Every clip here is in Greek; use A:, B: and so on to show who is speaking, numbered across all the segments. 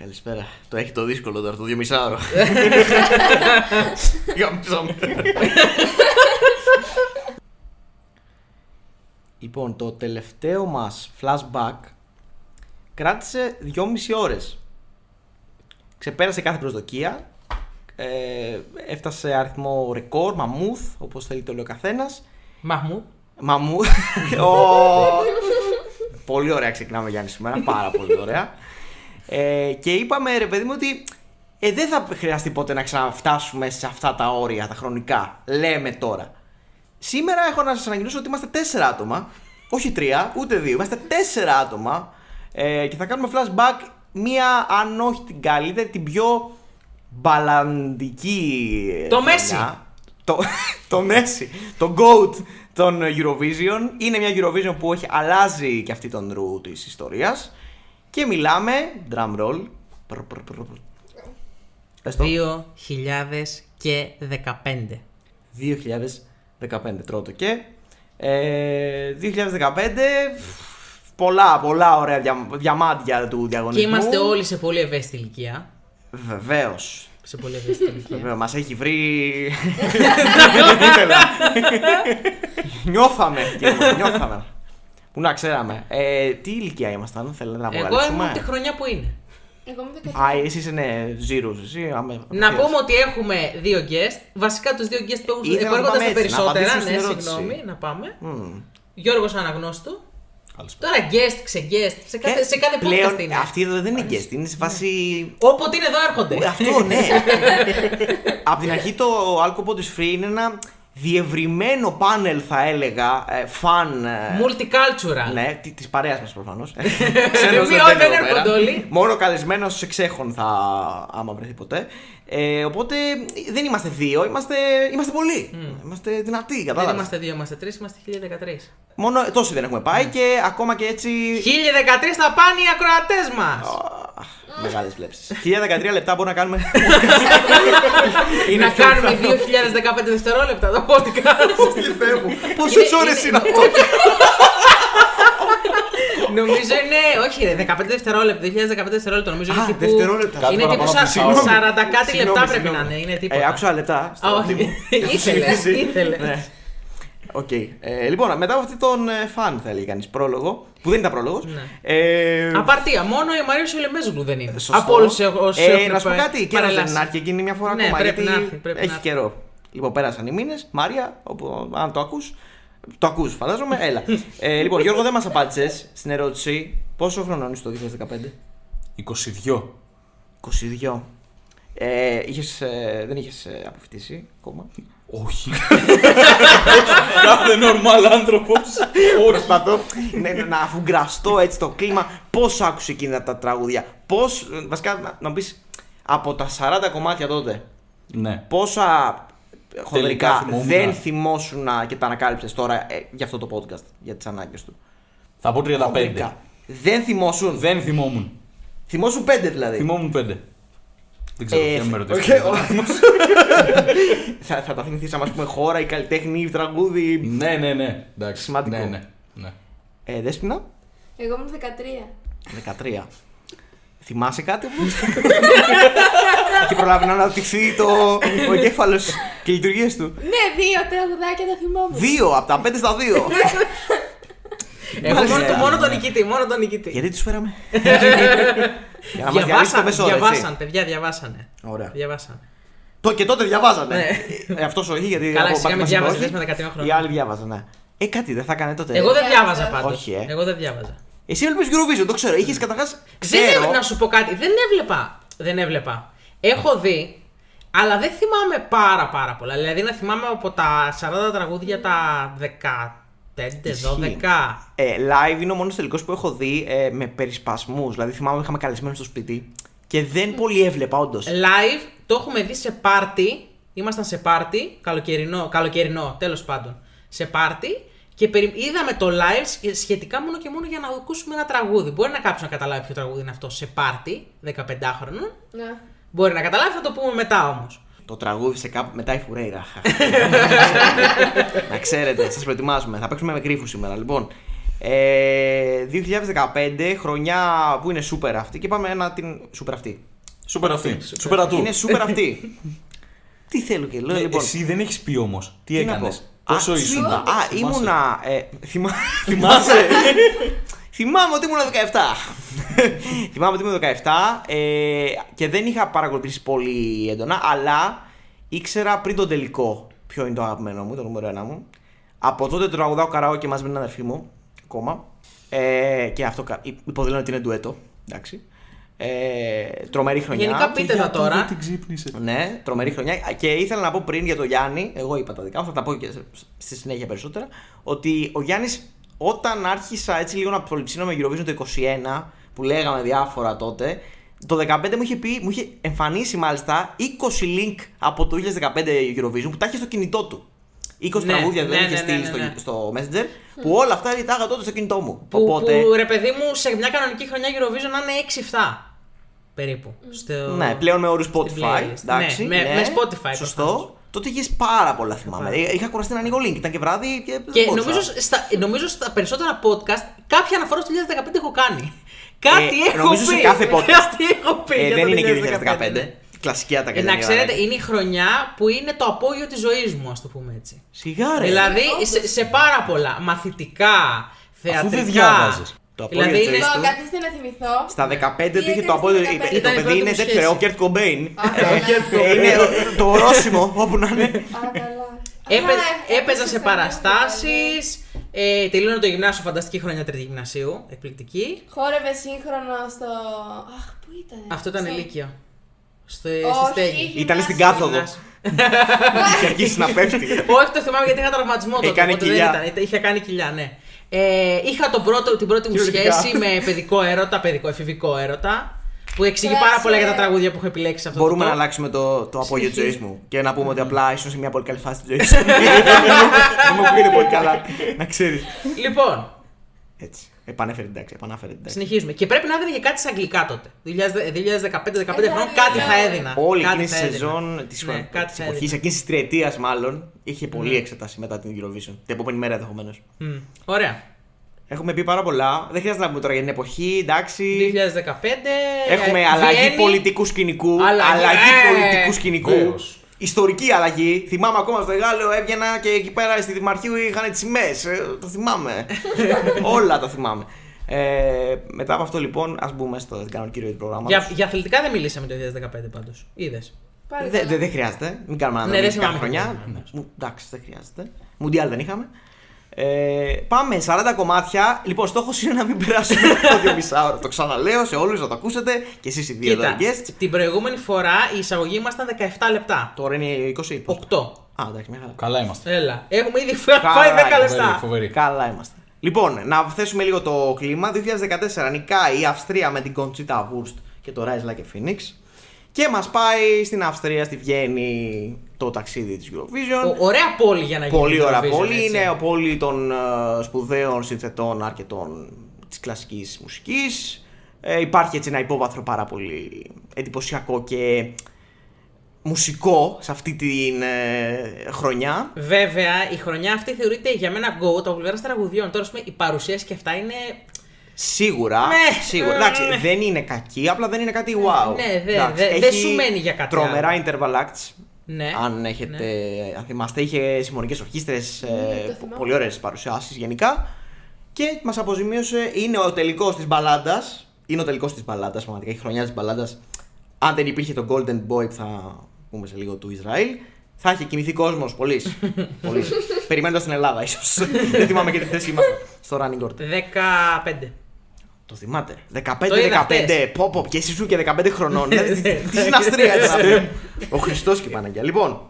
A: Καλησπέρα. Το έχει το δύσκολο τώρα, το δύο μισάωρο. Γαμψάμε. λοιπόν, το τελευταίο μας flashback κράτησε 2,5 ώρες. Ξεπέρασε κάθε προσδοκία. Ε, έφτασε αριθμό ρεκόρ, μαμούθ, όπως θέλει το λέει ο καθένας.
B: Μαχμού.
A: Μαμού. Ω. πολύ ωραία ξεκινάμε Γιάννη σήμερα, πάρα πολύ ωραία. Ε, και είπαμε ρε παιδί μου ότι ε, δεν θα χρειαστεί ποτέ να ξαναφτάσουμε σε αυτά τα όρια, τα χρονικά. Λέμε τώρα. Σήμερα έχω να σας ανακοινώσω ότι είμαστε τέσσερα άτομα, όχι τρία, ούτε δύο, είμαστε τέσσερα άτομα ε, και θα κάνουμε flashback μία, αν όχι την καλύτερη, την πιο μπαλαντική ε,
B: Το
A: χρονιά.
B: Messi.
A: Το, το Messi, το GOAT των Eurovision. Είναι μια Eurovision που έχει αλλάζει και αυτή τον ρου της ιστορίας. Και μιλάμε. Drum roll. Πρ, πρ, πρ, πρ. Πες το.
B: 2015.
A: 2015 τρώτο και. Ε, 2015. Πολλά, πολλά ωραία δια, διαμάντια του
B: Και
A: διαγωνισμού.
B: είμαστε όλοι σε πολύ ευαίσθητη ηλικία.
A: Βεβαίως.
B: Σε πολύ ευαίσθητη ηλικία.
A: Βεβαίως, μας έχει βρει. Δεν ήθελα. νιώθαμε, κύριε μου, νιώθαμε. Πού να ξέραμε. Ε, τι ηλικία ήμασταν, θέλετε να
B: Εγώ
A: αποκαλύψουμε.
B: ήμουν τη χρονιά που είναι.
C: Εγώ είμαι 17.
A: Α, εσύ είσαι ναι, ζήρου. Εσύ, άμε,
B: Να πούμε ότι έχουμε δύο guest. Βασικά τους δύο guest που έχουν
A: Ήθελα να το
B: υπέρχοντα
A: πάμε
B: τα
A: έτσι, να απαντήσεις
B: περισσότερα. Ναι,
A: στην ερώτηση.
B: συγγνώμη, να πάμε.
A: Μμμ.
B: Γιώργος Αναγνώστου.
D: Καλησπέρα.
B: Τώρα guest, ξε-guest. Σε κάθε,
A: Ε,
B: σε κάθε
A: πλέον,
B: podcast είναι.
A: Αυτή εδώ δεν είναι guest, είναι σε φάση.
B: Όποτε είναι εδώ έρχονται.
A: Αυτό, ναι. Απ' την αρχή το Alco Pods Free είναι ένα διευρυμένο πάνελ, θα έλεγα, ε, φαν. ε,
B: Multicultural.
A: Ναι, τη παρέας μας προφανώς.
B: Μη, όχι, δεν έρχονται όλοι.
A: Μόνο καλεσμένος εξέχων θα. άμα βρεθεί ποτέ. Ε, οπότε δεν είμαστε δύο, είμαστε, είμαστε πολλοί. Είμαστε δυνατοί,
B: Mm. Δεν
A: κατάλαβα.
B: είμαστε Mm. δύο, είμαστε τρεις, είμαστε 1013.
A: Μόνο τόσο δεν έχουμε πάει και ακόμα και έτσι.
B: 1013 θα πάνε οι ακροατές μας!
A: Μεγάλες βλέψεις. 1013 λεπτά μπορούμε να κάνουμε.
B: Να κάνουμε 2015 δευτερόλεπτα το podcast.
A: Πόσε ώρες είναι αυτό.
B: νομίζω είναι. Όχι, ρε, 15 δευτερόλεπτα. 2015 δευτερόλεπτα νομίζω είναι.
A: Α,
B: τύπου-
A: δευτερόλεπτα.
D: Κάτι
B: Είναι τύπου
D: παραπάνω,
B: σα-
D: συγγνώμη.
B: 40 κάτι λεπτά
A: Συγγνώμη,
B: πρέπει να
A: συγγνώμη.
B: είναι. Είναι
A: Ε,
B: τίποτα.
A: άκουσα λεπτά.
B: Α, όχι. Ήθελε. Ήθελε.
A: Ναι. Οκ. Ε, λοιπόν, μετά από αυτή τον ε, φαν θα έλεγε κανείς πρόλογο, που δεν ήταν ε, πρόλογος.
B: Ναι. Απαρτία. Μόνο η Μαρία Σιλεμέζουλου δεν είναι.
A: Ε, Σωστό.
B: Από όλους όσους
A: ε,
B: έχουν
A: Να σου πω
B: πα-
A: κάτι, καιρός
B: παρελάσει.
A: δεν άρκε εκείνη μια φορά
B: Ναι,
A: ακόμα.
B: πρέπει
A: γιατί
B: να έρθει, πρέπει να
A: έχει
B: έρθει.
A: καιρό. Λοιπόν, πέρασαν οι μήνες. Μάρια, όπου, αν το ακούς. Το ακούς, φαντάζομαι. Έλα. ε, λοιπόν, Γιώργο, δεν μας απάντησες στην ερώτηση. Πόσο χρονών είσαι το
D: 22.
A: 2015? 22. Ε, είχες, ε, δεν είχες ε, αποφυτίσει ακόμα.
D: Όχι. Κάθε normal άνθρωπος. Όχι.
A: Προσπαθώ ναι, να αφουγκραστώ έτσι το κλίμα. Πώς άκουσε εκείνα τα τραγούδια. Πώς. Βασικά, να, να μου πεις από τα 40 κομμάτια τότε,
D: Ναι.
A: πόσα χοντρικά
D: θυμόμουν.
A: δεν θυμόσουν και τα ανακάλυψες τώρα ε, για αυτό το podcast, για τις ανάγκες του.
D: Θα πω 35.
A: Χοντρικά. Δεν θυμόσουν.
D: Δεν θυμόμουν.
A: Θυμόσουν πέντε δηλαδή.
D: Θυμόμουν 5. Δεν ξέρω,
A: Ε,
D: δεν με
A: οκ,
D: ρωτήσετε.
A: ο- θα, θα τα θυμηθείς, άμα πούμε, χώρα ή καλλιτέχνη ή τραγούδι.
D: Ναι, ναι, ναι. Εντάξει.
A: Σημαντικό.
D: Ναι, ναι, ναι.
A: Ε, Δέσπινα,
C: Εγώ είμαι 13.
A: 13. Θυμάσαι κάτι που. και προλάβει να αναπτυχθεί το... ο εγκέφαλος και οι λειτουργίες του.
C: Ναι, δύο τραγουδάκια τα θυμόμουν.
A: Δύο από τα πέντε στα δύο.
B: Εγώ μόνο,
A: Μάλιστα.
B: το- μόνο τον νικητή, μόνο τον νικητή.
A: Γιατί τους φέραμε. Για να μα διαλύσει το
B: Διαβάσανε,
A: μεσόωρο. έτσι. Ε,
B: διαβάσανε, παιδιά, διαβάσανε.
A: Ωραία.
B: Διαβάσανε.
A: Το και τότε διαβάζανε.
B: Ναι.
A: Αυτός όχι, γιατί.
B: Καλά,
A: από
B: σιγά με
A: Batman
B: διάβαζε,
A: όχι.
B: λες, με 13 χρόνια.
A: Οι άλλοι διάβαζαν. Ε, κάτι δεν θα έκανε τότε.
B: Εγώ δεν
C: Ε,
B: διάβαζα
C: ε,
B: πάντως.
A: όχι, ε.
B: Εγώ δεν διάβαζα.
A: Εσύ έβλεπες Eurovision, το ξέρω. Είχες καταρχάς.
B: Δεν,
A: Ξέρω.
B: έ- Ναι. να σου πω κάτι. Δεν έβλεπα. Δεν έβλεπα. Έχω δει, αλλά δεν θυμάμαι πάρα πάρα πολλά. Δηλαδή να θυμάμαι από τα 40 τραγούδια τα 15-12.
A: Ε, live είναι ο μόνος τελικός που έχω δει ε, με περισπασμούς. Δηλαδή θυμάμαι είχαμε καλεσμένο στο σπίτι και
B: Ναι.
A: δεν πολύ έβλεπα, όντως.
B: Live το έχουμε δει σε πάρτι. Ήμασταν σε πάρτι, καλοκαιρινό, καλοκαιρινό τέλος πάντων. Σε πάρτι και περι- είδαμε το live σχε- σχετικά μόνο και μόνο για να ακούσουμε ένα τραγούδι. Μπορεί να κάποιος να καταλάβει ποιο τραγούδι είναι αυτό σε πάρτι 15χρονων.
C: Ναι.
B: Μπορεί να καταλάβει, θα το πούμε μετά όμως.
A: Το τραγούδισε κάπου μετά η Φουρέιρα. να ξέρετε, σας προετοιμάζουμε. Θα παίξουμε με κρύφου σήμερα. Λοιπόν, Ε, 2015, χρονιά που είναι super αυτή και πάμε να την. Super αυτή.
D: Σούπερ αυτή. Σούπερ ατού.
A: Είναι super αυτή. Τι θέλω και λέω
D: Ε,
A: λοιπόν.
D: Εσύ δεν έχεις πει όμως. Τι
A: να
D: έκανες.
A: πω.
D: Πόσο
A: Α,
D: ήσουν.
A: σίγουρα. Α,
D: Θυμάσαι.
A: ήμουνα. ε, θυμά- Θυμάσαι. Θυμάμαι ότι ήμουνα 17. Θυμάμαι ότι ήμουν 17 ε, και δεν είχα παρακολουθήσει πολύ έντονα, αλλά ήξερα πριν τον τελικό ποιο είναι το αγαπημένο μου, το νούμερο ένα μου. Από τότε το τραγουδάω καραόκε μαζί με την αδερφή μου ακόμα. Ε, και αυτό κα- υποδηλώνω ότι είναι ντουέτο. Εντάξει. Ε, τρομερή χρονιά.
B: Γενικά πείτε τα
D: Γιατί
B: τώρα.
D: Δεν την ξύπνησε.
A: Ναι, τρομερή χρονιά. Και ήθελα να πω πριν για τον Γιάννη, εγώ είπα τα δικά μου, θα τα πω και στη συνέχεια περισσότερα, ότι ο Γιάννης όταν άρχισα έτσι λίγο να προληψύνω με Eurovision το 21, που λέγαμε διάφορα τότε, το 15 μου είχε, πει, μου είχε εμφανίσει μάλιστα 20 link από το 2015 Eurovision που τα είχε στο κινητό του. 20
B: Ναι,
A: τραγούδια
B: ναι,
A: δεν είχε
B: ναι,
A: στείλει
B: ναι,
A: στο,
B: ναι.
A: στο Messenger, που όλα αυτά ρητάγα τότε στο κινητό μου.
B: Που,
A: Οπότε.
B: που, ρε παιδί μου, σε μια κανονική χρονιά Eurovision να είναι 6-7 περίπου. Στο...
A: Ναι, πλέον με όρους
B: Στην
A: Spotify.
B: playlist.
A: Εντάξει,
B: Ναι, με- με Spotify, προφανώς.
A: Σωστό. Τότε είχες πάρα πολλά, θυμάμαι. Ε, Είχα κουραστεί να ανοίγω link. Ήταν και βράδυ και. δεν
B: Και
A: μπορούσα.
B: νομίζω στα, νομίζω στα περισσότερα podcast κάποια αναφορά στο 2015 έχω κάνει. Κάτι έχω
A: Ε, νομίζω σε
B: πει.
A: κάθε podcast.
B: Κάτι έχω πει.
A: Ε,
B: για
A: δεν
B: το
A: είναι και
B: 2015.
A: 2015. Κλασική ατάκα.
B: Ε,
A: δεν
B: να
A: είναι,
B: ξέρετε,
A: ρε.
B: είναι η χρονιά που είναι το απόγειο της ζωής μου, ας το πούμε έτσι.
A: Σιγά ρε.
B: δηλαδή
C: όντως.
B: σε, σε πάρα πολλά. Μαθητικά, θεατρικά.
D: δεν διάβαζες.
A: Το απόγειο
B: δηλαδή
A: της
B: είναι.
A: ζωής
C: Εδώ
A: του.
C: καθίστε να θυμηθώ.
A: Στα 15
C: Τι
A: του είχε το
C: έκανες
A: απόλυτο.
C: στα 15?
A: Το
B: Ήταν η πρώτη
A: παιδί είναι
B: μου
A: τέτοιο, ρε, ο
B: σχέση.
A: Κέρτ Κομπέιν.
C: Α,
A: Ε,
C: καλά.
A: ε, Είναι το ορόσημο, όπου να είναι.
C: Α, καλά.
B: Έπαι,
C: Α,
B: Ε, έπαιζα
C: έπαιξες
B: σε
C: ένα
B: παραστάσει.
C: μοντέλο.
B: Ε, τελείωνα το γυμνάσιο, φανταστική χρονιά τρίτη γυμνασίου. Εκπληκτική.
C: ναι. Χόρευε σύγχρονο στο. Αχ, πού ήταν.
B: Αυτό ήταν ηλικίο. Στο, στη
C: Ε, Όχι.
B: στέγη.
A: Ήταν στην κάθοδο.
B: Γυμνάσιο.
A: Και αρχίσει να πέφτει.
B: Όχι, το θυμάμαι γιατί είχα τραυματισμό τότε.
A: Έκανε
B: οπότε
A: κοιλιά.
B: Δεν ήταν, είχε κάνει κοιλιά, ναι. Ε, είχα τον πρώτο, την πρώτη μου
A: Κυριολεκτικά.
B: σχέση με παιδικό έρωτα, παιδικό εφηβικό έρωτα. Που εξηγεί
C: Κλασέ.
B: πάρα πολλά για τα τραγούδια που έχω επιλέξει σε αυτό
A: Μπορούμε
B: το
A: να
B: top.
A: αλλάξουμε το, το απόγειο τη ζωή μου και να πούμε ότι απλά ίσως σε μια πολύ καλή φάση της ζωής σου. Δεν μου πήγαινε πολύ καλά. Να ξέρεις.
B: Λοιπόν,
A: Έτσι. Επανέφερε την τάξη. Επανάφερε την τάξη.
B: συνεχίζουμε. Και πρέπει να έδινε και κάτι στα αγγλικά τότε. 2015-15 χρόνων
C: ναι,
B: κάτι
C: ναι.
B: θα έδινα.
A: Όλη
B: κάτι
A: εκείνη τη
B: θα έδινα.
A: σεζόν τη
B: Ναι, κάτι θα Ναι.
A: εποχή,
B: έδινα.
A: εκείνης της τριετίας μάλλον, είχε πολλή εξετάση μετά την Eurovision. Την επόμενη μέρα ενδεχομένως.
B: Μμ, Ωραία.
A: Έχουμε πει πάρα πολλά. Δεν χρειάζεται να πούμε τώρα για την εποχή, εντάξει.
B: 2015.
A: Έχουμε
B: ε,
A: αλλαγή
B: Βιέννη.
A: πολιτικού σκηνικού.
B: Αλλαγή, ε,
A: πολιτικού σκηνικού.
D: βεβαίως.
A: Ιστορική αλλαγή. Θυμάμαι ακόμα στο Γάλλο έβγαινα και εκεί πέρα στη Δημαρχίου είχαν τις τιμέ. Ε, Το θυμάμαι. Όλα τα θυμάμαι. Ε, μετά από αυτό λοιπόν, ας μπούμε στο στην κανονική ροή του
B: Για,
A: προγράμματο.
B: για αθλητικά δεν μιλήσαμε το 2015 πάντως. Είδες.
C: Πάλι
A: Δεν
C: καλά.
A: δεν χρειάζεται. Μην κάνουμε
B: Ναι, δεν
A: αναδρομική κάθε
B: θυμάμαι
A: χρονιά.
B: τίποτα, ναι.
A: Μου- Εντάξει, δεν χρειάζεται. Μουντιάλ δεν είχαμε. Ε, πάμε, 40 κομμάτια. Λοιπόν, στόχος είναι να μην περάσουμε το δύο μισάωρο. Το ξαναλέω σε όλους να το ακούσετε και εσείς οι δύο εδώ οι
B: Κοίτα,
A: guests.
B: την προηγούμενη φορά η εισαγωγή μα ήταν 17 λεπτά.
A: Τώρα είναι 20. πώς.
B: 8.
A: Α, εντάξει, μια χαρά.
D: Καλά είμαστε.
B: Έλα. Έχουμε ήδη φάει
A: Καλά,
B: 10
D: Φοβερή,
B: λεπτά.
D: φοβερή.
A: Καλά είμαστε. Λοιπόν, να θέσουμε λίγο το κλίμα. 2014 νικάει η Αυστρία με την Κοντσίτα Βούρστ και το Rise Like a Phoenix. Και μας πάει στην Αυστρία, στη Βιέννη, το ταξίδι της Eurovision.
B: Ο- Ωραία πόλη για να γίνει.
A: Πολύ
B: το
A: ωραία
B: Eurovision,
A: πόλη.
B: έτσι.
A: Είναι ο πόλη των ε, σπουδαίων συνθετών αρκετών της κλασικής μουσικής. Ε, υπάρχει έτσι ένα υπόβαθρο πάρα πολύ εντυπωσιακό και μουσικό σε αυτή την ε, χρονιά.
B: Βέβαια, η χρονιά αυτή θεωρείται για μένα go τα πλευρά τραγουδιών. Τώρα, ας πούμε, η παρουσίαση και αυτά είναι.
A: Σίγουρα.
B: Ναι.
A: σίγουρα.
B: Ε,
A: Εντάξει,
B: ναι.
A: δεν είναι κακή, απλά δεν είναι κάτι wow.
B: Ναι, δεν-
A: Εντάξει,
B: δεν- δεν
A: έχει
B: σου μένει για κάτι
A: Τρομερά interval acts.
B: Ναι.
A: αν, έχετε, αν θυμάστε, είχε συμφωνικές ορχήστρες,
C: Ναι, το θυμάμαι.
A: πολύ ωραίες παρουσιάσεις γενικά. Και μας αποζημίωσε, είναι ο τελικός της μπαλάντας. Είναι ο τελικός της μπαλάντας, πραγματικά η χρονιά της μπαλάντας. Αν δεν υπήρχε το Golden Boy που θα πούμε σε λίγο του Ισραήλ, θα είχε κινηθεί κόσμο πολύ. πολύ. Περιμένοντας την Ελλάδα, ίσως. δεν θυμάμαι και τη θέση μας στο running order.
B: 15.
A: Το θυμάται. 15-15.
B: Το είδα Ναι, χτες.
A: Πω, πω, και εσύ σου και 15 χρονών. Δηλαδή, τι- Τι στην Αυστρία ήταν
B: Ναι.
A: αυτό. Ο Χριστός και η Παναγία. Λοιπόν,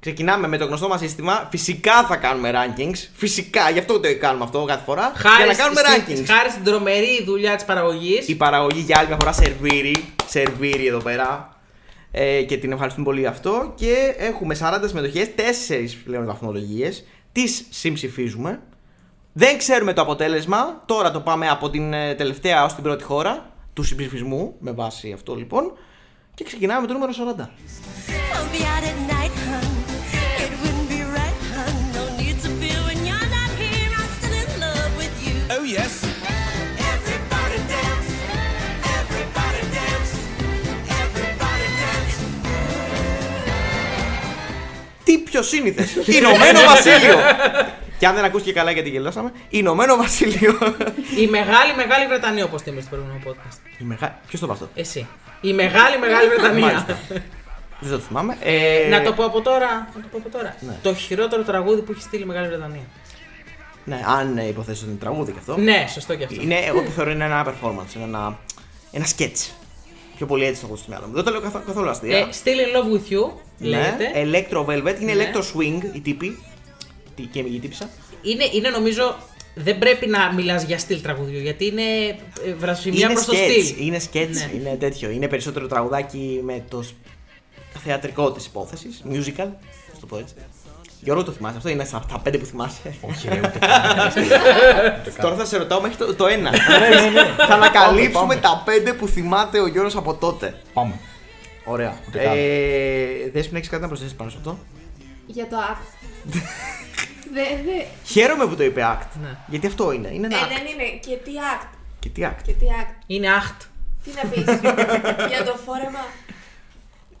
A: ξεκινάμε με το γνωστό μας σύστημα. Φυσικά θα κάνουμε rankings. Φυσικά, γι' αυτό το κάνουμε αυτό κάθε φορά. Για να κάνουμε
B: στην,
A: rankings.
B: χάρη στην τρομερή δουλειά της
A: Η
B: παραγωγή.
A: παραγωγή για άλλη μια φορά σερβίρει. Σερβίρει εδώ πέρα. Ε, και την ευχαριστούμε πολύ γι' αυτό. Και έχουμε 40 συμμετοχέ, 4 πλέον βαθμολογίες. Τις συμψηφίζουμε. Δεν ξέρουμε το αποτέλεσμα. Τώρα το πάμε από την ε, τελευταία ως την πρώτη χώρα του συμψηφισμού, με βάση αυτό λοιπόν. Και ξεκινάμε με το νούμερο 40.
E: I'll be out at night, hun. It wouldn't be right, hun. No need to fear when you're not here. I'm still in love with you.
A: πιο σύνηθες. Ηνωμένο Βασίλειο! και αν δεν ακούστηκε καλά γιατί γελάσαμε, Ηνωμένο Βασίλειο.
B: Η μεγάλη, μεγάλη Βρετανία, όπως το είπαμε στο προηγούμενο podcast.
A: Η μεγα... Ποιος το είπε αυτό.
B: Εσύ. Η μεγάλη, μεγάλη Βρετανία.
A: Μάλιστα. Δεν το θυμάμαι. Ε,
B: Να το πω από τώρα. Να το πω από τώρα.
A: Ναι.
B: Το χειρότερο τραγούδι που έχει στείλει η Μεγάλη Βρετανία.
A: Ναι, αν ε, υποθέσω ότι είναι τραγούδι και αυτό.
B: Ναι, σωστό και αυτό.
A: Είναι, εγώ το θεωρώ είναι ένα performance, είναι ένα, ένα sketch. Πιο πολύ έτσι το έχω στο μυαλό μου. Δεν το λέω καθα- καθόλου αστεία.
B: Ε, Still in love with you,
A: ναι,
B: λέγεται.
A: Electro Velvet, είναι
B: Ναι.
A: Electro Swing η τύπη. Τι- Και η τύπησα.
B: Είναι, είναι νομίζω. Δεν πρέπει να μιλάς για στυλ τραγουδιού, γιατί είναι ε, βρασιμία προς το
A: sketch,
B: στυλ.
A: είναι sketch,
B: Ναι.
A: είναι τέτοιο. Είναι περισσότερο τραγουδάκι με το σ- θεατρικό της υπόθεσης. Musical, να το πω έτσι. Γιώργο το θυμάσαι αυτό, είναι στα τα πέντε που θυμάσαι.
F: Όχι, ρε, ούτε καν.
A: Ε. Τώρα θα σε ρωτάω μέχρι το, το ένα.
F: Ναι, ναι, ναι.
A: θα ανακαλύψουμε
F: Πάμε, πάμε.
A: τα πέντε που θυμάται ο Γιώργος από τότε.
D: Πάμε.
A: Ωραία.
F: Ούτε καν.
A: Ε, Δες να έχεις κάτι να προσθέσεις πάνω σε αυτό.
C: Για το act. δεν δε,
A: Χαίρομαι που το είπε act.
B: Ναι.
A: Γιατί αυτό είναι. Είναι ένα
C: ε,
A: act.
C: δεν είναι. Και τι act.
A: Και τι act.
C: Και τι act.
B: Είναι αχτ.
C: Τι να πεις. για το φόρεμα.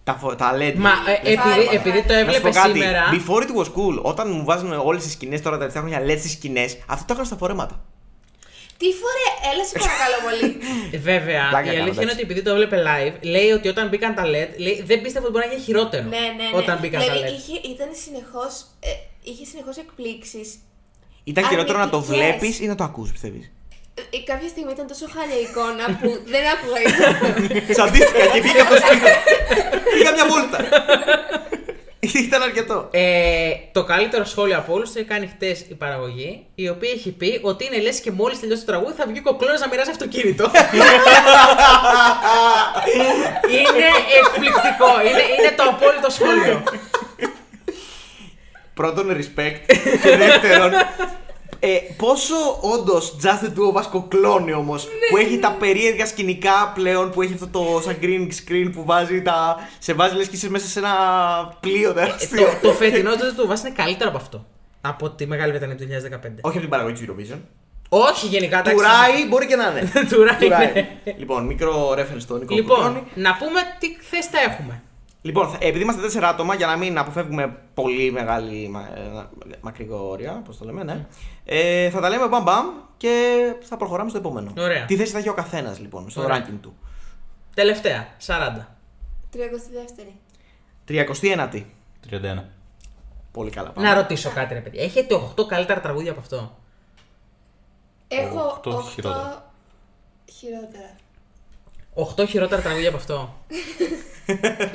A: Τα, φω- τα LED.
B: Μα ε,
C: Λες,
B: επειδή,
C: πάμε.
B: επειδή το
A: Να σου πω
B: έβλεπε
A: κάτι.
B: σήμερα.
A: Before it was cool, όταν μου βάζουν όλες τις σκηνές τώρα τα τελευταία χρόνια, LED στις σκηνές, αυτό το έκανα στα φορέματα.
C: Τι φορέ, έλα σε παρακαλώ πολύ.
B: Ε, Βέβαια,
A: Πλάκα
B: η
A: κάνω,
B: αλήθεια είναι
A: εντάξει.
B: ότι επειδή το έβλεπε live, λέει ότι όταν μπήκαν τα LED, λέει, δεν πίστευε ότι μπορεί να γίνει χειρότερο.
C: ναι, ναι, ναι.
B: Όταν μπήκαν τα
C: Δηλαδή,
B: LED.
C: είχε, ήταν συνεχώς. είχε συνεχώς εκπλήξεις.
A: Ήταν χειρότερο να το
C: Αρνητικές.
A: βλέπεις ή να το ακούς πιστεύεις.
C: Ε, κάποια στιγμή ήταν τόσο χάλια η εικόνα που δεν άκουγα εικόνα.
A: Τσαντίστηκα και βγήκα από το σπίτι. Πήγα μια βόλτα. Ήταν αρκετό.
B: Ε, το καλύτερο σχόλιο από όλους το έχει κάνει χτες η παραγωγή, η οποία έχει πει ότι είναι λες και μόλις τελειώσει το τραγούδι θα βγει κοκλώνας να μοιράζει αυτοκίνητο. είναι εκπληκτικό. Είναι, είναι το απόλυτο σχόλιο.
A: Πρώτον, respect. Και δεύτερον, ε, πόσο όντως Just the Two of Us κοκλώνει όμως
B: Ναι.
A: που έχει τα περίεργα σκηνικά πλέον που έχει αυτό το σαν green screen που βάζει τα. σε βάζει λες και είσαι μέσα σε ένα πλοίο τεράστιο.
B: το, το φετινό τότε του βάση είναι καλύτερο από αυτό. Από τη Μεγάλη Βρετανία του 2015.
A: Όχι από την παραγωγή του Eurovision.
B: Όχι γενικά τα
A: Τουράει μπορεί και να είναι.
B: Τουράει,
A: Τουράει.
B: ναι.
A: Λοιπόν, μικρό reference στον Νίκο
B: Λοιπόν,
A: Κουκλώνη.
B: να πούμε τι θέση τα έχουμε.
A: Λοιπόν, θα- επειδή είμαστε τέσσερα άτομα, για να μην αποφεύγουμε πολύ μεγάλη μα, ε, μακρηγορία, πώ το λέμε, ναι. Ε, θα τα λέμε μπαμ μπαμ και θα προχωράμε στο επόμενο.
B: Ωραία.
A: Τι θέση θα έχει ο καθένας λοιπόν στο
B: Ωραία.
A: ranking του.
B: Τελευταία, 40.
C: 32η.
A: 31η.
D: 31.
A: Πολύ καλά πάμε.
B: Να ρωτήσω κάτι, ρε παιδιά. Έχετε 8 καλύτερα τραγούδια από αυτό.
C: Έχω
D: Οκτώ
C: 8
D: χειρότερα.
C: χειρότερα.
B: 8 χειρότερα τραγούδια από αυτό.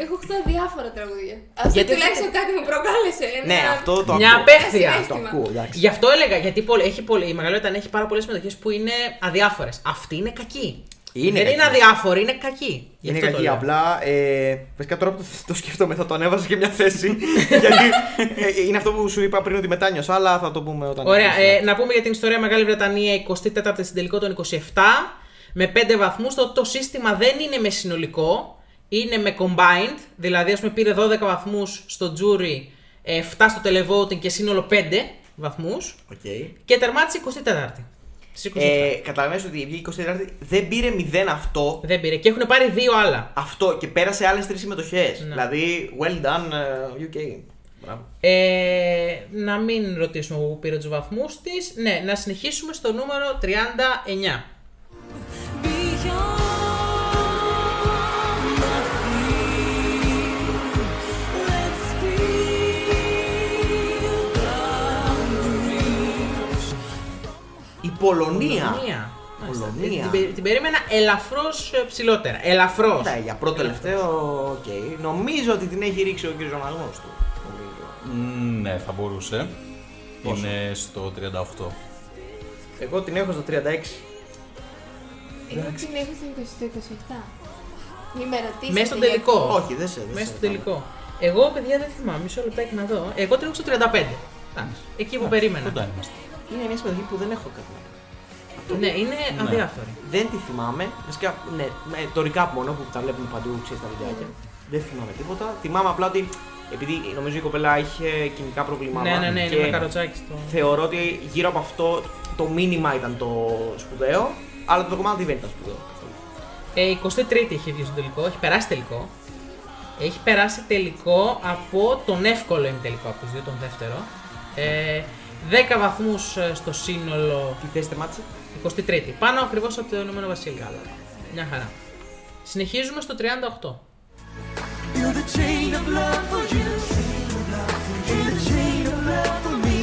C: Έχω 8 διάφορα τραγούδια. Αυτό
B: Γιατί
C: τουλάχιστον κάτι μου προκάλεσε. ένα-
A: Ναι, αυτό το
B: Μια
A: ακούω. Ε,
B: απέχθεια.
A: Το ακούω, εντάξει.
B: Γι' αυτό έλεγα, γιατί πολλ- έχει πολλ- η Μεγάλη Βρετανία έχει πάρα πολλές συμμετοχές που είναι αδιάφορες. Αυτή είναι κακή.
A: Είναι
B: Δεν
A: κακή.
B: είναι αδιάφορη, είναι κακή. Γι'
A: Είναι
B: αυτό το
A: κακή.
B: λέω.
A: Απλά ε, βασικά τώρα που το, το σκέφτομαι θα το ανέβαζα και μια θέση. γιατί ε, είναι αυτό που σου είπα πριν ότι μετάνιωσα, αλλά θα το πούμε όταν. ναι.
B: Ωραία,
A: αρχίσουμε.
B: ε, να πούμε για την ιστορία Μεγάλη Βρετανία 24η στην τελικό των 27 με 5 βαθμούς, το, το σύστημα δεν είναι με συνολικό, είναι με combined, δηλαδή ας πούμε πήρε 12 βαθμούς στο jury, ε, 7 στο televoting και σύνολο 5 βαθμούς
A: Οκ.
B: και τερμάτισε 24η. Στις 27.
A: Ε, Καταλαβαίνεις ότι βγήκε 24η, δεν πήρε 0 αυτό.
B: Δεν πήρε και έχουν πάρει δύο άλλα.
A: Αυτό και πέρασε άλλες τρεις συμμετοχές.
B: Ναι.
A: Δηλαδή, well done ε, UK. Μπράβο.
B: Ε, να μην ρωτήσουμε που πήρε τους βαθμούς της. Ναι, να συνεχίσουμε στο νούμερο 39.
E: Beyond the field, let's feel the reach.
A: Η Πολωνία.
B: Πολωνία. Μάλιστα.
A: Πολωνία.
B: Την, πε- την περίμενα ελαφρώς ψηλότερα. Ελαφρώς.
A: Ναι, για πρώτο τελευταίο, οκ. Νομίζω ότι την έχει ρίξει ο κ. Ζωμαγό του. Νομίζω.
D: Μμμ, Ναι, θα μπορούσε.
A: Πόσο?
D: Είναι στο 38.
A: Εγώ την έχω στο 36.
C: Εγώ την έχω στην 27. Μη με ρωτήσετε.
B: Μέσα στον
C: γιατί-
B: τελικό.
A: Όχι, δεν σε. δεν
B: Μέσα
A: σε
B: στον
A: ρωτάμε.
B: τελικό. Εγώ, παιδιά, δεν θυμάμαι. Μισό λεπτάκι να δω. Εγώ την έχω στο 35. Εντάξει. Εκεί που περίμενα.
D: Κοντά είμαστε.
A: Είναι μια συμμετοχή που δεν έχω κάτι να πω.
B: Ναι, είναι αδιάφορη.
A: Δεν τη θυμάμαι. Βασικά, ναι, με το recap μόνο που τα βλέπουμε παντού, ξέρεις τα βιντεάκια.
B: Ναι.
A: Δεν θυμάμαι τίποτα. Θυμάμαι απλά ότι επειδή νομίζω η κοπέλα είχε κοινικά προβλήματα.
B: Ναι, ναι, ναι, είναι
A: και
B: με καροτσάκι στο.
A: Θεωρώ ότι γύρω από αυτό το μήνυμα ήταν το σπουδαίο, αλλά το κομμάτι δεν ήταν σπουδαίο. καθόλου.
B: Ε, 23η έχει βγει στον τελικό, έχει περάσει τελικό. Έχει περάσει τελικό από τον εύκολο ημιτελικό, από τους δύο τον δεύτερο. Ε, 10 βαθμούς ε, στο σύνολο
A: Τι θέση τερμάτισε.
B: 23η. Πάνω ακριβώς από το Ηνωμένο Βασίλειο. Μια χαρά. Συνεχίζουμε στο 38.
E: You're the chain of love for you. You're the chain of love for me.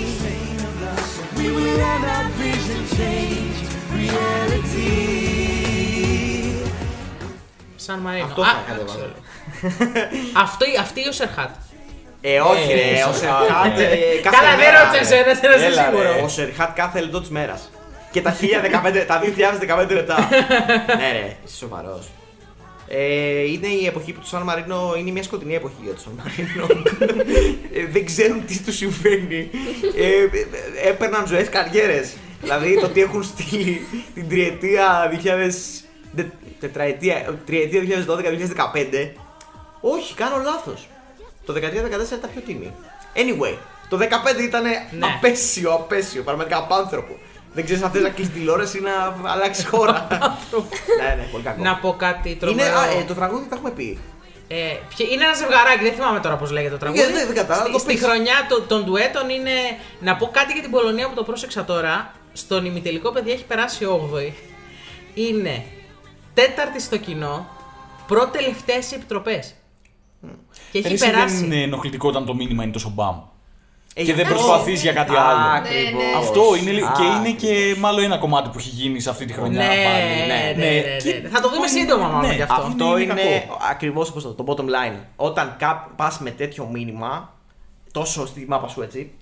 E: We will have our vision change reality.
B: Σαν Μαρίνο.
A: Αυτό
B: Ναι, Α,
A: θα κατέβαζα.
B: ξέρω. Αυτό, αυτή η Οσερχάτ.
A: Ε, όχι, ρε,
D: ε,
A: ο Σερχάτ.
D: ε,
A: ε, κάθε
B: Καλά, δεν
A: μέρα,
B: ρώτησες,
A: ρε.
B: ένα, ένα, είσαι
A: Έλα, ρε,
B: σίγουρο.
A: Ο Σερχάτ κάθε λεπτό της μέρας. Και τα 1015 τα 2015 λεπτά. ναι, ρε, είσαι σοβαρός. Ε, είναι η εποχή που του Σαν Μαρίνο είναι μια σκοτεινή εποχή για του Σαν Μαρίνο. Ε, δεν ξέρουν τι τους συμβαίνει. Ε, ε, έπαιρναν ζωές καριέρες. δηλαδή το τι έχουν στείλει την τριετία 2000. τε- Τετραετία, τριετία 2012-2015. Όχι, κάνω λάθος. Το 13-14 ήταν πιο τίμιο. Anyway, το 15 ήταν
B: Ναι.
A: απέσιο, απέσιο, πραγματικά απάνθρωπο. Δεν ξέρεις αν θες να κλείσει τηλεόραση ή να αλλάξεις χώρα. ναι, ναι, πολύ κακό.
B: Να πω κάτι
A: Είναι,
B: τρομερό.
A: α, ε, το τραγούδι το έχουμε πει.
B: Ε, ποιο- είναι ένα ζευγαράκι, δεν θυμάμαι τώρα πώς λέγεται το τραγούδι.
A: Ε, δεν- δεν κατάλαβα,
B: Στη-
A: το
B: Στη
A: πες.
B: χρονιά των, των ντουέτων είναι. Να πω κάτι για την Πολωνία που το πρόσεξα τώρα. Στον ημιτελικό παιδιά έχει περάσει 8η. Είναι τέταρτη στο κοινό, προτελευταίες οι επιτροπές. Και έχει
D: Εσύ
B: περάσει.
D: δεν είναι ενοχλητικό όταν το μήνυμα είναι τόσο μπαμ.
A: Ε,
D: και
A: γι'
D: δεν
A: αυτό-
D: προσπαθείς για κάτι
A: Α,
D: άλλο.
A: ακριβώς.
C: Ναι, ναι.
D: Αυτό είναι λίγο- και
A: Α,
D: είναι και μάλλον ένα κομμάτι που έχει γίνει σε αυτή τη χρονιά
B: Ναι,
D: πάλι.
B: ναι, ναι, ναι,
D: Και-
B: ναι. Θα το δούμε σύντομα μάλλον
D: ναι,
B: γι'
A: Αυτό, είναι,
D: κακό.
A: ακριβώς όπως το, το bottom line. Όταν πας με τέτοιο μήνυμα, τόσο στη μάπα σου έτσι,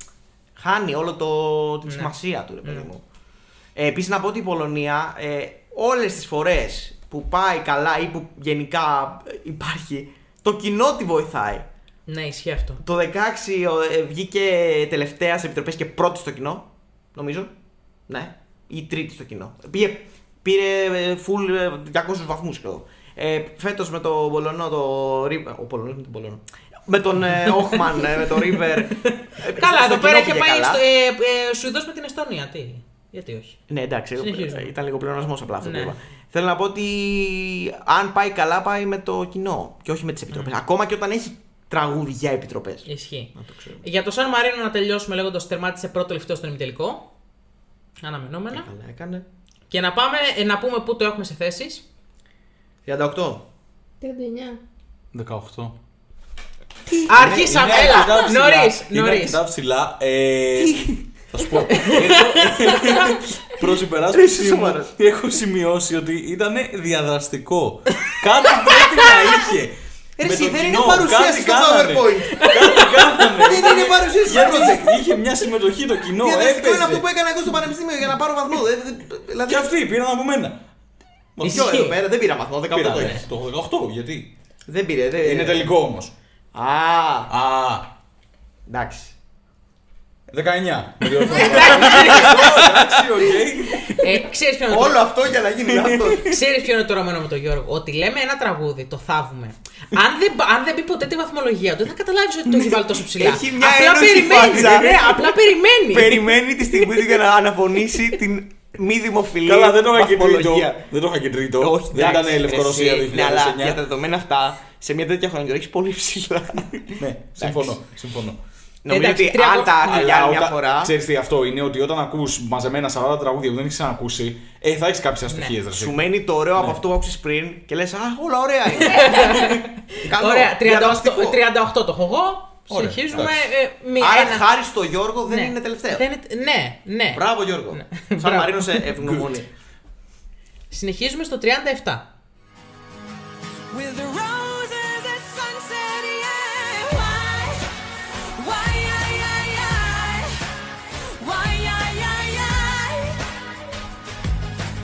A: χάνει όλο το, την σημασία του, ρε παιδί μου. Ε, Επίσης να πω ότι η Πολωνία ε, όλες τις φορές που πάει καλά ή που γενικά ε, υπάρχει, το κοινό τη βοηθάει.
B: Ναι, ισχύει αυτό.
A: Το 16 ο- ε, βγήκε τελευταία σε επιτροπές και πρώτη στο κοινό, νομίζω. Ναι, ή τρίτη στο κοινό. Πήγε, πήρε ε, full ε, 200 βαθμού εδώ. Ε, Φέτος με τον Πολωνό, το Ρίβερ. Ο Πολωνός με τον Πολωνό. Με τον ε, Όχμαν, ε, με τον Ρίβερ.
B: Καλά, εδώ πέρα είχε πάει στο, ε, ε, Σουηδός με την Εστονία. Τι, γιατί όχι.
A: Ναι, εντάξει,
B: Συνεχίζουμε.
A: ε, ήταν λίγο πλεονασμός απλά αυτό
B: Ναι.
A: που είπα. Θέλω να πω ότι αν πάει καλά, πάει με το κοινό και όχι με τις επιτροπές.
B: Ναι.
A: Ακόμα και όταν έχει τραγούδια επιτροπές.
B: Ισχύει.
A: Να το ξέρουμε.
B: Για το Σαν Μαρίνο να τελειώσουμε λέγοντας τερμάτισε πρώτο τελευταίο στον ημιτελικό. Αναμενόμενα.
A: Καλά έκανε.
B: Και να πάμε ε, να πούμε πού το έχουμε σε θέσεις.
A: 38.
C: 39.
D: 18.
B: Αρχίσαμε,
D: Είναι αρκετά
B: έλα!
D: ψηλά.
B: Νωρίς,
D: Είναι
B: νωρί.
D: αρκετά ψηλά. Ε, θα σου πω. Προς
A: Είσαι
D: υπεράσπιση μου,
A: σοβαρός.
D: έχω σημειώσει ότι ήταν διαδραστικό. Κάτι πρέπει να είχε.
A: Ρε,
D: Με
A: εσύ,
D: το
A: δεν
D: κοινό,
A: είναι παρουσίαση
D: κάτι
A: στο
D: κάνανε.
A: PowerPoint.
D: Κάτι κάνανε.
A: Δεν είναι παρουσίαση στο
D: Γιατί
A: project.
D: είχε μια συμμετοχή το κοινό.
A: Διαδραστικό είναι αυτό
D: Έπαιζε.
A: που έκανα εγώ στο πανεπιστήμιο για να πάρω βαθμό. Δεν- δεν- Δηλαδή.
D: Και αυτοί πήραν από μένα.
A: Μα
B: Ισχύει.
A: ποιο εδώ πέρα, δεν πήρα βαθμό, 18
D: Πήραν,
A: το
D: ε,
A: είναι.
D: Το 18, γιατί.
A: Δεν πήρε, δεν.
D: Είναι τελικό όμως.
A: Α,
D: Α,
A: εντάξει.
D: 19. με διορθώνω. Εντάξει, οκ.
B: Ε, Ξέρεις ποιο είναι το-
A: Όλο αυτό για να γίνει λάθος.
B: Ξέρεις ποιο είναι το ρωμένο με τον Γιώργο. Ότι λέμε ένα τραγούδι, το θάβουμε. αν, δεν, πα- αν δεν πει ποτέ τη βαθμολογία του, δεν θα καταλάβεις ότι το έχει βάλει τόσο ψηλά.
A: Έχει μια
B: απλά
A: ένοχη
B: περιμένεις.
A: φάτσα.
B: Ναι, απλά περιμένεις.
A: Περιμένει τη στιγμή του για να αναφωνήσει την μη δημοφιλή
D: Καλά, δεν το είχα και τρίτο.
A: βαθμολογία.
D: Δεν το είχα και τρίτο.
A: Όχι,
D: δεν ήταν
A: εντάξει,
D: η Λευκορωσία
A: εσύ,
D: το 2009.
A: Ναι, αλλά για τα δεδομένα αυτά, σε μια τέτοια χρονιά το έχεις πολύ ψηλά.
D: Ναι, συμφωνώ. συμφωνώ.
A: Νομίζω
B: Εντάξει,
A: ότι
B: τρία
A: αν τα
B: βαθμού.
A: άκουγε άλλη μια
D: όταν-
A: φορά.
D: ξέρεις τι αυτό είναι, ότι όταν ακούς μαζεμένα 40 τραγούδια που δεν έχεις ξανακούσει, ε, θα έχεις κάποιες αστοχίες, ρε.
A: Ναι. Σου
D: φίλε.
A: μένει το ωραίο
B: Ναι.
A: από αυτό που άκουσες πριν και λες Α, όλα ωραία είναι. Καλό,
B: Ωραία, 38,
A: διαδραστικό.
B: 38 το έχω εγώ.
D: Ωραία,
B: Συνεχίζουμε.
D: εντάξει.
B: ε, μη-
A: Άρα
B: ένα-
A: χάρη στο Γιώργο δεν
B: Ναι.
A: είναι τελευταίο.
B: Δεν είναι- Ναι, ναι.
A: Μπράβο Γιώργο.
B: Ναι.
A: Σαν
B: Μπράβο.
A: Μαρίνο σε ευγνωμονή.
B: Συνεχίζουμε στο 37.
E: With the roses at sunset, yeah. Why? Why, I, I, I? Why, I, I, I?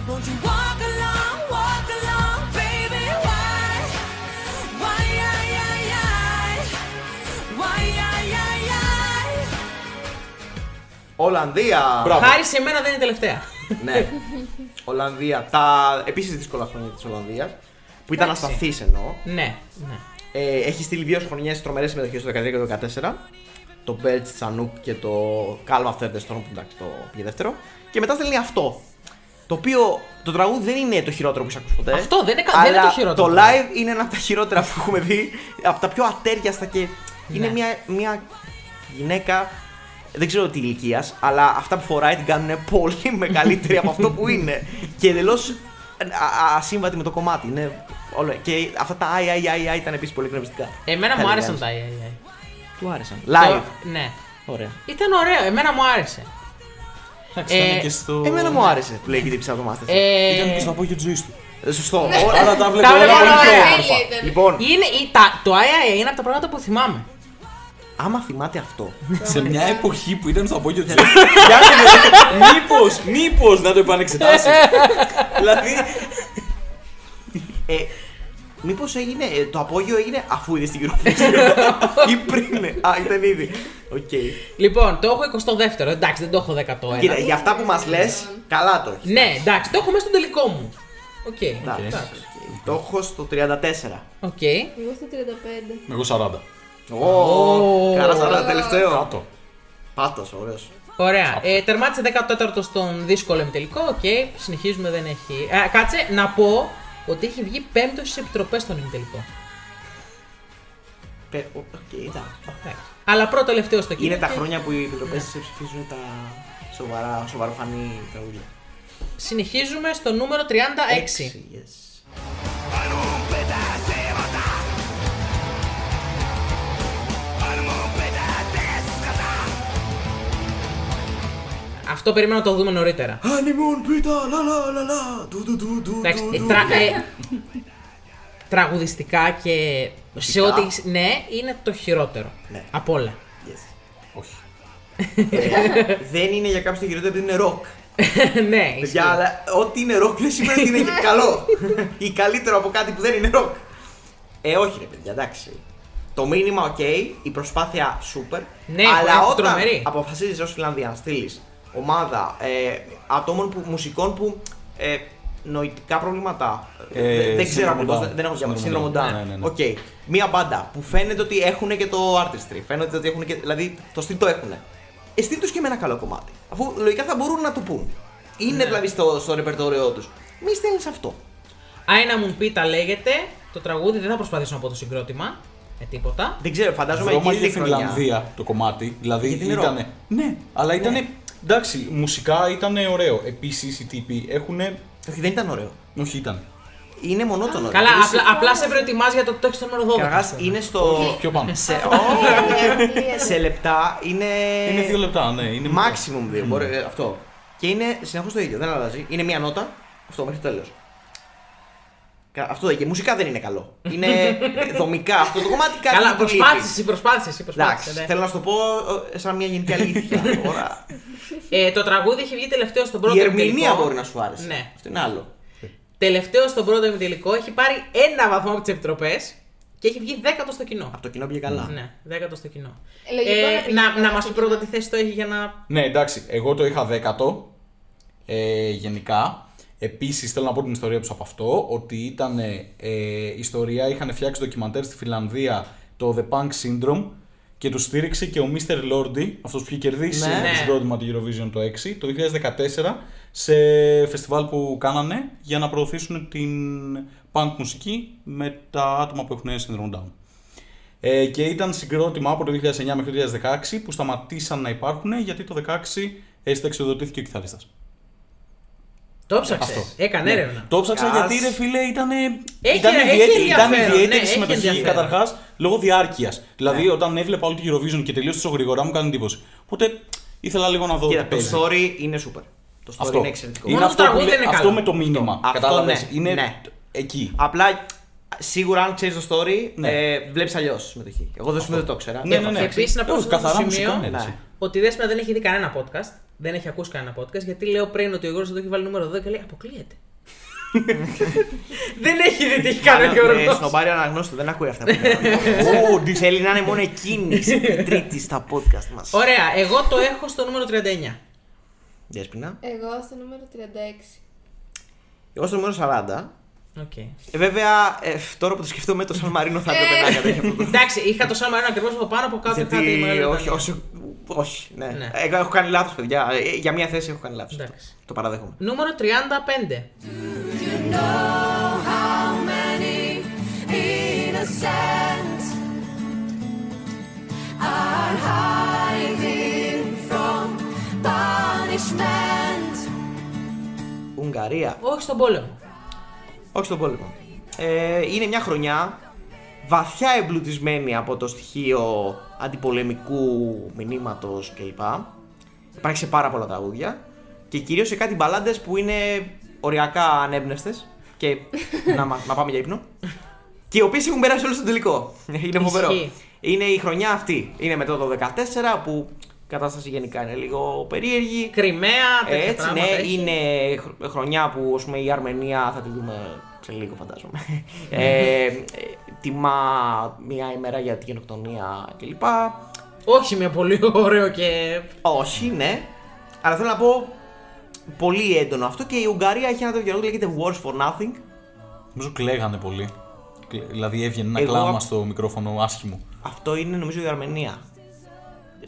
E: Won't you walk along, walk along, baby? Why? Why, I, I, I? Why, I, I, I?
A: Ολλανδία.
D: Μπράβο.
B: Χάρη σε μένα δεν είναι τελευταία.
A: Ναι. Ολλανδία. Τα επίσης δύσκολα χρόνια της Ολλανδίας. Που ήταν
B: Εντάξει.
A: ασταθείς εννοώ.
B: ναι, ναι.
A: Ε, έχει στείλει δύο χρονιές τρομερές συμμετοχές το 2013 και το 2014. Το Belch Chanook και το Calm After the Storm που εντάξει το πήγε δεύτερο. Και μετά στέλνει αυτό. Το οποίο το τραγούδι δεν είναι το χειρότερο που έχει ακούσει ποτέ.
B: Αυτό δεν είναι κα-
A: αλλά
B: δεν είναι το χειρότερο.
A: Το live είναι ένα από τα χειρότερα που έχουμε δει. Από τα πιο ατέριαστα και. Είναι
B: Ναι.
A: μια, μια γυναίκα. Δεν ξέρω τι ηλικίας, αλλά αυτά που φοράει την κάνουν πολύ μεγαλύτερη από αυτό που είναι. Και εντελώς ασύμβατη με το κομμάτι. Είναι όλο- Και αυτά τα αϊ αϊ αϊ αϊ ήταν επίσης πολύ εκνευριστικά. Θα
B: Εμένα μου
A: έλεγα.
B: άρεσαν τα ε, AI.
A: Του άρεσαν. Live.
B: Ναι.
A: Ωραία.
B: Ήταν ωραίο, εμένα μου άρεσε.
D: Εντάξει,
B: Ε,
D: ήταν και στο.
A: Εμένα μου άρεσε που λέει και την ψάχνω μάστερ.
B: Ε, ναι.
D: Ήταν και στο απόγειο της ζωής του.
A: Ε, Σωστό.
D: Άρα τα βλέπω
B: βλέπω όλα
D: όλα πολύ πιο
B: ωραία.
D: όμορφα.
C: ήταν.
A: Λοιπόν,
B: είναι, η- τα- το IIA είναι από τα πράγματα που θυμάμαι.
A: άμα θυμάται αυτό.
D: Σε μια εποχή που ήταν στο απόγειο της ζωή του. Μήπως, μήπως να το επανεξετάσει. Δηλαδή.
A: Ε, Μήπως έγινε. ε, το απόγειο έγινε αφού είδε την Eurovision. ή πριν. ε, Α, ήταν ήδη. Οκ.
B: Λοιπόν, το έχω 22ο, εντάξει, δεν το έχω 11ο.
A: Κοίτα, για αυτά που μας λες, καλά το έχεις.
B: Ναι, εντάξει, το έχω μέσα στον τελικό μου. Οκ.
A: Εντάξει. Το έχω στο 34.
B: Οκ.
C: Εγώ στο 35.
D: Εγώ 40.
A: Ε. Ω,
B: Ω.
A: Καλά, σαν τελευταίο.
D: Κάτω.
A: Πάτος, ωραίος.
B: Ωραία. Ε, τερμάτισε 14ο στον δύσκολο εμιτελικό. Οκ. Συνεχίζουμε, δεν έχει. Ε, κάτσε να πω ότι έχει βγει πέμπτος στις επιτροπές στον εμιτελικό. Εντάξει. Αλλά πρώτο τελευταίο στο κοινό.
A: Είναι τα
B: και
A: χρόνια που οι επιτροπέ ψηφίζουν τα σοβαρά, σοβαροφανή τραγούδια.
B: Συνεχίζουμε στο νούμερο 36.
A: Έξι, yes.
B: Αυτό περίμενα να το δούμε νωρίτερα.
A: Honeymoon, πίτα, λα λα λα λα. Του, του, του, του,
B: Εντάξει,
A: του,
B: ε,
A: του.
B: τρα- ε, τραγουδιστικά και σε ό,τι. έχεις- Ναι, είναι το χειρότερο.
A: Ναι.
B: Απ' όλα.
A: Yes.
D: Όχι.
A: Ε, δεν είναι για κάποιους το χειρότερο επειδή είναι ροκ.
B: ναι, ισχύει.
A: Παιδιά, αλλά ό,τι είναι ροκ δεν σημαίνει ότι είναι και καλό. ή καλύτερο από κάτι που δεν είναι ροκ. Ε, όχι ρε παιδιά, εντάξει. Το μήνυμα, οκ, η προσπάθεια, super.
B: Ναι,
A: αλλά
B: είναι
A: όταν
B: τρομερή.
A: αποφασίζεις ως Φιλανδία να στείλεις ομάδα ε, ατόμων που, μουσικών που ε, νοητικά προβλήματα.
D: Ε,
A: δε- δεν ξέρω
D: σύνδρομο
A: ακριβώς,
D: Down.
A: δεν, δεν έχω διαβάσει.
D: Σύνδρομο
A: Σύνδρομο
D: Down.
A: Down.
D: Ναι, ναι, ναι.
A: Οκ. Μία μπάντα που φαίνεται ότι έχουν και το artistry. Φαίνεται ότι έχουν και. Δηλαδή το στυλ το έχουν. Ε, στείλ τους και με ένα καλό κομμάτι. Αφού λογικά θα μπορούν να το πούν. Είναι
D: Ναι.
A: δηλαδή στο, στο ρεπερτόριό τους. Μη στέλνεις αυτό.
B: Άινα μου πει τα λέγεται. Το τραγούδι δεν θα προσπαθήσω να πω το συγκρότημα. Με τίποτα.
A: Δεν ξέρω, φαντάζομαι
D: Βρώμα
A: εκείνη
D: για
A: τη χρονιά.
D: Φιλανδία το κομμάτι. Δηλαδή
A: Γιατί είναι
D: ήταν. Ναι, αλλά ήταν. Εντάξει, μουσικά ήταν ωραίο. Επίσης οι τύποι έχουν.
A: Όχι, δεν ήταν ωραίο.
D: Όχι, ήταν.
A: Είναι μονότονο.
B: Καλά,
A: Είσαι-
B: απλά, απλά σε προετοιμάζει για το ότι το έχεις το νούμερο 12.
A: Καταρχάς, είναι στο.
D: Πιο πάνω.
A: σε,
C: Ω,
A: σε λεπτά είναι.
D: Είναι δύο λεπτά, ναι. Είναι
A: Ε, Maximum δύο, μπορεί, ε, αυτό. Και είναι συνεχώς το ίδιο, δεν αλλάζει. Είναι μία νότα, αυτό μέχρι το τέλος. Αυτό δεν και μουσικά δεν είναι καλό. Είναι δομικά αυτό το κομμάτι κάτι
B: Καλά,
A: του λείπει.
B: προσπάθησες, προσπάθησε.
A: Εντάξει,
B: προσπάθησε ναι.
A: θέλω να σου το πω ε, σαν μια γενική αλήθεια. Τώρα,
B: ε, το τραγούδι έχει βγει τελευταίο στον πρώτο
A: η ερμηνεία
B: ημιτελικό.
A: μπορεί να σου άρεσε.
B: Ναι.
A: Αυτό είναι άλλο.
B: Τελευταίο στον πρώτο ημιτελικό έχει πάρει ένα βαθμό από τις επιτροπές και έχει βγει δέκατο στο κοινό.
A: Από το κοινό πήγε καλά.
B: Ναι, δέκατο στο κοινό.
C: Ε, λογικό να πήγε
B: να
C: δέκατο
B: να μας
C: στο
B: πει πρώτα
C: κοινό.
B: τι θέση το έχει για να.
D: Ναι, εντάξει, εγώ το είχα δέκατο ε, γενικά. Επίσης, θέλω να πω την ιστορία τους από αυτό, ότι ήταν ε, ιστορία, είχαν φτιάξει ντοκιμαντέρ στη Φιλανδία το The Punk Syndrome και τους στήριξε και ο Mr. Lordy, αυτός που είχε κερδίσει
A: Ναι.
D: το συγκρότημα του Eurovision το 6, το 2014, σε φεστιβάλ που κάνανε για να προωθήσουν την punk μουσική με τα άτομα που έχουν σύνδρομο Down. Ε, και ήταν συγκρότημα από το 2009 μέχρι το 2016 που σταματήσαν να υπάρχουν γιατί το 2016 εξοδοτήθηκε ε, ο κιθαρίστας.
B: Το ψάξε.
D: Αυτό.
B: Ε, Έκανε
D: Ναι.
B: έρευνα.
D: Το ψάξα
A: Ας.
D: γιατί ρε φίλε ήταν.
B: Έχει-
D: ήταν
B: έχει
D: ιδιαίτερη, ήταν
B: ενδιαφέρον,
D: ιδιαίτερη
B: ναι,
D: η
B: έχει
D: συμμετοχή
B: ενδιαφέρον. Ναι.
D: καταρχάς λόγω διάρκειας. Δηλαδή όταν έβλεπα όλη τη Eurovision και τελείωσε τόσο γρήγορα μου κάνει εντύπωση. Οπότε ήθελα λίγο να δω.
A: Κοίτα,
D: τι
A: το
D: παίζει.
A: story είναι super. Το story είναι εξαιρετικό.
B: Μόνο το
D: αυτό, που
B: τραγούδι
D: λέ-
B: είναι
D: αυτό
B: καλό.
D: με το μήνυμα.
A: Αυτό,
D: Κατάλαβες.
A: ναι,
D: Είναι
A: ναι.
D: εκεί.
A: Απλά σίγουρα αν ξέρεις το story,
D: Ναι.
A: ε, βλέπεις αλλιώς συμμετοχή. Εγώ δεν σου δεν το ξέρα.
D: Ναι, ναι, ναι.
B: Επίση, να πω
D: Όχι,
B: σε αυτό το
D: καθαρά
B: σημείο
D: μουσικά,
A: ναι.
D: ναι, έτσι.
B: ότι η Δέσποινα δεν έχει δει κανένα podcast. Δεν έχει ακούσει κανένα podcast γιατί λέω πριν ότι ο Γιώργος το έχει βάλει νούμερο 2 και λέει Αποκλείεται. δεν έχει δει τι έχει κάνει ο
A: Ε,
B: Γιώργο.
A: Σνοπάρει αναγνώστο, δεν ακούει αυτά που λέω. Ω, τι Θέλει να είναι μόνο εκείνης η τρίτη στα podcast μας.
B: Ωραία, εγώ το έχω στο νούμερο 39.
A: Διέσποινα.
C: Εγώ στο νούμερο 36.
A: Εγώ στο νούμερο 40.
B: Οκ.
A: Ε, Βέβαια, ε, τώρα που το σκεφτόμαι,
B: Ε.
A: το Σαν Μαρίνο θα έπρεπε να κατέχει αυτό το.
B: Εντάξει, είχα το Σαν Μαρίνο ακριβώς από πάνω από κάτω. είχα τη
A: Γιατί
B: Μεγάλη
A: όχι,
B: Βρετανία.
A: όσο Όχι, ναι.
B: Ναι.
A: Εγώ έχω κάνει λάθος, παιδιά. Ε, Για μια θέση έχω κάνει λάθος.
B: Εντάξει.
A: Το παραδέχομαι.
B: Νούμερο 35.
F: You know how many innocent are hiding from punishment.
A: Ουγγαρία.
B: Όχι στον πόλεμο.
A: Όχι στον πόλεμο. Ε, είναι μια χρονιά βαθιά εμπλουτισμένη από το στοιχείο αντιπολεμικού μηνύματος κλπ. Υπάρχει σε πάρα πολλά τραγούδια και κυρίως σε κάτι μπαλάντες που είναι οριακά ανέμπνευστες και να, μα- να πάμε για ύπνο. Και οι οποίες έχουν περάσει όλο στον τελικό. Είναι φοβερό.
B: Ισχύει.
A: Είναι η χρονιά αυτή. Είναι μετά το 14 που η κατάσταση γενικά είναι λίγο περίεργη.
B: Κρυμαία, τέτοια
A: Έτσι, ναι,
B: πράγματα. έχει.
A: είναι χρο- χρονιά που ας πούμε, η Αρμενία θα τη δούμε σε λίγο, φαντάζομαι.
B: Ναι.
A: ε, ε, τιμά μία ημέρα για την γενοκτονία κλπ.
B: Όχι με πολύ ωραίο και.
A: Όχι, ναι. Αλλά θέλω να πω πολύ έντονο αυτό και η Ουγγαρία έχει ένα τέτοιο τραγούδι λέγεται Wars for Nothing.
D: Νομίζω κλαίγανε πολύ. Κλε- Δηλαδή έβγαινε ένα
A: Εγώ-
D: κλάμα στο μικρόφωνο άσχημο.
A: Αυτό είναι νομίζω η Αρμενία.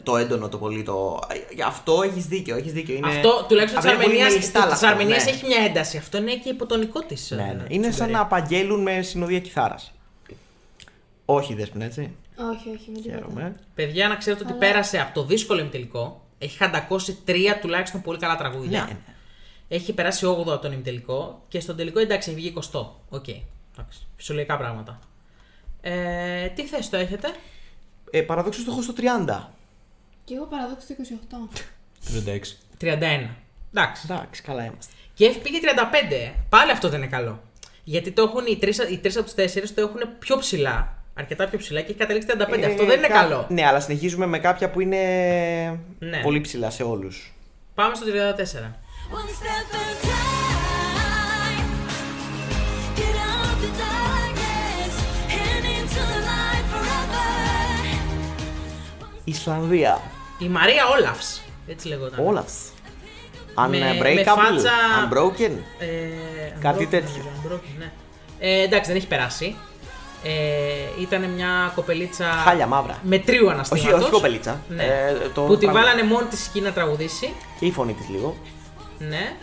A: Το έντονο το πολύ το. ε, Αυτό έχεις δίκιο, έχεις δίκιο. Είναι...
B: Αυτό τουλάχιστον τη
A: Απλά είναι πολύ
B: Αρμενία
A: μελιστάλα αυτό, ναι.
B: έχει μια ένταση. Αυτό είναι και υποτονικό της.
A: Ναι, ναι. Είναι σαν να απαγγέλουν με συνοδεία κιθάρας. Όχι, Δέσποινα, έτσι.
C: Όχι, όχι, μην τίποτα.
A: Χαίρομαι.
B: Παιδιά, να ξέρετε ότι πέρασε από το δύσκολο ημιτελικό. Έχει χαντακώσει τρία τουλάχιστον πολύ καλά τραγούδια.
A: Ναι, ναι.
B: Έχει περάσει 8ο από τον ημιτελικό και στον τελικό εντάξει έχει βγει 20ο. Οκ. Εντάξει. Φυσιολογικά πράγματα. Ε, τι θέση το έχετε,
A: Ε, Παραδόξως το έχω στο 30.
C: Και εγώ παραδόξω το 28.
D: 36.
B: 31. Εντάξει.
A: Εντάξει, καλά είμαστε.
B: Και F πήγε 35. Πάλι αυτό δεν είναι καλό. Γιατί το έχουν οι τρεις οι τρεις από τους τέσσερις το έχουν πιο ψηλά. Αρκετά πιο ψηλά και έχει καταλήξει 35. αυτό δεν είναι
A: Ε, κα-
B: καλό.
A: Ναι, αλλά συνεχίζουμε με κάποια που είναι
B: Ναι.
A: πολύ ψηλά σε όλους.
B: Πάμε στο 34.
F: One step at a time. Get out the darkness and into the light forever.
A: Ισλανδία.
B: Η Μαρία Όλαφς. Έτσι λεγόταν.
A: Όλαφ.
B: Ναι. με
A: Unbreakable.
B: φάτσα-
A: Unbroken.
B: Ε,
A: Κάτι
B: Unbroken,
A: τέτοιο.
B: Unbroken, ναι. Ε, εντάξει, δεν έχει περάσει. Ε, ήταν μια κοπελίτσα.
A: Χάλια μαύρα.
B: Με τρίου αναστήματος.
A: όχι κοπελίτσα.
B: Ναι.
A: Ε, το
B: που τη
A: πράγμα.
B: βάλανε μόνη της εκεί να τραγουδήσει.
A: Και η φωνή της λίγο.
B: Ναι.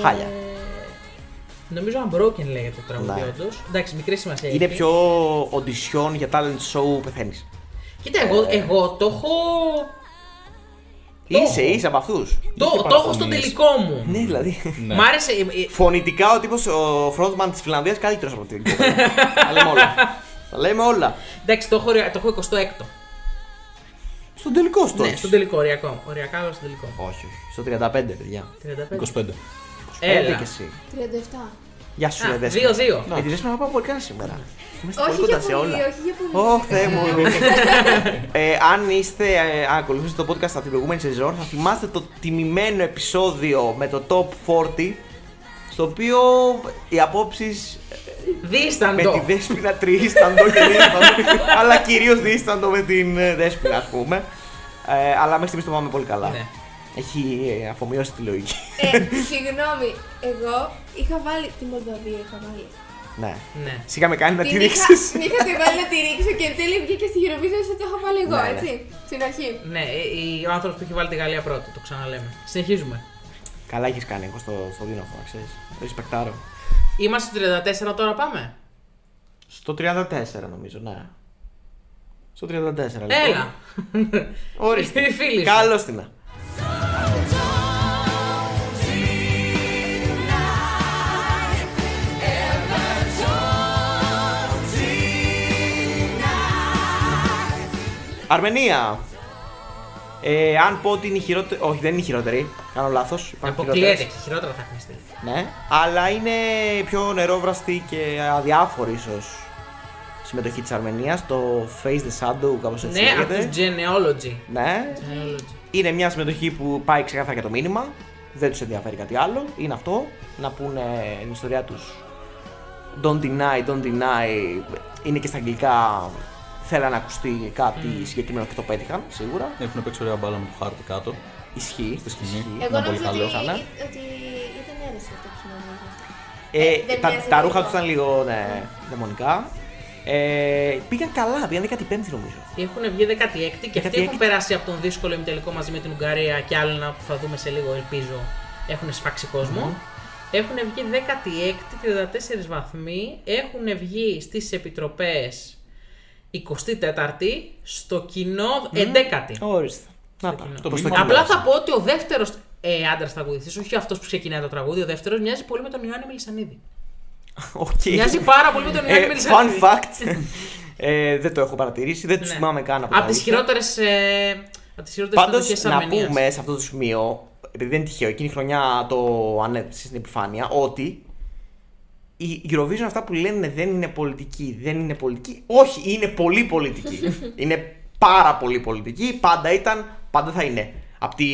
A: Χάλια.
B: Νομίζω Unbroken λέγεται το τραγούδι,
A: Ναι.
B: όντως. Εντάξει, μικρή σημασία.
A: Είναι
B: έχει.
A: πιο audition για talent show πεθαίνεις.
B: Κοίτα, εγώ,
A: Ε,
B: εγώ το έχω. Το
A: Είσαι,
B: έχω.
A: είσαι από αυτούς.
B: Το, το έχω στο
D: παραφωνίες.
B: τελικό μου.
A: Ναι, δηλαδή.
D: Ναι.
B: Μ' άρεσε. ε, ε,
A: Φωνητικά ο τύπος, ο frontman της Φιλανδίας καλύτερος από την κοπέλα. Τα λέμε όλα. Τα λέμε όλα.
B: εντάξει, το έχω, ωρια- το έχω 26ο.
A: Στον τελικό στο.
B: Ναι, στον τελικό, οριακό. Οριακά, αλλά στον τελικό.
A: Όχι, όχι. Στο 35, παιδιά.
B: 35.
D: 25.
A: Έλα.
B: Έλα.
A: και εσύ.
C: 37.
A: Γεια σου,
B: Α,
A: ρε Δέσποινα.
B: δύο-δύο.
A: Ε, τη Δέσποινα να πάω πολύ καλά σήμερα. Είμαστε
C: Όχι
A: πολύ
C: για
A: κοντά
C: πολύ,
A: σε όλα.
C: όχι για πολύ.
A: Ω, Θεέ μου. ε, αν είστε, ε, αν ακολουθήσετε το podcast από την προηγούμενη σεζόν, θα θυμάστε το τιμημένο επεισόδιο με το Top 40, στο οποίο οι απόψεις με
B: Δίσταντο.
A: τη Δέσποινα τριήσταντο και δίσταντο, αλλά κυρίως δίσταντο με την ε, Δέσποινα, ας πούμε. Ε, αλλά μέχρι στιγμής το πάμε πολύ καλά.
B: Ναι.
A: Έχει ε, αφομοιώσει τη λογική.
C: Ε, συγγνώμη, εγώ είχα βάλει. Τη Μολδαβία είχα βάλει.
A: ναι.
B: Ναι.
A: Σε είχαμε κάνει να τη
C: Την είχα,
A: ρίξεις.
C: την είχα τη βάλει να τη ρίξω και εν τέλει βγήκε στη Eurovision όσο το είχα βάλει εγώ,
A: Ναι, ναι.
C: έτσι. Στην αρχή.
B: Ναι, ε, ε, ο άνθρωπος που έχει βάλει τη Γαλλία πρώτη, το ξαναλέμε. Συνεχίζουμε.
A: Καλά έχεις κάνει, εγώ στο, στο δίνω αυτό, να ξέρεις. Ρισπεκτάρω.
B: Είμαστε στο 34 τώρα, πάμε.
A: Στο 34 νομίζω, ναι. Στο 34 λοιπόν.
B: Έλα.
A: Ορίστε.
B: Η φίλη σου.
A: Καλώς την. να. Αρμενία. Ε, αν πω ότι είναι η χειρότερη. Όχι, δεν είναι η χειρότερη. Κάνω λάθος.
B: Αποκλείεται και χειρότερα θα έχουμε στείλει.
A: Ναι. Αλλά είναι πιο νερόβραστη και αδιάφορη ίσως συμμετοχή της Αρμενίας. Το Face the Shadow, κάπως έτσι
B: Ναι, από του
A: λέγεται.
B: Genealogy.
A: Ναι.
B: Genealogy.
A: Είναι μια συμμετοχή που πάει ξεκάθαρα για το μήνυμα. Δεν τους ενδιαφέρει κάτι άλλο. Είναι αυτό. Να πούνε την ιστορία τους. Don't deny, don't deny. Είναι και στα αγγλικά. Θέλανε να ακουστεί κάτι
B: Mm.
A: συγκεκριμένο και το πέτυχαν σίγουρα.
D: Έχουν παίξει ωραία μπάλα με το χάρτη κάτω.
A: Ισχύει.
D: Στη σκηνή.
A: ισχύει.
D: Ήταν
C: Εγώ
D: πολύ
C: νόμιζα ότι,
A: καλό, Χανά.
C: ότι ήταν αίρεση αυτό που συνέβη.
A: Ε,
C: δεν
A: τα,
C: μοιάζει
A: τα
C: λίγο.
A: ρούχα τους ήταν λίγο ναι, δαιμονικά. Ε, πήγαν καλά, πήγαν 15η νομίζω.
B: Έχουν βγει 16 και αυτοί
A: 16.
B: έχουν περάσει από τον δύσκολο ημιτελικό μαζί με την Ουγγαρία και άλλο ένα που θα δούμε σε λίγο, ελπίζω. Έχουν σφάξει κόσμο. Έχουν βγει 16η, 34 βαθμοί. Έχουν βγει στις επιτροπές 24η, στο κοινό 11η.
A: Ορίστε. Να τα.
B: Ξεκινάω.
A: Προς
D: μήνυμα
A: κοινό.
D: μας.
B: Απλά θα πω ότι ο δεύτερος ε, άντρας τραγουδιστής, όχι αυτός που ξεκινάει το τραγούδι, ο δεύτερος μοιάζει πολύ με τον Ιωάννη Μελισανίδη.
A: Οκ.
B: Μοιάζει πάρα πολύ με τον Ιωάννη
A: Ε,
B: Μελισανίδη.
A: Fun fact. Ε, δεν το έχω παρατηρήσει, δεν τους
B: Ναι.
A: θυμάμαι καν από
B: Απ'
A: τα
B: τις
A: αλήθεια.
B: χειρότερες. Ε, από τις χειρότερες
A: Πάντως,
B: εκδοχές της
A: να
B: Αρμενίας.
A: πούμε σε αυτό το σημείο, επειδή δεν είναι τυχαίο, εκείνη η χρονιά το ανέπτυξε στην επιφάνεια, ότι η Eurovision αυτά που λένε δεν είναι πολιτική, δεν είναι πολιτική. Όχι, είναι πολύ πολιτική. είναι πάρα πολύ πολιτική. Πάντα ήταν, πάντα θα είναι. Απ' τη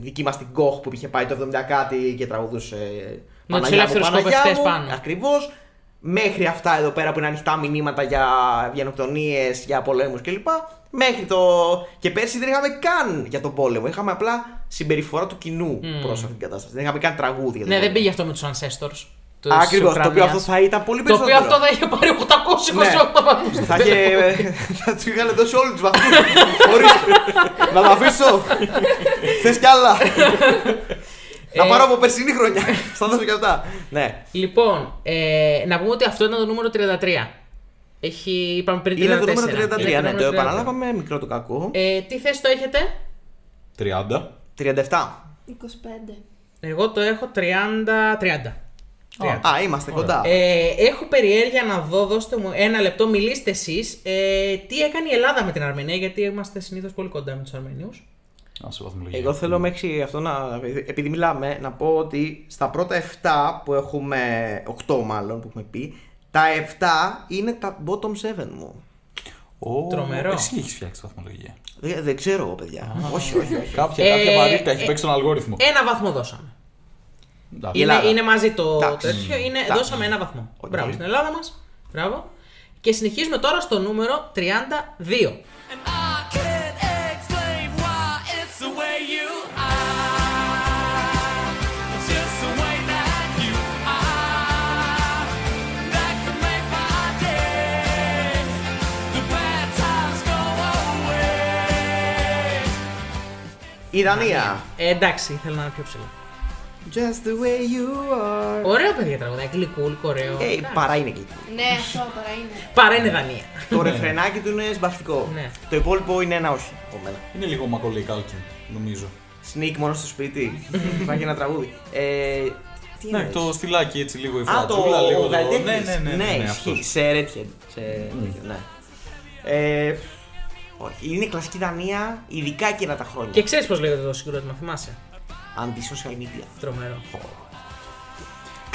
A: δική μας την Κοχ που είχε πάει το 70 κάτι και τραγουδούσε.
B: Με τους
A: Παναγιά μου,
B: ελεύθερους
A: Παναγιά
B: σκοπευτές
A: μου,
B: πάνω.
A: Ακριβώς. Μέχρι αυτά εδώ πέρα που είναι ανοιχτά μηνύματα για γενοκτονίε, για πολέμους κλπ. Μέχρι το. Και πέρσι δεν είχαμε καν για τον πόλεμο. Είχαμε απλά συμπεριφορά του κοινού προς προ αυτή την κατάσταση. Δεν είχαμε καν τραγούδια. για τον
B: Ναι, δεν
A: πόλεμο.
B: πήγε αυτό με τους Ancestors. τους
A: Ακριβώ. λοιπόν. Το οποίο
B: Ουκρανίας.
A: αυτό θα ήταν πολύ
B: Το οποίο
A: περισσότερο. Ναι.
B: αυτό θα είχε πάρει 828 βαθμούς.
A: Θα, είχε, θα τους είχαν δώσει όλους τους βαθμούς. Ορίστε. να τα αφήσω. Θες κι άλλα. να
B: Ε,
A: πάρω από περσινή χρονιά. Θα δώσω κι αυτά. Ναι.
B: Λοιπόν, ε, να πούμε ότι αυτό ήταν το νούμερο 33. Έχει, είπαμε πριν 34.
A: Είναι το νούμερο 33. ναι,
B: Είναι
A: το
B: νούμερο 33.
A: επαναλάβαμε. Μικρό το κακό.
B: Ε, τι θέση το έχετε,
D: 30.
A: 37.
C: 25.
B: Εγώ το έχω 30. 30.
D: Ναι.
A: Α, είμαστε κοντά.
B: Ε, έχω περιέργεια να δω, δώστε μου ένα λεπτό, μιλήστε εσείς. Ε, τι έκανε η Ελλάδα με την Αρμενία, γιατί είμαστε συνήθως πολύ κοντά με τους Αρμενίους.
D: Α σε βαθμολογία.
A: Εγώ θέλω μέχρι αυτό να. Επειδή μιλάμε, να πω ότι στα πρώτα 7 που έχουμε. 8 μάλλον που έχουμε πει. Τα 7 είναι τα bottom 7 μου.
D: Ω,
B: Τρομερό.
D: Εσύ έχεις φτιάξει βαθμολογία.
A: Δεν, δεν ξέρω εγώ, παιδιά. όχι, όχι, όχι.
D: Κάποια,
B: Ε,
D: κάποια βαρύτητα έχει
B: ε,
D: παίξει τον αλγόριθμο.
B: Ένα βαθμό δώσαμε.
D: Εντάξει.
A: Η
B: Είναι,
A: Ελλάδα.
B: είναι μαζί το
A: Εντάξει.
B: τέτοιο. Είναι,
A: Εντάξει.
B: δώσαμε ένα βαθμό.
A: Οκ.
B: Μπράβο στην Ελλάδα μας. Μπράβο. Και συνεχίζουμε τώρα στο νούμερο 32.
E: And I can't explain why it's the way you are. It's just the way that you are. That can make my day. The bad times go away.
A: Η Δανία.
B: Ε, εντάξει, ήθελα να είναι πιο ψηλά.
A: Just the way you are.
B: Ωραίο παιδιά τραγουδάκι, γλυκούλ, ωραίο.
A: Ε,
B: Εντάξει.
A: παρά είναι εκεί.
C: Ναι, αυτό παρά είναι.
B: Παρά είναι Δανία.
A: Το
D: Ναι.
A: ρεφρενάκι του είναι σπαστικό.
B: Ναι.
A: Το υπόλοιπο είναι ένα όχι από μένα.
D: Είναι λίγο μακολέι κάλκιν, νομίζω.
A: Σνίκ μόνο στο σπίτι. Υπάρχει ένα τραγούδι. Ε, τι
D: Ναι,
A: εννοείς?
D: το στυλάκι έτσι λίγο η
A: Α,
D: φρατσούλα, λίγο
A: το Γαλτέχνης.
D: Ναι, ναι, ναι, ναι, ναι,
A: ισχύει.
D: αυτός.
A: Σε Redhead. Σε τέτοιο, ναι. Ε, όχι, είναι κλασική Δανία, ειδικά εκείνα τα χρόνια.
B: Και ξέρεις πώς λέγεται το συγκρότημα, θυμάσαι.
A: Αντι-social media.
B: Τρομερό.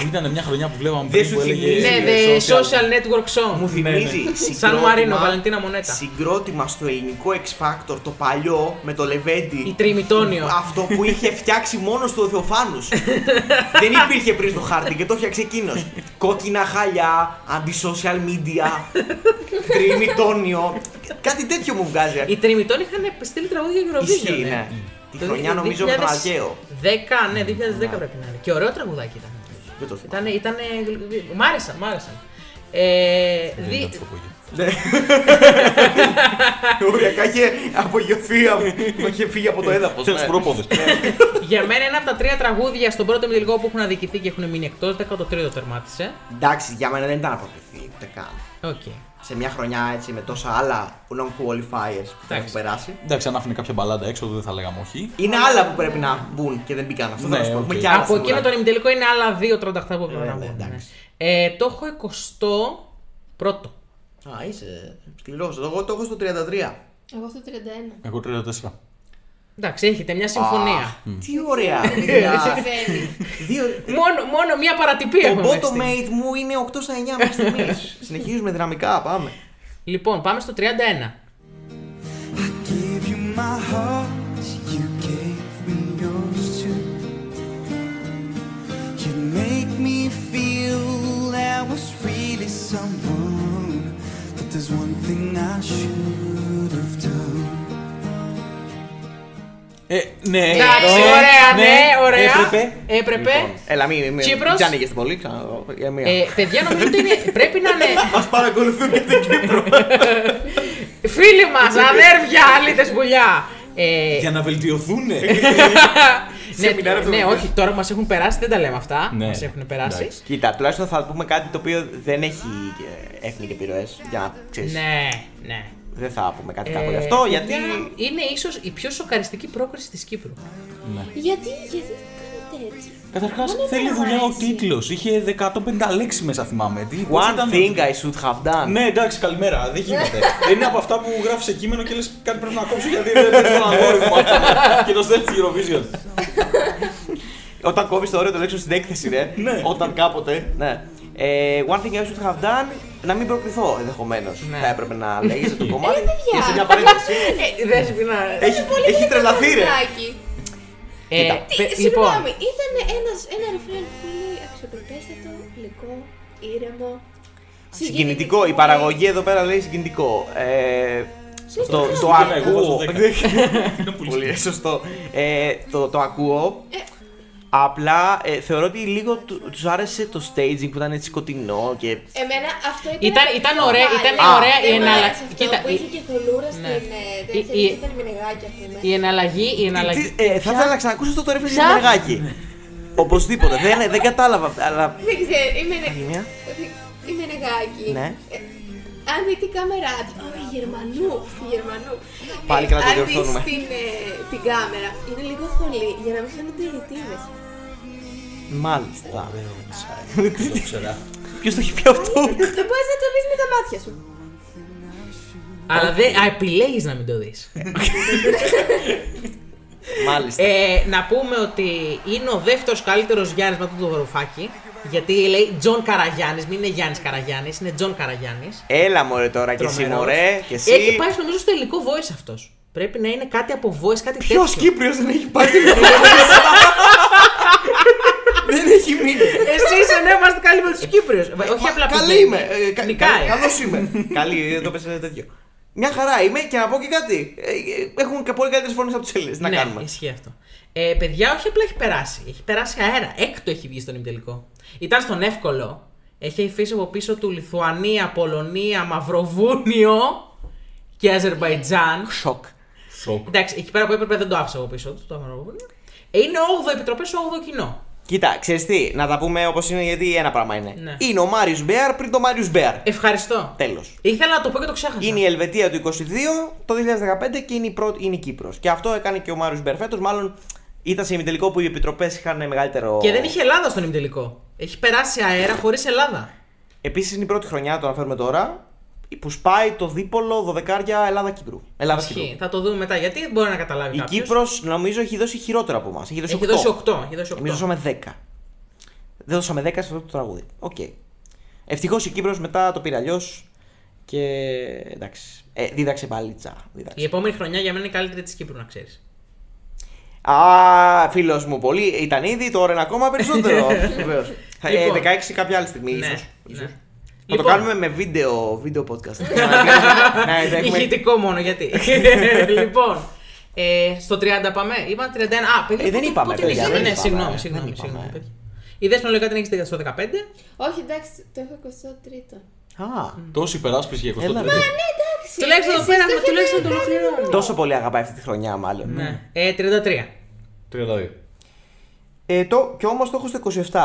D: Ήταν μια χρονιά που βλέπαμε
A: Δεν
D: πριν
A: σου
D: που έλεγε.
A: θυμίζει.
B: Ναι,
A: Ε,
B: the social network song.
A: Μου
D: ναι.
A: θυμίζει
B: Σαν
A: συγκρότημα-
B: Μαρίνο, Βαλεντίνα Μονέτα.
A: Συγκρότημα στο ελληνικό X Factor, το παλιό με το Λεβέντι.
B: Η Τριμητόνιο.
A: Αυτό που είχε φτιάξει μόνο του ο Θεοφάνους. Δεν υπήρχε πριν στο χάρτη και το φτιάξε εκείνος. Κόκκινα χαλιά, αντι-social media, τριμητόνιο. Κάτι τέτοιο μου βγάζει.
B: Οι Τριμητών είχαν στείλει τραγούδια για Eurovision.
A: Ισχύει,
B: ε.
A: ναι. Τη
B: Το
A: χρονιά νομίζω με τον
B: 2010,
A: Αγκαίο.
B: ναι, 2010 πρέπει να είναι. Και ωραίο τραγουδάκι ήταν.
A: Δεν το θυμάμαι.
B: Ήτανε, ήτανε... Μ' άρεσαν, μ' άρεσαν. Ε,
D: Δεν
B: δι-
D: ήταν τροπογή.
A: Οριακά είχε απογειωθεί, απο- είχε φύγει από το έδαφος.
D: Ξέρεις πρόποδες.
B: για μένα ένα από τα τρία τραγούδια στον πρώτο μητελικό που έχουν αδικηθεί και έχουν μείνει εκτός, 13ο τερμάτισε.
A: Εντάξει, για μένα δεν ήταν αποκλειθεί ούτε καν.
B: Οκ.
A: Σε μια χρονιά έτσι με τόσα άλλα non-qualifiers που θα
B: Εντάξει.
A: έχουν περάσει.
D: Εντάξει, αν άφηνε κάποια μπαλάντα έξω, δεν θα λέγαμε όχι.
A: Είναι άλλα που πρέπει να μπουν και δεν μπήκαν. Αυτό
D: Ναι,
A: θα σου πω.
D: οκ.
A: Έχουμε και άλλα
B: Από
A: στην
B: εκείνο
A: ουρά.
B: τον ημιτελικό είναι άλλα 2-38 που
A: Ε,
B: πρέπει να
A: ναι,
B: βγουν, ναι.
A: εντάξει.
B: Ε, Το έχω 20 πρώτο.
A: Α, είσαι σκληρό. Εγώ το έχω στο 33.
C: Εγώ στο 31.
D: Εγώ 34.
B: Εντάξει, έχετε μια συμφωνία.
A: Α, Τι ωραία.
C: Δεν
A: παιδιά.
C: συμβαίνει.
A: Δύο-
B: Μόνο, μόνο μια παρατυπία
A: Το
B: έχουμε μέχρι
A: bottom
B: στιγμή.
A: mate μου είναι 8 στα 9 μέχρι στιγμής. Συνεχίζουμε δυναμικά, πάμε.
B: Λοιπόν, πάμε στο 31.
E: I gave you my heart, you gave me yours too. You make me feel I was really someone, but there's one thing I should have done.
D: Ε, ναι,
B: Εντάξει,
D: ναι,
B: ωραία, ναι, ωραία.
D: Έπρεπε.
B: Έπρεπε.
A: Ε, Λοιπόν, Έλα, μην. μην-
B: Κύπρος.
A: Μην άνοιγες την πολύ. ξανά, για μία.
B: Ε, παιδιά, νομίζω ότι είναι- πρέπει να είναι.
A: Μας παρακολουθούν και την Κύπρο.
B: Φίλοι μας, αδέρφια, αλήτες πουλιά! Ε,
D: Για να βελτιωθούν.
B: ναι,
A: σεμινάριο
B: ναι,
A: αυτό.
B: όχι, τώρα που μας έχουν περάσει, δεν τα λέμε αυτά.
D: Ναι.
B: Μας έχουν περάσει.
D: Εντάξει.
A: Κοίτα, τουλάχιστον θα πούμε κάτι το οποίο δεν έχει ε, έθνη και επιρροές, για να ξέρεις.
B: Ναι, ναι.
A: Δεν θα πούμε κάτι
B: Ε,
A: κακό γι' αυτό,
B: παιδιά,
A: γιατί...
B: Είναι ίσως η πιο σοκαριστική πρόκριση της Κύπρου.
C: Γιατί, γιατί κάνετε έτσι.
D: Καταρχάς,
B: ναι,
C: Δεν
D: Ναι. θέλει
C: μου
D: δουλειά ο
C: αρέσει.
D: τίτλος. Είχε 150 λέξεις μέσα, θυμάμαι. Τι- πώς
A: One
D: ήταν-
A: thing I should have done.
D: Ναι, εντάξει, καλημέρα. Δεν γίνεται. είναι από αυτά που γράφεις σε κείμενο και λες κάτι πρέπει να κόψω γιατί δεν πρέπει να αγόρευμα. και το στέλνεις στην Eurovision.
A: Όταν κόβεις το όριο των λέξεων στην έκθεση, ρε.
D: Ναι.
A: Όταν κάποτε. Ναι. Ε, one thing I should have done, να μην προκριθώ ενδεχομένως.
B: Ναι.
A: Θα έπρεπε να λέγεται το κομμάτι.
C: παιδιά.
A: και σε μια παρένθεση.
B: Ε, δεν σου πει να-
A: έχει
C: Πολύ
A: έχει τρελαθεί, ρε.
C: Κωνσταντάκη.
B: Ε,
A: Κοίτα.
C: Τι,
B: πε-
C: Συγγνώμη,
A: λοιπόν.
C: ήταν ένας, ένα ρεφρέν πολύ αξιοπρεπέστατο, γλυκό, ήρεμο.
A: Συγκινητικό. Η παραγωγή εδώ πέρα λέει συγκινητικό. Ε, το, το
D: Χριστούγεννα Ναι, εγώ
A: ακούω.
D: βάζω 10. Είναι
A: Πολύ σωστό. Ε, το, το ακούω.
B: Ε.
A: Απλά ε, θεωρώ ότι λίγο του τους άρεσε το staging που ήταν έτσι σκοτεινό και
C: Εμένα αυτό ήταν.
B: Ήταν- ήταν ωραία- ήταν
A: Α,
B: ωραία η
C: Δεν μου
B: εναλλα-
C: άρεσε αυτό
B: κοίτα,
C: που
B: η-
C: είχε και θολούρα στην.
B: ναι.
C: ε,
B: Η-
C: τέτοια,
B: η-
C: Ήταν μηνεγάκι αυτή. ναι.
B: Η εναλλαγή. Η εναλλαγή.
A: Τι- ε, θα ήθελα να ξανακούσω αυτό το ρεφρέν στην
B: Ποια?
A: Μεργάκη. Οπωσδήποτε. δεν, δεν κατάλαβα. Αλλά.
C: Δεν ξέρω, είμαι.
A: Άλλη μια.
C: Είμαι νεγάκι.
A: Ναι.
C: Ε, Αν δει την κάμερα. Ωραία, Γερμανού. στη Γερμανού.
A: Πάλι
C: Ε,
A: καλά το
C: αν δεις
A: διορθώνουμε.
C: την, ε, την κάμερα. Είναι λίγο θολή για να μην φαίνονται οι ρητίδε.
A: Μάλιστα.
D: Δεν το ξέρα.
A: Ποιος το έχει πει αυτό.
C: Ε, Δεν μπορείς να το δει με τα μάτια σου.
B: Αλλά δεν επιλέγεις να μην το δεις.
A: Μάλιστα.
B: Ε, να πούμε ότι είναι ο δεύτερος καλύτερος Γιάννης μετά τον Βαρουφάκη. Γιατί λέει Τζον Καραγιάννης, μην είναι Γιάννης Καραγιάννης, είναι Τζον Καραγιάννης.
A: Έλα μωρέ τώρα και εσύ
B: Τρομερός.
A: μωρέ και εσύ.
B: Έχει πάει νομίζω στο τελικό voice αυτός. Πρέπει να είναι κάτι από voice, κάτι
A: Ποιος
B: τέτοιο.
A: Κύπριος δεν έχει πάει στην Ευρώπη. Δεν έχει μείνει.
B: Εσύ είσαι ναι, είμαστε καλοί με τους Κύπριους. Όχι απλά
A: Καλή
B: πηγαίνει.
A: Ε, είμαι. Ε, κα- κα-
B: Νικάει.
A: καλός είμαι. Καλή, δεν το πες ε, τέτοιο. Μια χαρά είμαι και να πω και κάτι. Ε, ε, Έχουν και πολύ καλύτερες φωνές από του Έλληνες. Να
B: ναι,
A: κάνουμε.
B: Ισχύει αυτό. Ε, παιδιά, όχι απλά έχει περάσει. Έχει περάσει αέρα. Έκτο έχει βγει στον ημιτελικό. Ήταν στον εύκολο. Έχει αφήσει από πίσω του Λιθουανία, Πολωνία, Μαυροβούνιο και Αζερβαϊτζάν.
A: Σοκ.
D: Σοκ.
B: Εντάξει, εκεί πέρα που έπρεπε δεν το άφησα από πίσω του. Το Μαυροβούνιο. Ε, είναι 8 επιτροπέ, 8 κοινό.
A: Κοίτα, ξέρεις τι, να τα πούμε όπως είναι, γιατί ένα πράγμα είναι.
B: Ναι.
A: Είναι ο Μάριο Μπέαρ πριν το Μάριο Μπέαρ.
B: Ευχαριστώ.
A: Τέλος.
B: Ήθελα να το πω και το ξέχασα.
A: Είναι η Ελβετία του 22, το 2015 και είναι η, πρώτη, είναι η Κύπρος. Και αυτό έκανε και ο Μάριο Μπέαρ φέτος, Μάλλον ήταν σε ημιτελικό που οι επιτροπές είχαν μεγαλύτερο.
B: Και δεν είχε Ελλάδα στον ημιτελικό. Έχει περάσει αέρα χωρίς Ελλάδα.
A: Επίσης είναι η πρώτη χρονιά, το αναφέρουμε τώρα, που σπάει το δίπολο δωδεκάρια Ελλάδα-Κύπρου. Ελλάδα-Κύπρου.
B: Ισχύει. Θα το δούμε μετά γιατί μπορεί να καταλάβει
A: Η
B: κάποιος.
A: Κύπρος νομίζω έχει δώσει χειρότερα από εμάς. Έχει δώσει
B: Ε, Έχει
A: 8.
B: δώσει 8. Έχει δώσει 8.
A: Εμείς δώσαμε 10. Δεν δώσαμε 10 σε αυτό το τραγούδι. Οκ. Ευτυχώς η Κύπρος μετά το πήρε αλλιώς. Και εντάξει. Ε, δίδαξε παλίτσα.
B: Η
A: Δίδαξε.
B: επόμενη χρονιά για μένα είναι η καλύτερη της Κύπρου, να ξέρεις.
A: Α, φίλος μου πολύ. Ήταν ήδη, τώρα είναι ακόμα περισσότερο. Βεβαίως. Ε,
B: Λοιπόν.
A: 16 κάποια άλλη στιγμή, ίσως.
B: ναι.
A: Θα το
B: Λοιπόν,
A: κάνουμε με βίντεο, βίντεο podcast. Να έχουμε-
B: Ηχητικό μόνο γιατί. λοιπόν, ε, στο 30 πάμε. Είπαμε 31. Α, παιδιά.
A: Ε, δεν
B: πότε-
A: είπαμε,
B: πότε
A: παιδιά,
B: είναι-
A: δεν
B: ναι,
A: είπαμε,
B: συγγνώμη,
A: δεν
B: συγγνώμη.
A: είπαμε.
B: συγγνώμη, παιδιά. Η Δέσποινα λογικά την έχει στο 15.
C: Όχι, εντάξει, το έχω 23ο.
A: Α,
D: Τόση υπεράσπιση για Ε, 23.
A: Έλα, ναι, ρε.
C: Ναι, Εντάξει.
B: Τουλάχιστον εδώ
C: εσείς
B: πέρα,
C: το έχετε
B: τουλάχιστον το
C: κάνει
B: ολοκληρώνω.
A: Τόσο πολύ αγαπάει αυτή τη χρονιά, μάλλον.
B: Ναι. Ε, 33.
A: ναι.
D: 32.
A: Ε, το, και όμως το έχω στο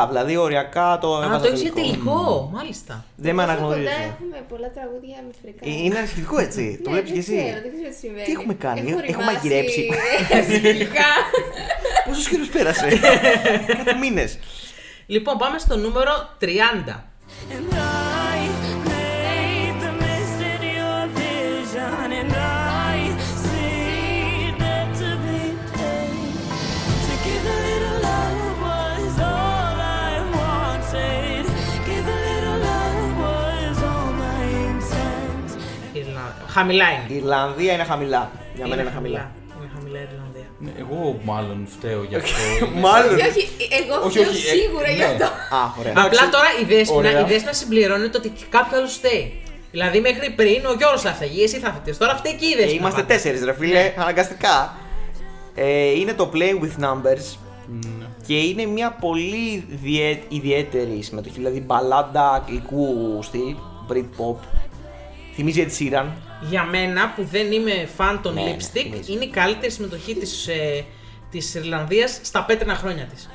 A: 27, δηλαδή οριακά το.
B: Α,
A: έβαζα
B: το έχει για
A: τελικό. Ναι.
B: τελικό. Μάλιστα.
A: Δεν με
C: Τόσο
A: αναγνωρίζει.
C: Κοντά έχουμε πολλά τραγούδια μυθρικά.
A: Ε, Είναι αρχιτικό έτσι. το
C: Ναι,
A: βλέπεις κι
C: δεν
A: εσύ.
C: Ξέρω, δεν ξέρω τι συμβαίνει.
A: Τι έχουμε κάνει,
C: Έχω
A: έχουμε
C: ρημάσει
A: μαγειρέψει.
C: αισθητικά.
A: Πόσο καιρό πέρασε. Κάτι μήνες.
B: Λοιπόν, πάμε στο νούμερο 30.
F: And I made the mist in your vision, and I see that to be paid. To give a little love was all I wanted. Give a little love was all my intent.
B: Ιρλανδία. Χαμηλά είναι.
A: Η Ιρλανδία είναι χαμηλά. Για μένα είναι χαμηλά.
B: Είναι χαμηλά η Ιρλανδία.
D: Ναι, Εγώ μάλλον φταίω γι' αυτό.
A: Μάλλον.
C: Όχι, όχι, εγώ
D: Όχι,
C: φταίω
D: όχι, ε,
C: σίγουρα γι'
D: ναι.
C: αυτό.
A: Α, ωραία.
D: Εντάξει.
B: Απλά τώρα η δέσποινα,
D: Ωραία.
B: η δέσποινα συμπληρώνει το ότι κάποιος άλλος φταίει. Δηλαδή μέχρι πριν ο Γιώργος θα φταίει, εσύ θα φταίει. Τώρα φταίει και η
A: Ε,
B: δέσποινα.
A: Είμαστε
B: πάντα.
A: τέσσερις, ρε φίλε, αναγκαστικά. Ε, είναι το Play with Numbers και είναι μια πολύ διε- ιδιαίτερη συμμετοχή, δηλαδή μπαλάντα αγγλικού στυλ, Britpop. Θυμίζει Ed Sheeran.
B: Για μένα που δεν είμαι φαν των
A: Ναι, ναι,
B: lipstick,
A: θυμίζει.
B: είναι η καλύτερη συμμετοχή της, ε, της Ιρλανδίας στα πέτρινα χρόνια της.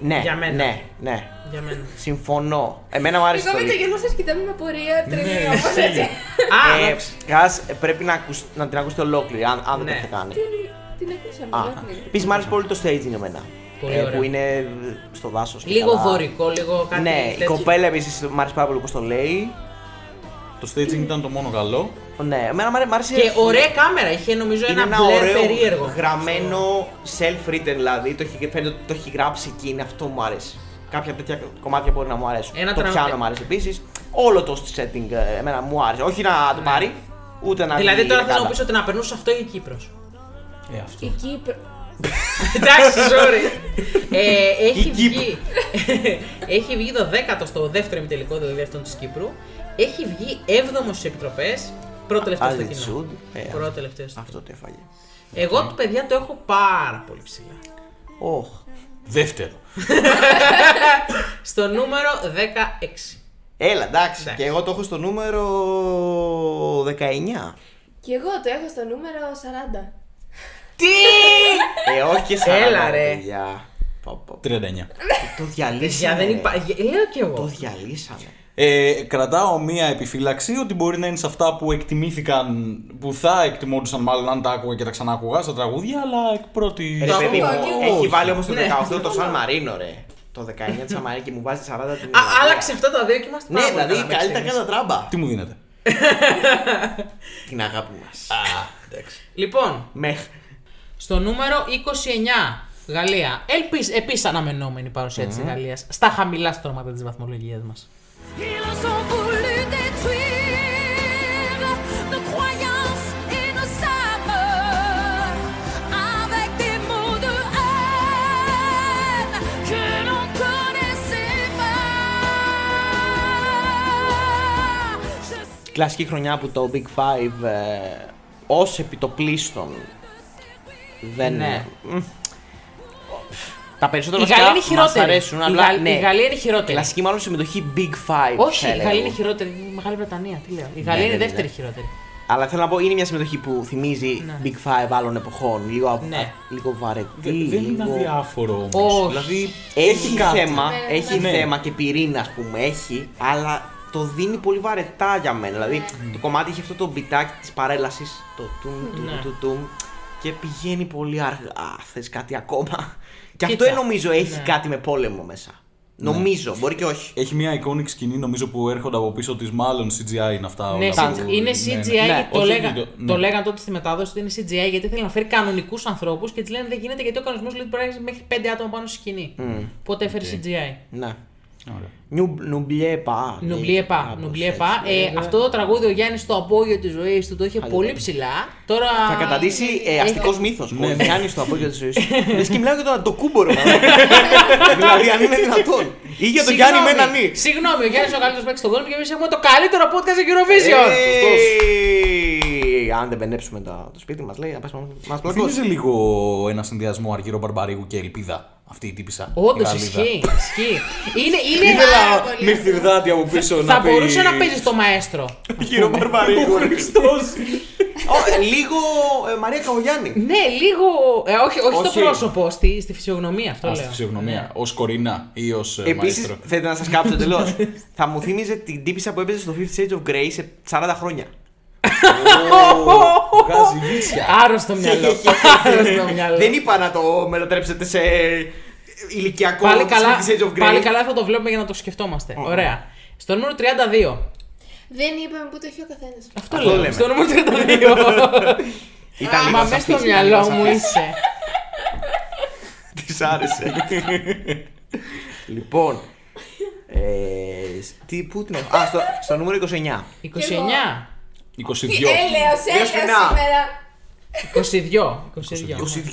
A: Ναι,
B: Για μένα.
A: ναι, ναι.
B: Για μένα.
A: Συμφωνώ. Εμένα μου άρεσε
C: Εγώ
A: το
C: με το
A: leak.
C: γεγονό σα κοιτάμε με
D: Ναι,
C: πορεία τρελή όπως έτσι.
B: Α,
A: Ε,
B: εντάξει.
A: καταρχάς, πρέπει να, ακουσ- να την ακούσετε ολόκληρη, αν, αν δεν
B: Ναι.
A: το έχετε κάνει.
C: Την- Την ακούσαμε.
A: Α,
C: ολόκληρη.
A: Επίση, μου άρεσε πολύ το staging εμένα.
B: Πολύ
A: ε,
B: ωραία.
A: που είναι ε, στο δάσος.
B: Λίγο δωρικό, λίγο κάτι
A: Ναι, η
B: τέτοιο.
A: κοπέλα επίσης μου άρεσε πάρα πολύ πώ το λέει.
D: Το staging ήταν το μόνο καλό.
A: Ναι, εμένα μου άρε- μου άρεσε.
B: Και ωραία κάμερα, είχε νομίζω
A: είναι
B: ένα,
A: ένα
B: μπλε
A: ωραίο
B: περίεργο.
A: γραμμένο self-written δηλαδή. Το έχει, φαίνεται ότι το έχει γράψει και είναι αυτό που μου αρέσει. Κάποια τέτοια κομμάτια μπορεί να μου αρέσουν.
B: Ένα
A: το
B: τρα-
A: πιάνο μου αρέσει επίσης. Όλο το setting ε, εμένα μου άρεσε. Όχι να το πάρει, ούτε να
B: Ναι. Δηλαδή
A: βγει
B: τώρα θέλω να
A: δεκάδα.
B: μου πεις ότι να περνούσε αυτό η Κύπρος.
D: Ε, αυτό.
C: Η Κύπρο.
B: Εντάξει, sorry. Ε, έχει,
A: Η Κύπρο.
B: βγει, έχει βγει το 10ο στο δεύτερο ημιτελικό, δηλαδή αυτόν της Κύπρου. Έχει βγει 7ο στις επιτροπές. Πρώτο τελευταίο στο
A: Άλλη
B: κοινό.
A: Τζουντ. Ε,
B: Πρώτο τελευταίο στο
A: Αυτό το έφαγε.
B: κοινό. Εγώ του παιδιά το έχω πάρα πολύ ψηλά.
A: Οχ.
D: Δεύτερο.
B: Στο νούμερο 16.
A: Έλα, εντάξει.
B: Εντάξει.
A: Και εγώ το έχω στο νούμερο 19.
C: Και εγώ το έχω στο νούμερο 40.
B: Τι!
A: Ε, όχι και 40.
B: Έλα, ρε.
A: παιδιά. Πω, πω.
D: 39.
A: Το
B: Για
A: διαλύσαμε.
B: δεν υπάρχει. Λέω κι
A: Το
B: εγώ.
A: διαλύσαμε.
D: Ε, κρατάω μία επιφύλαξη ότι μπορεί να είναι σε αυτά που εκτιμήθηκαν, που θα εκτιμόντουσαν μάλλον αν τα άκουγα και τα ξανάκουγα στα τραγούδια, αλλά εκ πρώτη.
A: Ε, Ρε παιδί μου,
C: ακούω και εγώ.
A: έχει βάλει όμως το
B: Ναι.
A: 18 το Σαν Μαρίνο, ρε. Το 19 τη Αμαρίνη και μου βάζει 40 την
B: Α,
A: Ιρλανδία.
B: άλλαξε αυτό το δύο και είμαστε
A: Ναι,
B: πάρα πολύ
A: δηλαδή
B: καλά μέχρι
A: καλύτερα
B: στιγμής.
A: κατά τράμπα.
D: Τι μου δίνετε.
A: Την αγάπη μας.
B: Λοιπόν,
A: Μέχρι.
B: Στο νούμερο 29, Γαλλία. Ελπί, επίσης αναμενόμενη παρουσία της τη Γαλλίας στα χαμηλά στρώματα της βαθμολογίας μας.
F: Ils ont voulu détruire nos croyances et nos âmes avec des mots de haine que l'on connaissait pas. Je sais
A: Κλασική χρονιά που το Big Five ε, ως επιτοπλίστων δεν.
B: Ναι.
A: Μμ. Τα περισσότερα
B: Η Γαλλία είναι
A: βασικά μας
B: χειρότερη.
A: αρέσουν.
B: Η
A: απλά,
B: Γαλλ-
A: ναι.
B: η Γαλλία είναι χειρότερη.
A: Κλασική μάλλον συμμετοχή Big Five. θα
B: Όχι, η Γαλλία
A: έλεγα.
B: είναι χειρότερη. Είναι η Μεγάλη Βρετανία, τι λέω. Η Γαλλία είναι
A: ναι, ναι.
B: δεύτερη χειρότερη.
A: Αλλά θέλω να πω, είναι μια συμμετοχή που θυμίζει
B: Ναι.
A: Big Five άλλων εποχών. Λίγο, α-
B: Ναι.
A: λίγο βαρετή.
D: Δε- δεν είναι
A: λίγο-
D: αδιάφορο όμως.
B: Όχι.
D: Δηλαδή,
A: Έχει
D: κάτι.
A: θέμα,
C: Ναι,
A: έχει
D: ναι.
A: θέμα και πυρήνα, ας πούμε, έχει, αλλά το δίνει πολύ βαρετά για μένα. Δηλαδή το κομμάτι έχει αυτό το μπιτάκι της παρέλασης, το τουμ, τουμ,
B: Ναι.
A: τουμ, τουμ, και πηγαίνει πολύ αργά. Θες κάτι ακόμα. Και αυτό
B: Κοίτα.
A: ε, νομίζω έχει
B: Ναι.
A: κάτι με πόλεμο μέσα. Νομίζω, μπορεί και όχι.
D: Έχει μια εικόνικη σκηνή νομίζω που έρχονται από πίσω της, μάλλον CGI είναι αυτά.
B: Ναι,
D: όλα
B: CGI
D: που-
B: είναι
D: ναι, ναι.
B: CGI,
A: Ναι,
B: γιατί το,
D: όχι,
B: λέγα,
D: το- ναι.
B: το λέγαν τότε στη μετάδοση ότι είναι CGI γιατί θέλει να φέρει κανονικούς ανθρώπους και τη λένε δεν γίνεται γιατί ο κανονισμός λέει ότι πρέπει να έχεις μέχρι 5 άτομα πάνω στη σκηνή. Οπότε έφερε CGI.
A: Ναι.
D: Ωραία.
A: Νιου- Νουμπλιέπα. ναι,
B: Νουμπλιέπα,
A: κάπως
B: νουμπλιέπα.
D: ναι,
A: έτσι. ναι.
B: Ε, αυτό το τραγούδι ο Γιάννης το απόγειο της ζωής του το είχε πολύ ψηλά. Τώρα.
A: Θα καταντήσει ε, αστικό μύθος.
D: Ναι,
A: Ο
D: ναι.
A: Γιάννης το απόγειο της ζωής του. Λες και μιλάω για τον Αντοκούμπορο. μάλλον. Δηλαδή, αν είναι δυνατόν. Ή για τον Γιάννη με
B: Συγγνώμη.
A: ένα νι.
B: Συγγνώμη, ο Γιάννης είναι ο καλύτερος παίκτης στον κόσμο και εμείς έχουμε το καλύτερο podcast για Eurovision.
A: Ε, Αν δεν πενέψουμε τα- το σπίτι μας, λέει, μα
D: Θυμίζει
A: πλακώσει.
D: λίγο ένα συνδυασμό αργύρο Μπαρμπαρίγου και ελπίδα. Αυτή η τύπησα. η
B: Όντω
D: Γαλλίδα.
B: ισχύει. ισχύει. Είναι. είναι
D: Ήθελα
C: πολύ
D: με
C: αυτό.
D: φυρδάτη από πίσω να
B: θα
D: πει.
B: μπορούσε να παίζει το μαέστρο.
A: Γύρω Μπαρμπαρίγου.
D: Χριστός.
A: Ω, ε, Λίγο ε, Μαρία Καγογιάννη.
B: Ναι, λίγο. ε, όχι, όχι,
A: Όχι.
B: στο πρόσωπο, στη, στη φυσιογνωμία αυτό
D: Α,
B: λέω.
D: στη φυσιογνωμία. Ως Κορίνα ή ως
A: Επίση,
D: Ε, μαέστρο.
A: Ε, θέλετε να σας κάψω εντελώ. Θα μου θύμιζε την τύπησα που έπαιζε στο 50 Shades of Grey σε 40 χρόνια.
D: Βγάζει γύσια.
B: Άρρωστο μυαλό. Άρρωστο μυαλό.
A: Δεν είπα να το μετατρέψετε σε ηλικιακό
B: Πάλι
A: της
B: καλά,
A: 50 Shades of Grey.
B: πάλι καλά θα το βλέπουμε για να το σκεφτόμαστε. Ωραία. Στο νούμερο 32.
C: Δεν είπαμε που το έχει ο καθένας.
B: Αυτό,
A: Αυτό
B: λέω.
A: λέμε.
B: Στο νούμερο 32.
A: Ήταν λίγο
B: Μα μέσα
A: σαφής,
B: στο
A: ήταν
B: μυαλό
A: λίγο
B: μου
A: σαφής.
B: είσαι.
A: Της άρεσε. λοιπόν. Ε, σ- τι, πού την έχω. Α, στο, στο νούμερο 29.
B: 29.
D: 22.
C: Έλεος, έλεος
A: σφινά.
C: σήμερα.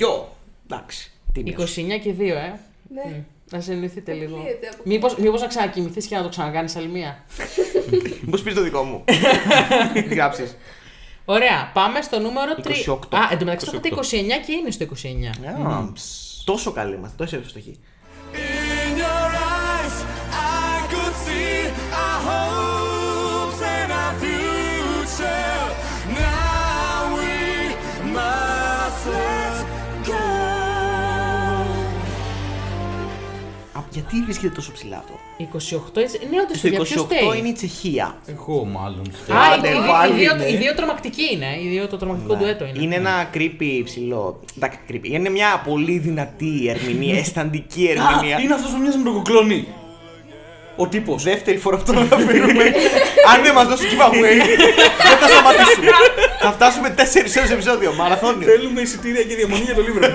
B: 22. 22.
A: 22. Εντάξει. Τι
B: 29 και 2, ε.
D: Mm.
C: Ναι.
B: Να συνεννοηθείτε λίγο.
C: Αποκλείεται, αποκλείεται.
B: Μήπως, μήπως να ξανακοιμηθείς και να το ξανακάνεις άλλη μία.
A: Μου πεις το δικό μου. Τι γράψεις.
B: Ωραία, πάμε στο νούμερο 3.
A: 28.
B: Α, εν τω μεταξύ το είχατε 29
D: 28.
B: και είναι στο 29.
A: Α, Τόσο καλή είμαστε, τόσο ευστοχή.
E: In your eyes, I could see our hopes and our future. Now we must let go.
A: Α, γιατί βρίσκεται τόσο ψηλά αυτό.
B: 28, έτσι. Ναι, όντως
A: Στο
B: είναι πιο
A: 28 είναι η Τσεχία.
D: Εγώ μάλλον.
B: Α,
A: Άντε,
B: οι- οι- οι-
A: πάλι
B: οι δύο-
A: είναι.
B: οι δύο τρομακτικοί είναι. ε, Οι δύο το τρομακτικό
A: Ναι.
B: ντουέτο είναι.
A: Είναι ένα creepy ψηλό. Εντάξει, creepy. Είναι μια πολύ δυνατή ερμηνεία, αισθαντική
D: Α,
A: ερμηνεία.
D: είναι αυτός που μοιάζει με τον κοκλονί. Ο τύπος.
A: Δεύτερη φορά που τον αναφέρουμε. Αν δεν μας δώσει giveaway, δεν θα σταματήσουμε. θα φτάσουμε 4 ώρε επεισόδιο. Μαραθώνιο.
D: Θέλουμε εισιτήρια και διαμονή για το Λίβρο. ε,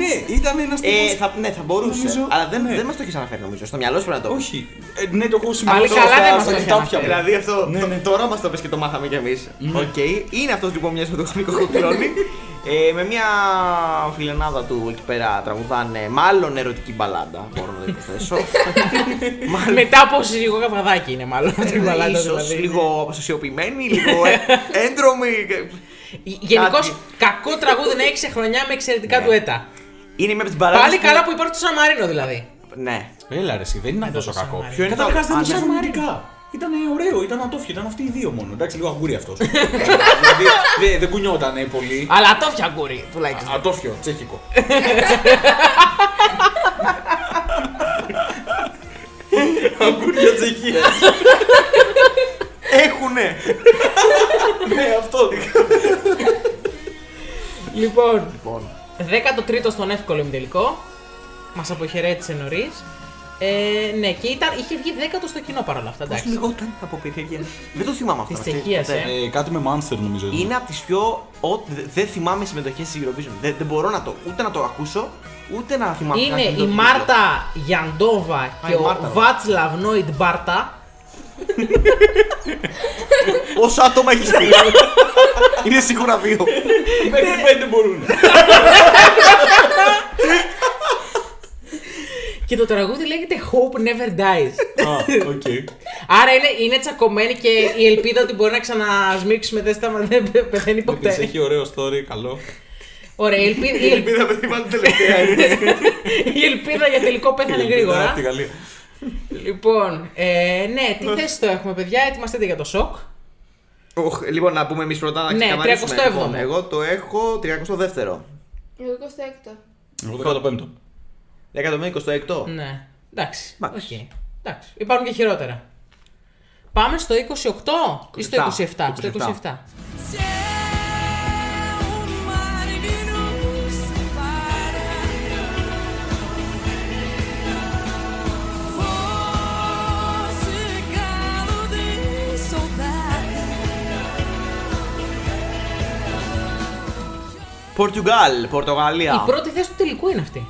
D: ναι, ήταν ένας
A: ε,
D: τύπος.
A: θα, ναι, θα μπορούσε.
D: Νομίζω-
A: Αλλά δεν,
D: ναι.
A: δεν μας το έχεις αναφέρει νομίζω. Στο μυαλό σου πρέπει να το έχεις.
D: Όχι. Ε, ναι, το έχω
B: Πάλι
D: σημειώσει.
B: καλά δεν μας το
D: στα
B: είχε
D: κοιτάπια μου.
B: αναφέρει.
A: Δηλαδή αυτό.
D: Ναι,
A: το-
D: ναι.
A: Τώρα μας το πες και το μάθαμε κι εμείς. Οκ. Είναι αυτός λοιπόν μοιάζει με τον χρονικό κοκλόνι. Ε, με μια φιλενάδα του εκεί πέρα τραγουδάνε μάλλον ερωτική μπαλάντα. Μπορώ να το υποθέσω. μάλλον.
B: Μετά από λίγο καβαδάκι είναι μάλλον. αυτή η
A: ε,
B: μπαλάντα,
A: ίσως
B: δηλαδή.
A: λίγο αποσοσιοποιημένη, λίγο ε, έντρομη.
B: Γενικώς,
A: Κάτι. Ναι.
B: κακό τραγούδι να έχεις σε χρονιά με εξαιρετικά ντουέτα.
A: Είναι μια από τι μπαλάντε.
B: Πάλι καλά που υπάρχει το Σαν Μαρίνο δηλαδή.
A: Ναι.
D: Έλα ρε, εσύ, δεν ήταν τόσο κακό.
A: Ποιο είναι το-
D: Καταρχά
A: Α,
D: δεν
A: ναι.
D: ήταν αρνητικά. Ήταν ωραίο, ήταν ατόφιο, ήταν αυτοί οι δύο μόνο. Εντάξει, λίγο αγκούρι αυτός. δηλαδή δε- δεν κουνιότανε πολύ.
B: Αλλά το φτιαγκούρι τουλάχιστον.
D: Ατόφιο, τσέχικο. Αγκούρια τσεχία.
A: Έχουνε!
D: ναι, αυτό.
B: Λοιπόν,
A: Λοιπόν,
B: 13ο στον εύκολο ημιτελικό. Μας αποχαιρέτησε νωρίς. Ε, ναι, και ήταν, είχε βγει 10ο στο κοινό παρόλα αυτά.
A: πώς
B: Εντάξει.
A: λιγόταν από περιέργεια. Δεν το θυμάμαι αυτό.
B: Της
A: να ξέρεις,
B: Τσεχίας,
A: ποτέ.
B: ε.
D: Ε, κάτι με Monster νομίζω. εδώ.
A: Είναι από τις πιο. ό, δε- Δεν θυμάμαι συμμετοχές στη Eurovision. Δεν, δεν μπορώ να το. ούτε να το ακούσω, ούτε να θυμάμαι. να
B: Είναι
A: θυμηθώ το
B: η Μάρτα Γιαντόβα και
A: η
B: ο
A: Μάρτα.
B: Βάτσλαβ Νόιντ Μπάρτα.
A: τίτλο. Όσα άτομα έχεις στείλει. είναι σίγουρα δύο.
D: Μέχρι Ε, πέντε μπορούν.
B: Και το τραγούδι λέγεται Hope Never Dies.
D: Α, οκ.
B: Άρα είναι, είναι τσακωμένη και η ελπίδα ότι μπορεί να ξανασμίξουμε δεν, σταμα... δεν πε- πεθαίνει
D: Με τις
B: ποτέ.
D: έχει ωραίο story, καλό.
B: Ωραία, η ελπίδα, η, ελπίδα,
A: Ελπίδα με θυμάται τελευταία.
B: Ναι. η ελπίδα για τελικό πέθανε
D: Μετά
B: γρήγορα.
D: απ' Ναι, τη Γαλλία.
B: λοιπόν, ε, ναι, τι θέση το έχουμε, παιδιά, ετοιμαστείτε για το σοκ.
A: Οχ, λοιπόν, να πούμε εμείς πρώτα να
B: Ναι,
A: ξεκαθαρίσουμε.
B: 37ο.
A: Λοιπόν, εγώ το έχω 32ο.
C: Εγώ 26ο.
D: Εγώ 15ο.
A: 126ο.
B: Ναι, εντάξει.
A: Εντάξει.
B: οκ. εντάξει. Υπάρχουν και χειρότερα. Πάμε στο 28 ή στο 27.
A: 27.
B: Στο 27.
A: Πορτογάλ, Πορτογαλία.
B: Η πρώτη θέση του τελικού είναι αυτή.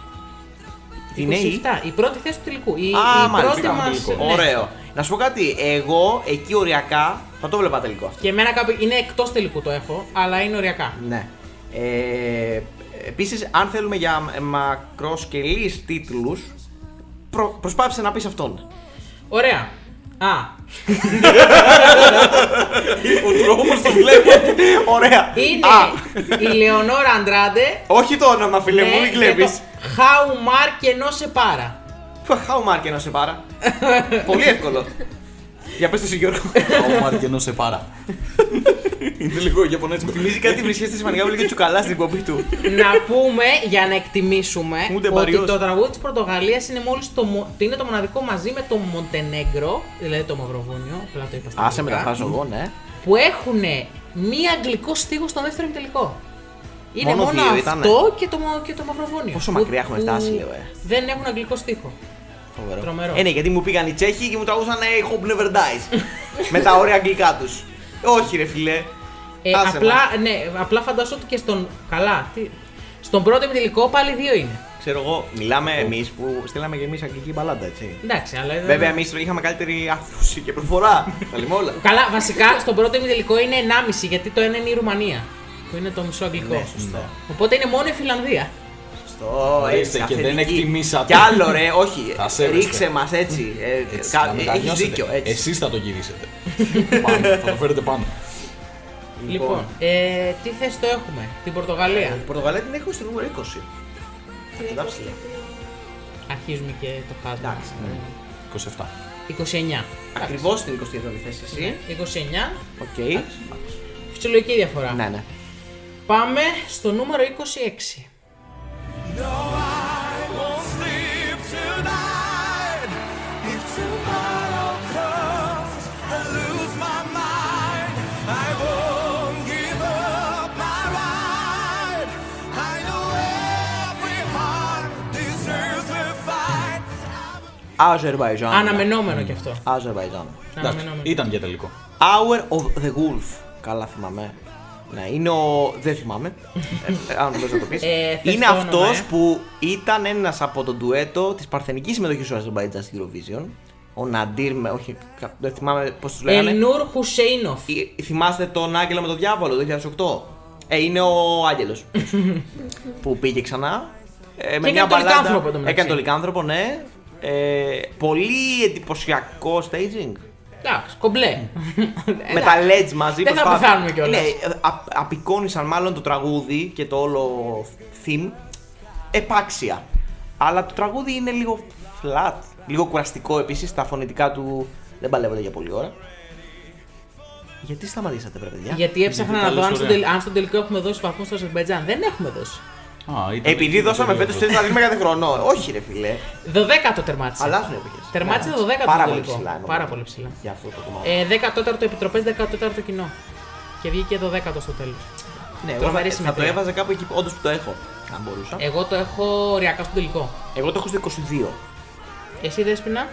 A: Τι είναι η.
B: 27. Η πρώτη θέση του τελικού. Η,
A: Α,
B: η
A: μάλιστα,
B: πρώτη
D: κάνουμε
B: μας...
D: τελικό.
B: ναι.
A: Ωραίο. Να σου πω κάτι. Εγώ εκεί οριακά θα το βλέπα τελικό αυτό.
B: Και εμένα κάπου είναι εκτός τελικού το έχω, αλλά είναι οριακά.
A: Ναι. Ε, Επίσης, αν θέλουμε για μακροσκελείς τίτλους, προ, προσπάθησε να πεις αυτόν.
B: Ωραία. Α,
D: Ο τρόπο το βλέπω.
A: Ωραία.
B: είναι
A: Α,
B: η Λεωνόρα Αντράντε.
A: όχι το όνομα, φίλε μου,
B: ναι,
A: μην
B: και
A: κλέβεις.
B: το How Mark ενώ σε πάρα.
A: Χάου Μάρκε να σε πάρα. Πολύ εύκολο. Για πες το εσύ, Γιώργο.
D: Ο Μάρκενο σε πάρα. Είναι λίγο Ε, Ιαπωνέζικο.
A: Θυμίζει κάτι βρισκέ στη Ισπανικά που λέγεται Τσουκαλάς στην εκπομπή του.
B: να πούμε για να εκτιμήσουμε
A: Ούτε
B: ότι
A: μπαριός.
B: το τραγούδι της Πορτογαλίας είναι μόλις το, μο- είναι το μοναδικό μαζί με το Μοντενέγκρο, δηλαδή το Μαυροβούνιο. Απλά το είπα στα
A: Α, σε
B: αγγλικά,
A: μεταφράζω εγώ, ναι.
B: Που έχουν μη αγγλικό στίχο στο δεύτερο τελικό. Είναι
A: Μόνο
B: μόνο,
A: δύο
B: αυτό
A: ήτανε.
B: και το, μο- και το Μαυροβούνιο.
A: Πόσο
B: που-
A: μακριά έχουμε
B: που
A: φτάσει, λέω, ε.
B: Δεν έχουν αγγλικό στίχο.
A: Φοβερό.
B: Τρομερό.
A: Ε, ναι, γιατί μου πήγαν οι Τσέχοι και μου τραγούσαν I hope never dies. με τα ωραία αγγλικά τους. Όχι, ρε φιλέ.
B: Ε,
A: Άσε
B: απλά, ναι, απλά φαντάζομαι ότι και στον. Καλά. Τι... Στον πρώτο τελικό πάλι δύο είναι.
A: Ξέρω εγώ, μιλάμε εμείς που στείλαμε και εμείς αγγλική μπαλάντα, έτσι.
B: Εντάξει, αλλά. δεν-
A: Βέβαια, εμείς είχαμε καλύτερη άρθρωση και προφορά. Τα λέμε όλα.
B: Καλά, βασικά στον πρώτο ημιτελικό είναι 1,5 γιατί το ένα είναι η Ρουμανία. Που είναι το μισό αγγλικό.
A: Ναι, σωστό.
B: Οπότε είναι μόνο η Φιλανδία.
A: Στο
D: Ορίστε,
A: έτσι,
D: και
A: αυθεντική.
D: δεν εκτιμήσατε.
A: Κι άλλο, ρε, όχι.
D: Θα σέβεστε.
A: Ρίξε μας έτσι. Ε,
D: Έτσι,
A: κα-
D: να
A: έχεις
D: μετανιώσετε.
A: δίκιο, έτσι.
D: Εσείς θα το γυρίσετε. πάνω, θα το φέρετε πάνω.
B: Λοιπόν, ε, τι θέση το έχουμε, την Πορτογαλία.
A: Η Πορτογαλία την έχω στο νούμερο 20.
C: Την
A: Αρκετά ψηλά.
C: έχω στην-
B: Αρχίζουμε και το χάσμα.
A: Εντάξει, ναι.
D: 27.
B: 29.
A: Ακριβώ στην 27η θέση εσύ.
B: Ναι. 29.
A: Οκ.
B: Φυσιολογική διαφορά.
A: Ναι, ναι.
B: Πάμε στο νούμερο 26.
E: No, I won't sleep tonight. If tomorrow comes, I lose my mind. I won't give up my right. I know every heart deserves a fight.
A: Αζερβαϊτζάν.
B: Αναμενόμενο
A: Ναι.
B: κι αυτό.
A: Αζερβαϊτζάν.
D: Εντάξει,
B: Αναμενόμενο.
D: ήταν για τελικό.
A: Hour of the Wolf. Καλά θυμάμαι. Ναι, είναι ο. Δεν θυμάμαι. Ε, αν μπορείς να το πεις.
B: Ε, θες
A: είναι
B: το όνομα,
A: αυτό
B: ε.
A: που ήταν ένας από τον ντουέτο της παρθενικής συμμετοχής του Αζερβαϊτζάν στην Eurovision. Ο Ναντίρ με. Όχι, κα- δεν θυμάμαι πώς τους λέγανε.
B: Ελνούρ Χουσέινοφ.
A: Ε, Θυμάστε τον Άγγελο με τον Διάβολο το 2008. Ε, είναι ο Άγγελος. που πήγε ξανά. Ε,
B: Και έκανε το λικάνθρωπο εν τω μεταξύ.
A: Έκανε το λικάνθρωπο, ναι. Ε, πολύ εντυπωσιακό staging.
B: Εντάξει, κομπλέ.
A: Ναι. με τα LEDs μαζί.
B: Ε, ναι. Δεν θα
A: προσπάθη-
B: πεθάνουμε κιόλας.
A: Ναι, α- απεικόνισαν μάλλον το τραγούδι και το όλο theme επάξια. Αλλά το τραγούδι είναι λίγο flat, λίγο κουραστικό επίσης. Τα φωνητικά του δεν παλεύονται για πολλή ώρα. Γιατί σταματήσατε, ρε παιδιά.
B: Γιατί έψαχνα
D: Γιατί
B: να δω αν
D: καλώς,
B: στον,
D: ωραία.
B: τελ- αν στον τελικό έχουμε δώσει βαθμού στο Αζερμπαϊτζάν. Δεν έχουμε δώσει.
D: Α, ήταν
A: Επειδή
D: ήταν
A: δώσαμε
D: τελικό.
A: φέτος τρεις να δίνουμε κάθε χρόνο. Όχι, ρε φιλέ.
B: 12ο τερμάτισε.
A: Αλλάζουν οι εποχέ.
B: Τερμάτισε 12ο
A: Πάρα
B: στο
A: πολύ
B: τελικό.
A: ψηλά. εννοώ.
B: Πάρα πολύ ψηλά.
A: Για αυτό το κομμάτι.
B: Ε, 14ο επιτροπέ, 14ο κοινό. Και βγήκε 12ο στο τέλος.
A: ναι, εγώ
B: τρομερή
A: θα, θα το
B: συμμετρία.
A: έβαζα κάπου εκεί όντως που το έχω. Αν μπορούσα.
B: Εγώ το έχω ωριακά στον τελικό.
A: Εγώ το έχω στο 22.
B: Εσύ δέσπινα
C: 30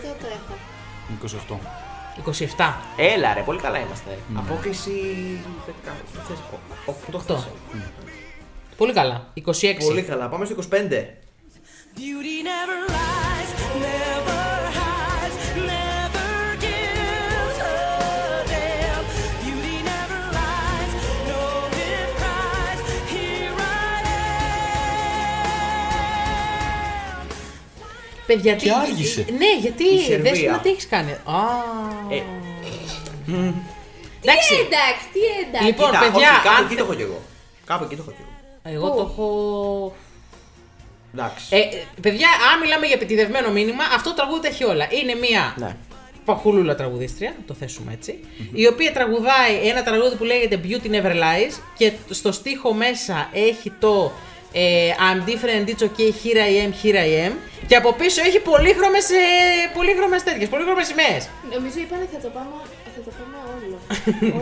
C: το έχω.
D: 28.
B: 27.
A: Έλα ρε, πολύ καλά είμαστε.
B: Ναι.
A: Απόκληση. δεν κάνω, το θες, ο- ο- το χθες.
B: Πολύ καλά. 26.
A: Πολύ καλά. Πάμε στο 25.
F: Beauty never lies, never hides, never gives a damn. Beauty never lies, no disguise. Here I am.
B: Παιδιά, τι...
D: Και άργησε.
B: Ναι,
A: Η
B: γιατί
A: Σερβία.
B: δέσπινα τι έχεις κάνει. Α.
A: Ε,
C: Τι
B: Εντάξει.
C: Ε, εντάξει, τι εντάξει.
B: Λοιπόν,
A: κοίτα,
B: παιδιά,
A: όχι, κάπου
B: αν
A: εκεί το έχω κι εγώ. Κάπου εκεί το έχω κι εγώ.
B: Εγώ
C: Πού?
B: το έχω.
A: Εντάξει.
B: Ε, ε, παιδιά, αν μιλάμε για επιτηδευμένο μήνυμα, αυτό το τραγούδι τα έχει όλα. Είναι μία
A: Ναι.
B: παχούλουλα τραγουδίστρια, το θέσουμε έτσι, η οποία τραγουδάει ένα τραγούδι που λέγεται Beauty Never Lies και στο στίχο μέσα έχει το ε, I'm different, it's okay, here I am, here I am και από πίσω έχει πολύχρωμες, ε, πολύχρωμες τέτοιες, πολύχρωμες σημαίες.
C: Νομίζω είπανε θα το πάμε, θα το πάμε όλο.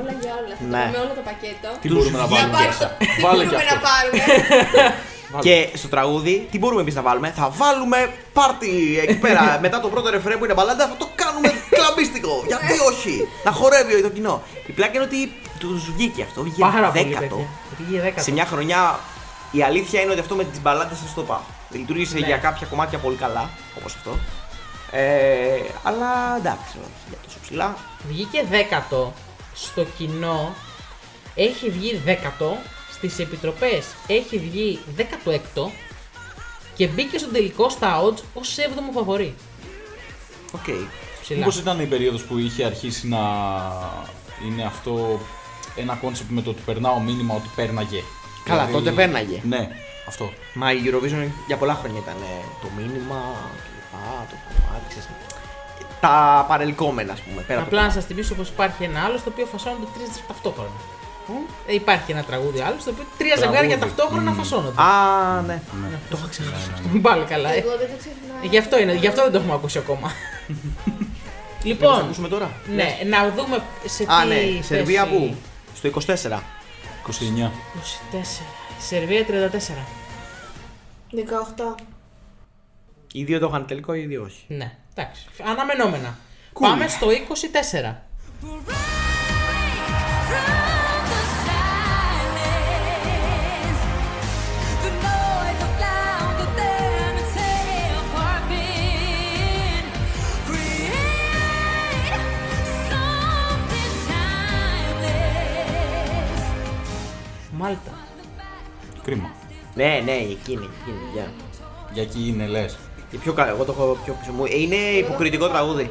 C: όλα για όλα. Θα το
A: Ναι.
C: πάμε όλο το πακέτο.
D: Τι μπορούμε να
C: Να
D: βάλουμε
C: πάρουμε-
D: μέσα.
C: Τι
D: Βάλε και
C: μπορούμε να
D: αυτό.
C: πάρουμε.
A: Και στο τραγούδι, τι μπορούμε εμείς να βάλουμε. Θα βάλουμε πάρτι εκεί πέρα. Μετά το πρώτο ρεφρέ που είναι μπαλάντα, θα το κάνουμε κλαμπίστικο.
B: Ε.
A: Γιατί όχι. να χορεύει το κοινό. Η πλάκα είναι ότι τους βγήκε αυτό. Βγήκε
B: Πάρα πολύ
A: δέκατο.
B: παιδιά. Βγήκε δέκατο.
A: Σε μια χρονιά η αλήθεια είναι ότι αυτό με τις μπαλάντες σας το είπα. Λειτουργήσε
B: Ναι.
A: για κάποια κομμάτια πολύ καλά, όπως αυτό. Ε, αλλά εντάξει, όχι για τόσο ψηλά.
B: Βγήκε δέκατο στο κοινό, έχει βγει δέκατο, στις επιτροπές έχει βγει δέκατο έκτο και μπήκε στον τελικό στα odds ως 7ο φαβορή.
A: Οκ.
B: Ψηλά.
D: Μήπως ήταν η περίοδος που είχε αρχίσει να είναι αυτό ένα κόνσεπτ με το ότι περνάω μήνυμα ότι πέρναγε.
A: Καλά, τότε πέρναγε.
D: Ναι, αυτό.
A: Μα η Eurovision για πολλά χρόνια ήταν ε, το μήνυμα κλπ. Το κομμάτι, ξέρεις. Τα παρελκόμενα, ας πούμε. Πέρα από
B: Απλά
A: το
B: να σας θυμίσω πως υπάρχει ένα άλλο στο οποίο φασώνονται τρει ταυτόχρονα. Ε, Υπάρχει ένα τραγούδι άλλο στο οποίο τρία
D: Τραγούδι.
B: ζευγάρια ταυτόχρονα
D: Μμμ.
B: φασώνονται.
A: Α, ναι.
B: Λοιπόν,
A: Το είχα ξεχάσει.
B: Πάλι καλά. ε.
C: Εγώ δεν το ξεχνάω.
B: Γι' αυτό, είναι, γι' αυτό δεν το έχουμε ακούσει ακόμα.
A: Λοιπόν. Θα
B: λοιπόν,
A: ακούσουμε τώρα.
B: ναι, να δούμε σε τι.
A: Α, ναι. Σερβία
B: θέση-
A: που. Στο 24.
D: 29.
B: 24. Σερβία 34.
C: 18.
A: Οι δύο το είχαν τελικό, οι δύο όχι.
B: Ναι, εντάξει. Αναμενόμενα. Πάμε στο 24. Μάλτα.
D: Κρίμα.
A: Ναι, ναι, εκείνη. εκείνη για.
D: Για εκεί είναι λε.
A: Και πιο καλό, εγώ το έχω πιο πίσω μου. Ε, Είναι υποκριτικό τραγούδι.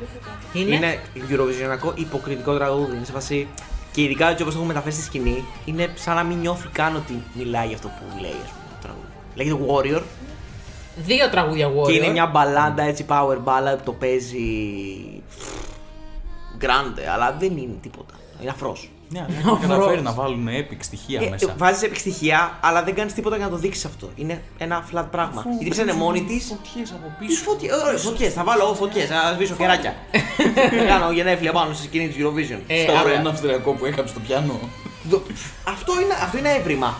B: Είναι.
A: Eurovisionικό υποκριτικό τραγούδι. Είναι σε φάση. Και ειδικά έτσι όπως το έχω μεταφέρει στη σκηνή, είναι σαν να μην νιώθει καν ότι μιλάει για αυτό που λέει, ας πούμε. το τραγούδι. Λέγεται Warrior,
B: Δύο τραγούδια Warrior.
A: και είναι μια μπαλάντα έτσι power ballad που το παίζει. Γκράντε, αλλά δεν είναι τίποτα. Είναι αφρός.
D: Ναι, αλλά έχουν καταφέρει να βάλουν epic στοιχεία Ε,
A: Ε,
D: μέσα.
A: Βάζεις επιστοιχεία, αλλά δεν κάνεις τίποτα για να το δείξεις αυτό. Είναι ένα flat πράγμα. Η τύψη είναι μόνη της.
D: Φωτιές από
A: Τι
D: πίσω.
A: φωτιές, ωραία, φωτιές. Θα βάλω φωτιές, θα σβήσω κεράκια. Κάνω γενέθλια πάνω στη σκηνή της Eurovision.
B: Ε,
D: Σαν
B: ωραία.
D: ένα αυστριακό που έκαψε το πιάνο.
A: Δο- Αυτό είναι, αυτό είναι έβριμα.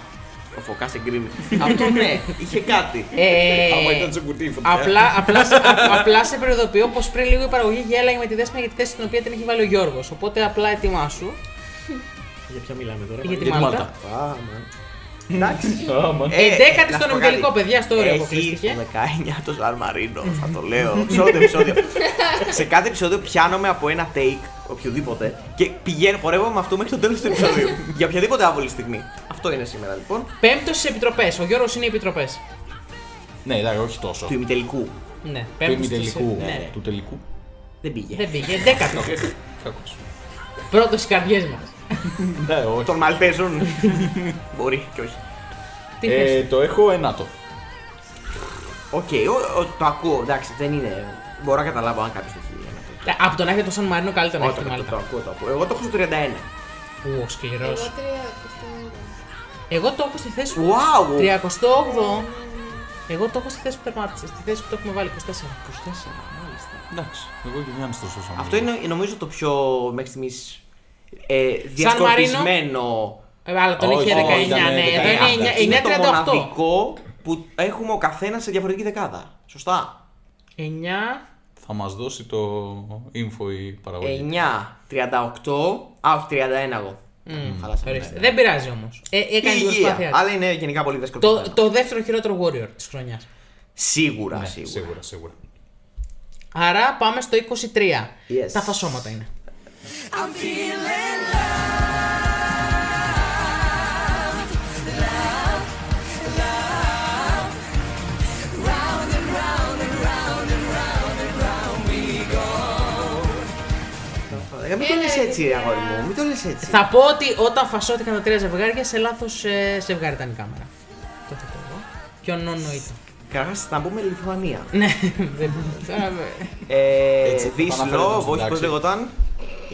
A: Ο Φωκάς εγκρίνει. αυτό ναι, είχε κάτι.
B: Ε,
D: Άμα ήταν σε κουτί η φωτιά.
B: Απλά, απλά, σε- α- απλά σε προειδοποιώ πως πριν λίγο η παραγωγή γέλαγε με τη δέσμη για τη θέση την οποία την έχει βάλει ο Γιώργος. Οπότε απλά ετοιμάσου.
A: Για ποια μιλάμε τώρα.
B: Για τη
D: Για τη
B: Μάλτα.
D: Μάλτα.
A: Εντάξει.
D: Άμα.
A: Ε,
B: Εντέκατη
A: να σου
B: στον
A: πω κάτι.
B: ημιτελικό, παιδιά, στο όριο
A: Έχει στο
B: αποκλείστηκε.
A: 19 το Σαν Μαρίνο, θα το λέω. Σε όλο το επεισόδιο. Σε κάθε επεισόδιο πιάνομαι από ένα take, οποιοδήποτε, και πηγαίνω, πορεύομαι με αυτό μέχρι το τέλος του επεισόδιου. Για οποιαδήποτε άβολη στιγμή. Αυτό είναι σήμερα λοιπόν.
B: Πέμπτος στι επιτροπές. Ο Γιώργος είναι οι επιτροπές.
D: Ναι, εντάξει, όχι τόσο.
A: Του
D: Του
A: ημιτελικού.
B: Ναι, πέμπτο. στις-
D: ημιτελικού.
B: Ναι, ρε.
D: Του τελικού.
A: Δεν πήγε.
B: Δεν πήγε, εντέκατο.
D: Κακός.
B: Πρώτος στις καρδιές μας.
D: Ναι, όχι.
A: Των Μαλτέζων. Μπορεί και όχι.
B: Τι
D: Ε,
B: θες.
D: Το έχω ενάτο.
A: Οκ, ο- ο- το ακούω, εντάξει, δεν είναι. Μπορώ να καταλάβω αν κάποιος το έχει. ένα τέτοιο.
B: Ε, Από τον έχετε το Σαν Μαρίνο καλύτερα να
A: Όχι,
B: έχετε
A: το- το
B: μάλιστα.
A: ακούω, το ακούω. Εγώ το έχω στο 31.
B: Ου, σκληρός.
C: Εγώ τρία ακουστά.
B: Εγώ το έχω στη θέση μου.
A: Wow!
B: 38. Εγώ το έχω στη θέση που τερμάτισε, στη θέση που το έχουμε βάλει 24. 24.
D: Εντάξει, εγώ και ο Γιάννης το σώσαμε.
A: Αυτό είναι νομίζω το πιο μέχρι στιγμής ε,
B: Σαν Μαρίνο.
A: διασκορπισμένο. Ε,
B: Ε, αλλά τον
D: Όχι,
B: είχε 19,
D: όχι, ήταν
B: ναι.
D: 19,
B: Εδώ
D: εντάξει.
B: είναι
A: είναι το
B: 9,
A: μοναδικό που έχουμε ο καθένας σε διαφορετική δεκάδα. Σωστά.
B: 9, 38. 9,
D: Θα μας δώσει το info η
A: Ε,
D: παραγωγή.
A: 9, 38. Α, όχι, 31 εγώ.
B: Μμμ,
A: Χαλάσαμε. ναι,
B: ορίστε. Δεν πειράζει όμως. έκανε την
A: Υγεία,
B: προσπάθειά της.
A: Αλλά είναι γενικά πολύ διασκορπισμένο.
B: Το, το δεύτερο χειρότερο Warrior της χρονιάς.
A: Σίγουρα,
D: Ναι,
A: σίγουρα.
D: σίγουρα, σίγουρα.
B: Άρα πάμε στο 23.
A: Yes.
B: Τα φασώματα είναι.
E: I'm feeling love, love, love. Round and round and round and round and round we go.
A: Ε, Μην το λες έτσι, ρε αγόρι μου. Μην το λες έτσι.
B: ε, Θα πω ότι όταν φασώθηκαν τα τρία ζευγάρια, σε λάθος ε, ζευγάρι ήταν η κάμερα. Το θα πω εγώ. Πιο νονοητό.
A: Καταρχάς, να πούμε Λιθουανία.
B: Ναι, δεν τώρα, ε,
A: Ε,
D: Έτσι,
A: this
D: επαναφέρεται
A: love,
D: στην
A: όχι πώ
D: τάξη.
A: λεγόταν.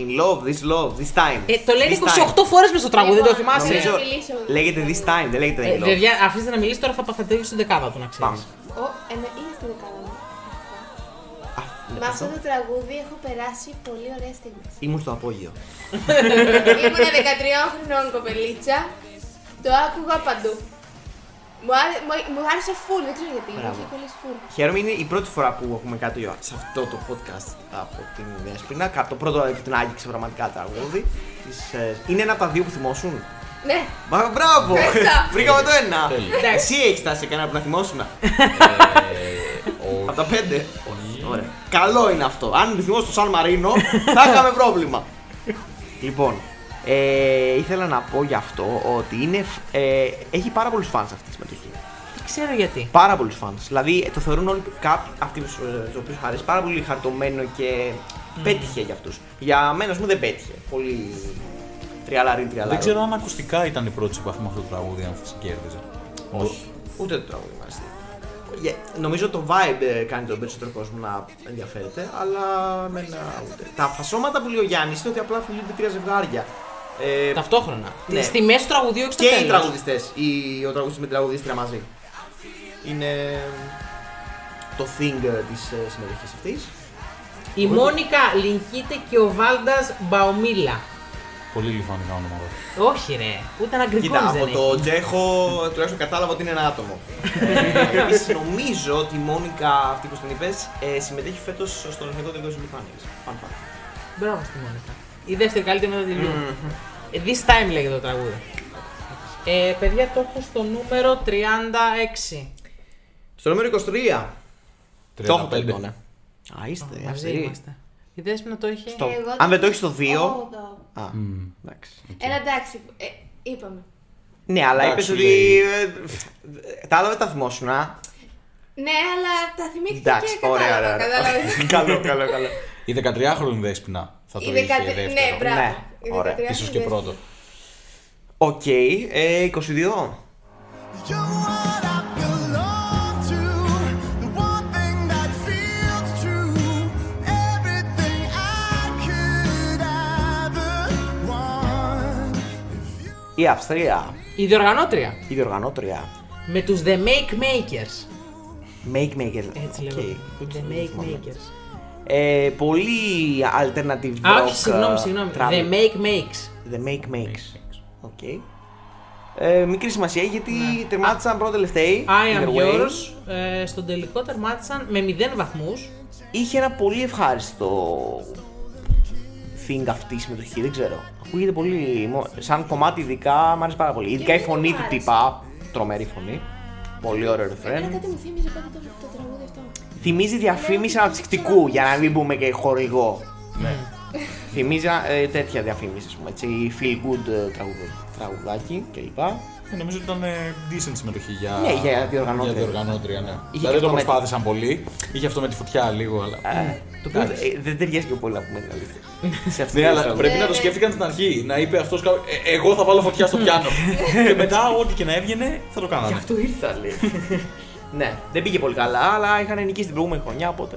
A: In love, this love, this time.
B: ε, το λένε
A: This
B: 28
A: time.
B: φορέ με στο τραγούδι, δεν το
C: Λοιπόν,
B: θυμάσαι.
A: Νομίζω
C: Να μιλήσω.
A: λέγεται this time, δεν λέγεται
B: Ε,
A: in love.
B: παιδιά, αφήστε να μιλήσει τώρα, θα παθατεύει στην δεκάδα του να ξέρεις.
A: Πάμε.
C: Ο, ένα είναι στη δεκάδα μου. Αυτό.
A: Α,
C: Με
A: ναι,
C: αυτό
A: αυτό.
C: το τραγούδι έχω περάσει πολύ ωραίες στιγμές.
A: Ήμουν στο απόγειο.
C: Ήμουν 13 χρονών κοπελίτσα. Το άκουγα παντού. Μου, άρε- μου- μου άρεσε full, δεν ξέρω γιατί. Μου
A: Μπράβο.
C: είχε κολλήσει full.
A: Χαίρομαι, είναι η πρώτη φορά που έχουμε κάτι σε αυτό το podcast από την Σπίνα. Κα- Το πρώτο που την άγγιξε πραγματικά τραγούδι. της, ε, Είναι ένα από τα δύο που θυμώσουν.
C: Ναι,
A: Μα, μπράβο!
C: Ευχαριστώ.
A: Βρήκαμε το ένα!
D: Τέλεια.
B: Εντάξει.
A: Εσύ έχεις τάσει σε κανένα που να θυμώσουν. Ε,
D: Ε,
A: Από τα πέντε. Ωραία. Καλό είναι αυτό. Αν ρυθμός του Σαν Μαρίνο, θα είχαμε πρόβλημα. λοιπόν, ε, ήθελα να πω γι' αυτό ότι είναι, φ- ε, έχει πάρα πολλούς φαν αυτή τη συμμετοχή.
B: Δεν ξέρω γιατί.
A: Πάρα πολλούς φαν. Δηλαδή το θεωρούν όλοι κάποιοι ε, αυτοί τους οποίου αρέσει πάρα πολύ χαρτωμένο και
D: Mm.
A: πέτυχε για αυτούς. Για μένα, ας πούμε, δεν πέτυχε. Πολύ τριαλαρίν, τριαλαρίν.
D: Δεν ξέρω αν ακουστικά ήταν η πρώτη επαφή με αυτό το τραγούδι, αν θα σε κέρδιζε.
A: Όχι. Ούτε το τραγούδι μάλιστα. Για- Νομίζω το vibe ε, κάνει τον περισσότερο κόσμο να ενδιαφέρεται, αλλά εμένα ούτε. Τα φασώματα που λέει ο Γιάννης είναι ότι απλά φιλούνται τρία ζευγάρια. Ε,
B: Ταυτόχρονα.
A: Ναι.
B: Στη μέση του τραγουδίου και στο
A: και οι
B: τέλος.
A: τραγουδιστές, ο τραγουδιστής με την τραγουδίστρια μαζί. Είναι το thing ε, της συμμετοχής αυτής.
B: Η Μόνικα Λινκίτε και ο Βάλντας Μπαομίλα.
D: Πολύ λιφανικά ονόματα.
B: Όχι ρε, ούτε ένα γκρικό
A: Κοίτα,
B: δεν
A: από
B: έχει.
A: το Τζέχο τουλάχιστον κατάλαβα ότι είναι ένα άτομο. ε, Επίσης, νομίζω ότι η Μόνικα, αυτή που την είπες, ε, συμμετέχει φέτος στον Εθνικό Τελικό τη Λιθουανία. Πάμε πάμε.
B: Μπράβο στη Μόνικα. Η δεύτερη καλύτερη μετά τη Λιού. Ε, This time λέγεται το τραγούδι. Ε, παιδιά, το έχω στο νούμερο 36.
A: Στο νούμερο 23. Το έχω
D: 35.
A: το ναι. Α, είστε
B: Μαζί
A: αυστηροί.
B: είμαστε. Η Δέσποινα το είχε.
A: Στο-
C: Εγώ
A: Αν δεν
C: το
A: το έχεις στο 2.
C: όγδοο.
A: Α,
D: Μμ.
A: εντάξει.
C: Έλα εντάξει, ε, είπαμε.
A: Ναι, αλλά
D: Εντάξει,
A: είπες ότι.
D: λέει.
A: ε, Τα άλλα δεν τα θυμόσουν, α.
C: Ναι, αλλά τα θυμήθηκα
A: Εντάξει,
C: και
A: ωραία,
C: κατάλαβα.
A: ωραία.
C: κατάλαβα.
A: Καλό, καλό, καλό.
D: Η 13χρονη δέσποινα θα το
C: Η
D: είχε
C: δεκατε-
D: δεύτερο.
C: Ναι, μπράβο.
A: Ναι. Ωραία.
D: Ίσως και πρώτο.
A: Οκ, ε, 22.
E: You're what I belong to, the one thing that feels true. Everything I could ever want.
A: Η Αυστρία.
B: Η διοργανώτρια.
A: Η διοργανώτρια.
B: Με τους The Make Makers.
A: Make Makers.
B: Έτσι
A: Οκ.
B: λέγονται. The Make Makers.
A: Ε, πολύ alternative rock. ε,
B: Α, όχι, συγγνώμη, συγγνώμη.
A: trap.
B: The Make Makes.
A: The Make Makes. Οκ. Ε, μικρή σημασία γιατί τερμάτισαν πρώτα τελευταίοι.
B: Ναι. I am
A: either way.
B: yours. Ε, στον τελικό τερμάτισαν με 0 βαθμούς.
A: Είχε ένα πολύ ευχάριστο thing αυτή η συμμετοχή, δεν ξέρω. Ακούγεται πολύ. μο- Σαν κομμάτι ειδικά μου αρέσει πάρα πολύ. Ειδικά η
C: εμένα
A: φωνή
C: μου
A: του
C: άρεσε. Ε,
A: τύπα. Τρομερή φωνή. Πολύ ωραίο ρεφρέν.
C: Κάτι μου Ναι, θύμιζε πάντα το, το τραγούδι αυτό.
A: Θυμίζει διαφήμιση
C: ναι.
A: αναψυκτικού, για να μην πούμε και χορηγό.
D: Ναι.
A: Θυμίζει ε, τέτοια διαφήμιση, ας πούμε. Έτσι, feel good ε, τραγουδ- τραγουδάκι κλπ.
D: Ε, νομίζω ότι ήταν ε, decent συμμετοχή για,
A: Ναι, για διοργανώτρια.
D: Για διοργανώτρια, ναι.
A: και
D: δηλαδή
A: αυτό
D: το
A: με-
D: προσπάθησαν πολύ. Είχε αυτό με τη φωτιά λίγο, αλλά.
A: Το οποίο ε, δεν ταιριάζει και πολύ να πούμε την αλήθεια. Σε αυτή
D: Ναι,
A: την
D: αλλά
A: τραγουδία.
D: πρέπει
C: Ναι,
D: να το
C: ναι.
D: σκέφτηκαν στην αρχή. Να είπε αυτός κάποιο. «Ε, Εγώ θα βάλω φωτιά στο πιάνο. και μετά, ό,τι και να έβγαινε, θα το
A: Γι'
D: κάνανε.
A: αυτό ήρθα, λέει. ναι, δεν πήγε πολύ καλά, αλλά είχαν νικήσει την προηγούμενη χρονιά, οπότε.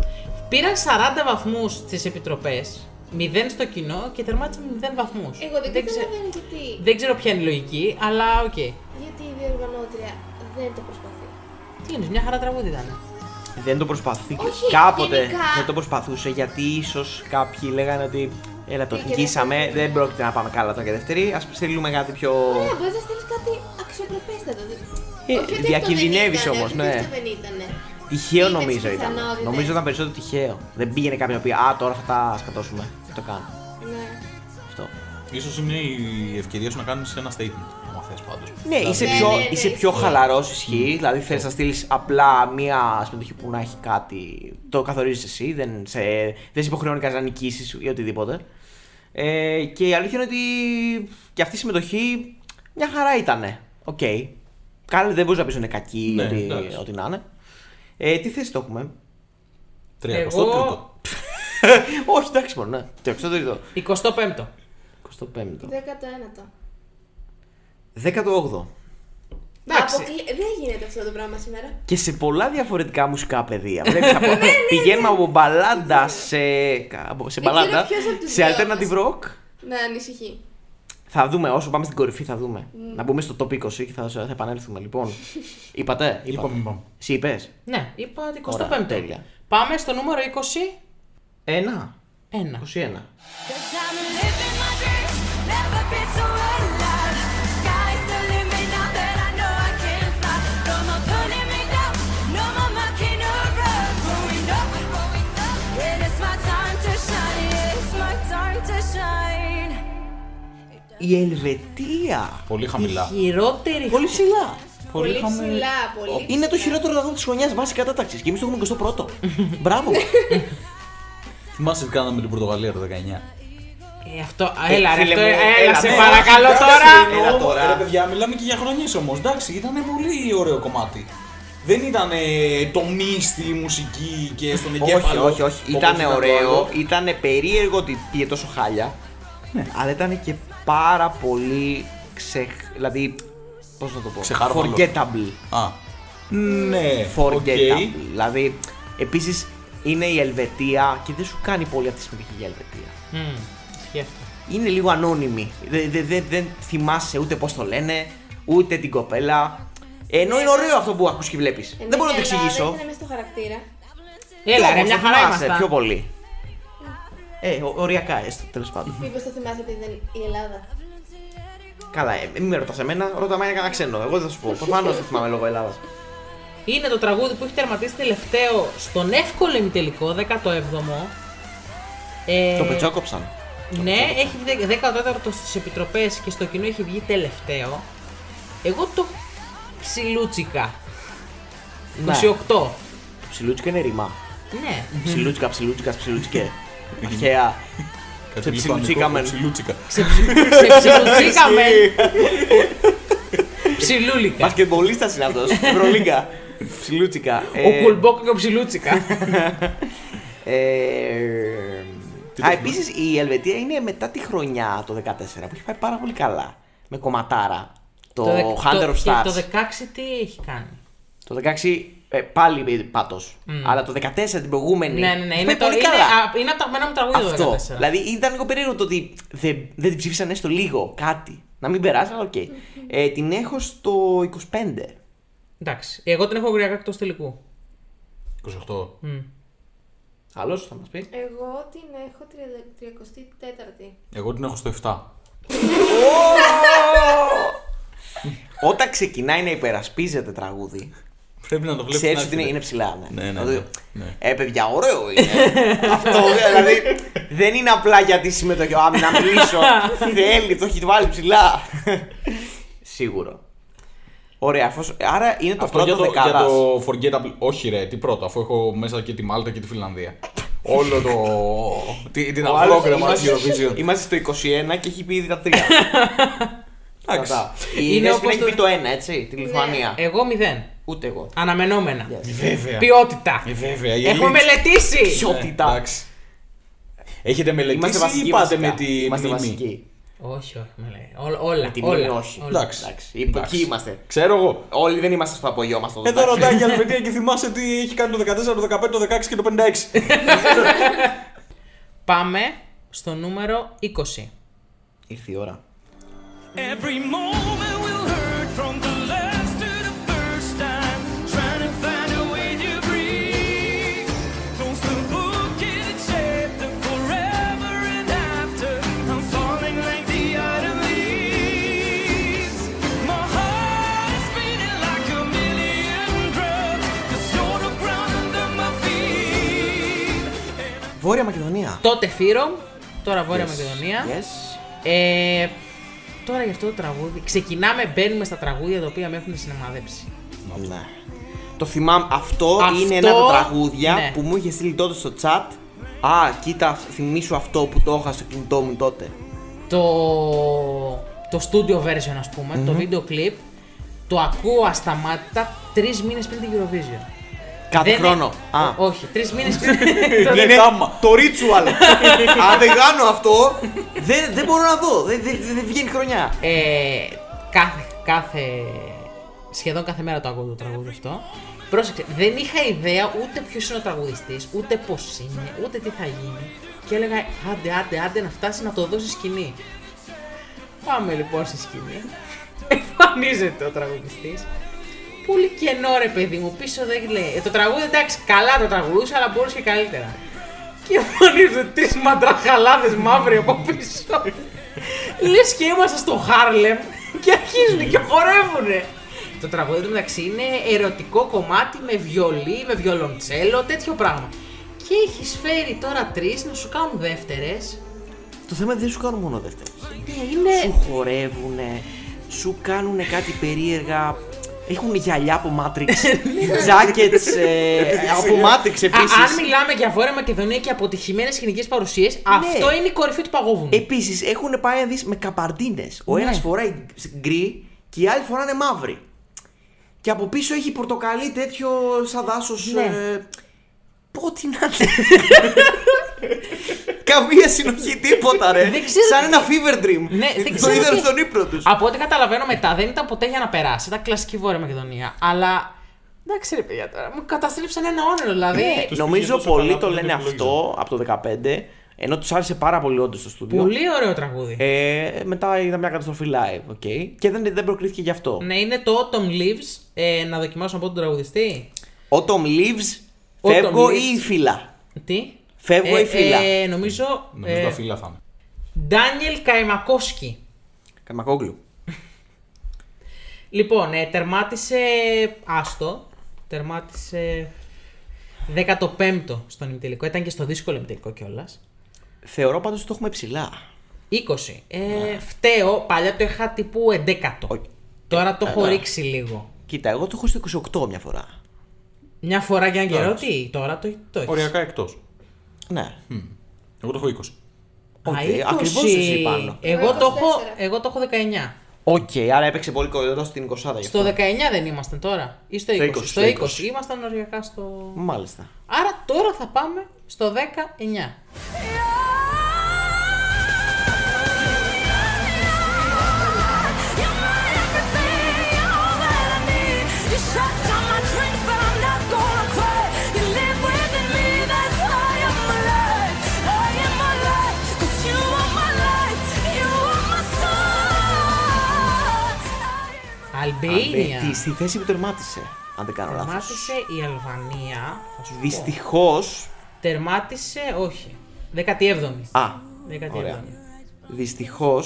B: Πήραν 40 βαθμούς στις επιτροπές. 0 στο κοινό και τερμάτισαν με 0 βαθμούς.
C: Εγώ δεν
B: ξε-
C: καταλαβαίνω γιατί.
B: δεν ξέρω ποια είναι η λογική, αλλά οκ.
C: Γιατί η διοργανώτρια δεν το προσπαθεί.
B: Τι είναι, μια χαρά τραγούδι ήταν.
A: Δεν το προσπαθεί.
C: Όχι,
A: Κάποτε
C: γενικά.
A: δεν το προσπαθούσε γιατί ίσως κάποιοι λέγανε ότι. Έλα, το
C: Ε, και
A: νικήσαμε.
C: δεύτερη.
A: Δεν πρόκειται να πάμε καλά τώρα και δεύτερη. Ας στείλουμε κάτι πιο.
C: Ναι, μπορείς να στείλεις κάτι αξιοπρεπέστατο.
A: Ε,
C: Όχι ότι
A: διακινδυνεύεις
C: αυτό δεν
A: όμως,
C: ήτανε,
A: ναι.
C: όχι ότι Αυτό δεν ήταν.
A: Τυχαίο
C: Ήταν
A: νομίζω
C: στις
A: ήταν.
C: πιθανότητες.
A: Νομίζω ήταν περισσότερο τυχαίο. Δεν πήγαινε κάποιον να πει Α, τώρα θα τα σκατώσουμε. Δεν το κάνω.
C: Ναι.
A: Αυτό.
D: σω είναι η ευκαιρία σου να κάνεις ένα statement, άμα Δηλαδή, θες πάντως.
A: Ναι, είσαι
C: ναι,
A: πιο,
C: ναι, ναι,
A: είσαι
C: ισχύει.
A: πιο χαλαρός, ισχύει. Δηλαδή θες να στείλεις απλά μία συμμετοχή που να έχει κάτι. Το καθορίζεις εσύ, δεν σε, δεν σε υποχρεώνει κανένα να νικήσεις ή οτιδήποτε. Ε, και η αλήθεια είναι ότι και αυτή η συμμετοχή μια χαρά ήταν. Οκ. Καλά, δεν μπορείς να πεις ότι είναι κακή ή
D: Ναι,
A: ότι,
D: εντάξει.
A: ότι να είναι. Ε, τι θέση το έχουμε.
D: 33ο.
B: Εγώ-
A: Όχι, εντάξει, μόνο. Ναι. Το 63ο.
B: 25ο.
A: 25ο.
C: 19ο.
A: 18ο.
B: Εντάξει.
C: Αποκλει- Δεν γίνεται αυτό το πράγμα σήμερα.
A: Και σε πολλά διαφορετικά μουσικά πεδία.
C: Ναι,
A: Πρέπει να πω. Πηγαίνουμε από μπαλάντα σε. κα- από- σε
C: Δεν ξέρω
A: μπαλάντα.
C: ποιος από τους
A: Σε
C: δυο
A: alternative rock.
C: Να ανησυχεί.
A: Θα δούμε, όσο πάμε στην κορυφή θα δούμε. Να μπούμε στο top 20 και θα, θα επανέλθουμε. Λοιπόν, είπατε.
D: Είπαμε, είπαμε.
A: Εσύ είπες.
B: Ναι, είπα την
A: Ωραία,
B: 25ο.
A: τέλεια.
B: Πάμε στο νούμερο
A: Ένα.
B: 21.
A: 21.
F: Cause I'm living my dreams, never been so alive. Sky's the limit now that I know I can fly. No more pulling me down, no more making a run. Growing up, growing up. It is my time to shine, it is my time to shine.
A: Η Ελβετία.
D: Πολύ χαμηλά.
B: Χειρότερη
A: Πολύ ψηλά.
C: Πολύ
D: χαμη-
C: ψηλά, πολύ.
A: Είναι το χειρότερο τραγούδι της χρονιάς βάσει κατάταξης. Και εμείς το έχουμε 21ο. Μπράβο.
D: Θυμάσαι τι κάναμε με την Πορτογαλία το 19.
B: Ε, αυτό, έλα ρε,
A: φίλε
B: αυτό,
A: μου,
B: έλα,
A: έλα,
B: σε
A: ναι,
B: παρακαλώ
D: εντάξει,
B: τώρα.
A: Έλα
D: Έλα
A: τώρα.
D: τώρα. Ρε παιδιά, μιλάμε και για χρονιές όμως, εντάξει, ήταν πολύ ωραίο κομμάτι. Δεν ήταν το μίστη μουσική και στον
A: όχι,
D: εγκέφαλο.
A: όχι, όχι.
D: όπως
A: Ήταν
D: το
A: ωραίο.
D: άλλο.
A: Ήταν περίεργο ότι πήγε τόσο χάλια. Αλλά ήταν και πάρα πολύ ξεχ... Δηλαδή, πώς να το πω.
D: Ξεχαρβαλό.
A: Forgettable.
D: Α, ναι,
A: Forgettable.
D: οκ.
A: Δηλαδή, επίσης είναι η Ελβετία και δεν σου κάνει πολύ αυτή η συμμετοχή για Ελβετία.
B: Μμμ, Σκέφτομαι.
A: Είναι λίγο ανώνυμη. Δε- δε- δε- δεν θυμάσαι ούτε πώς το λένε, ούτε την κοπέλα. Ενώ είναι ωραίο αυτό που ακούς και βλέπεις. Ε, ναι, δεν μπορώ να το εξηγήσω.
C: Δεν μέσα στο χαρακτήρα.
B: Έλα
A: Κι
B: ρε,
A: όμως
B: μια
A: το
B: χαρά
A: θυμάσαι
B: ήμασταν.
A: Πιο πολύ. Ε, ο- οριακά έστω, τέλος πάντων.
C: Μήπως το θυμάσαι επειδή ήταν η Ελλάδα.
A: Καλά, ε, μην με ρωτάς εμένα, ρώτα με κανένα ξένο. Εγώ δεν θα σου πω. Προφανώς δεν θυμάμαι λόγω Ελλάδας.
B: Είναι το τραγούδι που έχει τερματίσει τελευταίο στον εύκολο ημιτελικό, 17ο. Ε,
A: Το πετσόκοψαν.
B: Ναι, έχει βγει 14ο στις επιτροπές και στο κοινό έχει βγει τελευταίο. Εγώ το ψιλούτσικα.
A: Ναι.
B: 28.
A: Ψιλούτσικα είναι ρημά.
B: Ναι.
A: Ψιλούτσικα, ψιλούτσικα, ψιλούτσικε. Αρχαία.
D: Κάτι λίγο
A: Ξεψιλουτσίκαμε.
D: ανικό, ξεψιλούτσικα.
B: Σε ψιλουτσίκαμε. Ψιλούλικα.
A: Ε. Μπασκετμπολίστας είναι αυτός. Ευρωλίγκα. Ψιλούτσικα. Ε.
B: Ο κουλμπόκα και ο ψιλούτσικα.
A: Ε, Α, επίσης η Ελβετία είναι μετά τη χρονιά το 2014 που έχει πάει πάρα πολύ καλά. Με κομματάρα. Το,
B: δεκ-
A: Hunter of
B: και
A: Stars.
B: Το 16 τι έχει κάνει.
A: Το 16 ε, πάλι πάτο. Αλλά το 14 την προηγούμενη.
B: Mm. Ναι, ναι, ναι.
A: έχει πάει
B: Είναι, το,
A: πολύ
B: είναι,
A: καλά.
B: α, είναι από τα μένα μου τραγούδια
A: Αυτό.
B: το 14.
A: Δηλαδή ήταν λίγο περίεργο το ότι δεν, δεν την ψήφισαν έστω λίγο κάτι. Να μην περάσει, αλλά οκ. Ε, την έχω στο 25.
B: Εντάξει. Εγώ την έχω γριακά εκτός τελικού.
D: 28.
B: Μμ.
A: Άλλος θα μας πει.
C: Εγώ την έχω 34η.
D: Εγώ την έχω στο 7.
A: Όταν ξεκινάει να υπερασπίζεται τραγούδι,
D: Πρέπει να το βλέπω.
A: ξέρει ότι είναι, είναι ψηλά. Ναι.
D: Ναι, ναι,
A: Δηλαδή,
D: ναι, ναι.
A: Ε, παιδιά, ωραίο είναι. Αυτό δηλαδή δεν είναι απλά γιατί συμμετοχή. Α, να μιλήσω. Θέλει, το έχει βάλει ψηλά. Σίγουρο. Ωραία, αφού- άρα είναι το
D: Αυτό για
A: πρώτο
D: το, για
A: δεκάδας.
D: το forgettable. Όχι, ρε, τι πρώτο, αφού έχω μέσα και τη Μάλτα και τη Φιλανδία. Όλο το. τι- την
A: Ο άλλος
D: αυλόκρεμα της
A: είμαστε-
D: Eurovision.
A: Είμαστε στο 21 και έχει πει ήδη τα τρία.
D: Εντάξει.
A: Κατά. Η
B: Είναι
A: Δέσποινα
B: όπως
A: έχει
B: το-
A: πει το ένα, έτσι, τη
D: Ναι.
A: Λιθουανία.
B: Εγώ μηδέν.
A: Ούτε εγώ.
B: Αναμενόμενα.
A: Yes.
D: Βέβαια.
B: Ποιότητα.
D: Ε, βέβαια. η
B: Έχουμε
D: Ελλήνη-
B: μελετήσει.
A: Ποιότητα.
D: Ε, Εντάξει. Έχετε
A: Είμαστε
D: μελετήσει
A: βασικοί.
D: ή πάτε
A: βασικά.
D: με τη
A: Είμαστε
D: μνήμη.
A: βασικοί.
B: Όχι, όχι, με λέει. Όλα. όλα,
A: Με τη μνήμη
B: όλα,
A: όχι.
B: όλα.
D: Εντάξει.
A: Εντάξει. Εκεί είμαστε.
D: Ξέρω εγώ.
A: Όλοι δεν είμαστε στο απογειό μας.
D: Εδώ ρωτάει η Ελβετία και θυμάσαι τι έχει κάνει το 14, το 15, το 16 και το 56.
B: Πάμε στο νούμερο 20.
A: Ήρθε η ώρα.
E: Every moment will hurt from the last to the first time. Trying to find a way to breathe. Close the book in a chapter forever and after. I'm falling like the autumn leaves. My heart is beating like a million drums. The soul of ground under my feet. And
A: Βόρεια Μακεδονία.
B: Τότε Φύρο, τώρα Βόρεια Μακεδονία.
A: Yes.
B: Ε, τώρα για αυτό το τραγούδι. Ξεκινάμε, μπαίνουμε στα τραγούδια τα οποία με έχουν συναιμαδέψει.
A: Ναι. Το θυμάμαι, αυτό,
B: Αυτό,
A: είναι ένα από τα τραγούδια
B: ναι.
A: που μου είχε στείλει τότε στο chat. Α, κοίτα, θυμήσου αυτό που το είχα στο κινητό μου τότε.
B: Το, το studio version, ας πούμε, το βίντεο clip, το ακούω ασταμάτητα τρεις μήνες πριν την Eurovision.
A: Κάθε
B: Δεν-
A: χρόνο. Α.
B: Ό- όχι, τρεις μήνες πριν.
D: Ε, Ναι,
A: Είναι
D: τάμα.
A: το ritual. Αν δεν κάνω αυτό, δεν, δεν μπορώ να δω. Δεν, δεν, δεν βγαίνει χρονιά.
B: Ε, κάθε, κάθε, σχεδόν κάθε μέρα το ακούω το τραγούδι αυτό. Πρόσεξε, δεν είχα ιδέα ούτε ποιος είναι ο τραγουδιστής, ούτε πώς είναι, ούτε τι θα γίνει. Και έλεγα, άντε, άντε, άντε να φτάσει να το δώσει σκηνή. Πάμε λοιπόν στη σκηνή. Εμφανίζεται ο τραγουδιστής. Πολύ κενό ρε παιδί μου, πίσω δεν λέει. Ε, το τραγούδι εντάξει, καλά το τραγουδούσε, αλλά μπορούσε και καλύτερα. Και εμφανίζονται τρεις μαντραχαλάδες μαύροι από πίσω. Λες και είμαστε στο Χάρλεμ και αρχίζουν και χορεύουνε. Το τραγούδι του μεταξύ είναι ερωτικό κομμάτι με βιολί, με βιολοντσέλο, τέτοιο πράγμα. Και έχει φέρει τώρα τρεις να σου κάνουν δεύτερες.
A: Το θέμα είναι δεν σου κάνουν μόνο δεύτερη.
B: Ναι, είναι.
A: Σου χορεύουνε, σου κάνουν κάτι περίεργα. Έχουν γυαλιά από Matrix, jackets ε, από Matrix
B: Ναι. Α, αν
A: επίσης.
B: μιλάμε για Βόρεια Μακεδονία και αποτυχημένες σκηνικέ παρουσίε, αυτό είναι η κορυφή του παγόβουνου.
A: Επίσης έχουν πάει να δεις με καπαρντίνες. Ο
B: Ναι.
A: ένας φοράει γκρι και οι άλλοι φοράνε μαύρη. Και από πίσω έχει πορτοκαλί τέτοιο σαν δάσος...
B: Ναι.
A: Ε, πω τι να είναι. Καμία συνοχή, τίποτα ρε.
B: Δεν ξέρω
A: σαν ένα fever dream.
B: Ναι, δεν
A: Ε, το
B: ξέρω
A: είδαν
B: τι-
A: στον ύπνο τους.
B: Από ό,τι καταλαβαίνω μετά δεν ήταν ποτέ για να περάσει. Ήταν κλασική Βόρεια Μακεδονία. Αλλά. Εντάξει, ρε παιδιά τώρα. Μου καταστρέψαν ένα όνειρο,
A: Ναι,
B: δηλαδή.
D: τους πήγε
A: Νομίζω
D: τόσο
A: πολλοί
D: καλά
A: το
D: που δεν
A: λένε
D: το εκλογίζαν.
A: αυτό από το 15, ενώ τους άρεσε πάρα πολύ όντως το στούντιο.
B: Πολύ ωραίο τραγούδι.
A: Ε, μετά είδα μια καταστροφή live, οκ. Και δεν, δεν προκρίθηκε γι' αυτό.
B: Ναι, είναι το Autumn Leaves. Ε, να δοκιμάσω να πω τον τραγουδιστή.
A: Autumn leaves,
B: Autumn
A: φεύγω
B: leaves.
A: ή φύλλα.
B: Τι.
A: Φεύγω
B: ε,
A: ή φύλλα.
B: Ε, νομίζω.
D: Νομίζω τα
B: Ε,
D: φύλλα θα είναι.
B: Ντάνιελ Καϊμακόσκι.
A: Καμακόγλου.
B: Λοιπόν, ε, τερμάτισε. Άστο. Τερμάτισε. 15ο στον ημιτελικό. Ήταν και στο δύσκολο ημιτελικό κιόλας.
A: Θεωρώ πάντως ότι το έχουμε ψηλά.
B: 20. Ε, φταίω. Παλιά το είχα τύπου 11ο.
A: Όχι.
B: Τώρα το έχω
A: Καλά.
B: ρίξει λίγο.
A: Κοίτα, εγώ το έχω στο 28 μια φορά.
B: Μια φορά για έναν καιρό,
D: Εντάξει.
B: τι, τώρα το, το έχεις.
D: Οριακά εκτός.
A: Ναι.
D: Εγώ το έχω 20.
A: Οκ,
B: Α, 20.
A: ακριβώς εσύ πάνω.
B: Εγώ το, έχω,
C: 24.
B: εγώ το έχω 19.
A: Οκ, άρα έπαιξε πολύ κοντά στην 20 γι' αυτό.
B: Στο 19 δεν ήμασταν τώρα. Ή στο 20.
A: Στο 20,
B: στο
A: στο
B: 20.
A: 20.
B: Ήμασταν οριακά στο.
A: Μάλιστα.
B: Άρα τώρα θα πάμε στο 19.
F: Your
B: Αλμπania.
A: Αλμπετή, στη θέση που τερμάτισε. Αν δεν κάνω λάθος.
B: Τερμάτισε η Αλβανία. θα σου πω.
A: Δυστυχώς.
B: Τερμάτισε, όχι. 17η.
A: Α,
B: 17η.
A: ωραία. Δυστυχώς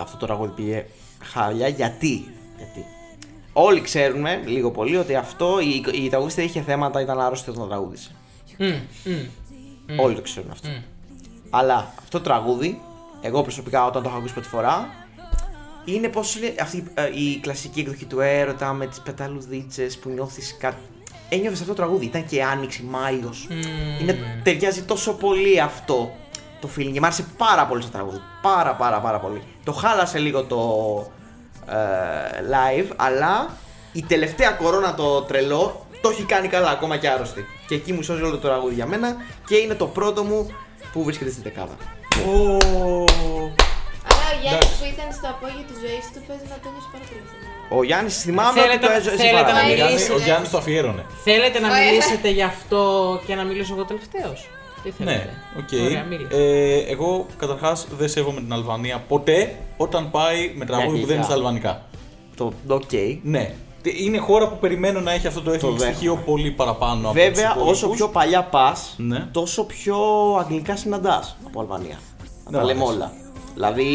A: αυτό το τραγούδι πήγε χάλια. Γιατί. Γιατί. Όλοι ξέρουμε λίγο πολύ ότι αυτό η, η τραγουδίστρια είχε θέματα, ήταν άρρωστη όταν τραγούδισε.
B: Μμ, μμ.
A: Όλοι το ξέρουν αυτό. Αλλά αυτό το τραγούδι, εγώ προσωπικά όταν το είχα ακούσει πρώτη φορά, είναι πώς αυτή ε, η κλασική εκδοχή του έρωτα με τις πεταλουδίτσε που νιώθεις κάτι. Ένιωθες αυτό το τραγούδι. Ήταν και Άνοιξη, Μάιος. Είναι, ταιριάζει τόσο πολύ αυτό το feeling. Και μ' άρεσε πάρα πολύ στο τραγούδι. Πάρα πάρα πάρα πολύ. Το χάλασε λίγο το ε, live, αλλά η τελευταία κορώνα το τρελό το έχει κάνει καλά ακόμα και άρρωστη. Και εκεί μου σώζει όλο το τραγούδι για μένα και είναι το πρώτο μου που βρίσκεται στην δεκάδα.
D: Ω,
C: Αλλά ο Γιάννη
D: Εντάξει.
C: που ήταν στο απόγειο της ζωής του παίζει να τον έχει πάρα πολύ.
A: Ο Γιάννης θυμάμαι ότι
B: Θέλετε-
A: το έζωσε
B: θέλετε
A: πάρα
B: να
A: πολύ.
B: μιλήσω.
D: Γιάννη- Ο
C: ναι.
D: Γιάννης το αφιέρωνε.
B: Θέλετε να
C: Ωραία.
B: μιλήσετε γι' αυτό και να μιλήσω εγώ τελευταίος. Τι
D: Ναι,
B: θέλετε.
D: οκ.
B: Ωραία, μίλησε.
D: Ε, εγώ καταρχάς δεν σέβομαι την Αλβανία ποτέ όταν πάει με τραγούδι που
A: γλυκιά.
D: δεν είναι στα αλβανικά.
A: Το οκ.
D: Ναι. Τι- Είναι χώρα που περιμένω να έχει αυτό το έθνικο
A: δέχομαι.
D: στοιχείο πολύ παραπάνω από
A: Βέβαια,
D: τους
A: όσο
D: υπόλοιπους.
A: πιο παλιά πας,
D: Ναι.
A: τόσο πιο αγγλικά συναντάς από Αλβανία. Να
D: Δεν
A: τα
D: μ'
A: λέμε
D: αρέσει.
A: όλα. Δηλαδή,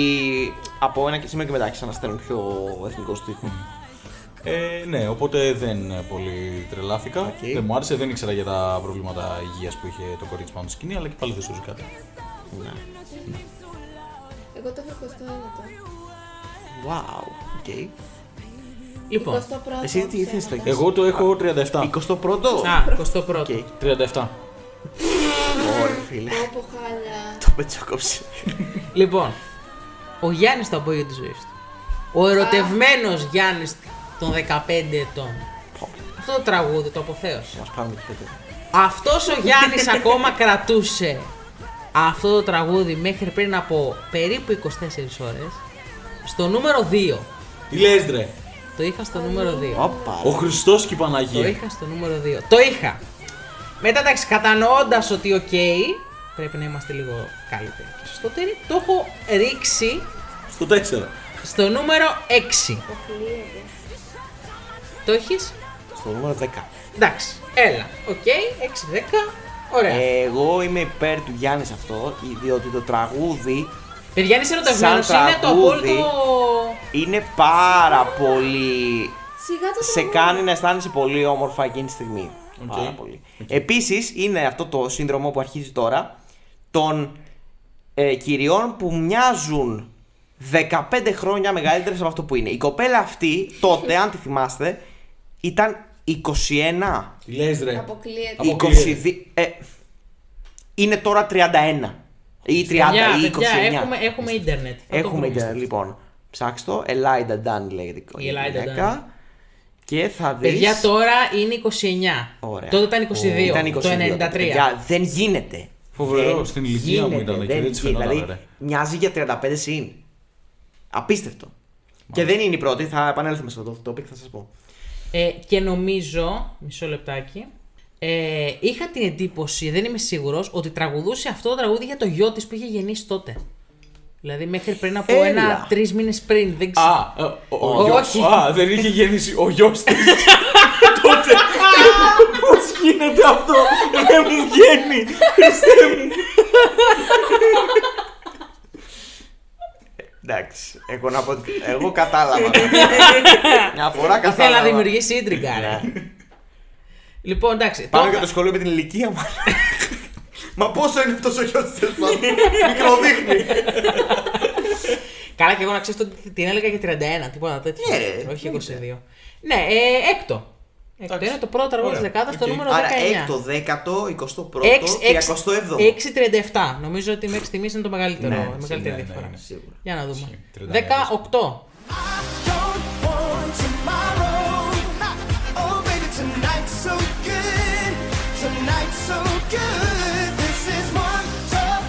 A: από ένα και σήμερα και μετά ξαναστέλνουν πιο εθνικό στίχο.
D: Ε, ναι, οπότε δεν ε, πολύ τρελάθηκα.
A: Οκ.
D: Δεν μου άρεσε, δεν ήξερα για τα προβλήματα υγείας που είχε το κορίτσι πάνω στη σκηνή, αλλά και πάλι δεν σώζει κάτι.
A: Ναι.
C: Εγώ το έχω
A: Λοιπόν,
C: 29ο.
A: Wow, οκ.
B: Λοιπόν,
C: 21ο.
A: εσύ τι ήθελες το έχεις.
D: Εγώ το έχω 37.
A: 21ο.
B: α, 21ο.
A: Οκ.
D: 37.
A: Ωραία, φίλε.
C: Όπω χάλια.
A: Το πετσόκοψε.
B: Λοιπόν, ο Γιάννης το απόγειο της ζωής του. Ο ερωτευμένος Γιάννης των 15 ετών. Αυτό το τραγούδι το αποθέωσε.
A: Μας πάμε και τέτοιο.
B: Αυτός ο Γιάννης ακόμα κρατούσε αυτό το τραγούδι μέχρι πριν από περίπου 24 ώρες. Στο νούμερο 2.
D: Τι λες, ρε.
B: Το είχα στο νούμερο 2.
A: Όπα. ρε.
D: Ο Χριστός και η
B: Το
D: Παναγία.
B: είχα στο νούμερο 2. Το είχα. Μετά εντάξει, κατανοώντας ότι οκ, πρέπει να είμαστε λίγο καλύτεροι. και Σωστότεροι, το έχω ρίξει
D: Στο 4.
B: στο νούμερο 6. Το έχεις.
A: Στο νούμερο 10.
B: Εντάξει. Έλα. Οκ, 6-10. Ωραία.
A: Ε,
D: Ε.
A: Εγώ είμαι υπέρ του Γιάννης σε αυτό, διότι το τραγούδι
B: Παιδιά, αν είσαι ερωτευμένος,
A: σαν
B: είναι το
A: τραγούδι.
B: απόλυτο.
A: είναι πάρα πολύ
C: Σιγά το
A: σε κάνει να αισθάνεσαι πολύ όμορφα εκείνη τη στιγμή.
D: Οκ.
A: Πάρα πολύ.
D: Οκ.
A: Επίσης είναι αυτό το σύνδρομο που αρχίζει τώρα των ε, κυριών που μοιάζουν 15 χρόνια μεγαλύτερες από αυτό που είναι. Η κοπέλα αυτή τότε, αν τη θυμάστε, ήταν 21.
D: Τι λες, ρε.
C: Αποκλείεται.
D: Αποκλείεται.
A: 22. Ε, είναι τώρα 31. Ή 30
B: Παιδιά,
A: ή 29.
B: παιδιά, έχουμε, έχουμε ίντερνετ. Θα το
A: Έχουμε
B: βρούμε.
A: ίντερνετ, λοιπόν. Ψάξτε το. Ελάιντα Ντάν λέγεται η
B: Η Elaida
A: γυναίκα. Και θα δεις...
B: Παιδιά, τώρα είναι 29.
A: Ωραία.
B: Τότε ήταν 22.
A: Ήταν 22.
B: το 93.
A: Παιδιά, δεν γίνεται.
D: Φοβερό,
A: Δεν
D: στην ηλικία μου ήταν εκεί,
A: δεν
D: δεν της
A: γίνεται.
D: φαινόταν,
A: Δηλαδή,
D: ρε.
A: μοιάζει για 35 συν. Απίστευτο. Και δεν είναι η πρώτη, θα επανέλθουμε σε αυτό το topic, θα σας πω.
B: Ε, και νομίζω, μισό λεπτάκι, ε, είχα την εντύπωση, δεν είμαι σίγουρος, ότι τραγουδούσε αυτό το τραγούδι για το γιο της που είχε γεννήσει τότε. Δηλαδή μέχρι πριν από
A: Έλα.
B: ένα τρεις μήνες πριν. Δεν ξέρω.
D: Α, ε, ο- ο γιος.
B: Όχι.
D: Α, δεν είχε γεννήσει ο γιος της. Τότε. Πώς γίνεται αυτό, δεν μου βγαίνει.
A: Εντάξει, εγώ να πω ότι- εγώ κατάλαβα. Μια φορά κατάλαβα.
B: Ήθελα να δημιουργήσει ίντριγκα. ρε.
A: Ναι.
B: λοιπόν, εντάξει.
A: Πάμε
B: το-
A: για το σχολείο με την ηλικία μα. Μα πόσο είναι αυτός ο γιος τη Μικροδείχνει.
B: Καλά, και εγώ να ξέρω την έλεγα για 31, τίποτα τέτοιο.
A: Ναι, ρε,
B: Όχι
A: εννοείται.
B: 22. Ναι, ε, έκτο. Έκτο
D: Εντάξει.
B: είναι το πρώτο τραγούδι της
D: Ωραία.
B: δεκάδας, το
D: Οκ.
B: νούμερο 19.
A: Άρα 6ο, 10ο, 21ο
B: Έξ-
A: και
B: έξ-
A: 27ο.
B: 6.37. Νομίζω ότι μέχρι στιγμής είναι το μεγαλύτερο.
A: Ναι,
B: η μεγαλύτερη
D: ναι, ναι,
B: διαφορά.
D: ναι,
A: σίγουρα.
B: Για να δούμε.
D: 39.
B: 18.
E: Don't want tomorrow. Oh, baby, tonight's so good. Tonight's so good. This is one tough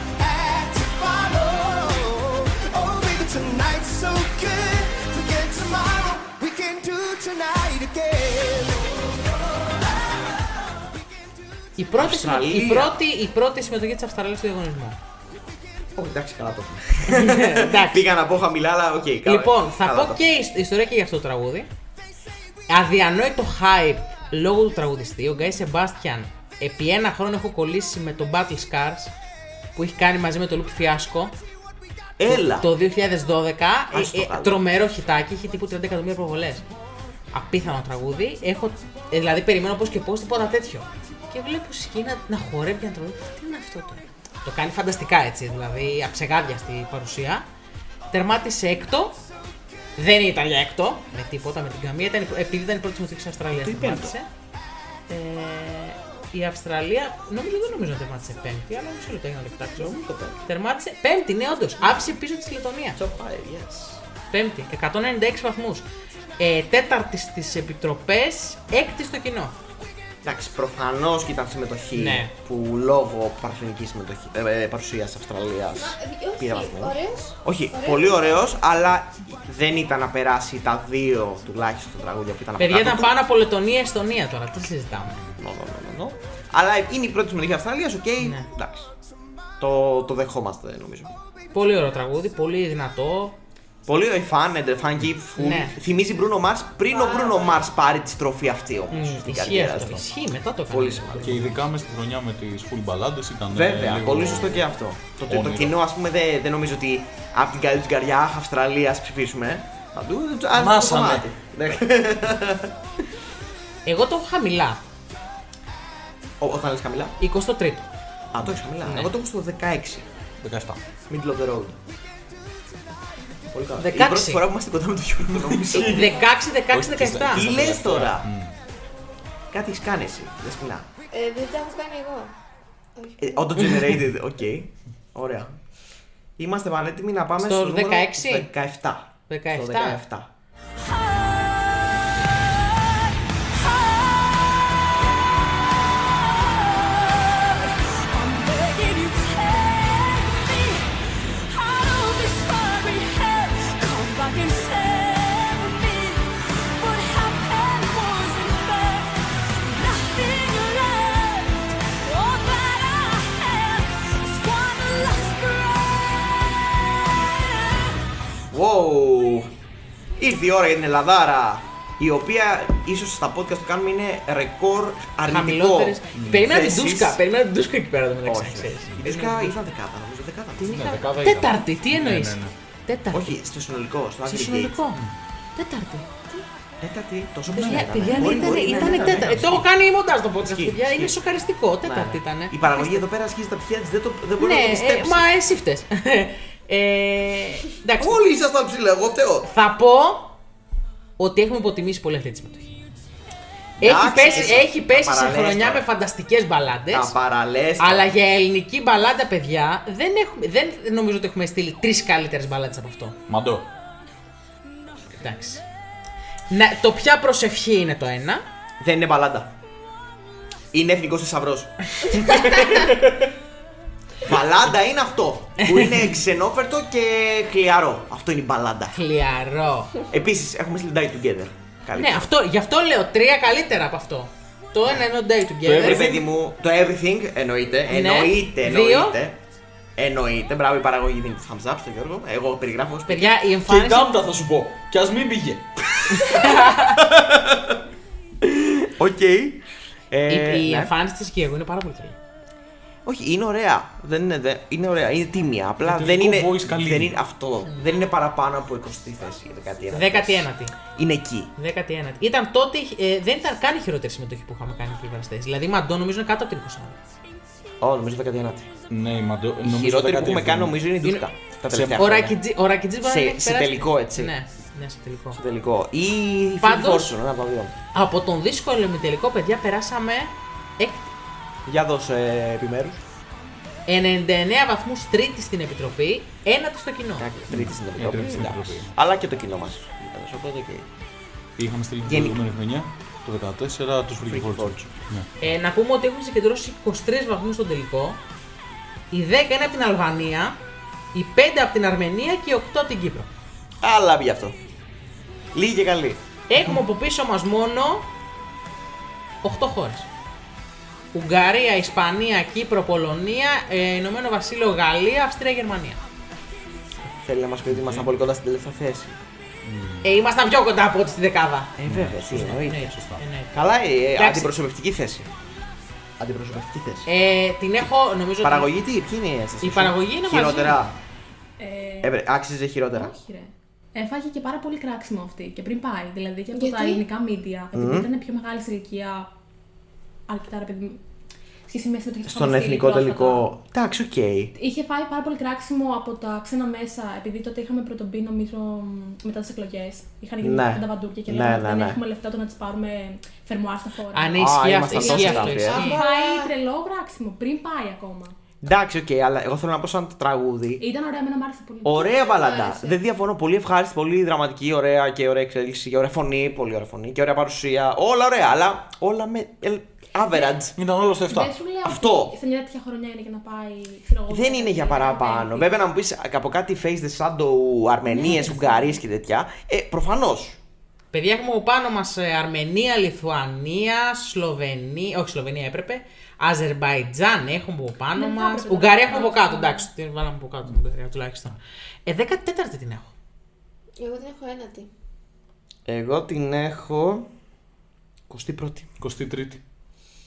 E: act to follow. Oh, baby, tonight's so good. Forget tomorrow. We can do tonight again.
B: Η πρώτη, συμμετο-
A: Αυστραλία.
B: η πρώτη, η πρώτη συμμετοχή της Αυστραλίας στο διαγωνισμό.
A: Ω, Εντάξει, καλά το έχουμε.
B: Εντάξει.
A: Πήγα να πω χαμηλά, αλλά οκ. καλά.
B: λοιπόν, θα
A: Ναι, Καλά
B: πω
A: το.
B: και η ιστορία και για αυτό το τραγούδι. αδιανόητο hype λόγω του τραγουδιστή. Ο Γκάι Σεμπάστιαν επί ένα χρόνο έχω κολλήσει με τον Battle Scars που έχει κάνει μαζί με τον Loop Fiasco
A: Έλα.
B: το 2012.
A: Άστο
B: Ε, ε,
A: καλά.
B: τρομερό χιτάκι, είχε τύπου 30 εκατομμύρια προβολές. Απίθανο τραγούδι. Έχω, ε, δηλαδή περιμένω πώς και πώς τίποτα τέτοιο. Και βλέπω σκήνα να χορεύει και να τραγουδάει. Τι είναι αυτό τώρα. Το κάνει φανταστικά έτσι, δηλαδή αψεγάδιαστη παρουσία. Τερμάτισε έκτο. Δεν ήταν για έκτο με τίποτα, με την καμία. Ήταν, η- επειδή ήταν η πρώτη συμμετοχή της Αυστραλίας, τερμάτισε. Ε, η Αυστραλία, νομίζω δεν νομίζω να τερμάτισε πέμπτη, αλλά μισό λεπτό για να το κοιτάξω. Τερμάτισε πέμπτη, ναι, όντως. Άφησε πίσω της Λετωνίας. Πέμπτη, 196 βαθμούς. Ε, τέταρτης στις επιτροπές, έκτη στο κοινό.
A: Εντάξει, προφανώς και ήταν συμμετοχή
B: Ναι.
A: που λόγω παρθενικής συμμετοχή, ε, παρουσίας Αυστραλίας
C: ε, Όχι, ωραίος.
A: Όχι,
C: Ωραίος.
A: πολύ ωραίος, αλλά δεν ήταν να περάσει τα δύο τουλάχιστον τραγούδια που ήταν από
B: Παιδιά
A: κάτω
B: ήταν
A: του.
B: πάνω από Λετωνία, Εστονία τώρα. Τι συζητάμε.
A: No, no, no, no, no. Αλλά είναι η πρώτη συμμετοχή Αυστραλίας, οκ.
B: Ναι.
A: Εντάξει. Το, το δεχόμαστε νομίζω.
B: Πολύ ωραίο τραγούδι, πολύ δυνατό.
A: Πολύ ωραίο, φάνεται, φάνηκε. φου-
B: Ναι.
A: Θυμίζει Bruno Mars πριν ο Bruno Mars πάρει τη στροφή αυτή όμως.
B: Μμ,
A: στην
B: Ισχύει
A: καριέρα
B: αυτό.
A: του.
B: Ισχύει μετά το
A: Πολύ
B: κάνει.
A: σημαντικό.
D: Και ειδικά μες στη χρονιά με τις full μπαλάντες ήταν. ε,
A: Βέβαια,
D: λίγο-
A: πολύ σωστό και αυτό. Το, το, το
D: Όνειρο.
A: κοινό, ας πούμε, δεν, δεν νομίζω ότι από την καλή του καρδιά, αχ, Αυστραλία, ας ψηφίσουμε. Παντού, ας
D: Μάσαμε.
A: το κομμάτι. Ναι.
B: Εγώ το έχω χαμηλά.
A: Ό, Όταν λες χαμηλά.
B: 23ο.
A: Α, το έχεις χαμηλά.
B: Ναι.
A: Εγώ το έχω στο 16.
D: 17.
A: Middle of the road. Πολύ καλά.
B: 16.
A: Η πρώτη φορά που είμαστε κοντά με το Γιώργο, νομίζω.
B: 16, 16, 17.
A: Τι λες τώρα. Κάτι έχεις κάνει εσύ, δεν σπινά.
C: Ε, δεν τα έχω κάνει εγώ. Όχι.
A: Ε, Auto generated, οκ. Ωραία. Είμαστε πανέτοιμοι να πάμε
B: Στο
A: στο, νούμερο
B: 16.
A: 17.
B: 17.
A: Στο 17. Wow! Ήρθε η ώρα για την Ελλαδάρα, η οποία ίσως στα podcast που κάνουμε είναι ρεκόρ αρνητικό. Mm.
B: Χαμηλότερε. Περίμενα την
A: θέσεις.
B: Τούσκα. Περίμενα την Τούσκα εκεί πέρα το μεταξύ.
A: Όχι.
B: ξέρεις.
A: Η Τούσκα ήταν δεκάτα, νομίζω δεκάτα.
B: Την είχα-
D: δεκάδα ήταν.
B: Τέταρτη, τι
D: Ναι, ναι,
B: εννοείς.
D: ναι.
B: Τέταρτη.
A: Όχι, στο συνολικό, στο
B: Σε
A: aggregate.
B: συνολικό.
A: Ναι,
B: Τέταρτη.
A: Τέταρτη, τόσο που
B: Παιδιά,
A: ήταν.
B: παιδιά,
A: Μπορεί,
B: ήταν,
A: μπορεί, ναι,
B: ήταν
A: ναι, ναι.
B: τέταρτη. Το έχω κάνει μοντάζ το podcast,
A: Ισχύει,
B: παιδιά. Είναι
A: ισχύει.
B: σοκαριστικό.
A: Ναι,
B: Τέταρτη ήταν.
A: Η παραγωγή εδώ πέρα ασχίζει τα πτυχία της, δεν, το, δεν μπορεί
B: Ναι,
A: να το
B: ε,
A: πιστέψει.
B: μα εσύ φταίει. Εντάξει.
A: Όλοι ήσασταν ψηλά, εγώ φταίω.
B: Θα πω ότι έχουμε υποτιμήσει πολύ αυτή τη συμμετοχή. Έχει
A: Εντάξει,
B: πέσει,
A: εσύ.
B: έχει
A: Τα
B: πέσει σε
A: παραλέες
B: χρονιά
A: τώρα.
B: με φανταστικές μπαλάντες.
A: Τα παραλές.
B: Αλλά για ελληνική μπαλάντα, παιδιά, δεν, έχουμε, δεν νομίζω ότι έχουμε στείλει τρεις καλύτερες μπαλάντες από αυτό.
D: Μαντό.
B: Εντάξει. Να, το ποια προσευχή είναι το ένα.
A: Δεν είναι μπαλάντα. Είναι εθνικός θησαυρός. μπαλάντα είναι αυτό. Που είναι ξενόφερτο και χλιαρό. Αυτό είναι η μπαλάντα.
B: Χλιαρό.
A: Επίσης, έχουμε στείλει Die Together. Καλή.
B: ναι, αυτό, γι' αυτό λέω τρία καλύτερα από αυτό. Το ένα είναι ο Day
A: Ρε
B: Together.
A: Ε, παιδί μου, το everything εννοείται. Εννοείται,
B: Ναι. Δύο.
A: εννοείται. Εννοείται. Μπράβο, η παραγωγή δίνει thumbs up στον Γιώργο. Εγώ περιγράφω ως
B: παιδιά, η
D: Και η
B: εμφάνιση.
D: Ντάμτα θα σου πω. Κι ας μην πήγε.
A: Οκ.
B: Η,
A: Ε,
B: η
A: ναι.
B: εμφάνιση της Γιέργου είναι πάρα πολύ καλή.
A: Όχι, είναι ωραία. Δεν είναι, δε- είναι ωραία. Είναι τίμια. Απλά
D: Το
A: δεν
D: τελικό
A: είναι,
D: voice καλή
A: δεν
D: είναι.
A: είναι αυτό. Δεν είναι παραπάνω από 20η θέση. 19η.
B: 19η.
A: Είναι εκεί.
B: 19η. Ήταν τότε, ε, δεν ήταν καν η χειρότερη συμμετοχή που είχαμε κάνει οι πληβραστέ. Δηλαδή, η Μαντό νομίζω είναι κάτω από την 20η.
A: Ω, νομίζω 19η.
D: Ναι, Μαντό.
A: Η χειρότερη που έχουμε κάνει νομίζω είναι η Ντούσκα. Τα τελευταία
B: Ο
A: χρόνια.
B: Ρακιτζή- Ο Ρακιτζή μπορεί να
A: Ε, Σε-
B: είναι
A: σε
B: περάσει-
A: τελικό, έτσι.
B: Ναι, ναι, σε τελικό.
A: Στο τελικό. Ή η Φίλη
B: Πάντως-
A: Φόρσον, ένα από τα δύο.
B: Από τον δύσκολο ημιτελικό, παιδιά, περάσαμε έκτη.
A: Για δώσε ε, επιμέρους.
B: 99 βαθμούς τρίτη στην επιτροπή, ένατη στο κοινό.
A: Εντάξει, Ε, Τρίτη στην Ευρώπη.
D: τρίτη στην
A: εντάξει.
D: Ευρώπη.
A: Αλλά και το κοινό μας. Οπότε και.
D: Είχαμε στείλει την
A: Γενικά.
D: προηγούμενη χρονιά, το 14, τους Freaky
A: Freaky
D: Fortune.
A: Fortune.
D: Ναι.
B: Ε, να πούμε ότι έχουν συγκεντρώσει 23 βαθμούς στον τελικό. Οι 10 είναι από την Αλβανία, οι 5 από την Αρμενία και οι 8 από την Κύπρο.
A: Αλλά πήγε αυτό. Λίγη και καλή.
B: Έχουμε από πίσω μας μόνο 8 χώρες. Ουγγαρία, Ισπανία, Κύπρο, Πολωνία, ε, Ηνωμένο Βασίλειο, Γαλλία, Αυστρία, Γερμανία.
A: Θέλει να μας πει ότι ήμασταν πολύ κοντά στην τελευταία θέση.
B: Ε, ήμασταν πιο κοντά από ό,τι στη δεκάδα.
A: Ε, βέβαια, τι εννοείται.
B: σωστά.
A: Καλά, ε,
B: Εντάξει.
A: αντιπροσωπευτική θέση. Αντιπροσωπευτική θέση.
B: Ε, την έχω, νομίζω. ότι-
A: Παραγωγή τι, ποιοι είναι οι αίσθηση.
B: Η παραγωγή είναι μαζί.
A: Χειρότερα.
G: Ε,
A: Έπρε- Άξιζε χειρότερα.
G: όχι, ρε. Έφαγε και πάρα πολύ κράξιμο αυτή και πριν πάει. Δηλαδή και από τα
C: Γιατί?
G: ελληνικά media. Επειδή ήταν πιο μεγάλη σε ηλικία. Αρκετά ρε παιδί. μου, Σχέση με το
A: Στον εθνικό τελικό. Εντάξει, οκ.
G: Είχε φάει πάρα πολύ κράξιμο από τα ξένα μέσα, επειδή τότε είχαμε πρωτομπεί, νομίζω, μετά τις εκλογές. Είχαν γίνει
A: Ναι.
G: τα μπαντούκια και
A: Ναι,
G: λέγανε
A: ναι,
G: ότι δεν
A: ναι.
G: έχουμε λεφτά το να τις πάρουμε φερμοά στα χώρα.
B: Αν
A: Α,
B: ισχύει αυτό,
A: ήμασταν
B: ισχύει
A: τόσο
B: αυτό.
A: καλοί, ε.
G: Είχε
B: ισχύει.
G: φάει τρελό κράξιμο πριν πάει ακόμα.
A: Εντάξει, οκ, αλλά εγώ θέλω να πω σαν τραγούδι.
G: Ήταν ωραία, εμένα μου άρεσε πολύ.
A: Ωραία
C: Μ'
A: μπαλαντά.
C: άρεσε.
A: Δεν διαφωνώ. Πολύ ευχάριστη, πολύ δραματική, ωραία και ωραία εξέλιξη και ωραία φωνή. Πολύ ωραία φωνή και ωραία παρουσία. Όλα ωραία, αλλά όλα με. ελ-
B: Ναι.
A: average.
D: Ήταν όλο στο 7.
G: Δεν σου λέω
A: Αυτό.
G: ότι σε μια τέτοια χρονιά είναι για να πάει. ξέρω εγώ,
A: Δεν είναι για παραπάνω. Βέβαια, να μου πεις από κάτι face the shadow, Αρμενίες, Ουγγαρίες και τέτοια. Ε, προφανώς.
B: Παιδιά, έχουμε από πάνω μας Αρμενία, Λιθουανία, Σλοβενία. Όχι, Σλοβενία έπρεπε. Αζερβαϊτζάν έχουμε από πάνω
G: Δεν θα
B: μας.
G: έπρεπε να
B: Ουγγαρία
G: το
B: έχουμε από
G: βάλεις,
B: κάτω.
G: ναι.
B: Εντάξει, την βάλαμε από κάτω την Ουγγαρία τουλάχιστον. Ε, 14η την έχω.
C: Εγώ την έχω ένατη.
A: Εγώ την έχω. 21η.
D: 23η.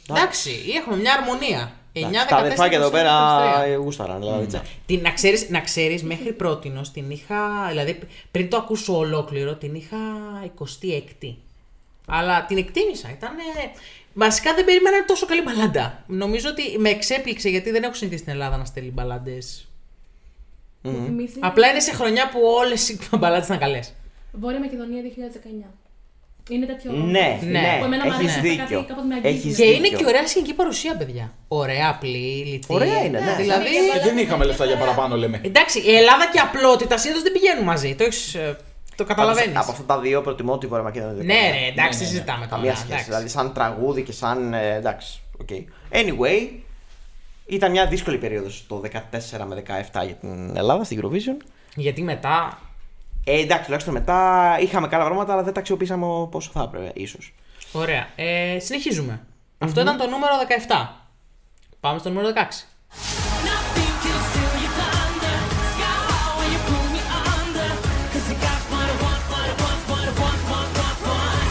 B: Εντάξει, έχουμε μια αρμονία. 9, 14,
A: Εντάξει, Τα αδερφάκια εδώ
B: 23.
A: πέρα ε, γούσταραν.
B: Ναι.
A: Δηλαδή. τσα.
B: Την, να ξέρεις, να ξέρεις μέχρι πρώτη την είχα, δηλαδή πριν το ακούσω ολόκληρο, την είχα 26η. Αλλά την εκτίμησα, ήταν... βασικά δεν περίμενα τόσο καλή μπαλάντα. Νομίζω ότι με εξέπληξε γιατί δεν έχω συνηθίσει στην Ελλάδα να στέλνει μπαλάντες.
G: Μου θυμίζει
A: Ναι.
B: Απλά είναι σε χρονιά που όλες οι μπαλάντες ήταν καλές.
G: Βόρεια Μακεδονία 2019. Είναι τέτοιο.
A: Ναι,
B: Ναι.
A: ναι,
G: Που εμένα μου
A: έχεις
G: αρέσει να
A: δίκιο.
G: κάτι κάπως με αγγίζει.
A: Έχεις
B: Και
A: δίκιο.
B: είναι και ωραία σκηνική παρουσία, παιδιά. Ωραία, απλή, λιτή.
A: Ωραία είναι, ναι.
B: Δηλαδή,
D: Ε, δεν είχαμε λεφτά για παραπάνω, λέμε.
B: εντάξει, η Ελλάδα και η απλότητα συνήθως δεν πηγαίνουν μαζί. Το, έχεις, ε, το καταλαβαίνεις.
A: Από αυτά τα δύο προτιμώ τη Βόρεια Μακεδονία.
B: Ναι, ρε, εντάξει,
D: Ναι, ναι, ναι.
B: συζητάμε τώρα.
A: Καμία σχέση.
B: εντάξει.
A: Δηλαδή, σαν τραγούδι και σαν. ε, εντάξει, οκ. Anyway, ήταν μια δύσκολη περίοδος το 14 με 17 για την Ελλάδα στην Eurovision.
B: Γιατί μετά.
A: Ε, εντάξει, τουλάχιστον μετά είχαμε καλά πράγματα, αλλά δεν τα αξιοποιήσαμε όσο θα έπρεπε, ίσως.
B: Ωραία. Ε, συνεχίζουμε. Αυτό ήταν το νούμερο 17. Πάμε στο νούμερο 16.
F: Nothing kills till you thunder. Sky high when you pull me under. 'Cause you got what I want, what I want, what I want, want, want, want.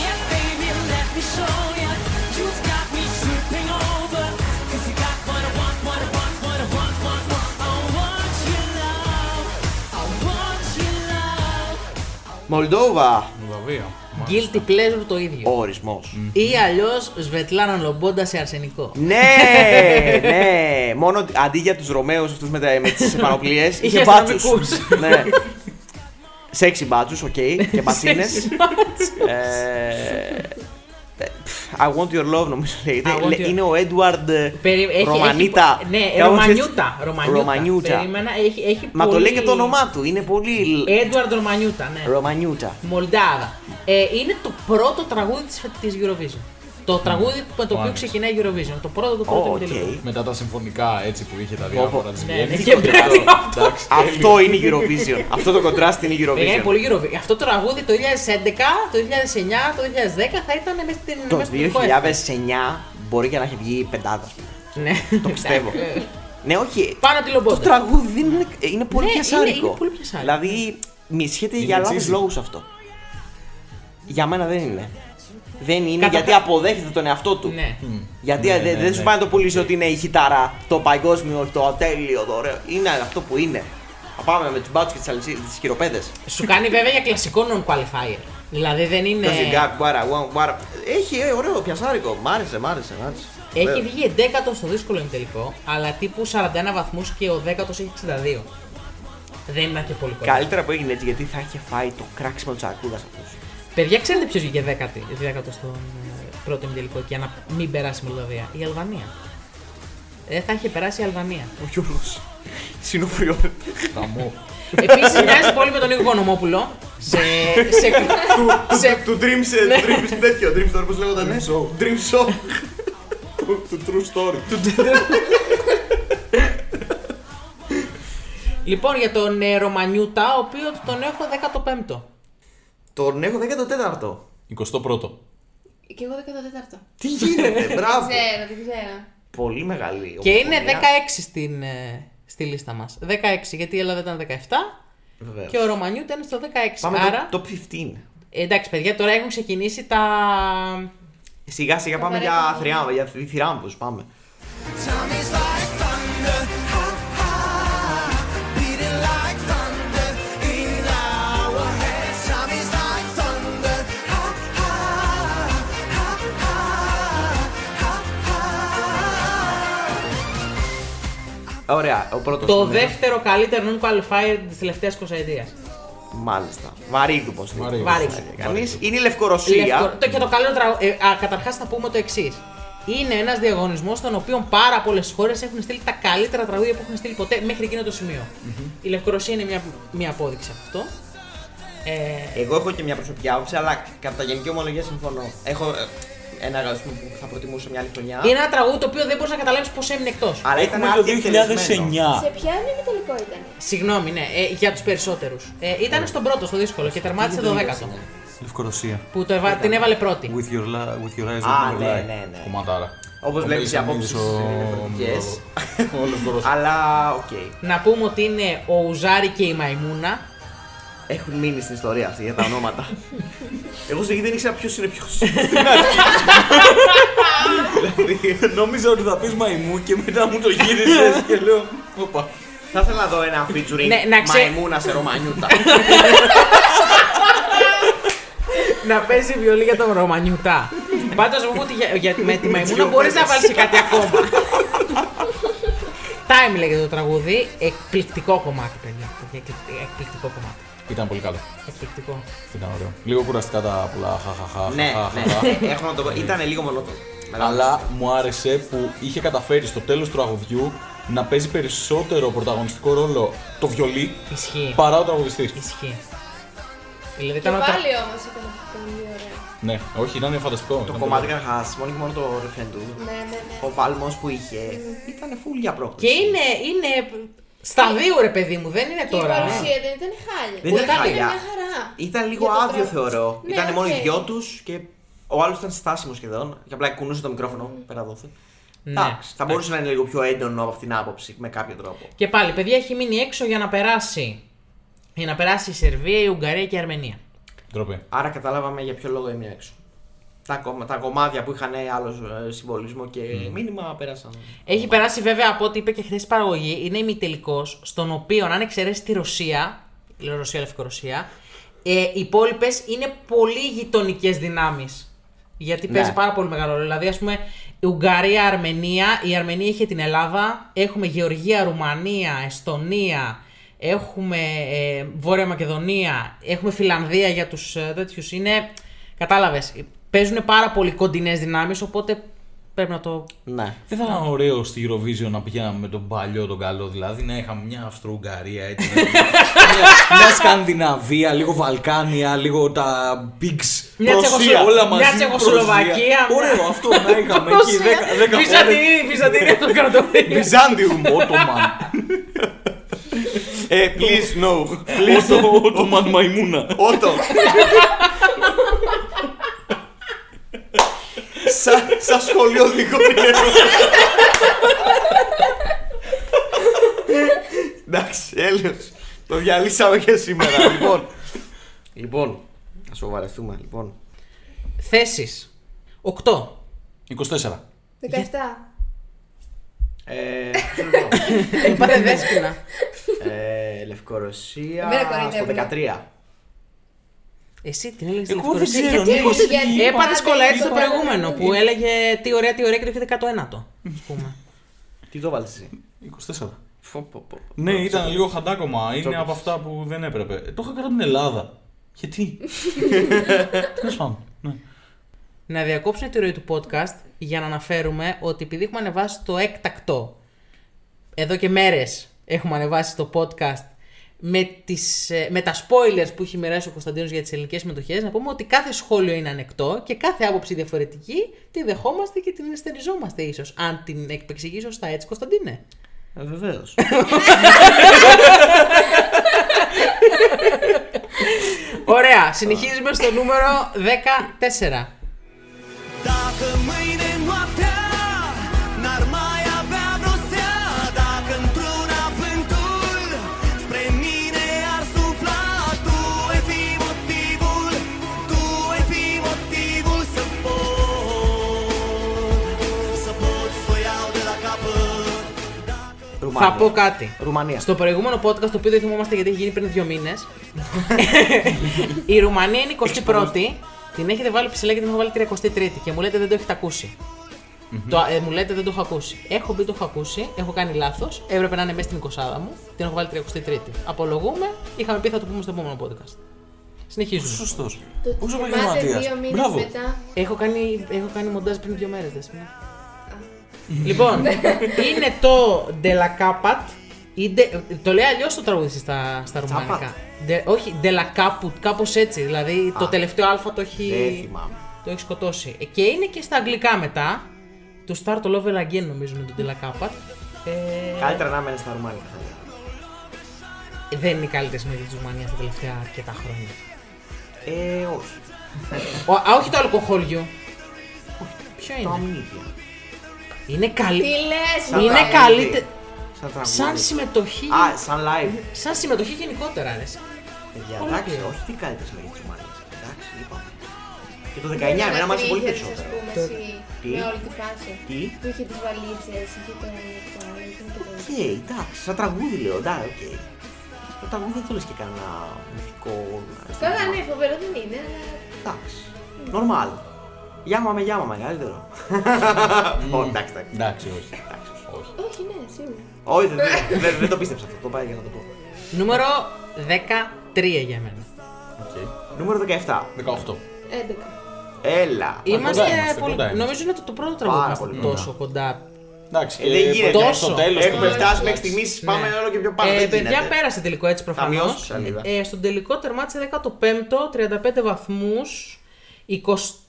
F: Yeah, baby, let me show ya. You've got me tripping over. 'Cause you got what I want, what I want, what I want, want, want. I want your love. I want your love.
A: Μολδόβα!
D: Μολδαβία.
B: Guilty pleasure το ίδιο.
A: Ο ορισμός.
B: Ή αλλιώς Σβετλάνα Λομπόντα σε αρσενικό.
A: ναι, ναι. Μόνο ότι- αντί για τους Ρωμαίους αυτούς με, τα- με τις παροπλίες, είχε
B: Είχε
A: μπάτσους.
B: αστυνομικούς.
A: ναι. Σεξι μπάτσους, οκ, και μπατσίνε. Ε, I want your love, νομίζω λέγεται.
B: I want
A: Λε-
B: your-
A: Είναι ο Έντουαρντ ε,
B: Περι- έχει-
A: Ρωμανίτα.
B: έχει- ναι,
A: Κάπως έτσι.
B: Ρωμανιούτα. Ρωμανιούτα.
A: Ρωμανιούτα.
B: Περίμενα, έχει, έχει
A: Μα το
B: πολύ-
A: λέει και το όνομά του. Είναι πολύ.
B: Έντουαρντ Ρωμανιούτα, ναι.
A: Ρωμανιούτα.
B: Μολδάδα. Ε, είναι το πρώτο τραγούδι της, της Eurovision. Το τραγούδι με το οποίο
D: Μάλιστα.
B: ξεκινάει η Eurovision. Το πρώτο, το
A: Ω,
B: πρώτο
A: οκ.
B: επιτελικό.
D: Μετά τα συμφωνικά έτσι που είχε τα διάφορα της
B: Ναι,
D: Βιέννης.
B: ναι, και πρέπει αυτό.
A: Αυτό είναι η Eurovision. Αυτό το κοντράστ είναι η
B: Παιδιά, είναι
A: Eurovision.
B: ναι. πολύ Eurovision. Αυτό το τραγούδι το 2011, το 2009, το 2010 θα ήταν μέσα στην.
A: Το
B: μέσα στο τελικό
A: 2009 μπορεί και να έχει βγει πεντάδα. ας πούμε.
B: εύρο. Ναι.
A: Το πιστεύω.
B: Εντάξει.
A: ναι, όχι.
B: Πάνω τη λομπόντα.
A: Το τραγούδι είναι, είναι πολύ
B: Ναι,
A: πιασάρικο.
B: είναι- είναι πολύ πιασάρικο.
A: Δηλαδή, μισχέται
D: Είναι
A: για λάθος
D: cheesy.
A: λόγους αυτό. Για μένα δεν είναι. Δεν είναι
B: Κατά
A: γιατί
B: κα-
A: αποδέχεται τον εαυτό του.
B: Ναι.
A: Γιατί
D: Ναι,
A: δεν
D: ναι,
A: δεν σου
D: ναι.
A: πάει να το πουλήσει ότι είναι η χιτάρα, το παγκόσμιο, το ατέλειο, το ωραίο. Είναι αυτό που είναι. Θα πάμε με του μπάτσου και τις χειροπέδες.
B: Σου κάνει βέβαια για κλασικό non-qualifier. Δηλαδή δεν είναι.
A: Έχει ε, ωραίο πιασάρικο. Μ' άρεσε, μ' άρεσε. Μ άρεσε. Ε,
B: Έχει
A: Βέβαια.
B: βγει 11ο στο δύσκολο τελικό, αλλά τύπου 41 βαθμούς και ο 10ο έχει 62. Δεν ήταν και πολύ κοντά.
A: Καλύτερα που έγινε έτσι γιατί θα είχε φάει το κράξιμο της αρκούδας αυτό.
B: Παιδιά, ξέρετε ποιος βγήκε 10ο δέκατο στον ε, πρώτο τελικό για να μην περάσει η Μολδαβία. Η Αλβανία. Δεν θα είχε περάσει η Αλβανία.
A: Ο Γιώργος. Συνοφριό.
D: Χαμό.
B: Επίσης, μοιάζει πολύ με τον Νίκο Κονομόπουλο. Σε. σε, σε
A: Του Dream
B: Ναι.
A: Dream τέτοιο. Dream Store, πώς λέγονταν. ε?
D: Dream Show.
A: Dream Show.
D: Του- Του true story.
B: λοιπόν, για τον ε, Ρωμανιούτα, ο οποίος τον έχω 15ο.
A: Τον έχω 14ο.
D: 21ο.
C: Και εγώ 14.
A: Τι γίνεται,
C: Δεν
A: μπράβο.
C: ξέρω, δεν ξέρω.
A: Πολύ μεγάλη.
B: Ναι. Και είναι
A: ομοφωνία.
B: 16 στην, ε, στη λίστα μας. 16, γιατί η Ελλάδα ήταν 17.
A: Βεβαίως.
B: Και ο Ρωμανιού ήταν στο 16.
A: Πάμε
B: Άρα.
A: το top 15.
B: Ε, εντάξει, παιδιά, τώρα έχουν ξεκινήσει τα.
A: Σιγά σιγά
C: Το
A: πάμε για
C: παρέχουμε.
A: θριάμβο, για θυ- θυράμπους, πάμε.
E: Tommy's like thunder, ha ha, beating like thunder in our heads. Tommy's like thunder, ha ha, ha ha, ha ha.
A: Ωραία, ο πρώτος.
B: Το
A: νομίζω.
B: δεύτερο καλύτερο non-qualifier της τελευταίας 20 ετία.
A: Μάλιστα. Βαρύγδουπο.
D: Βαρύγδουπος.
A: Κανεί είναι η Λευκορωσία.
B: Το, και το καλό τραγούδι. Ε, Καταρχάς, θα πούμε το εξής. Είναι ένας διαγωνισμός στον οποίο πάρα πολλές χώρες έχουν στείλει τα καλύτερα τραγούδια που έχουν στείλει ποτέ μέχρι εκείνο το σημειο Η Λευκορωσία είναι μια, μια απόδειξη από αυτό. Ε,
A: Εγώ έχω και μια προσωπική άποψη, αλλά κατά γενική ομολογία συμφωνώ. Έχω ε, ένα ας πούμε, που θα προτιμούσα μια άλλη χρονιά.
B: είναι ένα τραγούδι το οποίο δεν μπορείς να καταλάβεις πώς έμεινε εκτός.
A: Αλλά ήταν
D: Έχουμε το
A: άδεια εκτελεσμένο.
D: 2009.
C: Σε ποια είναι τελικό ήταν.
B: Συγγνώμη, ναι, ε, για τους περισσότερους. Ε, ήταν στον πρώτο, στο δύσκολο και τερμάτισε 12ο.
D: Λευκορωσία.
B: Που το εβα- την έβαλε πρώτη.
D: With your, la- with your eyes
A: Α,
D: open your
A: ναι,
D: life.
A: ναι, ναι.
D: Κομματάρα.
A: Όπως
D: Ο
A: βλέπεις, οι
D: Μπέις
A: απόψεις
D: νομίζω-
A: είναι διαφορετικές.
D: Ο Λευκορωσία.
A: Αλλά οκ.
B: Να πούμε ότι είναι ο Ουζάρη και η Μαϊμούνα.
A: Έχουν μείνει στην ιστορία αυτή για τα ονόματα. Εγώ στην αρχή δεν ήξερα ποιος είναι ποιος. δηλαδή,
D: Νόμιζα ότι θα πεις μαϊμού και μετά μου το γύρισες και λέω. Όπα.
A: θα ήθελα να δω ένα
B: Ναι,
A: featuring
B: να ξέ-
A: Μαϊμούνα σε Ρωμανιούτα.
B: να παίζει βιολί για τον Ρωμανιουτά. Πάντως μου ότι για, για- με τη Μαϊμούνα μπορείς να βάλει κάτι ακόμα. Time λέγεται το τραγούδι. Εκπληκτικό κομμάτι, παιδιά. Εκπληκτικό- Εκπληκτικό κομμάτι.
D: Ήταν πολύ καλό.
B: Εκπληκτικό.
D: Ήταν ωραίο. Λίγο κουραστικά τα πολλά. Χαχαχά.
A: Ναι, ναι. Έχω να το πω. Ήταν λίγο μολότο.
D: Αλλά μου άρεσε που είχε καταφέρει στο τέλος του τραγουδιού να παίζει περισσότερο πρωταγωνιστικό ρόλο το βιολί
B: Ισχύει.
D: παρά ο τραγουδιστής.
B: Ισχύει. Δηλαδή
C: Και
B: ήταν ο τρα-
C: πάλι όμως ήταν πολύ ωραίο.
D: Ναι, όχι, ήταν φανταστικό.
A: Το
D: Ήταν
A: κομμάτι
D: πολύ-
A: καταρχά, μόνο και μόνο το ρεφέν του.
C: Ναι, ναι, ναι.
A: Ο παλμό που είχε ήταν φουλ για πρόκληση.
B: Και είναι, είναι στα δύο ρε παιδί μου, δεν είναι
C: Και η
B: τώρα. ναι.
C: παρουσία δεν ήταν χάλια.
A: Δεν ήταν χάλια.
C: μια χαρά.
A: Ήταν λίγο
C: Για το
A: άδειο
C: τρόπο.
A: θεωρώ.
C: Ναι,
A: ήταν μόνο οι
C: οκ.
A: δυο τους και ο άλλος ήταν στάσιμος σχεδόν. Και απλά κουνούσε το μικρόφωνο
C: Mm.
A: πέρα δόθε.
B: Ναι.
A: Εντάξει, θα μπορούσε να είναι λίγο πιο έντονο από αυτήν την άποψη με κάποιο τρόπο.
B: Και πάλι, παιδιά έχει μείνει έξω για να περάσει. Για να περάσει η Σερβία, η Ουγγαρία και η Αρμενία.
D: Ντροπή.
A: Άρα καταλάβαμε για ποιο λόγο έμεινε έξω. Τα, κομμα- τα κομμάτια που είχαν άλλο ε, συμβολισμό και μήνυμα πέρασαν.
B: Έχει περάσει βέβαια από ό,τι είπε και χθες η παραγωγή. Είναι ημιτελικός, στον οποίο, αν εξαιρέσεις τη Ρωσία, λέω Ρωσία, Λευκορωσία, ε, οι υπόλοιπες είναι πολύ γειτονικές δυνάμεις. Γιατί
A: Ναι.
B: παίζει πάρα πολύ μεγάλο ρόλο. Δηλαδή, ας πούμε, η Ουγγαρία, Αρμενία, η Αρμενία είχε την Ελλάδα, έχουμε Γεωργία, Ρουμανία, Εστονία, έχουμε ε, Βόρεια Μακεδονία, έχουμε Φιλανδία για τους ε, τέτοιους. Είναι. Κατάλαβες. Παίζουν πάρα πολύ κοντινές δυνάμεις, οπότε πρέπει να το
A: Ναι.
D: Δεν θα ήταν ωραίο στη Eurovision να πηγαίναμε με τον παλιό τον καλό, δηλαδή να είχαμε μια Αυστρο-Ουγγαρία, έτσι. μια, μια Σκανδιναβία, λίγο Βαλκάνια, λίγο τα Bigs.
B: Μια
D: Προσία,
B: Τσεχοσλο-
D: όλα
B: μια
D: μαζί.
B: Τσεχοσλοβακία, ναι.
D: Προσία.
B: μια-
D: Ωραίο αυτό να είχαμε εκεί.
B: Ρωσία.
D: δέκα- δέκα χώρες.
B: Βυζαντινή, Βυζαντινή από το κρατοδίο.
D: Βυζάντιουμ, Ότομαν.
A: Ε, please no.
D: Ότο- Ότομαν Μαϊμούνα.
A: Ότο. Σαν σα σχολείο δικό Εντάξει, έλεος. Το διαλύσαμε και σήμερα, λοιπόν. Λοιπόν, να σοβαρευτούμε, λοιπόν.
B: Θέσεις. 8.
D: 24.
C: 17.
A: Ε,
B: Είπατε δέσπινα.
A: ε, Λευκορωσία
C: Εμένα
A: στο
C: κοροϊδεύουνε.
A: 13.
B: Εσύ την έλεγες στην
D: Εγώ δεν
B: Λευκορωσία.
D: ξέρω,
C: γιατί
D: Νίκος,
C: είναι
D: τι-
C: γιατί-
B: Έπατε
C: Είπατε,
B: σκολά Ε, έτσι το
C: είπατε.
B: προηγούμενο που έλεγε τι ωραία, τι ωραία και το είχε 19ο. ας πούμε.
A: Τι το βάλεις εσύ.
D: 24.
A: Φω, πω, πω, πω.
D: Ναι, ήταν λίγο χαντάκωμα. Είναι
A: Τσόπες.
D: από αυτά που δεν έπρεπε. Ε, Το είχα κάνει την Ελλάδα. Γιατί. Τέλος πάντων. ναι.
B: Να διακόψουμε τη ροή του podcast για να αναφέρουμε ότι επειδή έχουμε ανεβάσει το έκτακτο εδώ και μέρες έχουμε ανεβάσει το podcast με, τις, ε, με τα spoilers που έχει μοιράσει ο Κωνσταντίνος για τις ελληνικές συμμετοχές να πούμε ότι κάθε σχόλιο είναι ανεκτό και κάθε άποψη διαφορετική τη δεχόμαστε και την στεριζόμαστε ίσως αν την εκπεξηγεί σωστά έτσι Κωνσταντίνε
A: Ε, βεβαίως.
B: Ωραία, συνεχίζουμε στο νούμερο 14
E: Dacă mâine noaptea n-ar mai avea vreo stea, dacă într-una vântul spre mine ar sufla,
B: Θα
A: Ρουμάνια.
B: πω κάτι.
A: Ρουμανία.
B: Στο προηγούμενο podcast, το οποίο δεν θυμόμαστε γιατί έχει γίνει πριν δύο μήνες. η Ρουμανία είναι 21η. Την έχετε βάλει ψηλά και την έχω βάλει 33η. Και μου λέτε δεν το έχετε ακούσει. Το, ε, μου λέτε δεν το έχω ακούσει. Έχω μπει, το έχω ακούσει, έχω κάνει λάθος. Έπρεπε να είναι μέσα στην 20 μου. Την έχω βάλει 33η. Απολογούμε. Είχαμε πει θα το πούμε στο επόμενο podcast. Συνεχίζουμε.
D: Σωστός.
C: Το ότι
D: Όσο
C: θυμάται δύο
D: επαγγελματία.
C: μήνες
D: Μπράβο.
C: μετά.
B: Έχω κάνει, έχω κάνει μοντάζ πριν δύο μέρες, Λοιπόν,
A: Ναι.
B: είναι το De La Capat. ή De- το λέει αλλιώς το τραγούδι εσείς στα, στα ρουμανικά. De- όχι, De La Caput, κάπως έτσι. Δηλαδή το τελευταίο Α το
A: Δεν
B: έχει,
A: θυμάμαι.
B: το έχει σκοτώσει. Ε, Και είναι και στα αγγλικά μετά. Το Start All Over Again νομίζω είναι το De La Capat. Ε,
A: Καλύτερα να μένει στα ρουμάνικα. θα έλεγα.
B: δεν είναι η καλύτερη συνέχεια της Ρουμανίας τα τελευταία αρκετά χρόνια.
A: Ε, όχι.
B: Ο, α, όχι το αλκοχόλιο.
A: Το
B: Ποιο Ε, είναι.
A: αμνίδια.
B: Είναι
C: Τι
B: καλή.
C: λες,
A: Σαν
C: μωρέ.
B: Είναι
A: τραγούδι.
B: καλύτερη.
A: Σαν τραγούδι.
B: Σαν συμμετοχή.
A: Α, σαν live.
B: Σαν συμμετοχή γενικότερα, ρε.
A: Παιδιά,
B: Οκ.
A: εντάξει, όχι τι καλύτερε λέγε τη Ρουμανία. Εντάξει, είπαμε. Και το 19,
C: Δεν
A: εμένα μου άρεσε πολύ
C: τρίγερες, ας
A: περισσότερο.
C: πούμε, εσύ,
A: Τι?
C: Με όλη τη φάση.
A: Τι?
C: Που είχε τις βαλίτσες, είχε το ανοιχτό, είχε και
A: Οκ,
C: το-
A: εντάξει, σαν τραγούδι λέω, εντάξει, οκ. Το τραγούδι δεν το λες και κανένα μυθικό.
C: Καλά, ναι, φοβερό δεν είναι, αλλά
A: Εντάξει, normal. Γιάμα με γιάμα μεγαλύτερο. Ω, εντάξει, εντάξει.
D: Εντάξει, όχι. όχι.
C: όχι, ναι, σίγουρα.
A: Όχι, δεν- δεν- δεν- δεν το πίστεψα αυτό, το πάει για να το πω.
B: Νούμερο 13 για μένα.
D: Οκ.
A: Νούμερο 17.
D: 18.
C: 11.
A: Έλα.
B: Είμαστε
D: κοντά είμαστε,
B: πολύ.
D: κοντά είμαστε.
B: Νομίζω είναι το, το πρώτο τραγούδι
A: Πάρα
B: που είμαστε
A: πολύ
B: τόσο κοντά.
D: Εντάξει,
A: Ε, δεν γίνεται.
D: Τόσο
B: Τόσο.
D: τέλος.
A: Έχουμε
C: πάντων.
A: φτάσει
D: Ε,
A: μέχρι στιγμή, πάμε
B: Ναι.
A: όλο και πιο πάνω.
B: Ε,
A: δεν
B: παιδιά,
A: γίνεται.
B: πέρασε τελικό έτσι προφανώ.
A: μειώσω τη σελίδα.
B: Ε, στον τελικό τερμάτισε 15ο, 35 βαθμού. 20,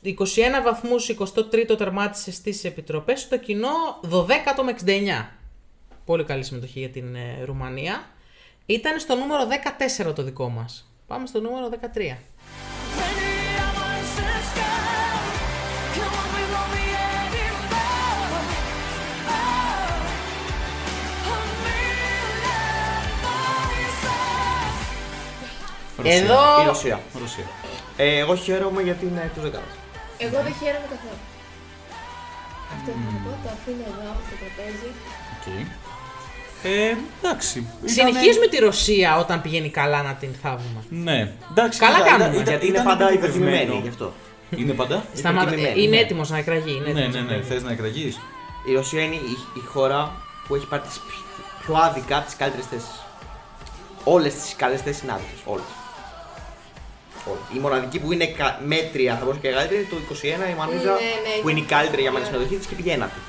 B: 21 βαθμούς, 23ο τερμάτισε στις επιτροπές, το κοινό 12ο με 69. Πολύ καλή συμμετοχή για την ε, Ρουμανία. Ήταν στο νούμερο 14 το δικό μας. Πάμε στο νούμερο 13.
E: Oh,
B: Εδώ
A: Η Ρωσία.
D: Ρωσία.
A: Ε, εγώ χαίρομαι γιατί είναι του 10.
C: Εγώ δεν χαίρομαι καθόλου. Αυτό θα το πω, το αφήνω εδώ στο τραπέζι.
D: Οκ. Ε, εντάξει. ήτανε-
B: συνεχίζουμε τη Ρωσία όταν πηγαίνει καλά να την θάβουμε.
D: Ναι. Εντάξει,
B: Καλά
D: ήταν-
B: κάνουμε.
D: ήταν-
A: Γιατί είναι
D: ήταν
A: πάντα
D: επιτυχημένο.
A: υπερθυμημένη γι' αυτό.
D: Είναι πάντα.
B: Σταμα...
A: προτιμημένη,
B: Ε, Είναι
A: ναι.
B: έτοιμος να εκραγεί. Είναι
D: Ναι,
B: έτοιμος
D: ναι,
B: να
D: ναι.
B: εκραγεί.
D: Θες να εκραγείς.
A: Η Ρωσία είναι η, η χώρα που έχει πάρει τις πιο- πιο άδικα τις καλύτερες θέσεις. Όλες τις καλές θέσεις είναι άδικες, όλες. Όλες. Η μοναδική που είναι κα- μέτρια, θα μπορούσε και καλύτερη, είναι το 21 η Μανούζα,
C: Ναι, ναι.
A: που είναι η καλύτερη για μένα συμμετοχή της και πήγε ένατη.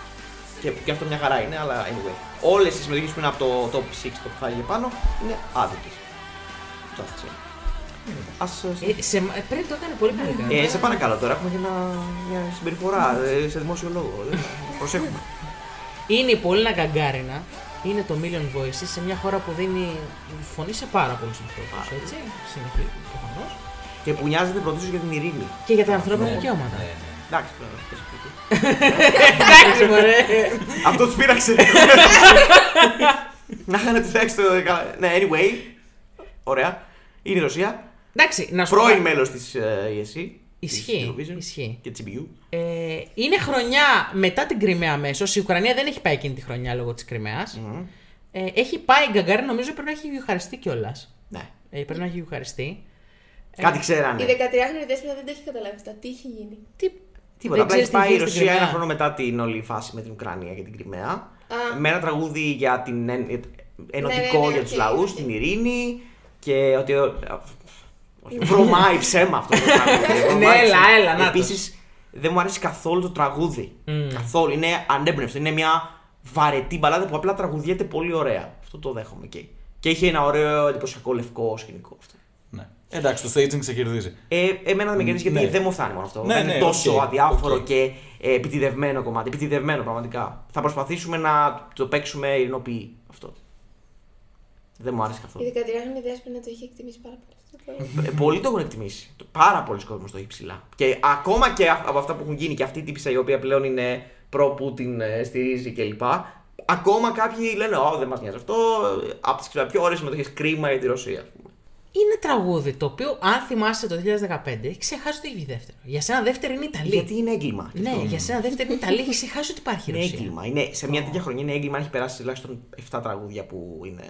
A: Και, και αυτό μια χαρά είναι, αλλά anyway. Όλες οι συμμετοχές που είναι από το top 6, το 5 και πάνω, είναι άδικες. Just saying. Ας ε,
B: Ε, σε... ε, Πριν το έκανε πολύ πολύ καλά.
A: ε, σε παρακαλώ τώρα, έχουμε και ένα, μια συμπεριφορά ε, σε δημόσιο λόγο. ε, Προσέχουμε.
B: Είναι η Πολίνα Γκαγκάρινα. Είναι το Million Voices σε μια χώρα που δίνει φωνή σε πάρα πολλούς ανθρώπους. Έτσι. Συνεχίζει προφανώς.
A: και που νοιάζεται πρωτίστως για την ειρήνη.
B: Και για τα
A: Ναι.
B: ανθρώπινα δικαιώματα.
D: Ναι. Ε,
A: Εντάξει, πρέπει να το πεις.
B: Εντάξει, μωρέ.
A: Αυτό τους πείραξε. Να είχαν τουλάχιστον. δεκα- Ναι, anyway. Ωραία. Είναι η Ρωσία.
B: Εντάξει, να σου πω.
A: Πρώην μέλος της ΕΣΥ.
B: Ισχύει, ισχύει.
A: Και της CBU.
B: Ε, είναι χρονιά μετά την Κρυμαία αμέσως. Η Ουκρανία δεν έχει πάει εκείνη τη χρονιά λόγω της Κρυμαίας. Ε, έχει πάει η Γκαγκάρινα, νομίζω πρέπει να έχει ευχαριστεί κιόλας.
A: Ναι.
B: Ε, πρέπει να έχει ευχαριστεί. Ε,
A: Κάτι
C: Η
A: ξέρανε.
C: 13χρονη δέσπονα δεν τα έχει καταλάβει αυτά. Τι έχει γίνει.
B: Τι.
A: Τίποτα. Απλά
B: ξέρεις
A: έχει
B: τι
A: πάει η
B: γίνεται στην
A: Ρωσία ένα
B: Κρυμαία.
A: χρόνο μετά την όλη φάση με την Ουκρανία και την Κρυμαία. Με ένα τραγούδι για την εν- ε-
C: Ναι, ναι,
A: ενωτικό
C: ναι,
A: για τους
C: οκ,
A: λαού,
C: οκ.
A: την ειρήνη. Και ότι. ο- όχι, Βρωμάει ψέμα αυτό το τραγούδι.
B: Ναι, έλα, έλα, να το. Mm.
A: Επίσης, δεν μου αρέσει καθόλου το τραγούδι. Καθόλου. Είναι ανέμπνευστο. Είναι μια βαρετή μπαλάδα που απλά τραγουδιέται πολύ ωραία. Αυτό το δέχομαι και. Και είχε ένα ωραίο εντυπωσιακό λευκό σκηνικό αυτό.
D: Ναι. Εντάξει, το staging σε κερδίζει.
A: Ε, εμένα δεν με κερδίζει γιατί
D: Ναι.
A: δεν μου φτάνει μόνο αυτό.
D: Ναι,
A: δεν
D: ναι,
A: είναι τόσο
D: οκ,
A: αδιάφορο
D: οκ.
A: και ε, επιτηδευμένο κομμάτι. Επιτηδευμένο πραγματικά. Θα προσπαθήσουμε να το παίξουμε ειρηνοποιή αυτό. Δεν μου άρεσε καθόλου.
C: Η 13χρονη δέσπονα το έχει εκτιμήσει πάρα πολύ. αυτό το πράγμα.
A: Ε, Πολλοί το έχουν εκτιμήσει. Το- Πάρα πολλοί κόσμοι το έχει ψηλά. Και ακόμα και α- από αυτά που έχουν γίνει και αυτή η τύπησα η οποία πλέον είναι προ-Πούτιν, ε, στηρίζει κλπ. Ακόμα κάποιοι λένε Ω, δεν μας νοιάζει αυτό. Από τις πιο ωραίε συμμετοχέ κρίμα για τη Ρωσία, ας πούμε.
B: είναι τραγούδι το οποίο, αν θυμάσαι το 2015, έχει ξεχάσει ότι έχει βγει δεύτερο. Για σένα δεύτερο είναι η Ιταλία.
A: Γιατί είναι Ναι, έγκλημα.
B: Ναι, για σένα δεύτερη είναι η Ιταλία, έχει ξεχάσει ότι υπάρχει η
A: Είναι
B: Ρωσία.
A: έγκλημα. Είναι, σε μια τέτοια χρονιά είναι έγκλημα αν έχει περάσει τουλάχιστον 7 τραγούδια που είναι.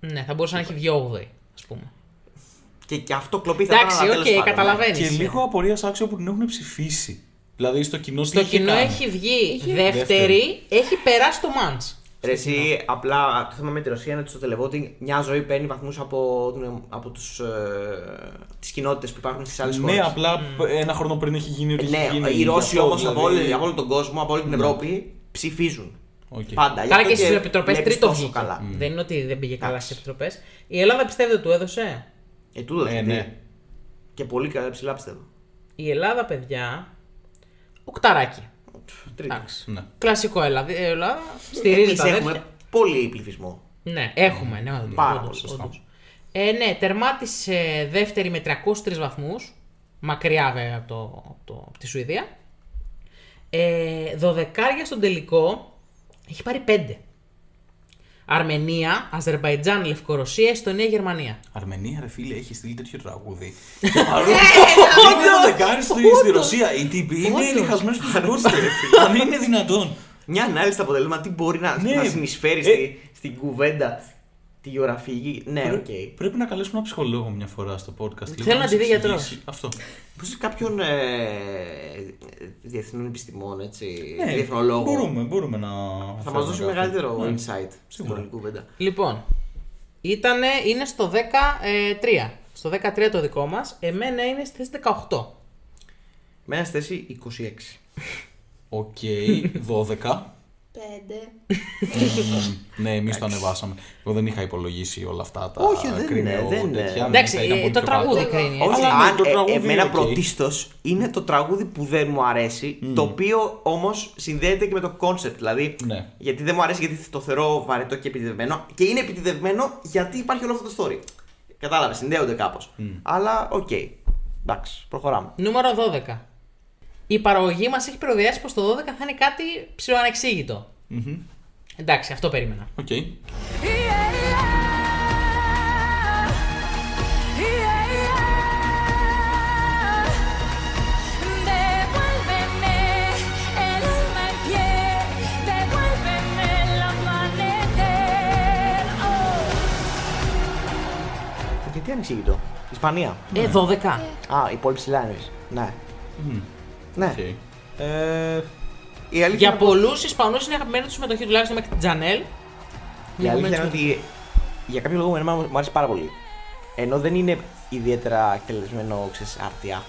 B: Ναι, θα μπορούσε να έχει βγει 8η, ας πούμε.
A: Και, και αυτό κλοπή θα
B: Εντάξει,
A: ήταν. αλλά
B: οκ,
A: τέλος πάντων, ναι.
B: καταλαβαίνεις.
D: Και λίγο απορία άξιο που την έχουν ψηφίσει. Δηλαδή στο κοινό
B: Στο κοινό έχει βγει δεύτερη, έχει περάσει το Μάντ.
A: ναι. Ρε, εσύ, απλά το θέμα με τη Ρωσία είναι ότι στο televoting μια ζωή παίρνει βαθμούς από, την- από τους, ε, τις κοινότητες που υπάρχουν στις άλλες χώρε.
D: Ναι, απλά ένα χρόνο πριν έχει γίνει ότι έχει γίνει.
A: Ναι, οι
D: γι'
A: Ρώσοι
D: αυτό,
A: όμως
D: δηλαδή. Ναι.
A: από, όλη- από όλο τον κόσμο, από όλη την Ευρώπη, ψηφίζουν.
D: Οκ.
A: Πάντα. Γι'
B: Καλά
A: αυτό
B: και στις επιτροπέ
A: βλέπεις
B: τρίτο
A: τόσο
B: βγήκε. Mm.
A: Καλά. Mm.
B: Δεν είναι ότι δεν πήγε καλά στι
A: Εντάξει.
B: επιτροπές. Η Ελλάδα πιστεύετε του έδωσε.
A: Ε, τούτο
D: Ε,
A: δηλαδή.
D: ναι.
A: Και πολύ καλά, ψηλά πιστεύω.
B: Η Ελλάδα, παιδιά. Οκταράκι.
A: Τρίτο.
B: Εντάξει.
D: Ναι.
B: Κλασικό Ελλάδα. ε, Ελλάδα στηρίζει
A: Εμείς
B: τα
A: έχουμε
B: αδέρφια.
A: πολύ πληθυσμό.
B: Ναι, έχουμε. Ναι, όντως,
A: Πάρα
B: όντως,
A: πολύ,
B: όντως. Ε, ναι, τερμάτισε δεύτερη με 303 βαθμούς. Μακριά βέβαια από, το, από, το, από τη Σουηδία. Ε, δωδεκάρια στον τελικό έχει πάρει 5. Αρμενία, Αζερβαϊτζάν, Λευκορωσία, Εστονία, Γερμανία.
D: Αρμενία, ρε φίλε, έχει στείλει τέτοιο τραγούδι. Και παρόλο που είναι να δεκάρι στη στη Ρωσία, η τύπη είναι
B: Όντως.
D: διχασμένη στους γκολ, ρε φίλε. Αν είναι δυνατόν.
A: Μια ανάλυση στα αποτελέσματα, τι μπορεί να,
D: Ναι.
A: να συνεισφέρει
D: Ε.
A: στη- στην κουβέντα, τη γεωγραφική. Ναι, οκ.
D: Πρέ- Πρέπει να καλέσουμε ένα ψυχολόγο μια φορά στο podcast. λίγο,
B: Θέλω να
D: μας
B: τη δει
D: εξηγήσει
B: γιατρός.
D: Αυτό.
A: Πώς κάποιον ε, διεθνών επιστημών, έτσι,
D: Ναι,
A: διεθνολόγο.
D: Μπορούμε, μπορούμε να.
A: Ε, Θα
D: φέρουμε
A: μα δώσει
D: κάτι.
A: μεγαλύτερο
D: Ναι.
A: insight στην
D: Σίγουρα.
A: όλη κουβέντα.
B: Λοιπόν, ήτανε, είναι στο 13. Στο 13 το δικό μας, εμένα είναι στη θέση 18.
A: Με ένα στη θέση 26.
D: Οκ, 12.
C: Πέντε.
D: ναι, εμείς το ανεβάσαμε. Εγώ δεν είχα υπολογίσει όλα αυτά τα
A: Όχι, δεν
D: κρίνεο
A: είναι, δεν είναι.
D: τέτοια.
B: Εντάξει,
D: Μάλιστα, ήταν
B: ε,
D: πολύ
B: το
D: πιο
B: τραγούδι
D: κάτω.
B: κρίνει.
D: Όχι,
A: Όχι,
D: αλλά
A: αν,
D: το
A: ε,
D: τραγούδι,
A: εμένα
D: οκ.
A: πρωτίστως είναι το τραγούδι που δεν μου αρέσει, το οποίο όμως συνδέεται και με το concept. Δηλαδή,
D: Ναι.
A: γιατί δεν μου αρέσει, γιατί το θεωρώ βαρετό και επιτιδευμένο. Και είναι επιτιδευμένο γιατί υπάρχει όλο αυτό το story. Κατάλαβες, συνδέονται κάπως. Αλλά οκ. Εντάξει, προχωράμε.
B: Νούμερο 12. Η παραγωγή μας έχει προδιάσει πως το 12 θα είναι κάτι ψιλοανεξήγητο. Εντάξει, αυτό περίμενα.
D: Οκ.
F: Devuélveme el alma en pie, devuélveme el amanecer.
A: Ε, Γιατί ανεξήγητο. Ισπανία.
B: Ε, 12.
A: Α, η πόλη ψηλά εννοείς. Ναι. Ναι.
D: Οκ.
A: Ε, η αλήθεια
B: Για
A: είναι πως-
B: πολλούς Ισπανούς είναι αγαπημένη του συμμετοχή τουλάχιστον μέχρι την Τζανέλ.
A: Η αλήθεια είναι ότι για κάποιο λόγο εμένα μου αρέσει πάρα πολύ. Ενώ δεν είναι ιδιαίτερα εκτελεσμένο, ξέρεις, άρτια.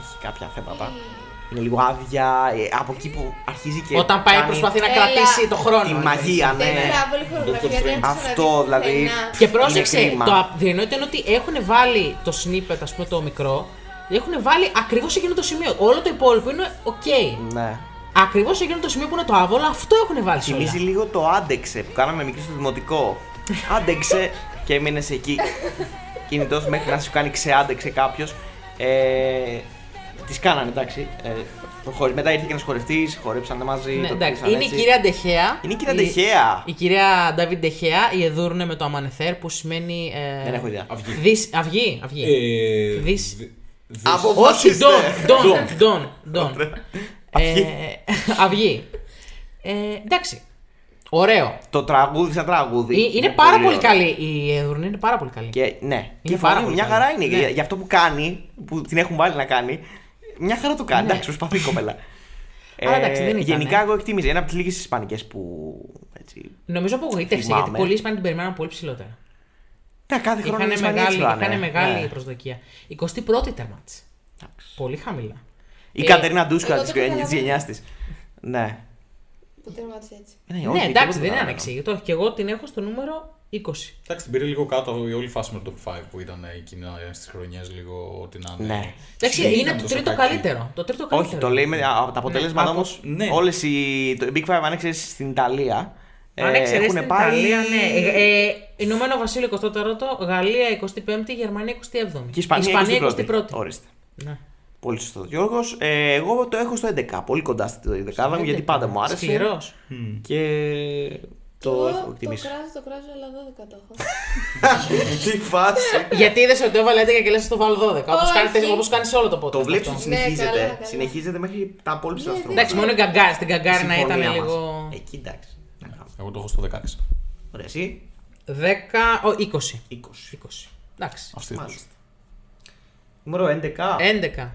A: Έχει κάποια θέματα.
C: Ε,
A: Είναι λίγο άδεια, ε, από εκεί που αρχίζει και
B: Όταν πάει
A: κάνει
B: προσπαθεί να
C: Έλα.
B: κρατήσει το χρόνο.
A: τη
B: ρε.
A: μαγεία,
C: Δεν
A: ναι.
C: είναι άβολη χορογραφία, δεν έχω ξαναδεί
A: Αυτό, δηλαδή,
C: πουθενά.
B: Και πρόσεξε,
A: κρίμα.
B: το αδιανόητο είναι ότι έχουν βάλει το snippet, ας πούμε το μικρό, έχουν βάλει ακριβώς εκείνο το σημείο. Όλο το υπόλοιπο είναι οκ.
A: Ναι.
B: Ακριβώς εκείνο το σημείο που είναι το άβολο, αυτό έχουν βάλει σε όλα.
A: Θυμίζει λίγο το άντεξε που κάναμε μικρή στο δημοτικό. άντεξε και έμεινες εκεί. Κινητός μέχρι να σου κάνει ξεάντεξε κάποιος. Ε, Τη κάνανε, εντάξει. Ε, το χορε- μετά ήρθε και ένας χορευτής, χορέψανε μαζί.
B: Ναι,
A: το
B: εντάξει.
A: κλείσανε
B: Είναι η
A: έτσι.
B: κυρία Ντεχέα.
A: Είναι η κυρία Ντεχέα.
B: Η, κυρία Νταβίν Ντεχέα, η Εδούρνε με το Αμανεθέρ που σημαίνει. Ε,
A: Δεν έχω ιδέα.
D: Αυγή.
B: δις- αυγή. αυγή.
D: Ε,
B: Δις-
D: δι- δις-
B: Όχι,
A: Αποφασίστε.
B: ντόν, ντόν, ντόν, ντόν.
A: Αυγή.
B: Ε, Αυγή. Ε, εντάξει. Ωραίο.
A: Το τραγούδι σαν τραγούδι.
B: Ε, Είναι πάρα πολύ
A: ωραίο.
B: καλή η Εδούρνε, είναι πάρα πολύ καλή.
A: Και, ναι, και
B: πάρα
A: φωνή μου
B: πολύ
A: μια
B: καλή.
A: χαρά είναι.
B: Ναι.
A: Για, για αυτό που κάνει, που την έχουν βάλει να κάνει, μια χαρά το κάνει.
B: Ναι.
A: Εντάξει, προσπαθεί η κοπέλα.
B: Αλλά εντάξει, δεν ήταν,
A: γενικά,
B: ε.
A: εγώ εκτίμησα. Είναι από τις λίγες Ισπανικές που. Έτσι,
B: Νομίζω απογοήτευσε
A: Θυμάμαι.
B: γιατί πολλοί Ισπανοί την περιμέναν πολύ ψηλότερα.
A: τα κάθε χρόνο
B: Είχαν
A: οι Ισπανοί
B: μεγάλη,
A: έτσι πάνε,
B: είχανε
A: ε.
B: μεγάλη
A: Ναι.
B: προσδοκία. 21η τερμάτισε. Πολύ χαμηλά.
A: Η
B: Ε,
A: Κατερίνα Ντούσκα
C: εγώ το
A: της
C: καταλαβαίνω.
A: γενιάς της. Ναι.
C: Που τερμάτισε έτσι.
A: Ναι,
B: ναι,
A: όχι,
B: εντάξει,
A: τίποτα
B: δεν είναι
A: άλλο.
B: ανεξήγητο. Όχι, Και εγώ την έχω στο νούμερο 20.
D: Εντάξει, την πήρε λίγο κάτω η όλη φάση με το top 5 που ήταν εκείνα στις χρονιές λίγο ό,τι να είναι.
A: Ναι.
B: Εντάξει,
D: Δεν
B: είναι
D: ήταν
B: το
D: τόσο
B: τρίτο
D: κακή.
B: καλύτερο. Το τρίτο καλύτερο.
A: Όχι, το λέει με από τα αποτελέσματα
B: άκου-
A: όμως.
D: ναι.
A: Όλες οι. Το Big Five αν εξαιρέσεις στην Ιταλία.
B: Αν
A: ε,
B: εξαιρέσει
A: έχουν
B: την
A: πάει-
B: Ιταλία, ναι. Ε, ε, Ηνωμένο Βασίλειο 24ο, Γαλλία 25η, Γερμανία
A: Και
B: 27η.
A: η Ισπανία, 21η.
B: 21η.
A: Ορίστε.
B: Ναι.
A: Πολύ σωστό, Γιώργος. Ε, εγώ το έχω στο 11. Πολύ κοντά στη δεκάδα μου, γιατί πάντα μου άρεσε.
B: Σκληρός.
A: Και. Το έχω εκτιμήσει.
C: Το κράζω, το κράζω, αλλά 12 το έχω.
A: Τι φάση.
B: Γιατί είδες ότι το έβαλε 11 και λες στο βάλω 12. Όπω
C: Όχι.
B: κάνει όπως κάνεις όλο το podcast.
A: Το βλέπεις
B: αυτό.
A: ότι
C: Ναι, καλά,
A: συνεχίζεται.
C: καλά.
A: Συνεχίζεται μέχρι τα απόλυψη
C: Ναι,
A: αστρού.
B: Εντάξει, μόνο η γκαγκάρι. Στην γκαγκάρι να ήταν
A: Συμφωνία μας.
B: λίγο.
A: Εκεί εντάξει. Να κάνουμε.
D: Εγώ το έχω στο 16.
A: Ωραία, εσύ
B: 10. Ω, 20.
A: 20.
B: 20. Εντάξει.
D: Αυστηρό.
A: Μάλιστα. Νούμερο 11.
B: 11.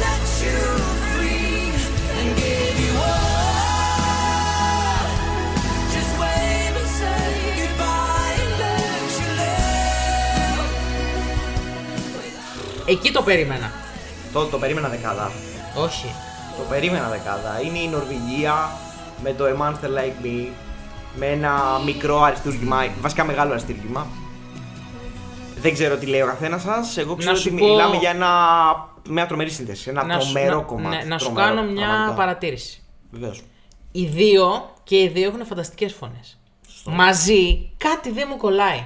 F: Set you free and give you all. Just wave and say goodbye and let you live.
B: Εκεί το περίμενα.
A: Το, το περίμενα δεκάδα.
B: Όχι.
A: Το περίμενα δεκάδα. Είναι η Νορβηγία με το A Monster Like Me. Με ένα μικρό αριστούργημα, βασικά μεγάλο αριστούργημα. Δεν ξέρω τι λέει ο καθένας σας. Εγώ ξέρω
B: Να σου
A: ότι
B: πω-
A: μιλάμε για ένα, μια τρομερή σύνθεση. Ένα
B: σου-
A: τρομερό
B: να-
A: κομμάτι.
B: ναι, να σου
A: τρομερό,
B: κάνω μια
A: πραγματικά.
B: παρατήρηση.
A: Βεβαίως.
B: Οι δύο και οι δύο έχουν φανταστικές φωνές. Μαζί κάτι δεν μου κολλάει.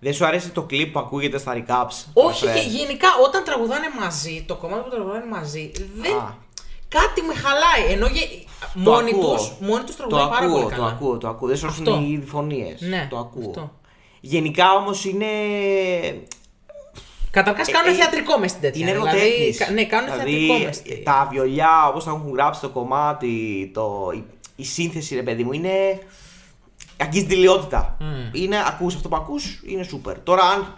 A: Δεν σου αρέσει το κλιπ που ακούγεται στα recaps.
B: Όχι
A: ρε
B: και
A: Fred?
B: γενικά όταν τραγουδάνε μαζί, το κομμάτι που τραγουδάνε μαζί, δεν...
A: Α.
B: κάτι με χαλάει. Ενώ γε-
A: Το
B: μόνοι
A: ακούω.
B: τους, μόνοι τους
A: το
B: τραγουδάνε πάρα
A: ακούω,
B: πολύ
A: το
B: καλά.
A: ακούω, το ακούω. Δεν σου
B: Αυτό.
A: αρέσουν οι διφωνίε.
B: Ναι,
A: το ακούω.
B: αυτό.
A: Γενικά όμως είναι.
B: Καταρχάς κάνουν
A: ε,
B: θεατρικό μες στην τέτοια.
A: Είναι
B: δηλαδή,
A: εργοτέχνης.
B: κα- ναι, κάνουν θεατρικό μες
A: Δηλαδή,
B: στη-
A: τα βιολιά όπως τα έχουν γράψει το κομμάτι, το, η, η σύνθεση ρε παιδί μου είναι. Αγγίζει τη λιότητα.
B: Mm.
A: Είναι, ακούς αυτό που ακούς, είναι σούπερ. Τώρα, αν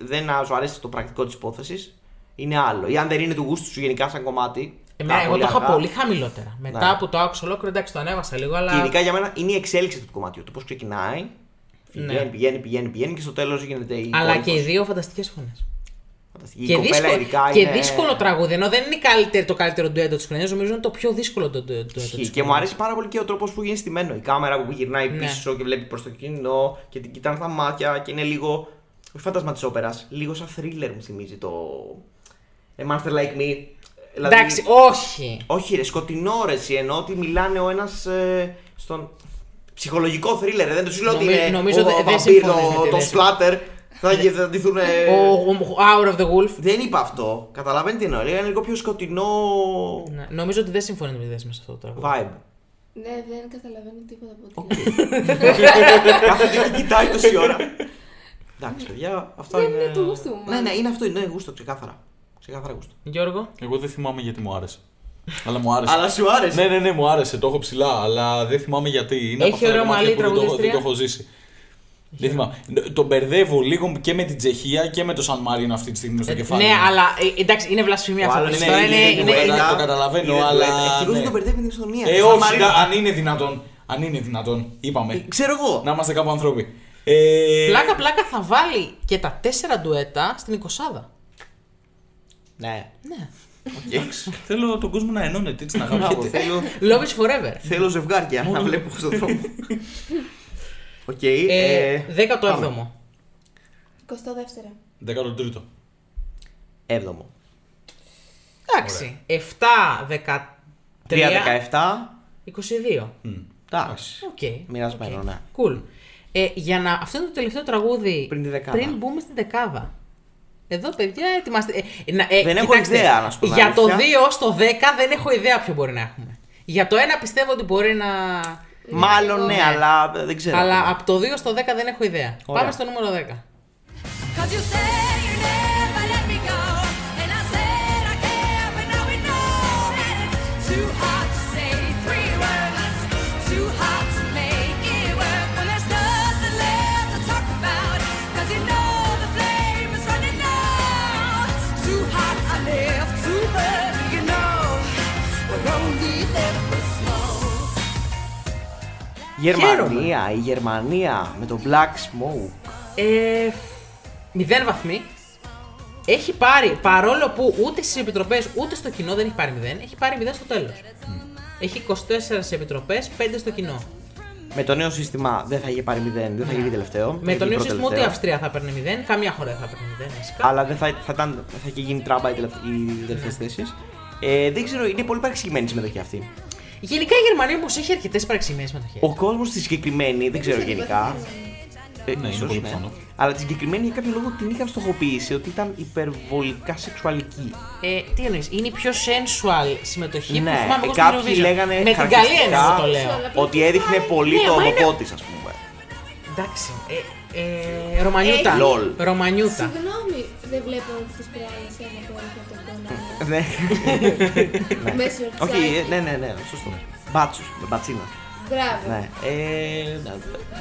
A: δεν να σου αρέσει το πρακτικό της υπόθεσης, είναι άλλο. Ή αν δεν είναι του γούστου σου γενικά σαν κομμάτι.
B: Εμένα,
A: τα
B: εγώ το είχα
A: αργά.
B: πολύ χαμηλότερα. Μετά
A: Ναι.
B: που το άκουσα ολόκληρο, εντάξει, το ανέβασα λίγο,
A: Και
B: αλλά.
A: ειδικά για μένα είναι η εξέλιξη του κομματιού. Το πώς ξεκινάει. Πηγαίνει,
B: Ναι.
A: πηγαίνει, πηγαίνει, πηγαίνει και στο τέλος γίνεται η.
B: Αλλά
A: κόλυφος.
B: και οι δύο φανταστικές φωνές.
A: Φανταστική. Η
B: και,
A: κοπέλα
B: δύσκολο,
A: ειδικά
B: και
A: είναι-
B: δύσκολο τραγούδι. Ενώ δεν είναι η καλύτερη, το καλύτερο ντουέτο της χρονιάς, νομίζω είναι το πιο δύσκολο το ντουέτο τη
A: Ισχύει.
B: χρονιά.
A: Και μου αρέσει πάρα πολύ και ο τρόπος που γίνει στημένο. Η κάμερα που γυρνάει
B: Ναι.
A: πίσω και βλέπει προς το κοινό και την κοιτάνε στα μάτια και είναι λίγο. Όχι φάντασμα της όπερας, λίγο σαν thriller μου θυμίζει το. A Monster Like Me. Δηλαδή-
B: Εντάξει, όχι.
A: Όχι, ρε, σκοτεινό ρε, εσύ, ενώ ότι μιλάνε ο ένας στον. Ψυχολογικό θρίλερ, δεν τους λέω ότι
B: Νομι-
A: είναι
B: νομίζω
A: ο
B: δε- δεν
A: βαμπύρ,
B: συμφωνείς με
A: ο-
B: τη
A: το
B: λέξη.
A: σπλάτερ, θα αντιθούν.
B: Ο, ο- ο Hour of the Wolf.
A: Δεν είπα αυτό. Καταλαβαίνετε τι εννοώ. Λέει, Είναι λίγο πιο σκοτεινό
B: Ναι, νομίζω ότι δεν συμφωνεί με τη θέση με αυτό το τραγούδι.
A: vibe.
C: Ναι, δεν καταλαβαίνω τίποτα από ό,τι.
A: Οκ. Κάθε τι με κοιτάει τόση ώρα. Εντάξει, παιδιά, αυτό
C: Δεν
A: είναι.
C: είναι του γούστου μου,
A: Ναι,
C: μάλλον.
A: ναι, είναι αυτό. Είναι γούστο, ξεκάθαρα. Ξεκάθαρα γούστο.
B: Γιώργο.
D: Εγώ δεν θυμάμαι γιατί μου άρεσε. αλλά μου άρεσε.
A: Αλλά σου άρεσε.
D: Ναι, ναι, ναι, μου άρεσε. Το έχω ψηλά, αλλά δεν θυμάμαι γιατί. Είναι
B: Έχει
D: από αυτά τα
B: ωραίο
D: κομμάτια
B: μαλλί
D: που δεν το έχω-
B: τραγουδίστρια.
D: Δεν το έχω ζήσει. Δεν θυμάμαι. Το μπερδεύω λίγο και με την Τσεχία και με το Σαν Μάρινο αυτή τη στιγμή στο κεφάλι.
B: Ναι,
D: μου.
B: αλλά ε, εντάξει, είναι βλασφημία
A: Ο
B: αυτό.
A: άλλος
B: που
D: Ναι,
B: λέω.
D: είναι-
B: Είναι-
D: είναι-
B: είναι-
D: είναι-
B: είναι-
D: το καταλαβαίνω, αλλά,
A: Ευτυχώ δεν
D: ναι.
A: τον μπερδεύει την Εστονία.
D: Ε,
A: Σαν
D: όχι,
A: Μαρίνο.
D: να- αν είναι δυνατόν. Αν είναι δυνατόν, είπαμε.
A: Ξέρω εγώ.
D: Να είμαστε κάπου άνθρωποι. Ε,
B: Ε, Πλάκα, πλάκα θα βάλει και τα τέσσερα ντουέτα στην 20
A: Ναι.
B: Ναι.
D: εντάξει, Θέλω τον κόσμο να ενώνεται, έτσι να
A: Μπράβο,
D: γαμιέται.
A: θέλω-
B: Love is forever.
A: Θέλω ζευγάρια να βλέπω στον δρόμο. Οκ.
B: Ε,
A: ε,
B: 17ο.
C: 22.
D: 13ο.
A: Έβδομο.
B: Εντάξει. 7, 13,
A: 3-17.
B: 22.
A: Εντάξει.
B: Οκ.
A: Μοιρασμένο,
B: οκ.
A: ναι.
B: Cool. Ε, για να... Αυτό είναι το τελευταίο τραγούδι.
A: Πριν τη δεκάδα.
B: Πριν μπούμε στην δεκάδα. Εδώ, παιδιά, ετοιμάστε. Ε, να- ε,
A: Δεν έχω
B: κοιτάξτε,
A: ιδέα, να σου πω την
B: Για το 2
A: αλήθεια.
B: ως το 10 δεν έχω ιδέα ποιο μπορεί να έχουμε. Για το 1 πιστεύω ότι μπορεί να.
A: Μάλλον ναι,
B: Ναι.
A: αλλά δεν ξέρω.
B: Αλλά από το 2 στο 10 δεν έχω ιδέα.
A: Ωραία.
B: Πάμε στο νούμερο 10.
F: Cause you said you never let me go. And I said I can't, but now we know that it's too hard to say three words. Too hard to make it work when there's nothing left to talk about. Cause you know the flame is running out. Too hot I live, too early, you know. We're only left with smoke.
A: Γερμανία, η Γερμανία με το Black Smoke.
B: Ε, μηδέν βαθμοί. Έχει πάρει, παρόλο που ούτε στις επιτροπές ούτε στο κοινό δεν έχει πάρει μηδέν, έχει πάρει μηδέν στο τέλος. Έχει 24 σε επιτροπές, 5 στο κοινό.
A: Με το νέο σύστημα δεν θα είχε πάρει 0, δεν θα είχε βγει τελευταίο. θα
B: Ναι. Με
A: είχε
B: τον
A: βγει
B: νέο σύστημα ούτε η
A: προτελευταίο.
B: Αυστρία θα παίρνει μηδέν, καμία χώρα δεν θα παίρνει μηδέν. Φυσικά.
A: Αλλά δεν θα, θα, ήταν, θα είχε γίνει τράμπα οι τελευταίες θέσεις. Ε, δεν ξέρω, είναι πολύ παρεξηγημένη η συμμετοχή αυτή.
B: Γενικά η Γερμανία όμως έχει αρκετές παρεξημένε μετοχές.
A: Ο κόσμος στη συγκεκριμένη, δεν ξέρω γενικά. Ε,
D: Ναι, είναι
A: ίσως,
D: πολύ πιθανό.
A: Αλλά τη συγκεκριμένη για κάποιο λόγο την είχαν στοχοποιήσει ότι ήταν υπερβολικά σεξουαλική.
B: Ε, τι εννοείς, είναι η πιο sensual συμμετοχή
A: Ναι,
B: που θυμάμαι εγώ στην
A: κάποιοι
B: Eurovision.
A: λέγανε
B: Με την καλή
A: χαρακτηριστικά-
B: έννοια το λέω.
C: Αλλά
A: Ότι έδειχνε πολύ
B: Ναι,
A: το
B: μα είναι-
A: όνοπό της, ας πούμε.
B: Εντάξει. Ε, ε, Ρωμανιούτα.
A: Έχει- Λολ.
B: Ρωμανιούτα.
C: Συγγνώμη, δεν βλέπω τις πειράζει ένα που έρχεται από τον άλλο.
A: Ναι.
C: Μέση ορτσάκι.
A: Όχι, ε, ναι, ναι, ναι, σωστό. Μπάτσους, με μπατσίνα.
C: Μπράβο.
A: Ναι. Ε, ναι,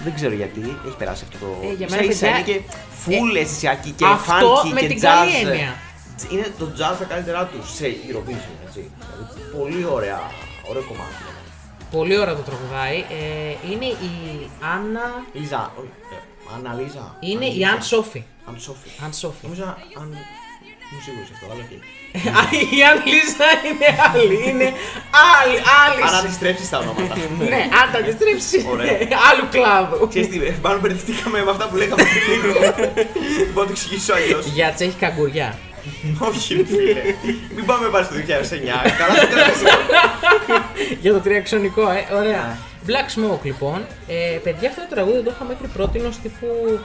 A: δεν ξέρω γιατί έχει περάσει αυτό το.
B: Ε, για
A: ίσα-
B: μένα,
A: ίσα
B: παιδιά, ε,
A: είναι και φουλ αισθησιακή και
B: αυτό
A: funky
B: με
A: και
B: την
A: jazz. ε,
B: καλή έννοια.
A: Είναι το jazz τα καλύτερά τους σε Eurovision, έτσι. Δηλαδή, Πολύ ωραία, ωραίο κομμάτι.
B: Πολύ ωραία το τραγουδάει. Ε, είναι η Άννα.
A: Λίζα, όχι, ε, Άννα Λίζα.
B: Είναι
A: Αν
B: η
A: Λίζα.
B: Αν Σόφη.
A: Αν Σόφη.
B: Αν Σόφη.
A: Νομίζω αν... Είμαι σίγουρος γι' αυτό, αλλά και...
B: Α, η Αν Λίζα είναι άλλη. Είναι άλλη.
A: Αν
B: άλλη.
A: αντιστρέψεις τα ονόματα.
B: Ναι, αν τα αντιστρέψεις.
A: Ωραία.
B: Άλλου κλάδου.
A: Ξέρεις τι, πάνω μπερδευτήκαμε με αυτά που λέγαμε πριν λίγο. Δεν μπορώ να το εξηγήσω αλλιώς.
B: Για τσέχη καγκουριά.
A: Όχι, ρε φίλε. Μην πάμε πάλι στο 2009. Καλά το κράτησα.
B: Για το τριακσονικό, ε, ωραία.
A: Ναι.
B: Black Smoke λοιπόν. Ε, παιδιά, αυτό το τραγούδι το είχα μέχρι πρώτη ως τύπου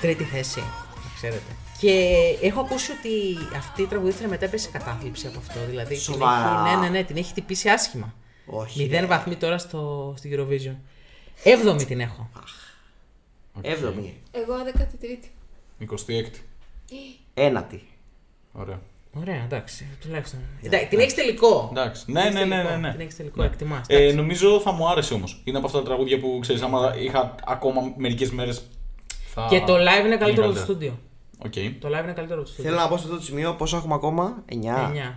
B: τρίτη θέση, να ξέρετε. Και έχω ακούσει ότι αυτή η τραγουδίστρια μετά έπεσε σε κατάθλιψη από αυτό. Δηλαδή, την
A: Σοβαρά.
B: έχει, ναι, ναι, ναι, την έχει χτυπήσει άσχημα.
A: Όχι.
B: Μηδέν βαθμοί τώρα στο, στην Eurovision. Έβδομη την έχω.
A: Έβδομη.
C: Εγώ 13η.
D: 26.
A: Ένατη.
D: Ωραία.
B: Ωραία, εντάξει, τουλάχιστον.
A: Ναι,
B: Εντάξει, την έχεις τελικό.
D: Εντάξει. Ναι, ναι, ναι, ναι. ναι.
B: Την έχεις τελικό, εκτιμάς,
D: Ε,
B: εντάξει.
D: νομίζω θα μου άρεσε όμως. Είναι από αυτά τα τραγούδια που ξέρεις, άμα είχα ακόμα μερικές μέρες. Θα...
B: Και το live είναι καλύτερο από το
D: καλύτερα.
B: στούντιο.
D: Οκ.
B: Το live είναι καλύτερο από το
A: Θέλω
B: στούντιο.
A: να πω σε αυτό το σημείο πόσο έχουμε ακόμα. 9.
B: 9.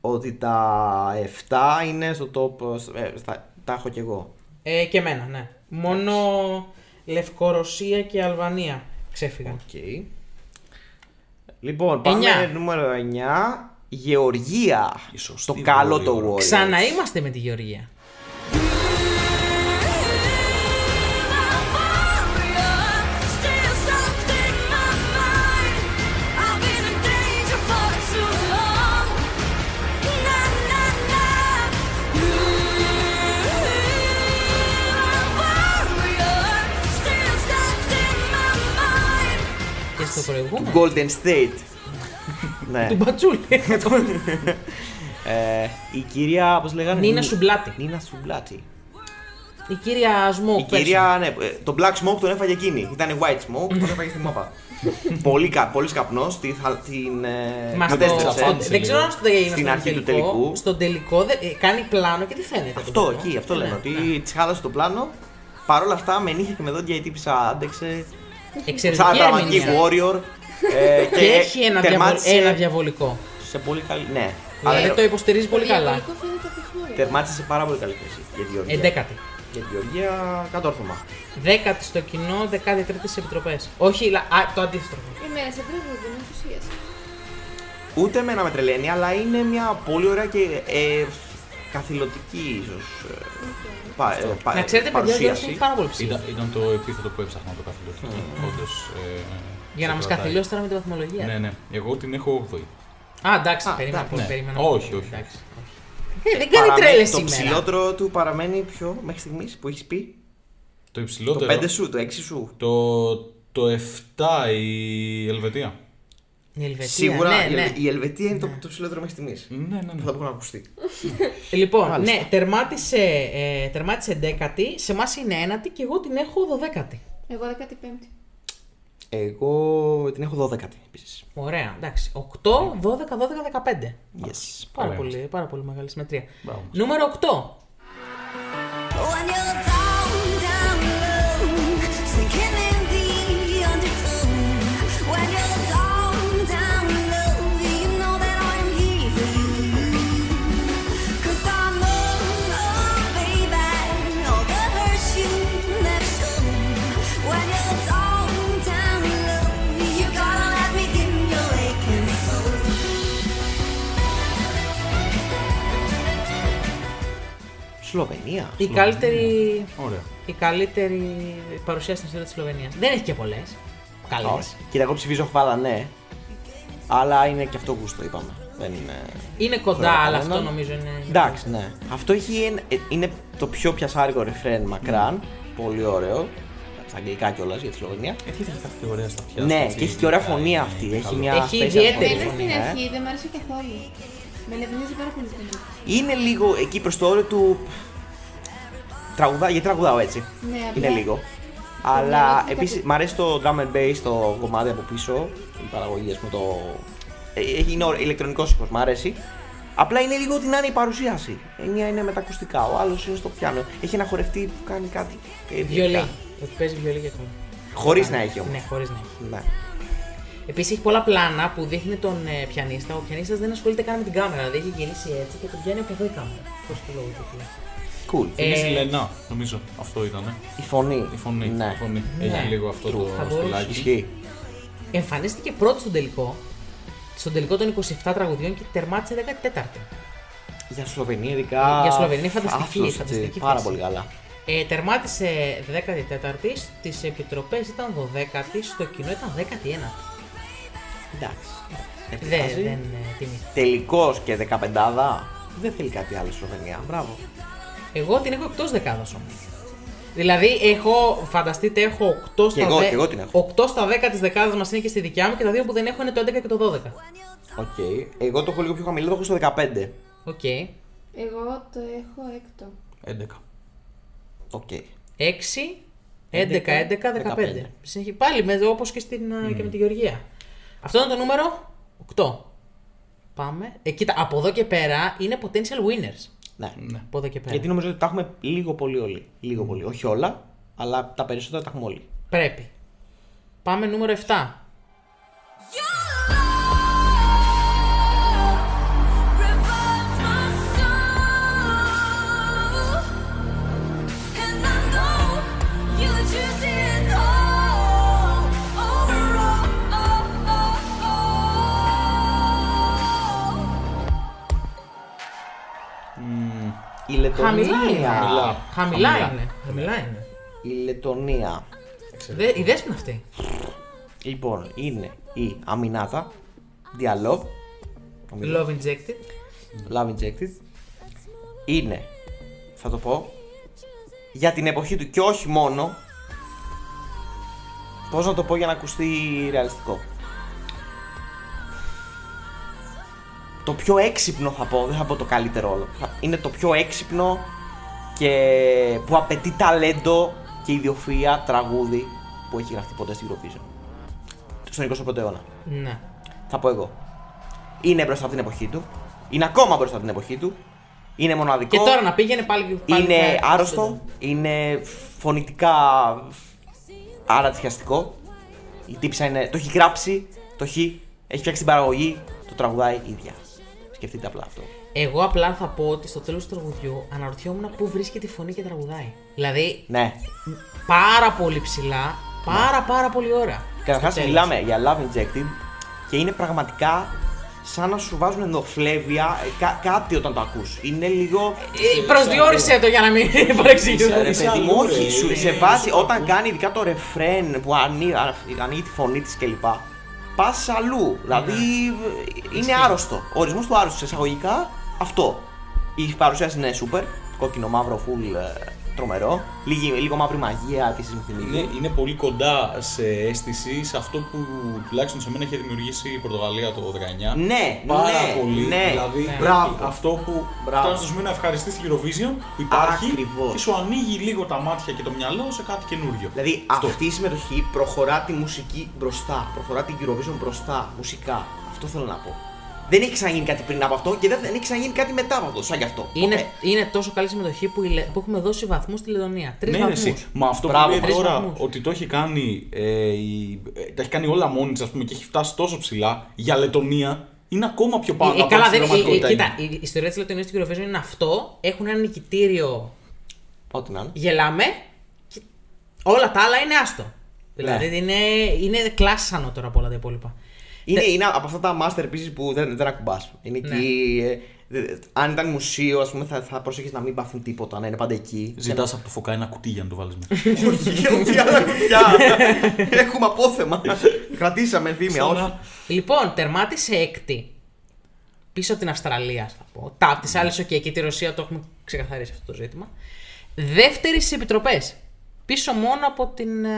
A: Ότι τα 7 είναι στο top. ε, στα- Τα έχω κι εγώ.
B: Ε, και εμένα, ναι. Μόνο Λευκορωσία και Αλβανία ξέφυγαν.
A: Οκ. Λοιπόν, πάμε
B: Εννιά.
A: νούμερο 9. Γεωργία.
D: Η σωστή
A: Το καλό το
D: Γεωργία.
A: Warriors.
B: Ξαναείμαστε με τη Γεωργία. Και στο προηγούμενο.
A: Golden State. ναι.
B: Του Μπατσούλη.
A: Ε, η κυρία, πώς λέγανε.
B: Νίνα
A: Νι-
B: Σουμπλάτη.
A: Νίνα Σουμπλάτη.
B: Η κυρία Σμόκ.
A: Η κυρία, ναι, ε, το black smoke τον έφαγε εκείνη. Ήταν η white smoke, τον έφαγε στη μάπα. πολύ, κα, πολύ σκαπνός, τη, θα- την ε,
B: Μας το...
A: κατέστρεψε.
D: εξαφάνισε
B: Δεν ξέρω αν στο έγινε
A: Στην
B: στον
A: αρχή του
B: τελικό.
A: τελικού.
B: Στον τελικό δε- ε, κάνει πλάνο και τι φαίνεται.
A: Αυτό
B: το
A: εκεί,
B: πλάνο.
A: αυτό
B: Ναι,
A: λέμε.
B: ναι.
A: Ότι της χάλασε το πλάνο. Παρ' όλα αυτά, με νύχια και με δόντια η τύπησα άντεξε. Σαν
B: Εξαιρετική
A: πραγματική
B: ερμηνεία.
A: warrior. ε,
B: Και έχει ένα, διαβολ...
A: τερμάτισε
B: ένα διαβολικό.
A: σε πολύ καλή. Ναι, αλλά
B: Δηλαδή το υποστηρίζει πολύ καλά. Ε,
C: Το διαβολικό φαίνεται από χώρα.
A: τερμάτισε σε πάρα πολύ καλή θέση. Για τη Γεωργία.
B: Εντέκατη.
A: Για τη Γεωργία, κατόρθωμα.
B: Δέκατη στο κοινό, δεκάτη τρίτη σε επιτροπές. Όχι, λα- α, το αντίστροφο.
C: Εμένα σε τραγούδι με ενθουσίασε.
A: Ούτε εμένα με τρελαίνει, αλλά είναι μια πολύ ωραία και ε, καθηλωτική ίσως ε, πα- ε, πα-
B: Να ξέρετε, παιδιά, ο Γιώργος
A: παρουσίαση.
B: έχει πάρα πολύ ψήφο.
D: Ήταν, ήταν το επίθετο που έψαχνα το καθηλωτικό. όντως, ε,
B: Ναι. Για να
D: σε
B: μας
D: κρατάει.
B: καθυλώσει τώρα με τη βαθμολογία.
D: Ναι, ναι. Εγώ την έχω 8η.
B: Α, εντάξει,
A: Α,
B: περίμενα.
A: εντάξει,
B: πολύ,
D: ναι.
B: περίμενα.
D: Όχι,
B: πολύ,
D: όχι.
B: εντάξει, Ε, δεν κάνει
A: Παραμένει-
B: τρέλες
A: Το
B: σήμερα.
A: ψηλότερο του παραμένει ποιο μέχρι στιγμής που έχεις πει.
D: Το
A: Το
D: υψηλότερο.
A: 5 σου, το 6 σου.
D: Το, το 7 η Ελβετία.
B: Η Ελβετία,
A: Σίγουρα
B: ναι,
A: η
B: ναι.
A: Ελβε- η Ελβετία είναι το, το ψηλότερο μέχρι στιγμής.
D: Ναι, ναι,
A: Που
D: ναι.
A: θα μπορούν να ακουστεί.
B: Λοιπόν,
A: Μάλιστα.
B: ναι, τερμάτισε, ε, τερμάτισε 10η, σε εμάς είναι ένατη και εγώ την έχω 12η.
C: Εγώ 15η.
A: Εγώ την έχω 12η επίσης.
B: Ωραία, εντάξει. 8,
A: Ναι.
B: 12, 12, 15.
A: Yes.
B: Πάρα
D: Ωραία.
B: πολύ, πάρα πολύ μεγάλη συμμετρία.
D: Μπράβο.
B: Νούμερο 8.
F: When you're down, down low, sinking in the undertone. When you're down, down low, you know that I'm here for you. 'Cause I know, oh baby, all the hurt you never shown. When you're down, down low, you gotta let me in your aching soul.
A: Σλοβενία.
B: Η καλύτερη,
D: Ωραία.
B: η καλύτερη παρουσία στην ιστορία της Σλοβενίας. Δεν έχει και πολλές. Καλές.
A: Όχι. Κοίτα, εγώ ψηφίζω χβάλα, ναι. Αλλά είναι και αυτό γούστο, είπαμε. Δεν είναι...
B: Είναι κοντά,
A: Χωρί
B: αλλά
A: κανέναν.
B: αυτό νομίζω είναι.
A: Εντάξει, ναι. Αυτό έχει, εν- ε, είναι το πιο πιασάρικο ρεφρέν μακράν. Πολύ ωραίο. Στα αγγλικά κιόλας για τη Σλοβενία.
D: Γιατί Ε, έχει κάτι και ωραία στα αυτιά.
A: Ναι,
D: έτσι,
A: και έχει και ωραία
D: ειδικά,
A: φωνή
D: είναι
A: αυτή. Έχει
D: ε, καλό.
A: μια
B: Έχει
A: special
B: ιδιαίτερη
A: φωνή,
C: Εμένα στην
A: ε.
C: αρχή δεν μου άρεσε καθόλου. Με νευρίαζε πάρα πολύ πολύ.
A: Είναι λίγο εκεί προς το όριο του. Τραγουδά, γιατί τραγουδάω έτσι.
C: Ναι,
A: είναι
C: απλά-
A: λίγο. Αλλά
C: αρέσει
A: επίση
C: κάτι-
A: μ' αρέσει το drum and bass το κομμάτι από πίσω. Η παραγωγή, ας πούμε, το. Ε, έχει- Είναι ηλεκτρονικός ήχος, μ' αρέσει. Απλά είναι λίγο ότι να είναι η παρουσίαση. Η μία είναι με τα ακουστικά, ο άλλος είναι στο πιάνο. Έχει ένα χορευτή που κάνει κάτι.
B: Βιολί. Ότι παίζει βιολί και αυτό.
A: Χωρί να έχει όμως.
B: Ναι, χωρίς να έχει.
A: Ναι.
B: Επίσης έχει πολλά πλάνα που δείχνει τον ε, πιανίστα. Ο πιανίστας δεν ασχολείται καν με την κάμερα. Δηλαδή έχει γυρίσει έτσι και τον πιάνει από εδώ η κάμερα. Προς το λόγο του.
A: Cool.
D: Είναι
B: Ε,
D: Λενά, νομίζω. Αυτό ήταν.
A: Η φωνή.
D: Η φωνή.
A: Ναι.
D: η φωνή.
B: Ναι.
D: Έχει λίγο αυτό το
B: Θα μπορούσε.
D: στυλάκι.
A: Ισχύει.
B: Εμφανίστηκε πρώτο στον τελικό. Στον τελικό των 27 τραγουδιών και τερμάτισε 14η.
A: Για Σλοβενία, ειδικά.
B: Για Σλοβενία είναι φανταστική,
A: άφλος,
B: φανταστική
A: έτσι,
B: θέση.
A: Πάρα πολύ καλά.
B: Ε, τερμάτισε 14η, στις επιτροπές ήταν 12η, στο κοινό ήταν 19η.
A: Εντάξει. Δεν
B: Δεν
A: πειράζει.
B: δεν, ε, τιμή.
A: Τελικός και δεκαπεντάδα. Δεν θέλει κάτι άλλο η Σλοβενία. Μπράβο.
B: Εγώ την έχω εκτός δεκάδα όμως. Δηλαδή, έχω, φανταστείτε, έχω 8 στα,
A: Κι εγώ-
B: δε-
A: κι εγώ την έχω.
B: 8 στα 10 της δεκάδας μας είναι και στη δικιά μου και τα δύο που δεν έχω είναι το 11 και το 12.
A: Οκ. Εγώ το έχω λίγο πιο χαμηλό, το έχω στο 15.
B: Οκ.
C: Εγώ το έχω έκτο.
D: 11.
A: Οκ.
B: 6, 11, 11, 15.
A: 15.
B: Συνεχι... Πάλι με, όπως και, στην, ε, και με τη Γεωργία. Αυτό είναι το νούμερο 8. Πάμε. Ε, κοίτα, από εδώ και πέρα είναι potential winners.
A: Ναι.
B: Από εδώ και πέρα.
A: Γιατί νομίζω ότι τα έχουμε λίγο πολύ όλοι. Λίγο πολύ. Όχι όλα, αλλά τα περισσότερα τα έχουμε όλοι.
B: Πρέπει. Πάμε νούμερο 7.
F: Revives my soul, and I know you just it all over oh, all.
A: Η Λετωνία.
B: Χαμηλά είναι.
A: Χαμηλά.
B: Χαμηλά είναι. Χαμηλά είναι.
A: Η Λετωνία.
B: Δε, η δέσμη είναι αυτή.
A: Λοιπόν, είναι η Αμινάτα. Διαλό.
B: Love injected.
A: Love Injected είναι, θα το πω, για την εποχή του και όχι μόνο, πώς να το πω για να ακουστεί ρεαλιστικό. Το πιο έξυπνο θα πω, δεν θα πω το καλύτερο όλο. Θα- Είναι το πιο έξυπνο και που απαιτεί ταλέντο και ιδιοφυΐα τραγούδι που έχει γραφτεί ποτέ στην Eurovision. Στον 21ο αιώνα
B: Ναι.
A: θα πω εγώ. Είναι μπροστά από την εποχή του. Είναι ακόμα μπροστά από την εποχή του. Είναι μοναδικό.
B: Και τώρα να πήγαινε πάλι. πάλι
A: είναι
B: θα-
A: άρρωστο. Είναι φωνητικά άρατσιαστικό. Η τύψα είναι. Το έχει γράψει. Το έχει. Έχει φτιάξει την παραγωγή. Το τραγουδάει η ίδια. Σκεφτείτε απλά αυτό.
B: Εγώ απλά θα πω ότι στο τέλος του τραγουδιού αναρωτιόμουν πού βρίσκεται η φωνή και τραγουδάει. Δηλαδή
A: Ναι.
B: πάρα πολύ ψηλά, πάρα πάρα πολύ ώρα. Στο
A: Καταρχά
B: τέλος.
A: Ναι. μιλάμε για Love Injected και είναι πραγματικά σαν να σου βάζουν ενδοφλέβια ε, κα- κάτι όταν το ακούς. Είναι λίγο.
B: Ε, προσδιορίσε το για να μην παρεξηγηθώ.
A: Ρε παιδί μου,
D: αλλού,
A: όχι,
D: ρε.
A: σου,
D: Είναι
A: σε βάζει όταν κάνει ειδικά το ρεφρέν που ανοίγει, ανοίγει τη φωνή της κλπ. Πας αλλού. Δηλαδή ε,
D: Ναι.
A: είναι άρρωστο. Ο ορισμός του άρρωστου εισαγωγικά αυτό. Η παρουσίαση είναι super. Κόκκινο μαύρο φουλ ε, τρομερό. Λίγη, λίγο μαύρη μαγεία επίση μου
D: Είναι,
A: θυμίζει.
D: είναι πολύ κοντά σε αίσθηση, σε αυτό που τουλάχιστον σε μένα είχε δημιουργήσει η Πορτογαλία το 19.
A: Ναι,
D: Πάρα
A: ναι,
D: πολύ.
A: ναι.
D: δηλαδή,
A: Ναι.
D: πρέπει
A: Μπράβο.
D: αυτό που
A: Μπράβο.
D: φτάνει στο σημείο να ευχαριστήσει την Eurovision που υπάρχει
A: Ακριβώς.
D: και σου ανοίγει λίγο τα μάτια και το μυαλό σε κάτι καινούριο.
A: Δηλαδή
D: Αυτό.
A: αυτή η συμμετοχή προχωρά τη μουσική μπροστά. Προχωρά την Eurovision μπροστά. Μουσικά. Αυτό θέλω να πω. Δεν έχει ξαναγίνει κάτι πριν από αυτό και δεν, δεν έχει ξαναγίνει κάτι μετά από αυτό. Σαν γι' αυτό.
B: Είναι,
A: Ποτέ.
B: είναι τόσο καλή συμμετοχή που, η Λε- που έχουμε δώσει βαθμούς στη Λετωνία. Ε, Τρεις
D: ναι, ρε,
B: βαθμούς.
D: εσύ. Μα αυτό
A: Μπράβο,
D: που λέει
B: τρεις
D: τώρα
B: βαθμούς.
D: ότι το έχει κάνει, ε, η, ε, τα έχει κάνει όλα μόνη της, ας πούμε, και έχει φτάσει τόσο ψηλά για Λετωνία, είναι ακόμα πιο πάνω. από
B: καλά, δεν,
D: ό,τι στην
B: ε, ε,
D: πραγματικότητα
B: κοίτα,
D: είναι.
B: η η ιστορία της Λετωνίας στην Eurovision είναι αυτό. Έχουν ένα νικητήριο
A: Ό,τι να είναι.
B: γελάμε. και Όλα τα άλλα είναι άστο.
A: Ναι.
B: Δηλαδή είναι, είναι κλάσσανο τώρα από όλα τα υπόλοιπα.
A: Είναι, είναι από αυτά τα masterpieces που δεν, δεν ακουμπάς. Είναι
B: Ναι.
A: εκεί. ε, δε- αν ήταν μουσείο, ας πούμε, θα, θα πρόσεχε να μην πάθουν τίποτα, να είναι πάντα
B: ε,
A: εκεί.
D: Ζητάς από το φωκά ένα κουτί για να το βάλεις μέσα.
A: Όχι, όχι, άλλα κουτιά. Έχουμε απόθεμα. Κρατήσαμε ενθύμια, όχι.
B: Λοιπόν, τερμάτισε έκτη. Πίσω από την Αυστραλία, θα πω. Τα
A: Ναι.
B: από τις άλλες, οκ, και τη Ρωσία το έχουμε ξεκαθαρίσει αυτό το ζήτημα. Δεύτερη στις επιτροπές. Πίσω μόνο από, την, ε,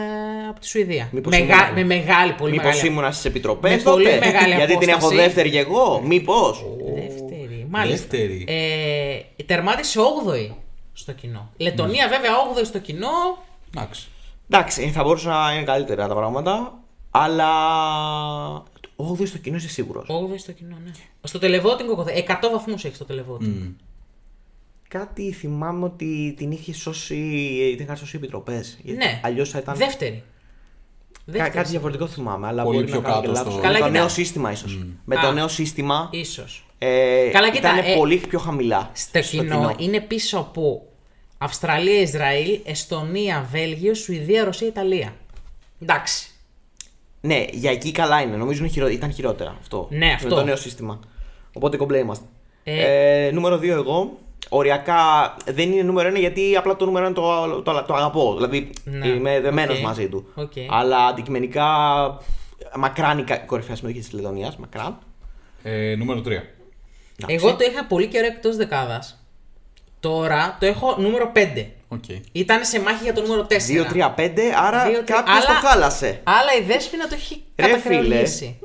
B: από τη Σουηδία.
A: Μήπως
B: Μεγα-
A: ήμουν-
B: με μεγάλη, πολύ
A: Μήπως
B: μεγάλη.
A: Λοιπόν, ήμουνα στις επιτροπές.
B: Με πολύ μεγάλη
A: Γιατί την έχω
B: απόσταση. Ναι.
A: δεύτερη κι εγώ. Μήπως.
B: Δεύτερη. Μάλιστα.
D: Δεύτερη.
B: Ε, τερμάτισε 8η στο κοινό. Λετωνία,
A: Ναι.
B: βέβαια, 8η στο κοινό.
D: Εντάξει.
A: Εντάξει, θα μπορούσαν να είναι καλύτερα τα πράγματα. Αλλά. Ο Όδη στο κοινό είσαι σίγουρος.
B: 8η στο κοινό, ναι. Στο τελεβότινγκο, Κοθέ- 100 βαθμούς έχει το τελεβότινγκο.
D: Μμ.
A: Κάτι θυμάμαι ότι την είχε σώσει. Την είχαν σώσει οι επιτροπές.
B: Ναι.
A: Αλλιώς θα ήταν.
B: Δεύτερη.
A: Κα-
B: Δεύτερη.
A: Κάτι διαφορετικό θυμάμαι. Αλλά
D: Πολύ
A: μπορεί
D: πιο
A: να κάνω και
D: κάτω
A: λάθος.
D: στο-
A: Με
B: Καλά,
A: το
B: κοίτα.
A: νέο σύστημα, ίσως. Με το
B: Α.
A: νέο σύστημα.
B: Ίσως.
A: Ε,
B: Καλά, κοίτα,
A: ήταν
B: ε,
A: πολύ πιο χαμηλά.
B: Στα
A: στο
B: κοινό, είναι πίσω από Αυστραλία, Ισραήλ, Εστονία, Βέλγιο, Σουηδία, Ρωσία, Ιταλία. Εντάξει.
A: Ναι, για εκεί καλά είναι. Νομίζω είναι χειρο... ήταν χειρότερα αυτό.
B: Ναι, αυτό.
A: Με το νέο σύστημα. Οπότε κομπλέ είμαστε.
B: Ε.
A: Ε... νούμερο 2 εγώ. Οριακά δεν είναι νούμερο 1 γιατί απλά το νούμερο 1 το, το, το αγαπώ. Δηλαδή
B: Ναι.
A: είμαι δεμένος
B: Οκ.
A: μαζί του.
B: Οκ.
A: Αλλά αντικειμενικά μακράν η κα- κορυφαία συμμετοχή της Λετωνίας. Μακράν.
D: Ε, νούμερο 3.
A: Εντάξει.
B: Εγώ το είχα πολύ καιρό εκτός δεκάδας. Τώρα το έχω νούμερο 5.
D: Οκ.
B: Ήταν σε μάχη για το νούμερο 4.
A: 2-3-5, άρα
B: Δύο, τρία,
A: κάποιος
B: αλλά-
A: το χάλασε.
B: Αλλά η Δέσποινα το έχει
A: Ρε,
B: κατακρεολίσει.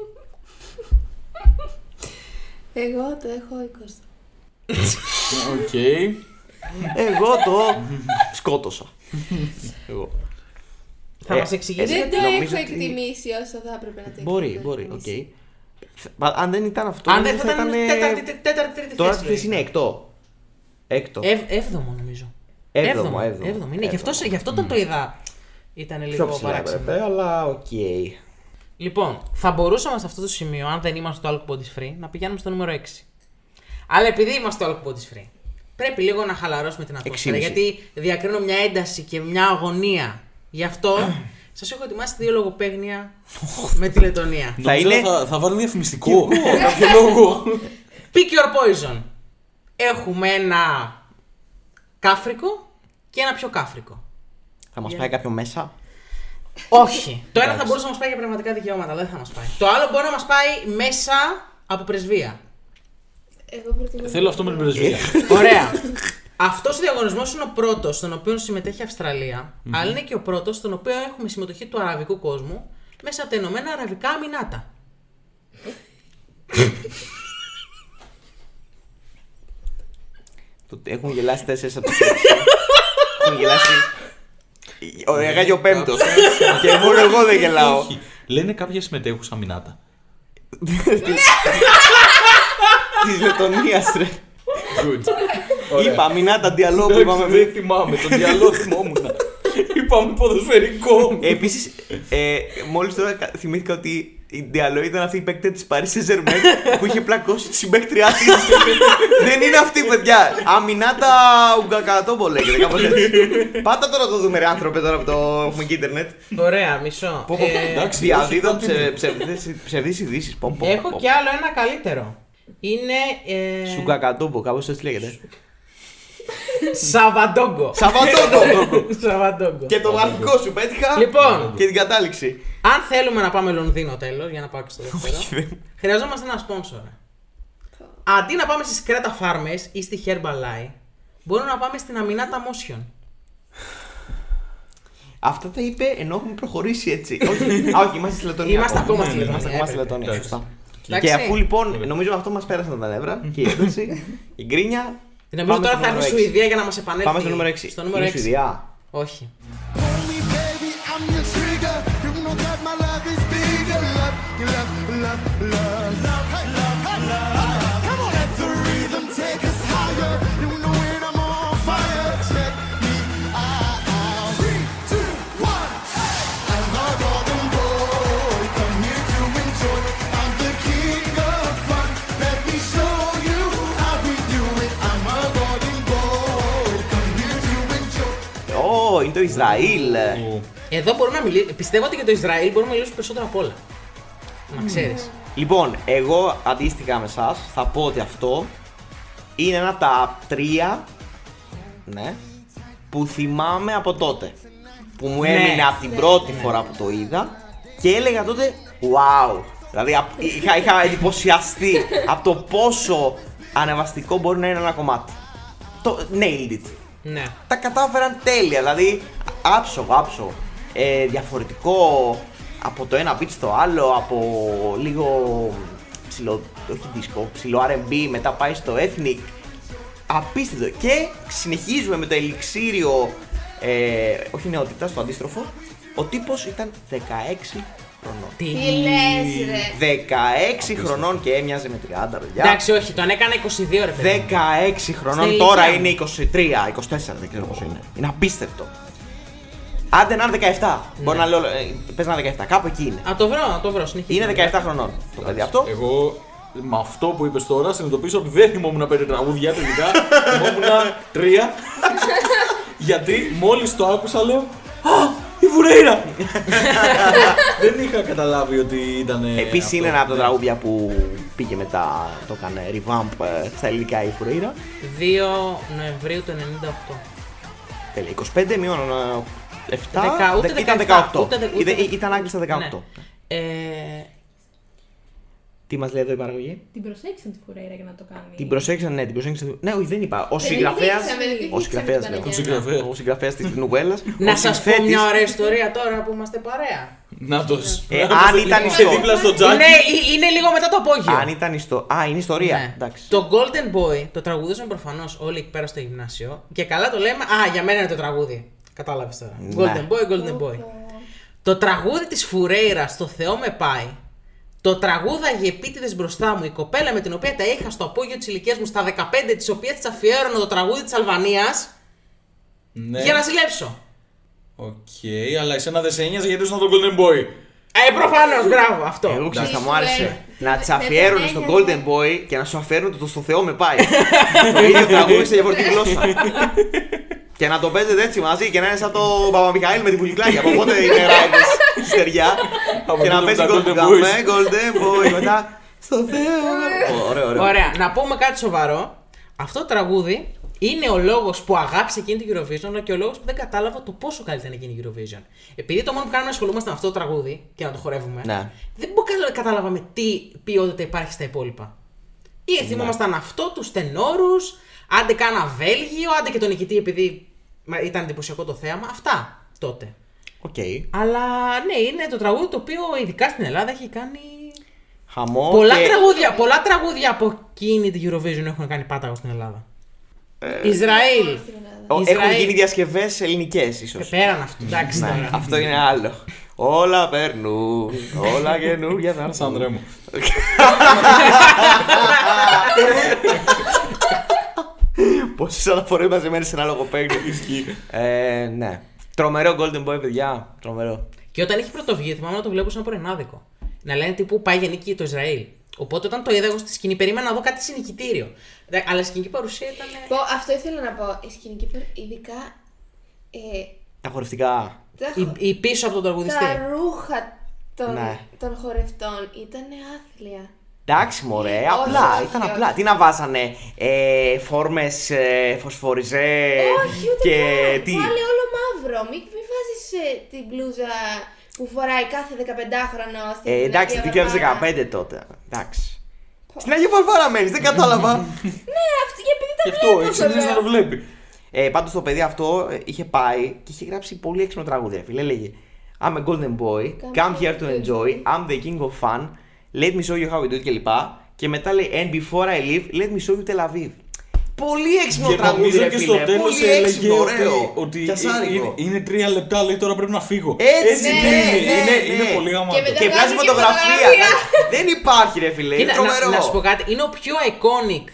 C: Εγώ το έχω 20.
D: Οκ.
A: Εγώ το σκότωσα. εγώ.
B: Θα
A: Ε,
B: μας εξηγήσει.
A: ε,
C: Δεν το
A: νομίζω
C: έχω
A: ότι-
C: εκτιμήσει όσο θα έπρεπε να το εκτιμήσω.
A: Μπορεί, μπορεί, οκ. Θα- Αν δεν ήταν αυτό,
B: Αν δεν
A: νομίζω
B: θα ήταν
A: ήτανε-
B: τέταρτη, τέ- τέταρτη, τρίτη
A: ε, Τώρα
B: θέση.
A: τι θέση είναι, εκτό. Έκτο.
B: Εβ- Έβδομο νομίζω.
A: Έβδομο,
B: Έβδομο,
A: έβδομο.
B: έβδομο. Είναι, γι' αυτό,
A: Έβδομο. Mm.
B: γι' αυτό όταν το είδα ήταν
A: Πιο
B: λίγο
A: ψηλά
B: παράξενο.
A: έπρεπε, αλλά οκ.
B: Λοιπόν, θα μπορούσαμε σε αυτό το σημείο, αν δεν είμαστε στο Alcohol Bodies Free, να πηγαίνουμε στο νούμερο 6. Αλλά επειδή είμαστε στο Alcohol Bodies Free, πρέπει λίγο να χαλαρώσουμε την ατμόσφαιρα.
A: Εξήμιση.
B: Γιατί διακρίνω μια ένταση και μια αγωνία. Γι' αυτό σας έχω ετοιμάσει δύο λογοπαίγνια με τη Λετωνία.
A: Θα
D: Νομίζω
A: είναι-
D: θα, θα βάλω διαφημιστικό. Για κάποιο λόγο.
B: Pick your poison. Έχουμε ένα κάφρικο και ένα πιο κάφρικο.
A: Θα μας πάει κάποιο μέσα.
B: Όχι. το ένα θα μπορούσε να μας πάει για πνευματικά δικαιώματα, δεν θα μας πάει. Το άλλο μπορεί να μας πάει μέσα από πρεσβεία.
C: Εγώ προτιμώ.
D: Θέλω αυτό με την πρεσβεία.
B: Ε. Ωραία. Αυτός ο διαγωνισμός είναι ο πρώτος στον οποίο συμμετέχει η αυστραλια αλλά είναι και ο πρώτος στον οποίο έχουμε συμμετοχή του αραβικού κόσμου μέσα από τα Ηνωμένα Αραβικά Αμινάτα.
A: Το- Έχουν γελάσει τέσσερις από τους Έχουν γελάσει.
B: Ε,
A: Ωραία, και ο πέμπτο. Και μόνο εγώ δεν γελάω.
D: Όχι. Λένε κάποια συμμετέχουσα μηνάτα.
A: Τη Λετωνία, ρε.
D: Good.
A: Είπα, μηνά τα διαλόγου,
D: είπαμε.
A: είπαμε
D: Δεν θυμάμαι, τον διαλόγο θυμόμουν. Είπαμε ποδοσφαιρικό.
A: Επίσης, ε, μόλις τώρα κα- θυμήθηκα ότι η Ντιαλό ήταν αυτή η παίκτη της Paris Saint Germain που είχε πλακώσει τη συμπαίκτριά της. Δεν είναι αυτή, παιδιά. Αμινάτα Ουγκακατόμπο λέγεται. κάπως έτσι. Πάτα τώρα το δούμε, ρε άνθρωπε, τώρα που το έχουμε και ίντερνετ.
B: Ωραία, μισό.
D: Πω, πω,
B: Ε,
D: εντάξει.
A: Διαδίδω
D: όσο ήταν
A: ψευδεί ειδήσει.
B: έχω κι άλλο ένα καλύτερο. Είναι. Ε,
A: Σουγκακατόμπο, κάπως έτσι λέγεται.
B: Σαβαντόγκο.
A: Σαββατόκο!
B: Σαβαντόγκο.
A: Και το αρχικό σου πέτυχα.
B: Λοιπόν.
A: Και την κατάληξη.
B: Αν θέλουμε να πάμε Λονδίνο τέλο, για να πάω και στο δεύτερο, χρειαζόμαστε ένα σπόνσορα. Αντί να πάμε στις Κρέτα Farmers ή στη Herbalife, μπορούμε να πάμε στην Αμινάτα Motion.
A: Αυτά τα είπε ενώ έχουμε προχωρήσει έτσι. όχι, α, όχι, είμαστε στη Λετωνία.
B: Είμαστε ακόμα στη
A: Ναι, ναι,
B: Λετωνία,
A: Είμαστε ακόμα στη
B: έπρεπε.
A: Λετωνία. Σωστά.
B: Εντάξει.
A: Και αφού λοιπόν, νομίζω αυτό μας πέρασαν τα νεύρα και η ένταση, η γκρίνια.
B: Νομίζω
A: πάμε
B: τώρα
A: στο
B: θα έρθει η
A: νούμερο
B: Σουηδία για να μας επανέλθει.
A: Πάμε στο νούμερο 6.
B: Στο νούμερο 6.
A: Σουηδία.
B: Όχι.
H: Hold me, baby, I'm your trigger. You know that my love is bigger. Love, love, love, love. Love, love, love. Come on, let the rhythm take us higher. You know when I'm on fire. Check me out. Three, two, one. hey! I'm a golden boy. Come here to enjoy. I'm the king of fun. Let me show you how we do it. I'm a golden boy. Come here to enjoy.
A: Ω, είναι το Ισραήλ.
B: Ναι.
D: Ε,
B: Εδώ μπορούμε να μιλήσουμε. Πιστεύω ότι για το Ισραήλ μπορούμε να μιλήσουμε περισσότερο απ' όλα. Να ξέρεις.
A: Λοιπόν, εγώ αντίστοιχα με εσάς θα πω ότι αυτό είναι ένα από τα τρία ναι, που θυμάμαι από τότε. Που μου
B: Ναι.
A: έμεινε από την πρώτη φορά που το είδα και έλεγα τότε wow. Δηλαδή απ- είχα, είχα εντυπωσιαστεί από το πόσο ανεβαστικό μπορεί να είναι ένα κομμάτι. Το nailed it.
B: Ναι.
A: Τα κατάφεραν τέλεια. Δηλαδή άψογο, άψογο. Ε, διαφορετικό από το ένα beat στο άλλο, από λίγο ψηλό, όχι δίσκο, ψηλό R&B, μετά πάει στο ethnic. Απίστευτο. Και συνεχίζουμε με το ελιξίριο, ε, όχι νεότητα, στο αντίστροφο. Ο τύπος ήταν 16 χρονών.
B: Τι.
C: Τι λες, ρε.
A: 16 χρονών και έμοιαζε με 30, παιδιά.
B: Εντάξει, όχι, τον έκανα 22 ρε παιδί.
A: 16 χρονών,
B: Στην
A: τώρα
B: ηλικία μου.
A: είναι 23, 24, δεν ξέρω πόσο είναι. Είναι απίστευττο. Άντε να είναι 17.
B: Ναι.
A: Μπορεί να λέω. ε, Πες να είναι 17, κάπου εκεί είναι.
B: Α, το βρω, να το βρω, συνεχίζει.
A: Είναι 17 χρονών το παιδί αυτό.
D: Εγώ με αυτό που είπες τώρα συνειδητοποίησα ότι δεν θυμόμουν πέντε τραγούδια τελικά. θυμόμουν τρία. Γιατί μόλις το άκουσα λέω Α! Η Βουρέιρα! δεν είχα καταλάβει ότι ήταν.
A: Επίση είναι ένα από τα τραγούδια που πήγε μετά, το έκανε revamp ε, στα ελληνικά η Φουρέιρα.
B: 2 Νοεμβρίου του 98.
A: Τέλεια, 25 μείον 7.
B: Δεκα- ούτε
A: ε, Ήταν
B: 17,
A: 18.
B: ούτε δε- ούτε
A: Ήταν-
B: δε-
A: Ήταν άγγλιστα 18.
B: Ναι. Ε,
A: Τι μας λέει εδώ η παραγωγή.
G: Την προσέξαν τη Φουρέιρα για να το κάνει.
A: Την προσέξαν, ναι, την προσέξαν. Ναι, όχι, δεν είπα. Ο
C: Δεν
A: συγγραφέας.
B: ναι,
C: δείξαμε, δεν
A: Ο
C: δείξαμε
A: συγγραφέα,
C: την
A: λέω.
C: Παναγία. Ο
D: συγγραφέας.
A: Ο συγγραφέας της Νουβέλλα.
B: να σας πω μια ωραία ιστορία τώρα που είμαστε παρέα.
D: Να το.
A: Ε, αν ήταν
D: Είστε
A: στο.
D: δίπλα στο
B: Είναι,
D: τζάκι.
B: ε- είναι λίγο μετά το απόγειο.
A: Αν ήταν στο. Α, είναι ιστορία.
B: Ναι.
A: Εντάξει.
B: Το Golden Boy το τραγουδούσαμε προφανώς όλοι εκεί πέρα στο γυμνάσιο. Και καλά το λέμε. Α, για μένα είναι το τραγούδι. Κατάλαβες τώρα.
A: Ναι.
B: Golden Boy, Golden Boy. Το τραγούδι της Φουρέιρας στο Θεό με πάει. Το τραγούδαγε επίτηδες μπροστά μου η κοπέλα με την οποία τα είχα στο απόγειο τη ηλικία μου στα 15, τη οποία τη αφιέρωνα το τραγούδι της Αλβανίας
D: Ναι.
B: για να ζηλέψω.
D: Οκ, αλλά εσένα δεν σε ένοιαζε γιατί ήσουν τον Golden Boy.
B: Ε, προφανώς, μπράβο αυτό.
A: Εγώ ξέρω, θα
C: Ναι.
A: μου άρεσε.
C: Ναι.
A: Να
C: Ναι,
A: τι αφιέρωνε
C: ναι,
A: στον
C: ναι.
A: Golden Boy και να σου αφιέρωνε το στο Θεό με πάει. το ίδιο τραγούδι σε διαφορετική γλώσσα. και να το παίζετε έτσι μαζί και να είναι σαν το Παπαμιχαήλ με την πουλικλάκια. Από πότε είναι ράιδε στη στεριά.
D: Από
A: και να
D: τότε
A: παίζει
D: με
A: Golden
D: τα Golden Boys.
A: Boy. Golden Boy. Μετά στο Θεό. με- Ωραίο, ωραίο.
B: Ωραία, να πούμε κάτι σοβαρό. Αυτό το τραγούδι είναι ο λόγος που αγάπησε εκείνη την Eurovision, αλλά και ο λόγος που δεν κατάλαβα το πόσο καλή ήταν εκείνη η Eurovision. Επειδή το μόνο που κάναμε να ασχολούμαστε με αυτό το τραγούδι και να το χορεύουμε,
A: Ναι.
B: δεν μπο- κατα- κατάλαβαμε τι ποιότητα υπάρχει στα υπόλοιπα. Ή θυμόμασταν αυτό, τους τενόρους, άντε κάνα Βέλγιο, άντε και τον νικητή επειδή μα, ήταν εντυπωσιακό το θέαμα. Αυτά τότε.
A: Οκ.
B: Αλλά ναι, είναι το τραγούδι το οποίο ειδικά στην Ελλάδα έχει κάνει
A: Χαμό.
B: Πολλά,
A: και-
B: τραγούδια, πολλά τραγούδια από εκείνη την Eurovision έχουν κάνει πάταγο στην Ελλάδα. Ισραήλ.
A: Ο- Ε, Έχουν
B: Ισραήλ.
A: γίνει διασκευές ελληνικές, ίσως.
B: Ε, Πέραν αυτού. Εντάξει
A: Ναι,
B: τώρα.
A: αυτό είναι άλλο. Όλα περνούν, όλα καινούργια θα
D: Σαν
A: έρθουν.
D: Ανδρέ μου.
A: Πόσες αναφορές μαζεμένες σε ένα λογοπαίγνιο. Ε, ναι. Τρομερό Golden Boy, παιδιά. Τρομερό.
B: Και όταν έχει πρωτοβγεί, θυμάμαι να το βλέπω σαν πρωινάδικο. Να λένε τύπου πάει για νίκη το Ισραήλ. Οπότε όταν το είδα εγώ στη σκηνή, περίμενα να δω κάτι συνοικητήριο. Ε, Αλλά η σκηνική παρουσία ήταν. ε,
C: Πω, αυτό ήθελα να πω. Η σκηνική που ειδικά. Ε,
A: Τα χορευτικά.
C: τα,
B: Η, η πίσω από τον τραγουδιστή.
C: τα ρούχα των,
A: Ναι.
C: των χορευτών ήταν άθλια.
A: Εντάξει, μωρέ,
C: Όχι,
A: απλά.
C: όχι,
A: ήταν
C: όχι.
A: απλά. Τι να βάζανε. Ε, Φόρμες ε, φωσφοριζέ.
C: Όχι, ούτε
A: και
C: καν.
A: τι.
C: Βάλε όλο μαύρο. Μην, μην βάζεις την μπλούζα που φοράει κάθε 15χρονο στην
A: Ε, εντάξει,
C: Αγία Βαρβάρα.
A: 2015 τότε. Εντάξει. Στην Αγία Βαρβάρα μένεις, δεν κατάλαβα.
C: Ναι, αυτή, επειδή τα
D: Γι' αυτό
C: βλέπω
D: έχει συνηθίσει να το βλέπει.
A: Ε, Πάντως το παιδί αυτό ε, είχε πάει και είχε γράψει πολύ έξυπνο τραγούδι. ρε Φίλε, λέγε I'm a golden boy,
C: Come
A: come here to enjoy, I'm the king of fun, let me show you how we do it κλπ. Και μετά λέει And before I leave, let me show you Tel Aviv. Πολύ έξυπνο
D: Και
A: τραγούδι,
D: νομίζω
A: ρε
D: και στο
A: φίλε.
D: τέλος
A: Πολύ
D: έλεγε
A: έξυπνο,
D: ότι,
A: ωραίο.
D: ότι
A: Και ασάρικο.
D: είναι, είναι τρία λεπτά, λέει τώρα πρέπει να φύγω.
A: Έτσι,
C: ναι,
D: είναι,
C: ναι,
A: ναι.
D: είναι, είναι πολύ γαμάτο.
C: μετά-
A: Και βγάζει
C: βγάζει και
A: φωτογραφία.
C: φωτογραφία.
A: Δεν υπάρχει, ρε φίλε. Είναι
B: Κοίτα,
A: τρομερό.
B: να, να σου πω κάτι, είναι ο πιο iconic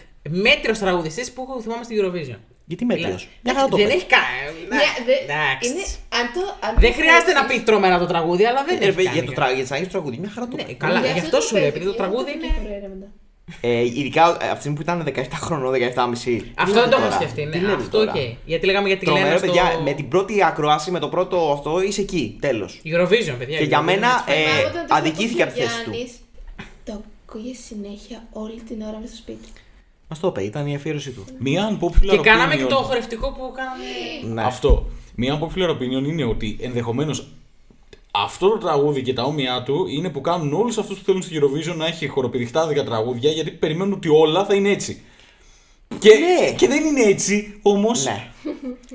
B: μέτριος τραγουδιστής που έχω θυμάμαι στην Eurovision.
A: Γιατί μέτριο.
B: Δηλαδή,
A: Μια χαρά το
B: Δεν
A: παίζει.
B: έχει κανένα.
C: Μια- Ναι, δε-
B: Ναι, Εντάξει.
C: είναι- αν το- αν το
B: Δεν χρειάζεται να πει
C: ακούσεις-
B: τρομερά το τραγούδι, αλλά δεν
A: Ε, ρε
B: έχει
A: φίλε, Για
B: κάνει
A: το
B: κάτι.
A: τραγούδι, για το τραγούδι, μια χαρά το παίζει.
B: Καλά, γι' αυτό σου λέω, επειδή το
C: παίζει,
B: τραγούδι
C: είναι
B: είναι-
C: πολύ ωραία μετά.
A: Ε, ειδικά ε, αυτή τη στιγμή που ήταν 17 χρονών, 17,5.
B: Αυτό δεν το έχω
A: τώρα.
B: σκεφτεί.
A: Τι
B: Ναι,
A: λέτε
B: αυτό οκ.
A: τώρα.
B: Γιατί λέγαμε για τη Λένα
A: Τρομερό,
B: στο...
A: παιδιά. Με την πρώτη ακροάση, με το πρώτο αυτό, είσαι εκεί. Τέλος.
B: Eurovision, παιδιά.
A: Και για
B: Eurovision
A: μένα,
B: είναι
A: ε,
C: Μα όταν το
A: αδικήθηκε από τη
C: ακούγε ο
A: θέση του.
C: Γιάννης, Το ακούγε συνέχεια όλη την ώρα μέσα στο σπίτι.
A: Μας το είπε, ήταν η αφιέρωσή του.
D: Μια unpopular
A: ε,
B: Και κάναμε και
D: opinion-
B: το χορευτικό που κάναμε.
C: Ε.
A: Ναι.
D: Αυτό. Μια unpopular opinion είναι ότι ενδεχομένως αυτό το τραγούδι και τα όμοιά του είναι που κάνουν όλους αυτούς που θέλουν στη Eurovision να έχει χοροπηδιχτάδικα τραγούδια γιατί περιμένουν ότι όλα θα είναι έτσι. Και,
A: Ναι.
D: και δεν είναι έτσι, όμως.
A: Ναι.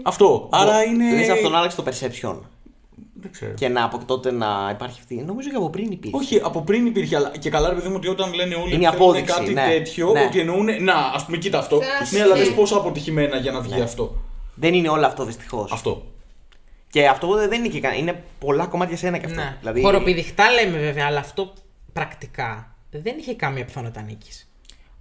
D: Αυτό. Άρα είναι.
A: Λες αυτό να άλλαξε το perception.
D: Δεν ξέρω.
A: Και να από τότε να υπάρχει αυτή. Νομίζω και από πριν υπήρχε.
D: Όχι, από πριν υπήρχε, αλλά και καλά, ρε παιδί μου, ότι όταν λένε όλοι
A: Είναι
D: ότι θέλουν
A: απόδειξη,
D: κάτι
A: ναι.
D: τέτοιο,
A: Ναι.
D: ότι εννοούν. Να, ας πούμε, κοίτα αυτό.
C: Σαν να
D: Ναι, αλλά
C: σου
D: δες
C: λέει.
D: πόσα αποτυχημένα για να
A: Ναι.
D: βγει αυτό.
A: Δεν είναι όλο αυτό δυστυχώς.
D: Αυτό.
A: Και αυτό δεν είναι και κανένα. Είναι πολλά κομμάτια σε ένα και αυτό.
B: Ναι.
A: Δηλαδή,
B: Χοροπηδηχτά λέμε βέβαια, αλλά αυτό πρακτικά δεν είχε καμία πιθανότητα νίκης.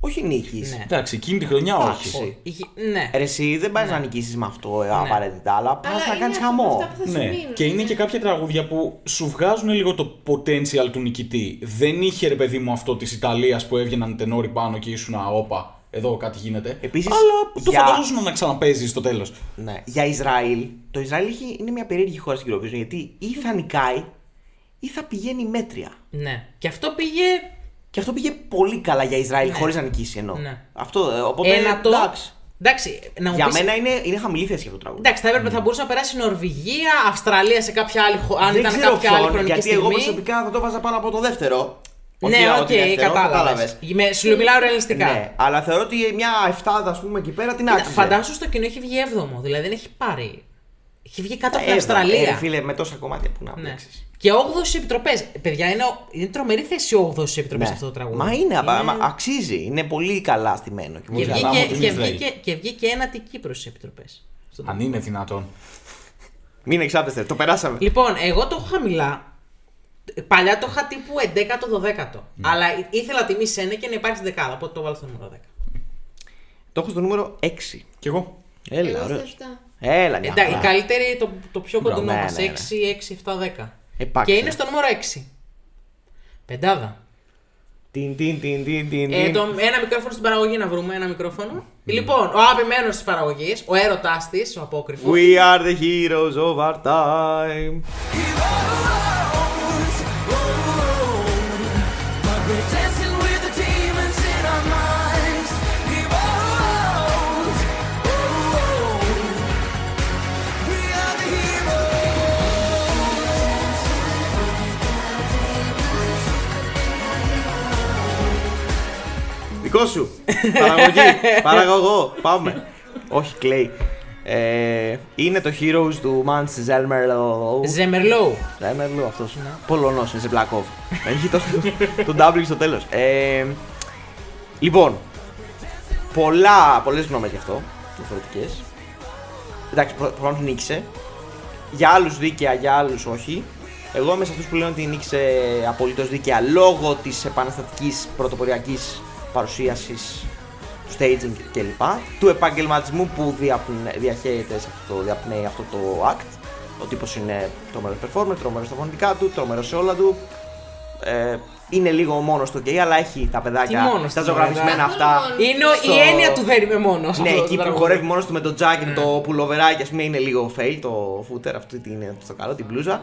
A: Όχι νίκη.
B: Ναι.
D: Εντάξει, εκείνη τη χρονιά
A: Εντάξει.
D: όχι.
B: Ναι.
A: Ρε, εσύ δεν πας να νικήσεις με αυτό ε, απαραίτητα, αλλά πας
C: Αλλά
A: να
C: είναι
A: κάνεις
C: αυτά- αυτά
A: χαμό.
C: που θα σου
D: Ναι,
C: μείνουν,
D: και είναι
C: ναι.
D: και κάποια τραγούδια που σου βγάζουν λίγο το potential του νικητή. Δεν είχε ρε παιδί μου αυτό της Ιταλίας που έβγαιναν τενόρι πάνω και ήσουν όπα. Εδώ κάτι γίνεται.
A: Επίσης,
D: Αλλά το
A: για-
D: φανταζόσουν να ξαναπέζεις στο τέλος.
A: Ναι. Για Ισραήλ, το Ισραήλ έχει- είναι μια περίεργη χώρα στην Eurovision γιατί ή θα νικάει ή θα πηγαίνει μέτρια.
B: ναι. Και αυτό πήγε
A: Και αυτό πήγε πολύ καλά για Ισραήλ
B: Ναι.
A: χωρίς να νικήσει ενώ.
B: Ναι.
A: Αυτό, ε, οπότε
B: ένα το.
A: εντάξει.
B: Εντάξει, να μου
A: Για
B: πεις-
A: μένα είναι, είναι χαμηλή θέση αυτό το τραγούδι.
B: Εντάξει, θα, έπρεπε, θα μπορούσε να περάσει η Νορβηγία, Αυστραλία σε κάποια άλλη χώρα. Αν
A: δεν
B: ήταν
A: ξέρω
B: κάποια άλλη
A: ποιον,
B: χρονική
A: γιατί
B: στιγμή.
A: εγώ προσωπικά θα το βάζα πάνω από το δεύτερο.
B: Ναι,
A: από
B: οκ,
A: τη δεύτερο,
B: κατάλαβες.
A: κατάλαβες.
B: Σου μιλάω ρεαλιστικά.
A: Ναι, αλλά θεωρώ ότι μια εφτάδα, ας πούμε, εκεί πέρα την άξιζε.
B: Φαντάσου στο κοινό έχει βγει 7ο, δηλαδή δεν έχει πάρει. Έχει βγει κάτω από την
A: Ε,
B: Αυστραλία.
A: Ε, φίλε, με τόσα κομμάτια που να
B: Ναι.
A: παίξεις.
B: Και 8ο στι επιτροπές. Παιδιά, είναι, ο- είναι τρομερή θέση 8ο στι επιτροπέ αυτό το τραγούδι.
A: Ναι. Μα είναι, απα- μα αξίζει. Είναι πολύ καλά στημένο. Και
B: Και
A: πολύ καλά.
D: γαλάμα
B: βγήκε,
D: του
B: και,
D: Ισραήλ.
B: βγήκε, και βγήκε ένατη Κύπρος στις επιτροπές.
A: ναι.
D: Αν είναι δυνατόν.
A: Μην εξάπτεστε, το περάσαμε.
B: Λοιπόν, εγώ το έχω χαμηλά. Παλιά το είχα τύπου 11ο-12ο.
A: Ναι.
B: Αλλά ήθελα τιμή σε ένα και να υπάρχει στην 10 Οπότε το βάλω στο νούμερο 10.
A: Το έχω στο νούμερο 6.
D: Κι εγώ.
A: Έλα,
C: Εγώ στα
A: ωραίος.
C: αυτά.
A: Έλα, μια
B: Εντάξει, η
A: χαρά.
B: καλύτερη, το, το πιο κοντινό
A: ναι,
B: μα.
A: ναι, Ε, ναι.
B: 6, 6, 7, 10.
A: Επάξια.
B: Και είναι στο νούμερο 6. Πεντάδα.
A: Τιν, τιν, τιν, τιν, τιν,
B: Ε,
A: τιν.
B: το, ένα μικρόφωνο στην παραγωγή να βρούμε. Ένα μικρόφωνο.
A: Ναι.
B: Λοιπόν, ο αγαπημένος της παραγωγής, ο έρωτάς της, ο απόκρυφος.
A: We are the heroes of our time.
E: Oh, Oh,
A: Δικό σου. Παραγωγή. Παραγωγό. Πάμε. Όχι, κλαίει. Ε, είναι το Heroes του Μάντ Ζέλμερλο.
B: Ζεμερλόου.
A: Ζέλμερλο αυτός. Πολωνός, είναι Ζεμπλακόβ. Έχει το, το W στο τέλος. Ε, λοιπόν, πολλά, πολλές γνώμες γι' αυτό, διαφορετικές. Εντάξει, προ- προφανώς νίκησε. Για άλλους δίκαια, για άλλους όχι. Εγώ είμαι σε αυτούς που λένε ότι νίκησε απολύτως δίκαια λόγω της επαναστατικής πρωτοποριακής παρουσίασης του staging κλπ. Του επαγγελματισμού που διαπνε- διαχέεται σε αυτό, το- διαπνέει αυτό το act. Ο τύπος είναι τρομερός performer, τρομερός στα φωνητικά του, τρομερός σε όλα του. Ε, είναι λίγο μόνος του γκέι, αλλά έχει τα παιδάκια,
B: μόνος
A: τα
B: του,
A: ζωγραφισμένα
C: βέβαια.
A: αυτά.
B: Είναι ο-
A: Στο-
B: η έννοια του δεν είμαι μόνος.
A: Ναι, εκεί που χορεύει μόνος του με το τζάκι, το
D: Ναι.
A: πουλοβεράκι, ας πούμε, είναι λίγο fail το footer, αυτή την, το καλό, την μπλούζα.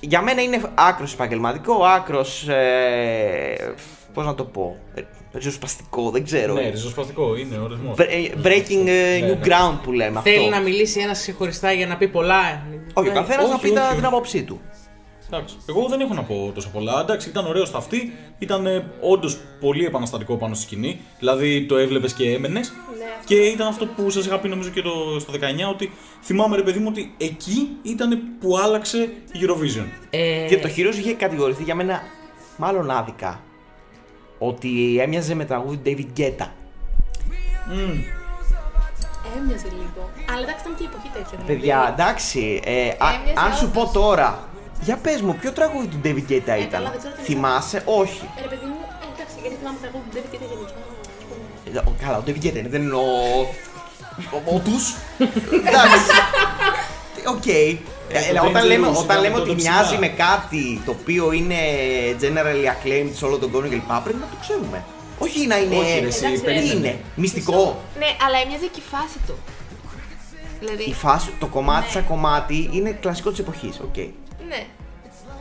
A: Για μένα είναι άκρος επαγγελματικό, άκρος. Ε, Πώς να το πω. ε, Ριζοσπαστικό, δεν ξέρω.
D: Ναι, ριζοσπαστικό είναι ορισμό.
A: Bre- ε, Breaking ε,
D: Ναι, ναι.
A: new ground που λέμε αυτό.
B: Θέλει να μιλήσει ένας ξεχωριστά για να πει πολλά.
A: Όχι, ο καθένας να
D: Ναι. όχι,
A: πει τα-
D: όχι.
A: την άποψή του.
D: Εντάξει. Εγώ δεν έχω να πω τόσο πολλά. Εντάξει, ήταν ωραίος στα αυτή. Ήταν όντως πολύ επαναστατικό πάνω στη σκηνή. Δηλαδή το έβλεπες και έμενες. και ήταν αυτό που σας είχα πει νομίζω και το, στο 19 ότι θυμάμαι ρε παιδί μου ότι εκεί ήταν που άλλαξε η Eurovision.
B: Ε,
A: Και το χειρό είχε κατηγορηθεί για μένα, μάλλον άδικα, ότι έμοιαζε με τραγούδι David Guetta.
C: Έμοιαζε λίγο. Αλλά εντάξει, ήταν και η εποχή τέτοια. δηλαδή.
A: Παιδιά, εντάξει, ε, α-
C: Έμοιαζε
A: αν σου πω
C: όντως.
A: τώρα, για πες μου, ποιο τραγούδι του David Guetta
C: Ε, καλά,
A: ήταν.
C: δεν ξέρω τι
A: Θυμάσαι, όχι.
C: Ε, Ρε παιδί μου, ε, εντάξει, γιατί θυμάμαι τα γούμπι, δεν πήγαινε γενικά.
A: Ε, ο- Καλά, ο David Guetta είναι, δεν είναι ο. Ο, ο τους. Εντάξει. Οκ. Ε,
D: το
A: αλλά
D: Dangerous
A: Όταν λέμε, όταν
D: ήταν
A: λέμε
D: τότε
A: ότι
D: ψηλά.
A: μοιάζει με κάτι το οποίο είναι generally acclaimed σε όλο τον κόσμο κλπ. Πρέπει να το ξέρουμε. Όχι να είναι.
D: Όχι, ρε, εσύ,
A: τι
D: περίμενε.
A: είναι. Μυστικό.
C: Ναι, αλλά έμοιαζε και η φάση του.
A: Η
C: Δηλαδή,
A: φάση, το κομμάτι σαν κομμάτι είναι κλασικό της εποχής. Οκ.
C: ναι.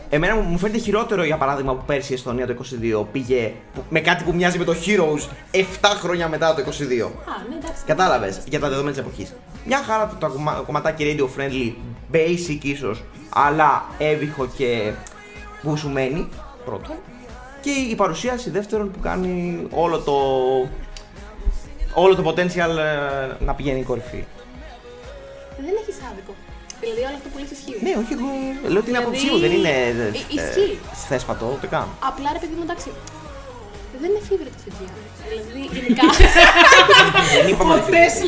A: Εμένα μου- μου φαίνεται χειρότερο για παράδειγμα που πέρσι η Εστονία το 22 πήγε που- με κάτι που μοιάζει με το Heroes 7 χρόνια μετά το 22.
G: Α, ναι, εντάξει.
A: Κατάλαβες για τα δεδομένα της εποχής. Μια χαρά το, το κομμα- κομματάκι radio friendly, basic ίσως, αλλά έβυχο και που σου μένει πρώτον. Και η παρουσίαση δεύτερον που κάνει όλο το. όλο το potential ε, να πηγαίνει η κορυφή.
C: Δεν έχεις άδικο. Δηλαδή όλο αυτό που λες ισχύει.
A: Ναι, όχι, εγώ λέω την
C: Δηλαδή,
A: άποψή μου, δεν είναι ε,
C: ε, ισχύει.
A: θέσπατο ούτε καν.
C: Απλά ρε παιδί μου, εντάξει. Δεν είναι φίβρη το παιδιά. Δηλαδή γενικά.
A: Δεν είπαμε ότι είναι έτσι.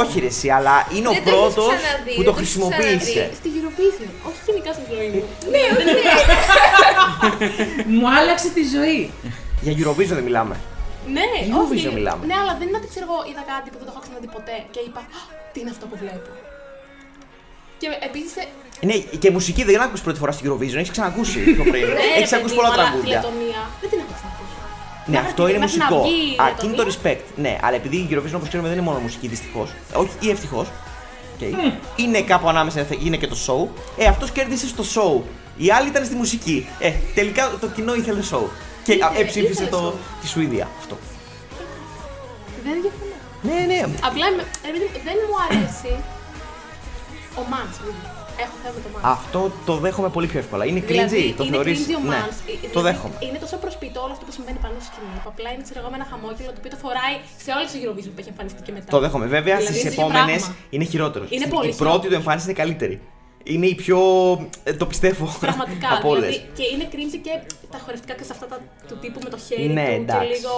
A: Όχι, ρε, εσύ, αλλά είναι ο
C: δεν έχεις
A: πρώτος
C: ξαναδεί,
A: που το
C: δεν έχεις ξαναδεί.
A: χρησιμοποίησε.
C: Δηλαδή, Στη γυροποίηση. Όχι γενικά στη ζωή μου.
B: Μου άλλαξε τη ζωή.
A: Για Eurovision δεν μιλάμε.
C: Ναι,
A: Eurovision
C: όχι. γενικά.
A: μιλάμε.
C: Ναι, αλλά δεν είναι ότι ξέρω εγώ είδα κάτι που δεν το έχω ξαναδεί ποτέ και είπα «Α, Τι είναι αυτό που βλέπω. Και ε, επίση.
A: Ναι, και μουσική δεν άκουσες πρώτη φορά στην Eurovision, έχεις ξανακούσει πιο
C: Ναι,
A: πριν. Έχει ακούσει πολλά τραγούδια.
C: Δεν την έχω ξανακούσει.
A: Ναι,
C: Άρα
A: αυτό
C: τι,
A: είναι
C: πρέπει να
A: μουσικό.
C: βγει η
A: Α,
C: Λετωνία.
A: εκείνη το respect. Ναι, αλλά επειδή η Eurovision όπως ξέρουμε δεν είναι μόνο μουσική δυστυχώς. Όχι, ή ευτυχώς. Okay. Είναι κάπου ανάμεσα, θα- είναι και το show. Ε, αυτός κέρδισε στο show. Η άλλη ήταν στη μουσική. Ε, τελικά το κοινό ήθελε show. Και α,
C: Ήθελε,
A: εψήφισε
C: ήθελε
A: το,
C: show.
A: τη Σουηδία αυτό.
C: Δεν διαφωνώ.
A: Ναι, ναι.
C: Απλά είμαι- ρε παιδί μου, δεν μου αρέσει ο Μάνς. δηλαδή. Έχω θέμα με το Μάνς.
A: Αυτό το δέχομαι πολύ πιο εύκολα. Είναι cringy,
C: Δηλαδή,
A: το
C: είναι
A: θεωρείς.
C: cringy ο
A: ναι,
C: Μάνς. Ε,
A: το
C: δηλαδή,
A: δέχομαι.
C: Είναι τόσο προσπιτό όλο αυτό που συμβαίνει πάνω στο σκηνή. που Απλά είναι ξέρω εγώ με ένα χαμόγελο το οποίο το φοράει σε όλες τις Eurovision που έχει εμφανιστεί και μετά.
A: Το δέχομαι. Βέβαια
C: Δηλαδή,
A: στις
C: είναι
A: επόμενες
C: πράγμα.
A: είναι χειρότερο.
C: Είναι
A: η
C: πολύ
A: πρώτη
C: χειρότερο.
A: του εμφάνιση είναι καλύτερη. Είναι η πιο. ε, το πιστεύω.
C: Πραγματικά.
A: από όλε.
C: δηλαδή, και είναι cringe και τα χορευτικά και σε αυτά τα, του τύπου με το χέρι
A: Ναι,
C: του
A: εντάξει.
C: και λίγο.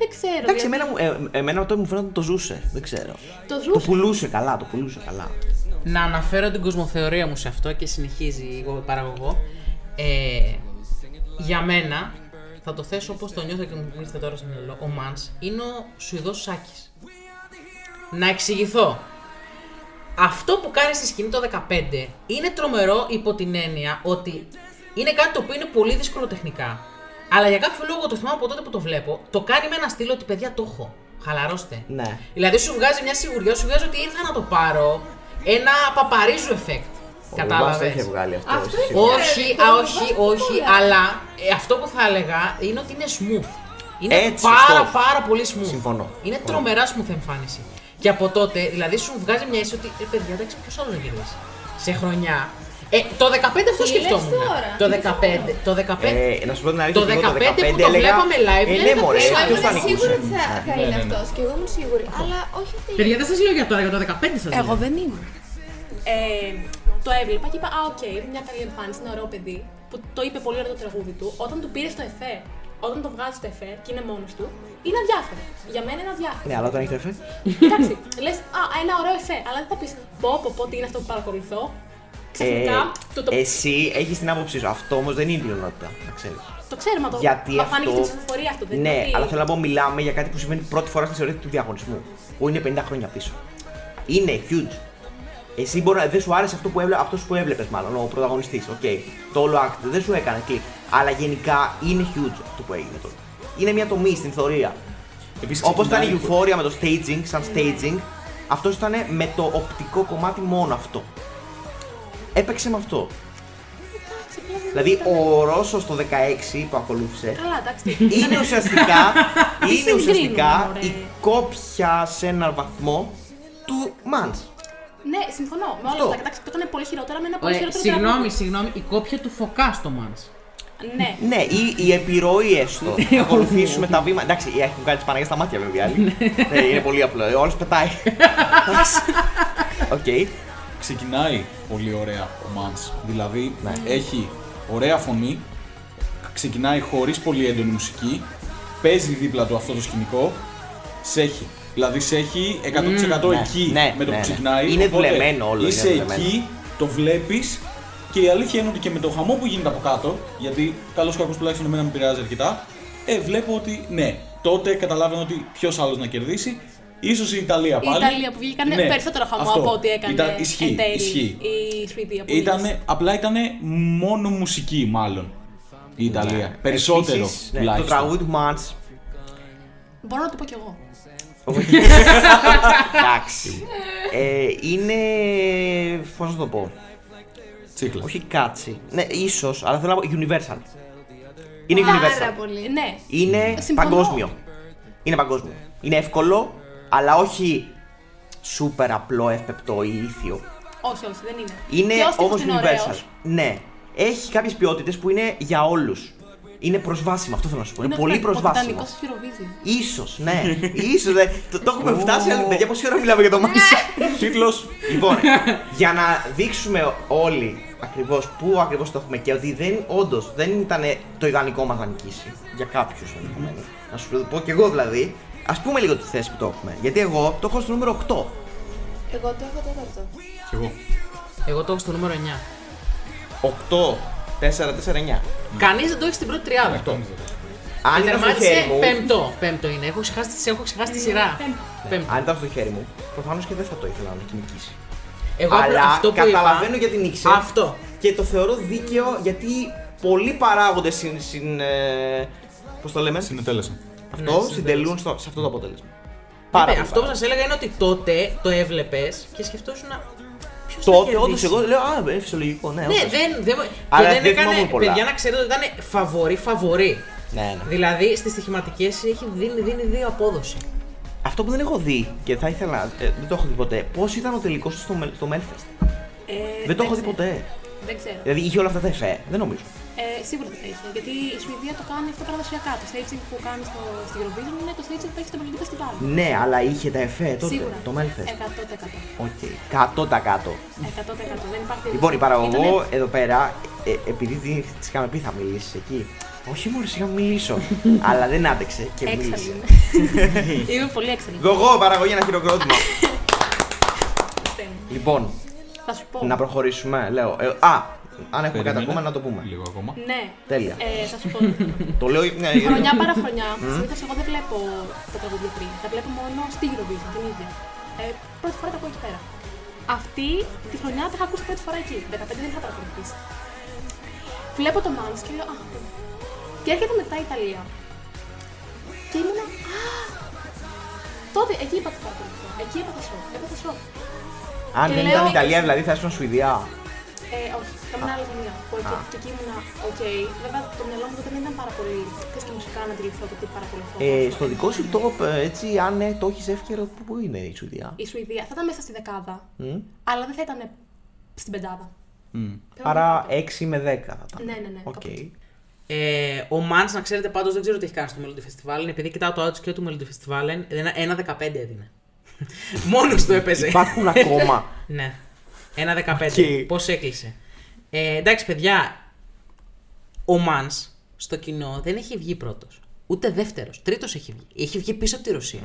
C: Δεν ξέρω.
A: Εντάξει,
C: δηλαδή,
A: εμένα, μου- ε, εμένα τότε μου φαίνεται ότι το ζούσε. Δεν ξέρω.
C: Το
A: Το
C: ζούσε.
A: πουλούσε καλά, το πουλούσε καλά.
B: Να αναφέρω την κοσμοθεωρία μου σε αυτό και συνεχίζει εγώ παραγωγό. Ε, για μένα, θα το θέσω όπως το νιώθω και μου ήρθε τώρα στο μυαλό, ο Μάνς είναι ο Σουηδός Σάκης. Να εξηγηθώ. Αυτό που κάνει στη σκηνή το 15 είναι τρομερό υπό την έννοια ότι είναι κάτι το οποίο είναι πολύ δύσκολο τεχνικά. Αλλά για κάποιο λόγο το θυμάμαι από τότε που το βλέπω, το κάνει με ένα στυλ ότι παιδιά το έχω. Χαλαρώστε.
A: Ναι.
B: Δηλαδή σου βγάζει μια σιγουριά, σου βγάζει ότι ήρθα να το πάρω ένα παπαρίζου effect.
A: Μας το είχε
B: Κατάλαβε.
A: βγάλει αυτός.
C: Αυτό
A: σίγουρα.
C: είναι-
B: Όχι,
C: Ε,
B: α,
C: το
B: όχι,
C: βάζω
B: όχι,
C: τώρα.
B: αλλά ε, αυτό που θα έλεγα είναι ότι είναι smooth. Είναι
A: Έτσι,
B: πάρα
A: σωστός.
B: πάρα πολύ smooth.
A: Συμφωνώ.
B: Είναι
A: Συμφωνώ.
B: τρομερά smooth εμφάνιση. Και από τότε, δηλαδή σου βγάζει μια αίσθηση ότι ρε παιδιά, εντάξει, ποιος άλλος να κερδίσει. Σε χρονιά. Ε, το 15 αυτό
C: Τι
B: σκεφτόμουν.
C: λες τώρα,
B: Το
C: τι
B: 15. Το 15.
A: Ε, να σου πω την αλήθεια.
B: Το
A: και εγώ
B: 15 που το βλέπαμε live,
A: Ε, ναι,
B: έλεγα,
A: μωρέ,
B: «Ποιος
C: Εγώ
A: ποιος θα
C: ήμουν σίγουρη
A: νικούσε.
C: ότι θα, θα
D: Ναι,
C: είναι
D: ναι, ναι.
C: αυτός και εγώ ήμουν σίγουρη. Αλλά όχι ότι.
B: Παιδιά, δεν σας λέω για τώρα, για το 15 σα λέω.
C: Εγώ δεν ήμουν. Ε, το έβλεπα και είπα, Α, οκ, είναι μια καλή εμφάνιση, ένα ωραίο παιδί που το είπε πολύ ωραίο το τραγούδι του. Όταν του πήρε στο εφέ, όταν το βγάζει στο εφέ και είναι μόνος του, είναι αδιάφορο. Για μένα είναι αδιάφορο.
A: Ναι, αλλά όταν έχει το εφέ.
C: Εντάξει, λες, Α, ένα ωραίο εφέ, αλλά δεν θα πεις πω, πω, πω, τι είναι αυτό που παρακολουθώ. Ξαφνικά το, το,
A: Ε, Εσύ έχεις την άποψή σου. Αυτό όμως δεν είναι η πλειονότητα, να ξέρεις.
C: το ξέρουμε το.
A: Γιατί
C: μα φάνηκε
A: αυτό.
C: στην ψηφοφορία αυτό, δεν είναι
A: Ναι,
C: ότι-
A: αλλά θέλω να πω, μιλάμε για κάτι που συμβαίνει πρώτη φορά στη ιστορία του διαγωνισμού. Που είναι 50 χρόνια πίσω. Είναι huge. Εσύ μπορεί να δεν σου άρεσε αυτό που έβλεπε, αυτός που έβλεπες μάλλον, ο πρωταγωνιστής, οκ. Το όλο act δεν σου έκανε κλικ. Αλλά γενικά είναι huge αυτό που έγινε τότε. Είναι μια τομή στην θεωρία.
D: Επίσης,
A: Όπως ήταν
D: ξεκινάει
A: η Euphoria με το staging, σαν staging, αυτός ήταν με το οπτικό κομμάτι μόνο αυτό. Έπαιξε με αυτό.
C: Εντάξει, απλά δεν
A: Δηλαδή
C: ήταν-
A: ο Ρώσος το 16 που ακολούθησε
C: Καλά, εντάξει.
A: είναι ουσιαστικά, είναι
C: συγκρίνουμε,
A: ουσιαστικά
C: μωρέ.
A: η κόπια σε έναν βαθμό του Μαντς.
C: Ναι, συμφωνώ με όλα
A: Αυτό.
C: αυτά. Εντάξει, που ήταν πολύ χειρότερα με ένα πολύ
B: Ωραία,
C: χειρότερο
B: συγγνώμη,
C: τραγούδι.
B: συγγνώμη, η κόπια του φωκά στο Μάνς.
C: Ναι,
A: Ναι, ή οι επιρροή έστω. Να ακολουθήσουμε τα βήματα. Εντάξει, έχουν κάνει τις Παναγιέ στα μάτια βέβαια. οι άλλοι. ναι, είναι πολύ απλό. Ο άλλος πετάει. Εντάξει. Οκ.
D: ξεκινάει πολύ ωραία ο Μάνς. Δηλαδή
A: Ναι.
D: έχει ωραία φωνή, ξεκινάει χωρίς πολύ έντονη μουσική, παίζει δίπλα του αυτό το σκηνικό, σε έχει. Δηλαδή σε έχει 100%
A: ναι,
D: εκεί
A: ναι,
D: με το
A: ναι,
D: που
A: ναι.
D: ξεκινάει.
A: Είναι
D: οπότε
A: δουλεμένο όλο, είναι
D: Είσαι
A: δουλεμένο.
D: εκεί, το βλέπεις και η αλήθεια είναι ότι και με το χαμό που γίνεται από κάτω, γιατί καλώς ή κακό τουλάχιστον εμένα με επηρεάζει αρκετά, ε, βλέπω ότι ναι, τότε καταλάβαινε ότι ποιος άλλος να κερδίσει. Ίσως η Ιταλία
C: Η
D: πάλι.
C: Ιταλία που βγήκε έκανε
D: Ναι,
C: περισσότερο χαμό
D: αυτό.
C: από ό,τι έκανε
D: Ήταν, ισχύει,
C: εν τέλει
D: ισχύει.
C: η Σουηδία. που είδες.
D: Ήτανε, απλά ήταν μόνο μουσική, μάλλον. Η Ιταλία. Περισσότερο.
A: Επίσης, ναι, Το
D: τουλάχιστον.
A: τραγούδι του Μαντς.
C: Μπορώ να το πω κι εγώ.
A: Εντάξει. Ε, είναι. Πώς να το πω.
D: Τσίχλα.
A: Όχι κάτσι. Ναι, ίσως, αλλά θέλω να πω universal. Είναι
C: Πάρα
A: universal.
C: πολύ. Ναι.
A: Είναι
C: Συμφωνώ.
A: παγκόσμιο. Είναι παγκόσμιο. Είναι εύκολο, αλλά όχι σούπερ απλό, εύπεπτο ή ήθιο.
C: Όχι, όχι, δεν είναι.
A: Είναι
C: Και ο στίχος
A: όμως
C: είναι
A: universal.
C: ωραίος.
A: Ναι. Έχει κάποιες ποιότητες που είναι για όλους. Είναι προσβάσιμο, αυτό θέλω να σου πω. Είναι,
C: ο
A: πολύ
C: Τιτανικός-
A: προσβάσιμο.
C: Ο Τιτανικός Eurovision.
A: Ίσως, ναι. Ίσως, ναι. Το, το έχουμε φτάσει, αλλά για πόση ώρα μιλάμε για το Μάισα.
B: Ναι.
D: Τίτλος.
A: λοιπόν, για να δείξουμε όλοι ακριβώς πού ακριβώς το έχουμε και ότι δεν, όντως δεν ήταν το ιδανικό μας να νικήσει. Για κάποιους ενδεχομένω. Να σου πω και εγώ δηλαδή, ας πούμε λίγο τη θέση που το έχουμε. Γιατί εγώ το έχω στο νούμερο 8.
I: Εγώ το έχω τέταρτο.
D: Κι εγώ.
B: Εγώ το έχω στο νούμερο 9.
A: Ναι. 8, 4, 4, 9.
B: Κανείς δεν το έχει στην πρώτη τριάδα.
A: Αν ήταν στο χέρι
B: Τερμάτισε
A: μου,
B: πέμπτο. Πέμπτο είναι. Έχω ξεχάσει, έχω ξεχάσει τη σειρά. Πέμπτο.
A: αν ήταν στο χέρι μου, προφανώς και δεν θα το ήθελα να το νικήσει.
B: Εγώ απλά
A: Αλλά
B: αυτό που
A: καταλαβαίνω
B: είπα.
A: γιατί νίξε.
B: Αυτό.
A: Και το θεωρώ δίκαιο γιατί πολλοί παράγοντες συν. συν ε, πώς το λέμε,
D: Συνετέλεσα.
A: αυτό
B: Ναι,
A: συντελούν στο, σε αυτό το αποτέλεσμα. Πάρα
B: Βέβαια,
A: πολύ
B: αυτό που
A: παράγοντες.
B: σας έλεγα είναι ότι τότε το έβλεπες και σκεφτόσουν. Ποιο
A: Τότε όντω εγώ λέω Α, ε, φυσιολογικό, ναι.
B: Ναι,
A: όντως.
B: δεν. δεν...
A: Αλλά
B: και δεν
A: δεν
B: έκανε.
A: θυμόμουν πολλά.
B: Παιδιά, να ξέρετε ότι ήταν φαβορή, φαβορή.
A: ναι, ναι.
B: Δηλαδή στις στοιχηματικές έχει δίνει, δίνει δύο απόδοση.
A: Αυτό που δεν έχω δει και θα ήθελα. ε, δεν το έχω δει ποτέ. Πώς ήταν ο τελικός στο, Μελ- στο Melfest.
C: Ε,
A: δεν το έχω δει
C: ξέρω.
A: ποτέ.
C: Δεν ξέρω.
A: Δηλαδή είχε όλα αυτά τα εφέ. Δεν νομίζω.
C: Ε, σίγουρα το θα είχε. Γιατί η Σουηδία το κάνει αυτό παραδοσιακά. Το staging που κάνει στο, στο Eurovision είναι το staging που έχει στο Berlin Festival.
A: Ναι, αλλά είχε τα εφέ τότε.
C: Σίγουρα. Ε,
A: Το Melfest.
C: 100%.
A: Οκ. 100%.
C: 100%. Δεν υπάρχει.
A: Λοιπόν, η παραγωγό
C: Ήτανε-
A: εδώ πέρα, ε, επειδή της είχαμε πει θα μιλήσεις εκεί. Όχι μόνο είχα μιλήσω, αλλά δεν άντεξε και μίλησε.
C: Έξαλλη. Είμαι πολύ έξαλλη.
A: Γογό, παραγωγή, ένα χειροκρότημα. λοιπόν,
C: Θα σου πω.
A: να προχωρήσουμε, λέω. Ε, α, αν έχουμε κάτι
D: Περίμενε.
A: ακόμα να το πούμε.
D: Λίγο ακόμα.
C: Ναι.
A: Τέλεια.
C: Ε, θα σου πω.
A: το λέω. ναι, γιατί-
C: χρονιά παρά χρονιά, συνήθως εγώ δεν βλέπω τα τραγούδια πριν. Τα βλέπω μόνο στη Eurovision την ίδια. Ε, πρώτη φορά τα ακούω εκεί πέρα. Αυτή τη χρονιά τα είχα ακούσει πρώτη φορά εκεί. 15 δεν είχα παρακολουθήσει. Βλέπω το Μάνι και λέω Α. ναι». Και έρχεται μετά η Ιταλία. Και ήμουνα Α. Τότε εκεί είπα τι παρακολουθώ. Εκεί έπαθα σοκ. Έπαθα σοκ.
A: αν
C: και
A: δεν
C: λέω-
A: ήταν Ιταλία, δηλαδή θα ήσουν Σουηδία.
C: Ε, όχι, καμιά άλλη γωνία. Που εκεί- Και εκεί ήμουνα, οκ. Βέβαια το μυαλό μου τότε δεν ήταν πάρα πολύ. Θες και μουσικά να αντιληφθώ το τι παρακολουθώ.
A: Ε, στο δικό σου top, ε, έτσι, αν ε, το έχεις εύκαιρο, πού- πού είναι η Σουηδία.
C: η Σουηδία θα ήταν μέσα στη δεκάδα,
A: Μμ.
C: αλλά δεν θα ήταν στην πεντάδα. Πρέπει
A: Άρα
C: να-
A: 6 με 10 θα ήταν.
C: Ναι, ναι, ναι,
A: Οκ.
C: κάπου έτσι.
B: Ε, ο Μαν, να ξέρετε, πάντως δεν ξέρω τι έχει κάνει στο Melody Festival. είναι Επειδή κοιτάω το outs και του Melody Festival, ένα, ένα 15 έδινε. Μόνος του έπαιζε.
A: Υπάρχουν ακόμα.
B: ναι. Ένα 15.
A: Οκ.
B: Πώς έκλεισε. Ε, εντάξει, παιδιά. Ο Μαν στο κοινό δεν έχει βγει πρώτος. Ούτε δεύτερος. Τρίτος έχει βγει. Έχει βγει πίσω από τη Ρωσία.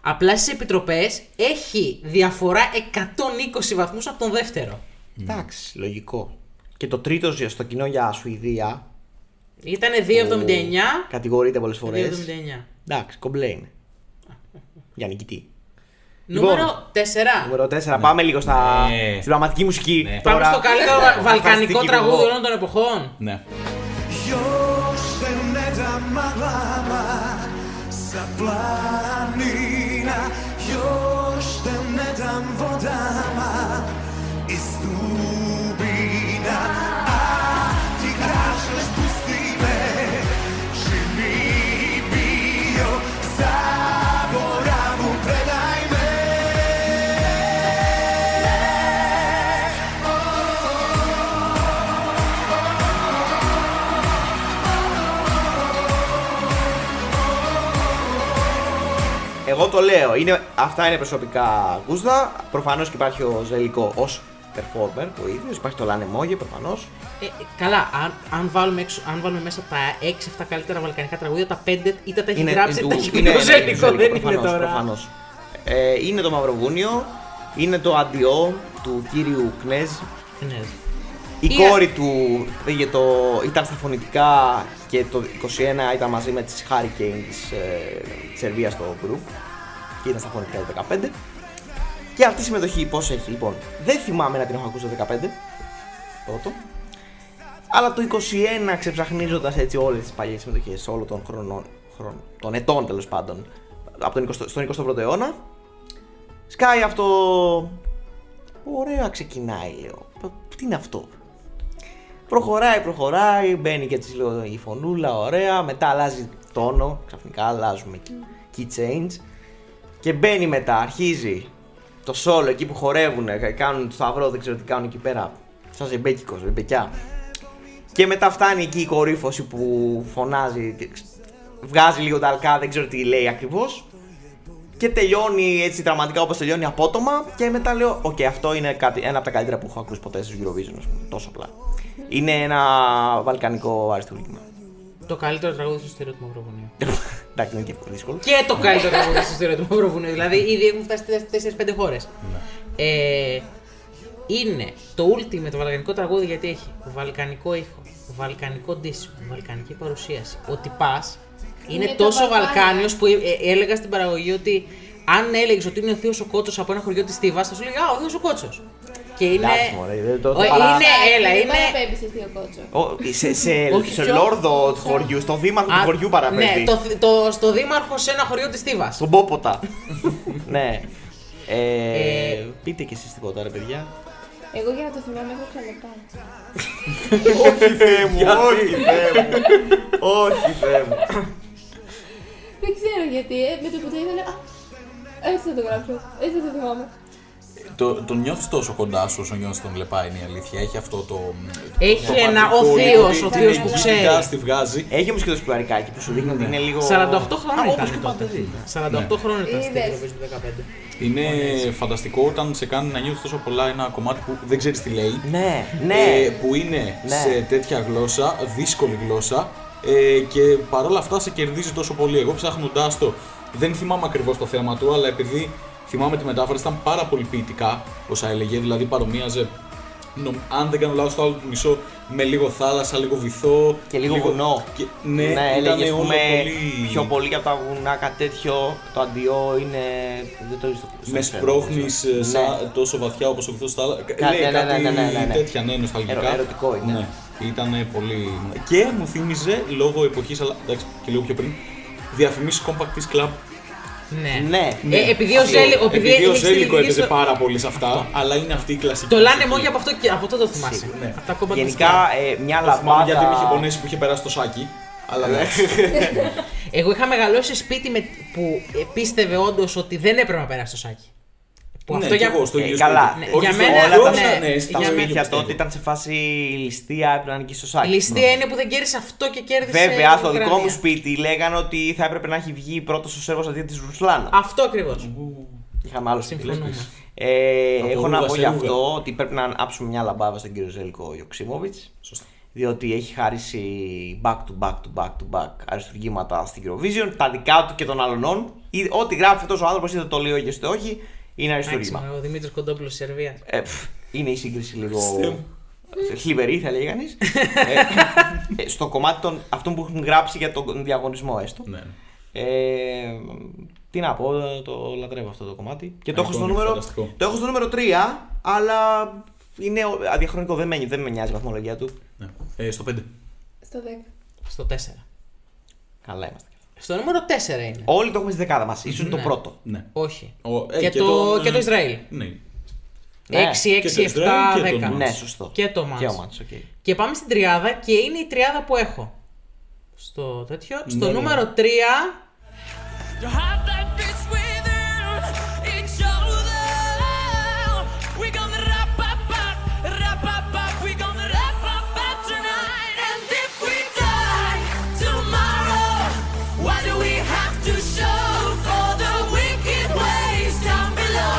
B: Απλά στις επιτροπές έχει διαφορά 120 βαθμούς από τον δεύτερο.
D: Mm.
A: Εντάξει, λογικό. Και το τρίτο για- στο κοινό για Σουηδία.
B: Ήτανε 2,79.
A: Κατηγορείται πολλές φορές.
B: 2,79.
A: Εντάξει, κομπλέ είναι. Για νικητή. Λοιπόν,
B: Νούμερο 4.
A: Νούμερο 4, πάμε λίγο στα...
D: Ναι.
A: στην πραγματική μουσική.
D: Ναι.
B: Πάμε
A: Τώρα-
B: στο καλύτερο βα- βαλκανικό
A: Φανταστική
B: τραγούδι
A: εγώ.
B: όλων των εποχών.
D: Ναι.
H: Još se ne da malama sa planina Još te ne dam vodama iz dubina A ti kažeš pusti me Čini bio zaboravu predaj me
A: Εγώ το λέω. Είναι... Αυτά είναι προσωπικά γούστα. Προφανώς και υπάρχει ο Ζελικό ως performer ο ίδιος. Υπάρχει το Λάνε Μόγε προφανώς.
B: Ε, καλά, αν, αν, βάλουμε έξω, αν βάλουμε μέσα τα 6-7 καλύτερα βαλκανικά τραγούδια, τα 5 είτε τα έχει γράψει είτε τα έχει πει
A: ναι,
B: το Ζέλικο, δεν είναι τώρα.
A: Προφανώς. Ε, είναι το Μαυροβούνιο. Είναι το αντιό του κύριου Κνέζ.
B: Ναι.
A: Η
B: Ή-
A: κόρη του πήγε το, ήταν στα φωνητικά και το 21 ήταν μαζί με τις Hurricane της, ε, της Σερβίας στο group και ήταν στα φωνητικά το 15 και αυτή η συμμετοχή πώς έχει λοιπόν δεν θυμάμαι να την έχω ακούσει το 15 πρώτο αλλά το 21 ξεψαχνίζοντας έτσι όλες τις παλιές συμμετοχές όλων των χρονών, χρόνων, των ετών τέλος πάντων από τον 20, στον 21ο αιώνα σκάει αυτό ωραία ξεκινάει λέω τι είναι αυτό Προχωράει, προχωράει, μπαίνει και έτσι λίγο η φωνούλα, ωραία. Μετά αλλάζει τόνο, ξαφνικά αλλάζουμε key change. Και μπαίνει μετά, αρχίζει το solo εκεί που χορεύουν, κάνουν το σταυρό, δεν ξέρω τι κάνουν εκεί πέρα. Σαν ζεμπέκικος, ζεμπεκιά. Και μετά φτάνει εκεί η κορύφωση που φωνάζει, βγάζει λίγο τα αλκά, δεν ξέρω τι λέει ακριβώς. Και τελειώνει έτσι δραματικά όπως τελειώνει απότομα. Και μετά λέω: Οκ, αυτό είναι κάτι, ένα από τα καλύτερα που έχω ακούσει ποτέ στο Eurovision. ας πούμε, Τόσο απλά. Είναι ένα βαλκανικό αριστούργημα.
B: Το καλύτερο τραγούδι στο στερεό του Μαυροβουνίου.
A: Εντάξει, δεν είναι και πολύ δύσκολο.
B: Και το καλύτερο τραγούδι στο στερεό του Μαυροβουνίου. Δηλαδή, ήδη έχουν φτάσει σε 4-5 χώρες.
A: Ναι.
B: Ε, είναι το ultimate βαλκανικό τραγούδι γιατί έχει βαλκανικό ήχο, βαλκανικό ντύσιμο, βαλκανική παρουσίαση. Ο τυπάς είναι,
I: Είναι τα
B: τόσο
I: Βαλκάνια.
B: βαλκάνιος που ε, ε, έλεγα στην παραγωγή ότι αν έλεγες ότι είναι ο Θείος ο Κότσος από ένα χωριό της Στίβας, θα σου λέγα Α, ο Θείος ο Κότσος. Και είναι.
A: Εντάξει, μωρέ, δεν το-
B: Ο-
A: το
B: είναι,
A: παρά-
B: Ε, έλα,
I: Δεν
B: είναι.
I: παραπέμπεις εσύ ο κότσο.
A: Ο, σε, σε,
B: Όχι,
A: σε
B: ποιο?
A: λόρδο του χωριού, στο δήμαρχο του
B: Α,
A: χωριού παραπέμπεις.
B: Ναι, το, το, στο δήμαρχο σε ένα χωριό της Στίβας.
A: Στον Πόποτα. ναι. Ε,
B: Ε,
A: πείτε κι εσείς τίποτα ρε παιδιά.
I: Εγώ για να το θυμάμαι έχω ξαναπά.
A: όχι Θεέ μου, όχι Θεέ μου. όχι Θεέ μου.
I: Δεν ξέρω γιατί, ε, με το που το είδα λέω, «Α, έτσι θα το γράψω, έτσι θα το θυμάμαι.
D: Το, τον νιώθεις τόσο κοντά σου όσο νιώθεις τον Λεπά, είναι η αλήθεια. Έχει αυτό το.
B: Έχει
D: το
B: ένα
D: ρομαντικό
B: ο
D: λίγο
B: θείος,
D: ότι
B: ο θείος
D: την
B: που
D: εκεί
B: ξέρει.
D: κοιτάς, τη βγάζει.
A: Έχει όμως και το σκουλαρικάκι που σου δείχνει ότι είναι λίγο...
B: 48 χρόνια
A: Α, όπως και
B: ήταν τότε. 48 χρόνια ήταν στην
I: Είδες.
B: Ευρώπη του 15.
D: Είναι φανταστικό όταν σε κάνει να νιώθεις τόσο πολλά ένα κομμάτι που δεν ξέρεις τι λέει.
A: Ναι, ναι.
D: ε, που είναι
A: Ναι.
D: σε τέτοια γλώσσα, δύσκολη γλώσσα ε, και παρόλα αυτά σε κερδίζει τόσο πολύ. Εγώ ψάχνοντάς το, δεν θυμάμαι ακριβώς το θέμα του, αλλά επειδή θυμάμαι τη μετάφραση ήταν πάρα πολύ ποιητικά όσα έλεγε, δηλαδή παρομοίαζε. νομ- αν δεν κάνω λάθος, το άλλο του μισό με λίγο θάλασσα, λίγο βυθό.
A: Και λίγο βουνό.
D: και- ναι,
A: ναι
D: ήταν
A: έλεγε ας
D: όλο
A: πούμε
D: πολύ.
A: πιο πολύ από τα βουνά κάτι τέτοιο. Το αντιό είναι. Δεν το είδες στο- στο
D: Με ε,
A: ξέρω,
D: σπρώχνει
A: νομίζω. Ναι.
D: τόσο βαθιά όπως ο βυθός στα άλλα.
A: Κα-
D: Λέει
A: ναι, ναι,
D: κάτι
A: ναι, ναι, ναι, ναι.
D: τέτοια, ναι, νοσταλγικά.
A: Ερω- ερωτικό είναι.
D: Ναι. Ήταν πολύ. Και μου θύμιζε λόγω εποχής, αλλά εντάξει και λίγο πιο πριν, διαφημίσεις Compact Disc Club.
B: Ναι.
A: Ναι, ναι.
B: Ε, επειδή ο
A: Αυτό.
B: Ζέλικο.
D: Επειδή ο Ζέλικο έπαιζε
B: πάρα
D: πάρα πολύ σε αυτά, αλλά είναι αυτή η κλασική.
B: Το λάνε
D: μουσική.
B: μόνο από αυτό, και- από αυτό το θυμάσαι.
D: Σίγουρα, ναι.
B: Από τα κόμματα της Σκάλας.
A: Γενικά ε, μια
D: Το θυμάμαι
A: λαμπάδα.
D: γιατί με είχε πονέσει που είχε περάσει το σάκι.
A: Ναι.
D: Αλλά εντάξει.
B: Εγώ είχα μεγαλώσει σε σπίτι με, που ε, πίστευε όντως ότι δεν έπρεπε να περάσει το σάκι. Που
D: Ναι,
B: αυτό
D: κι
B: για
D: εγώ στο
A: Ε,
D: ίδιο
A: καλά.
D: σπίτι.
B: Ναι,
D: Όχι
B: για
D: στο
B: μένα
D: ίδιο,
B: ήταν,
D: αλλά,
B: ναι,
D: ναι,
A: Τα
B: για
D: στα ίδια
B: μένα
A: σπίτια
D: πιστεύω.
A: τότε ήταν σε φάση ληστεία, έπρεπε να νικήσει το σάκι.
B: Η
D: Ναι.
B: ληστεία είναι που δεν κέρδισε αυτό και κέρδισε.
A: Βέβαια,
B: η
A: στο δικό
B: Ουκρανία.
A: μου σπίτι λέγανε ότι θα έπρεπε να έχει βγει πρώτος ο Σέρβος αντί της Ρουσλάνα.
B: Αυτό ακριβώς.
A: Είχαμε άλλο
B: Συμφωνούμε.
A: συμπίλες. Ε,
D: Από
A: έχω να
D: Ρούγα
A: πω
D: σε
A: γι'
D: Ρούγα.
A: αυτό ότι πρέπει να άψουμε μια λαμπάδα στον κύριο Ζέλικο Ιωξίμοβιτ.
D: Σωστά.
A: Διότι έχει χάρισει back to back to back to back αριστουργήματα στην Eurovision, τα δικά του και των αλλωνών. Ή- Ό,τι γράφει αυτός ο άνθρωπος, είτε το λέει όχι, είτε όχι, είναι
B: Εντάξει,
A: αριστουργήμα.
B: μα, Ο Δημήτρης Κοντόπουλος της Σερβίας.
A: Ε, πφ, είναι η σύγκριση λίγο.
D: Χριστέ μου.
A: χλιβερή, θα λέει κανείς. στο κομμάτι των, αυτών που έχουν γράψει για τον διαγωνισμό, έστω.
D: Ναι.
A: Ε, τι να πω, το λατρεύω αυτό το κομμάτι. Και το έχω, στο
D: Iconic,
A: νούμερο,
D: φανταστικό.
A: το έχω στο νούμερο 3, αλλά είναι αδιαχρονικό, δεν με, δεν με νοιάζει η βαθμολογία του.
D: Ναι. Ε, Στο 5.
I: Στο 10.
B: Στο 4.
A: Καλά είμαστε.
B: Στο νούμερο 4 είναι.
A: Όλοι το έχουμε στη δεκάδα μας. ίσως είναι
B: Ναι.
A: το πρώτο.
D: Ναι.
B: Όχι.
D: Ο- ε,
B: και, το, και το Ισραήλ.
D: Ναι.
A: Ναι.
B: 6,
D: Και το
B: 6, 7,
D: Ισραήλ και το
B: 10.
D: Μάτς.
A: Ναι, σωστό.
B: Και το Μάτς.
A: Και ο Μάτς, οκ.
B: Και πάμε στην τριάδα και είναι η τριάδα που έχω. Στο τέτοιο. στο
D: ναι.
B: νούμερο 3.
F: You have that bitch with you, it's over. We gonna wrap up, up, wrap up, up. We gonna wrap up, up tonight. And if we die tomorrow, what do we have to show for the wicked ways down below?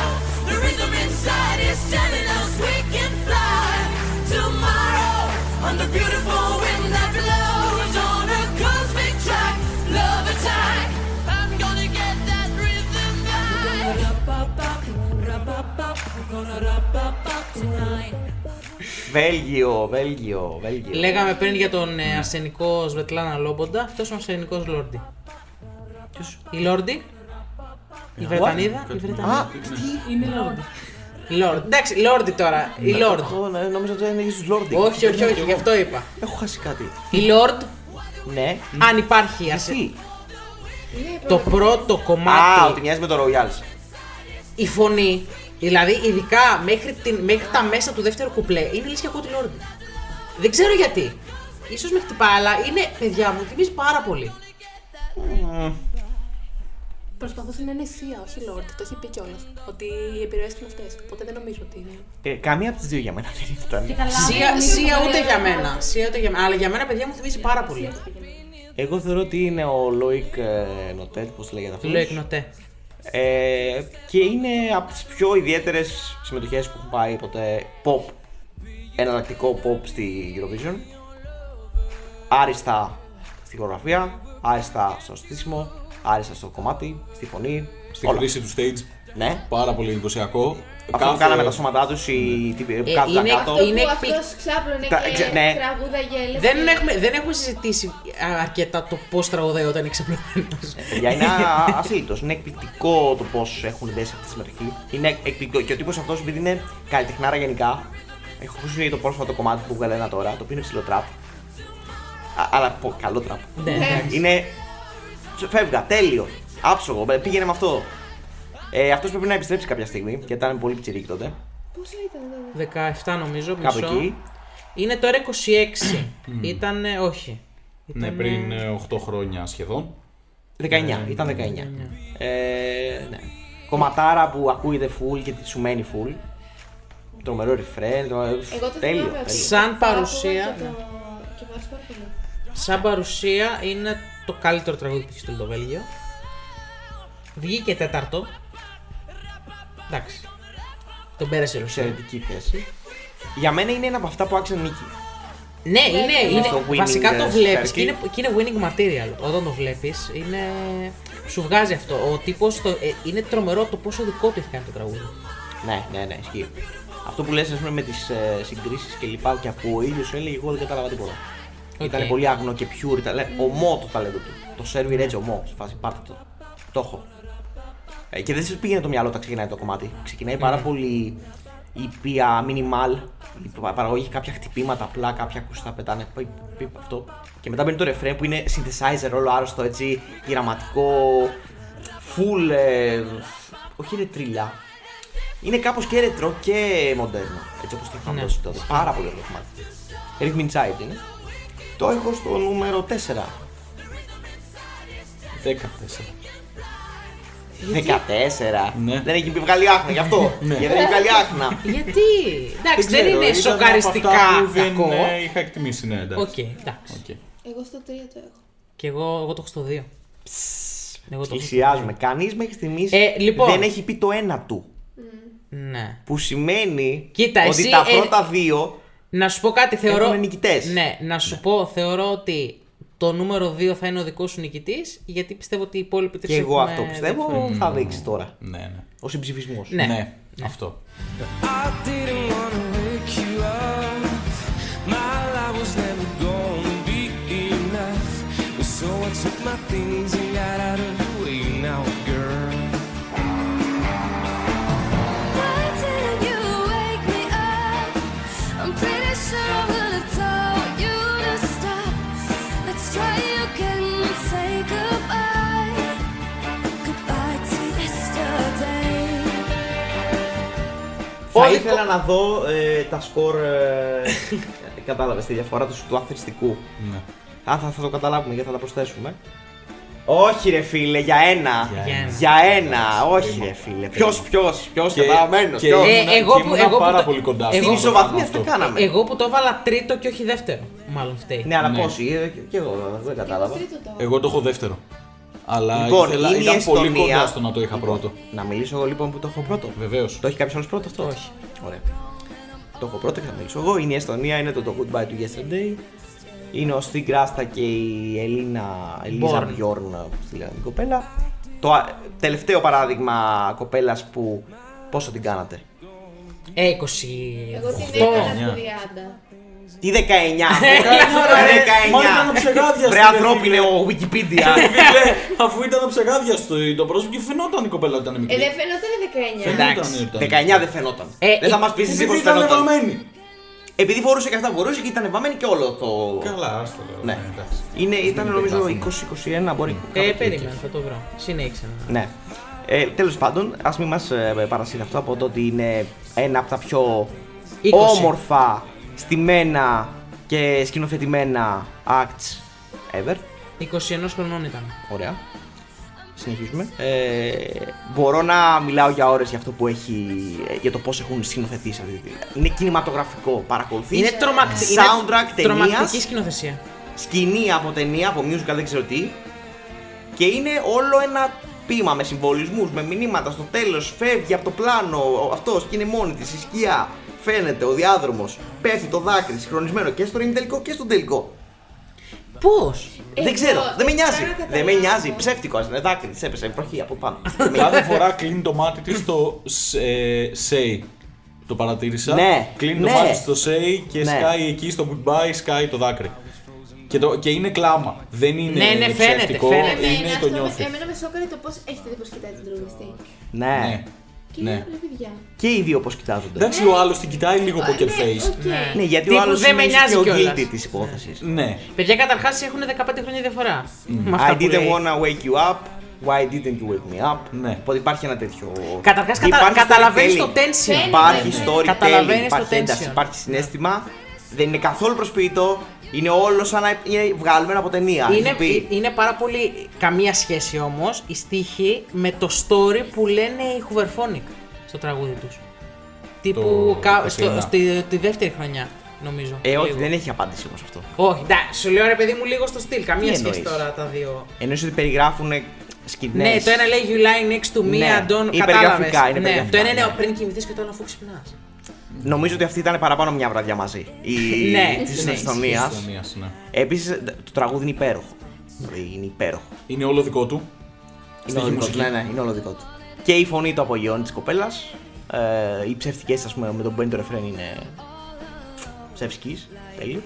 F: The rhythm inside is telling us we can fly tomorrow on the beautiful wind that blows on a cosmic track, love attack. I'm gonna get that rhythm
A: Βέλγιο, Βέλγιο, Βέλγιο.
B: Λέγαμε πριν για τον ε, αρσενικό Σβετλάνα Λόμποντα. Αυτός ο αρσενικός Λόρντι. Η Λόρντι. Η Βρετανίδα. Η Βρετανίδα.
A: Α, τι.
G: Είναι Lord.
B: Η Λόρντι. Εντάξει, Λόρντι τώρα. Η
D: Ναι.
B: Λόρντ.
A: Εγώ ε, νόμιζα ότι είναι στους Λόρντι.
B: Όχι, όχι, όχι, γι' αυτό είπα.
A: Έχω χάσει κάτι.
B: Η Λόρντ,
A: Ναι.
B: αν υπάρχει. αρσε-
A: Τι.
B: Το πρώτο
A: Α,
B: κομμάτι
A: ότι μοιάζει με το Royal.
B: η φωνή, δηλαδή ειδικά μέχρι, την, μέχρι τα μέσα του δεύτερου κουπλέ, είναι λες και ακούω τη Λόρντι. Δεν ξέρω γιατί. Ίσως με χτυπά, αλλά είναι, παιδιά μου, θυμίζει πάρα πολύ.
C: Προσπαθούσε να είναι Σία, όχι Lord. Το έχει πει κιόλας. Ότι οι επιρροές του είναι αυτές. Οπότε δεν νομίζω ότι είναι.
A: Ε, καμία από τις δύο για μένα δεν
G: Και
A: ήταν.
G: καλά,
B: Σία,
G: νομίζω
B: σία
G: πολύ
B: ούτε για
G: ωραία.
B: μένα. Σία ούτε για μένα. Αλλά για μένα, παιδιά μου θυμίζει πάρα πολύ.
A: Εγώ θεωρώ ότι είναι ο Λόικ ε, Νοτέτ, πώ λέγεται αυτός.
B: Λέω εκνοτέ.
A: Ε, και είναι από τις πιο ιδιαίτερες συμμετοχές που έχουν πάει ποτέ pop, εναλλακτικό pop στη Eurovision. Άριστα στη χορογραφία, άριστα στο στήσιμο, άριστα στο κομμάτι, στη φωνή,
D: Στη
A: όλα.
D: χρήση του stage.
A: Ναι.
D: Πάρα πολύ εντυπωσιακό.
A: Αυτό που κάναμε τα σώματά τους, οι τύποι που
B: Ε,
A: κάθονταν
B: είναι-
A: κάτω.
B: Το είναι
I: που
B: εκπληκ-
I: αυτός ξάπλωνε
A: Τα-
I: και
A: ξε- ναι.
I: τραγούδα γέλες.
B: Δεν έχουμε, δεν έχουμε συζητήσει αρκετά το πώς τραγουδάει όταν είναι ξεπλωμένος.
A: Παιδιά, είναι ασύλλητο. Είναι εκπληκτικό το πώς έχουν δέσει αυτή τη συμμετοχή. Είναι εκπληκτικό. Και ο τύπος αυτός, επειδή είναι καλλιτεχνάρα γενικά, έχω ακούσει το πρόσφατο κομμάτι που βγάλε ένα τώρα, το οποίο είναι ψηλό τραπ. Α- Αλλά πω, καλό τραπ.
B: Ναι, εντάξει.
A: Είναι. Φεύγα, τέλειο. Άψογο, ε, πήγαινε με αυτό. Ε, αυτός πρέπει να επιστρέψει κάποια στιγμή, γιατί ήταν πολύ ψηρή τότε.
I: Πόσο ήταν τώρα.
B: 17 νομίζω,
A: Κάπου
B: μισό.
A: εκεί.
B: Είναι τώρα 26. Ήταν, όχι.
D: Ναι,
B: Ήτανε-
D: πριν 8 χρόνια σχεδόν.
A: 19, ήταν 19. Ε, ναι. Κομματάρα που ακούγεται full και τη σου μένει full. Τρομερό refrain, το...
I: Εγώ το
A: τέλειο,
I: θυμάμαι.
A: τέλειο.
B: Σαν
I: Το άκουγα
B: παρουσία,
I: Και, το... και μου άρεσε πάρα πολύ.
B: Σαν παρουσία είναι το καλύτερο τραγούδι που έχει στείλει το Βέλγιο. Βγήκε τέταρτο. Εντάξει. Τον πέρασε η Ρωσία.
A: εξαιρετική θέση. Για μένα είναι ένα από αυτά που άξιζε νίκη.
B: Ναι, είναι. είναι
A: Στο winning,
B: βασικά
A: ε,
B: το βλέπει
A: Turkey.
B: και, είναι- και είναι winning material. Όταν το βλέπεις, είναι. Σου βγάζει αυτό. Ο τύπος είναι τρομερό το πόσο δικό του έχει κάνει το τραγούδι.
A: Ναι, ναι, ναι, ισχύει. Αυτό που λες, ας πούμε, με τις ε, συγκρίσεις και λοιπά και από ο ίδιος έλεγε, εγώ δεν κατάλαβα τίποτα.
B: Οκ.
A: Ήταν πολύ άγνο και pure, ήταν, λέει, ομό το ταλέντο του. Το server edge ομό, σε φάση πάρτε το. Το έχω. Ε, και δεν σου πήγαινε το μυαλό όταν ξεκινάει το κομμάτι. Ξεκινάει πάρα πολύ η πία minimal. Η πα- παραγωγή έχει κάποια χτυπήματα απλά, κάποια ακουστά πετάνε. πιπ, πιπ, αυτό. Και μετά μπαίνει το ρεφρέν που είναι synthesizer όλο άρρωστο έτσι, πειραματικό, full. ε, όχι ρετρίλα. Είναι κάπως και ρετρό και μοντέρνο. Έτσι όπως το είχαμε
B: Ναι.
A: δώσει τότε. Πάρα πολύ ωραίο κομμάτι. Rhythm Inside είναι. Το έχω στο νούμερο 4.
D: 14.
A: 14.
D: Ναι.
A: Δεν έχει βγάλει άχνα γι' αυτό. Γιατί δεν έχει βγάλει άχνα.
B: Γιατί. Εντάξει, δεν,
D: ξέρω,
B: είναι
D: ήταν από
B: σοκαριστικά
D: αυτά που
B: κακό.
D: Δεν ε, είχα εκτιμήσει, ναι, εντάξει.
B: Οκ, εντάξει.
D: Οκ.
I: Εγώ στο 3 το έχω.
B: Και εγώ, εγώ το έχω στο 2. Εγώ το έχω στο
A: Πλησιάζουμε. Κανεί μέχρι στιγμή
B: Ε, λοιπόν.
A: δεν έχει πει το ένα του.
B: δύο. Ναι.
A: Που σημαίνει
B: Κοίτα,
A: ότι
B: εσύ,
A: τα
B: ε,
A: πρώτα δύο.
B: Να σου πω κάτι, θεωρώ.
A: Έχουν νικητές.
B: Ναι, να σου πω, θεωρώ ότι το νούμερο 2 θα είναι ο δικός σου νικητής, γιατί πιστεύω ότι οι υπόλοιποι τρεις.
A: Και εγώ αυτό πιστεύω θα δείξει τώρα.
D: Ναι, ναι.
A: Ο συμψηφισμός.
B: Ναι.
D: ναι. Αυτό.
E: I didn't wanna wake you up. My life was never gonna be enough. So I took my things and got out of the way now, girl.
F: Why didn't you wake me up? I'm pretty sure I would have told you to stop. Let's try again and say goodbye. Goodbye to yesterday.
A: Θα
B: Όλοι
A: ήθελα να δω ε, τα σκορ. Ε, Κατάλαβες τη διαφορά τους, του αθρηστικού.
D: Ναι.
A: Αν θα, θα το καταλάβουμε γιατί θα τα προσθέσουμε. Όχι ρε φίλε, για ένα.
D: Για
B: ένα.
A: Για ένα. Όχι ρε φίλε. Ποιος, ποιος, ποιος καταλαβαίνω.
D: και
A: ποιος.
B: Ε,
D: ήμουνα-
B: εγώ
D: και
B: που-
D: ήμουνα
B: εγώ που
D: πάρα
B: το-
D: πολύ κοντά.
B: εγώ Ε,
A: Στην
D: στο να το
A: ισοβαθμία
D: κάνω
A: αυτό
D: αυτό.
A: κάναμε.
B: Εγώ που το έβαλα τρίτο και όχι δεύτερο, μάλλον φταίει.
A: Ναι, αλλά
D: Ναι.
A: πόσοι, ε, και- και εγώ δεν
I: Και εγώ
A: κατάλαβα.
I: τρίτο το έχω.
D: Εγώ το έχω δεύτερο. Αλλά
A: Λοιπόν,
D: ήθελα,
A: είναι η
D: ήταν πολύ
A: Εστονία.
D: κοντά στο να το είχα
A: Λοιπόν,
D: πρώτο.
A: Να μιλήσω εγώ λοιπόν που το έχω πρώτο.
D: Βεβαίως.
A: Το έχει κάποιος άλλος πρώτο αυτό.
B: Όχι.
A: Ωραία. Το έχω πρώτο και θα μιλήσω εγώ. Είναι η Εστονία, είναι το, το Goodbye to Yesterday. Είναι ο Στίγκ Ράστα και η Ελίνα Ελίζα
B: Born.
A: Μπιόρν που τη λέγανε την κοπέλα. Το α- τελευταίο παράδειγμα κοπέλας που. Πόσο την κάνατε.
B: Ε, 20.
I: Εγώ την
D: Οχτώ,
I: έκανα
D: εννιά.
I: στο 30.
A: Τι 19! 19!
D: Μα ήταν ψεγάδια
A: Βρε
D: στην
A: ανθρώπινε ο Wikipedia!
D: Ε, Φίλε, αφού ήταν ψεγάδια στο το πρόσωπο και φαινόταν η κοπέλα όταν ήταν
I: Ε,
D: μικρή.
I: δεν φαινόταν 19.
A: Εντάξει,
D: Ήταν,
A: 19
D: ήταν.
A: δεν φαινόταν.
B: Ε,
A: δεν θα μας πει εσύ
D: Επειδή
A: πως
D: ήταν
A: φαινόταν.
D: βαμμένη.
A: Επειδή φορούσε και αυτά που φορούσε και ήταν βαμμένη και όλο το.
D: Καλά, άστο λέω.
A: Ναι.
D: εντάξει.
A: Είναι, ήταν
D: Δεν
A: νομίζω
D: πειράζει.
A: 20-21, μπορεί. κάπου
B: Ε,
A: εκεί.
B: περίμενα, θα το βρω. Συνέχισε να.
A: Ναι. Ε, Τέλος πάντων, ας μην μας ε, παρασύρει αυτό από το ότι είναι ένα από τα πιο
B: 20.
A: όμορφα, στημένα και σκηνοθετημένα acts ever.
B: 21 χρονών ήταν.
A: Ωραία. συνεχίζουμε. Ε, μπορώ να μιλάω για ώρες για αυτό που έχει. ε, για το πώς έχουν σκηνοθετήσει αυτή τη. Είναι κινηματογραφικό, παρακολουθείς.
B: Είναι τρομακτική.
A: Soundtrack ταινίας.
B: Τρομακτική σκηνοθεσία.
A: Σκηνή από ταινία, από musical, δεν ξέρω τι. Και είναι όλο ένα πείμα με συμβολισμούς, με μηνύματα. Στο τέλος φεύγει από το πλάνο αυτός και είναι μόνη της, η σκιά. Φαίνεται ο διάδρομος, πέφτει το δάκρυ, συγχρονισμένο και στον ημιτελικό και στον τελικό.
B: Πώς.
A: Δεν ξέρω, δεν με νοιάζει.
I: Ε, λοιπόν, τώρα καταλαβαίνω. Ε,
A: Δεν με νοιάζει. Ψεύτικο είναι δάκρυ. Τη έπεσε βροχή από πάνω. Δεν με
D: Κάθε φορά κλείνει το μάτι της στο σ- ε, say. Το παρατήρησα.
A: Ναι,
D: Κλείνει
A: ναι.
D: το μάτι της στο say και
A: Ναι.
D: σκάει εκεί στο goodbye, σκάει το δάκρυ. Και, το, και είναι κλάμα. Δεν
B: Ναι,
D: είναι
B: ναι, φαίνεται,
D: ψεύτικο,
A: Ε,
B: φαίνεται.
D: είναι
I: Εμένα,
D: το
I: αυτό, ναι,
D: νιώθεις.
I: εμένα με σόκαρε το πώς έχετε δει πώ κοιτάει τον τραγουδιστή.
A: Ναι.
I: Και
D: Ναι.
I: λέω, ρε παιδιά.
A: Και οι δύο πώς κοιτάζονται.
D: Εντάξει, ο άλλος την κοιτάει λίγο poker face.
I: Ε, Ναι,
A: Ναι,
I: οκ.
A: γιατί
B: Τύπου
A: ο άλλος
B: δεν με νοιάζει
A: ο
B: κιόλας.
A: guilty της υπόθεσης.
D: Ναι.
B: Παιδιά, καταρχάς έχουν 15 χρόνια διαφορά. με αυτά
A: Mm. I
B: που λέει.
A: didn't wanna wake you up. Why didn't you wake me up?
D: Ναι.
A: Οπότε υπάρχει ένα τέτοιο.
B: Καταρχάς, κατα-
A: Υπάρχει
B: καταλαβαίνεις
A: storytelling.
B: το tension.
A: Υπάρχει
I: Ναι, ναι,
B: ναι.
A: storytelling,
B: Καταλαβαίνεις το
A: υπάρχει
B: tension.
A: ένταση, υπάρχει συνέστημα. Δεν είναι καθόλου προσποιητό. Είναι όλο σαν να είναι βγαλμένο από ταινία.
B: Είναι,
A: Έχει πει.
B: είναι πάρα πολύ καμία σχέση όμως η στίχη με το story που λένε οι Hooverphonic στο τραγούδι τους. Τύπου
D: Το-
B: κα-
D: το
B: στο-
D: Χριστίνα.
B: στη, τη δεύτερη χρονιά, νομίζω.
A: Ε, όχι,
B: λίγο.
A: δεν έχει απάντηση όμως αυτό.
B: Όχι, εντάξει, σου λέω ρε παιδί μου λίγο στο στυλ. Καμία
A: Τι
B: σχέση
A: εννοείς?
B: τώρα τα δύο.
A: Ενώ ότι περιγράφουν σκηνές.
B: Ναι, το ένα λέει You lie next to me,
A: Ναι,
B: Αντών.
A: υπεργραφικά,
B: κατάλαβες.
A: είναι
B: ναι,
A: υπεργραφικά,
B: Το ένα είναι
A: ναι.
B: ο πριν κοιμηθείς και το άλλο αφού ξυπνάς.
A: Νομίζω ότι αυτή ήταν παραπάνω μια βραδιά μαζί. Η...
B: Ναι,
A: της
B: ναι,
A: αστυνομία.
D: Αστυνομίας, ναι.
A: Επίσης, το τραγούδι είναι υπέροχο. Δηλαδή, είναι υπέροχο.
D: Είναι όλο δικό του.
A: Είναι
D: Στην
A: όλο δικό του.
D: μουσική.
A: Ναι, ναι, είναι όλο δικό του. Και η φωνή του απογειών της κοπέλας. Ε, οι ψεύτικες, ας πούμε, με τον πέντε ρεφρέν είναι. ψεύτικη. Τέλειο.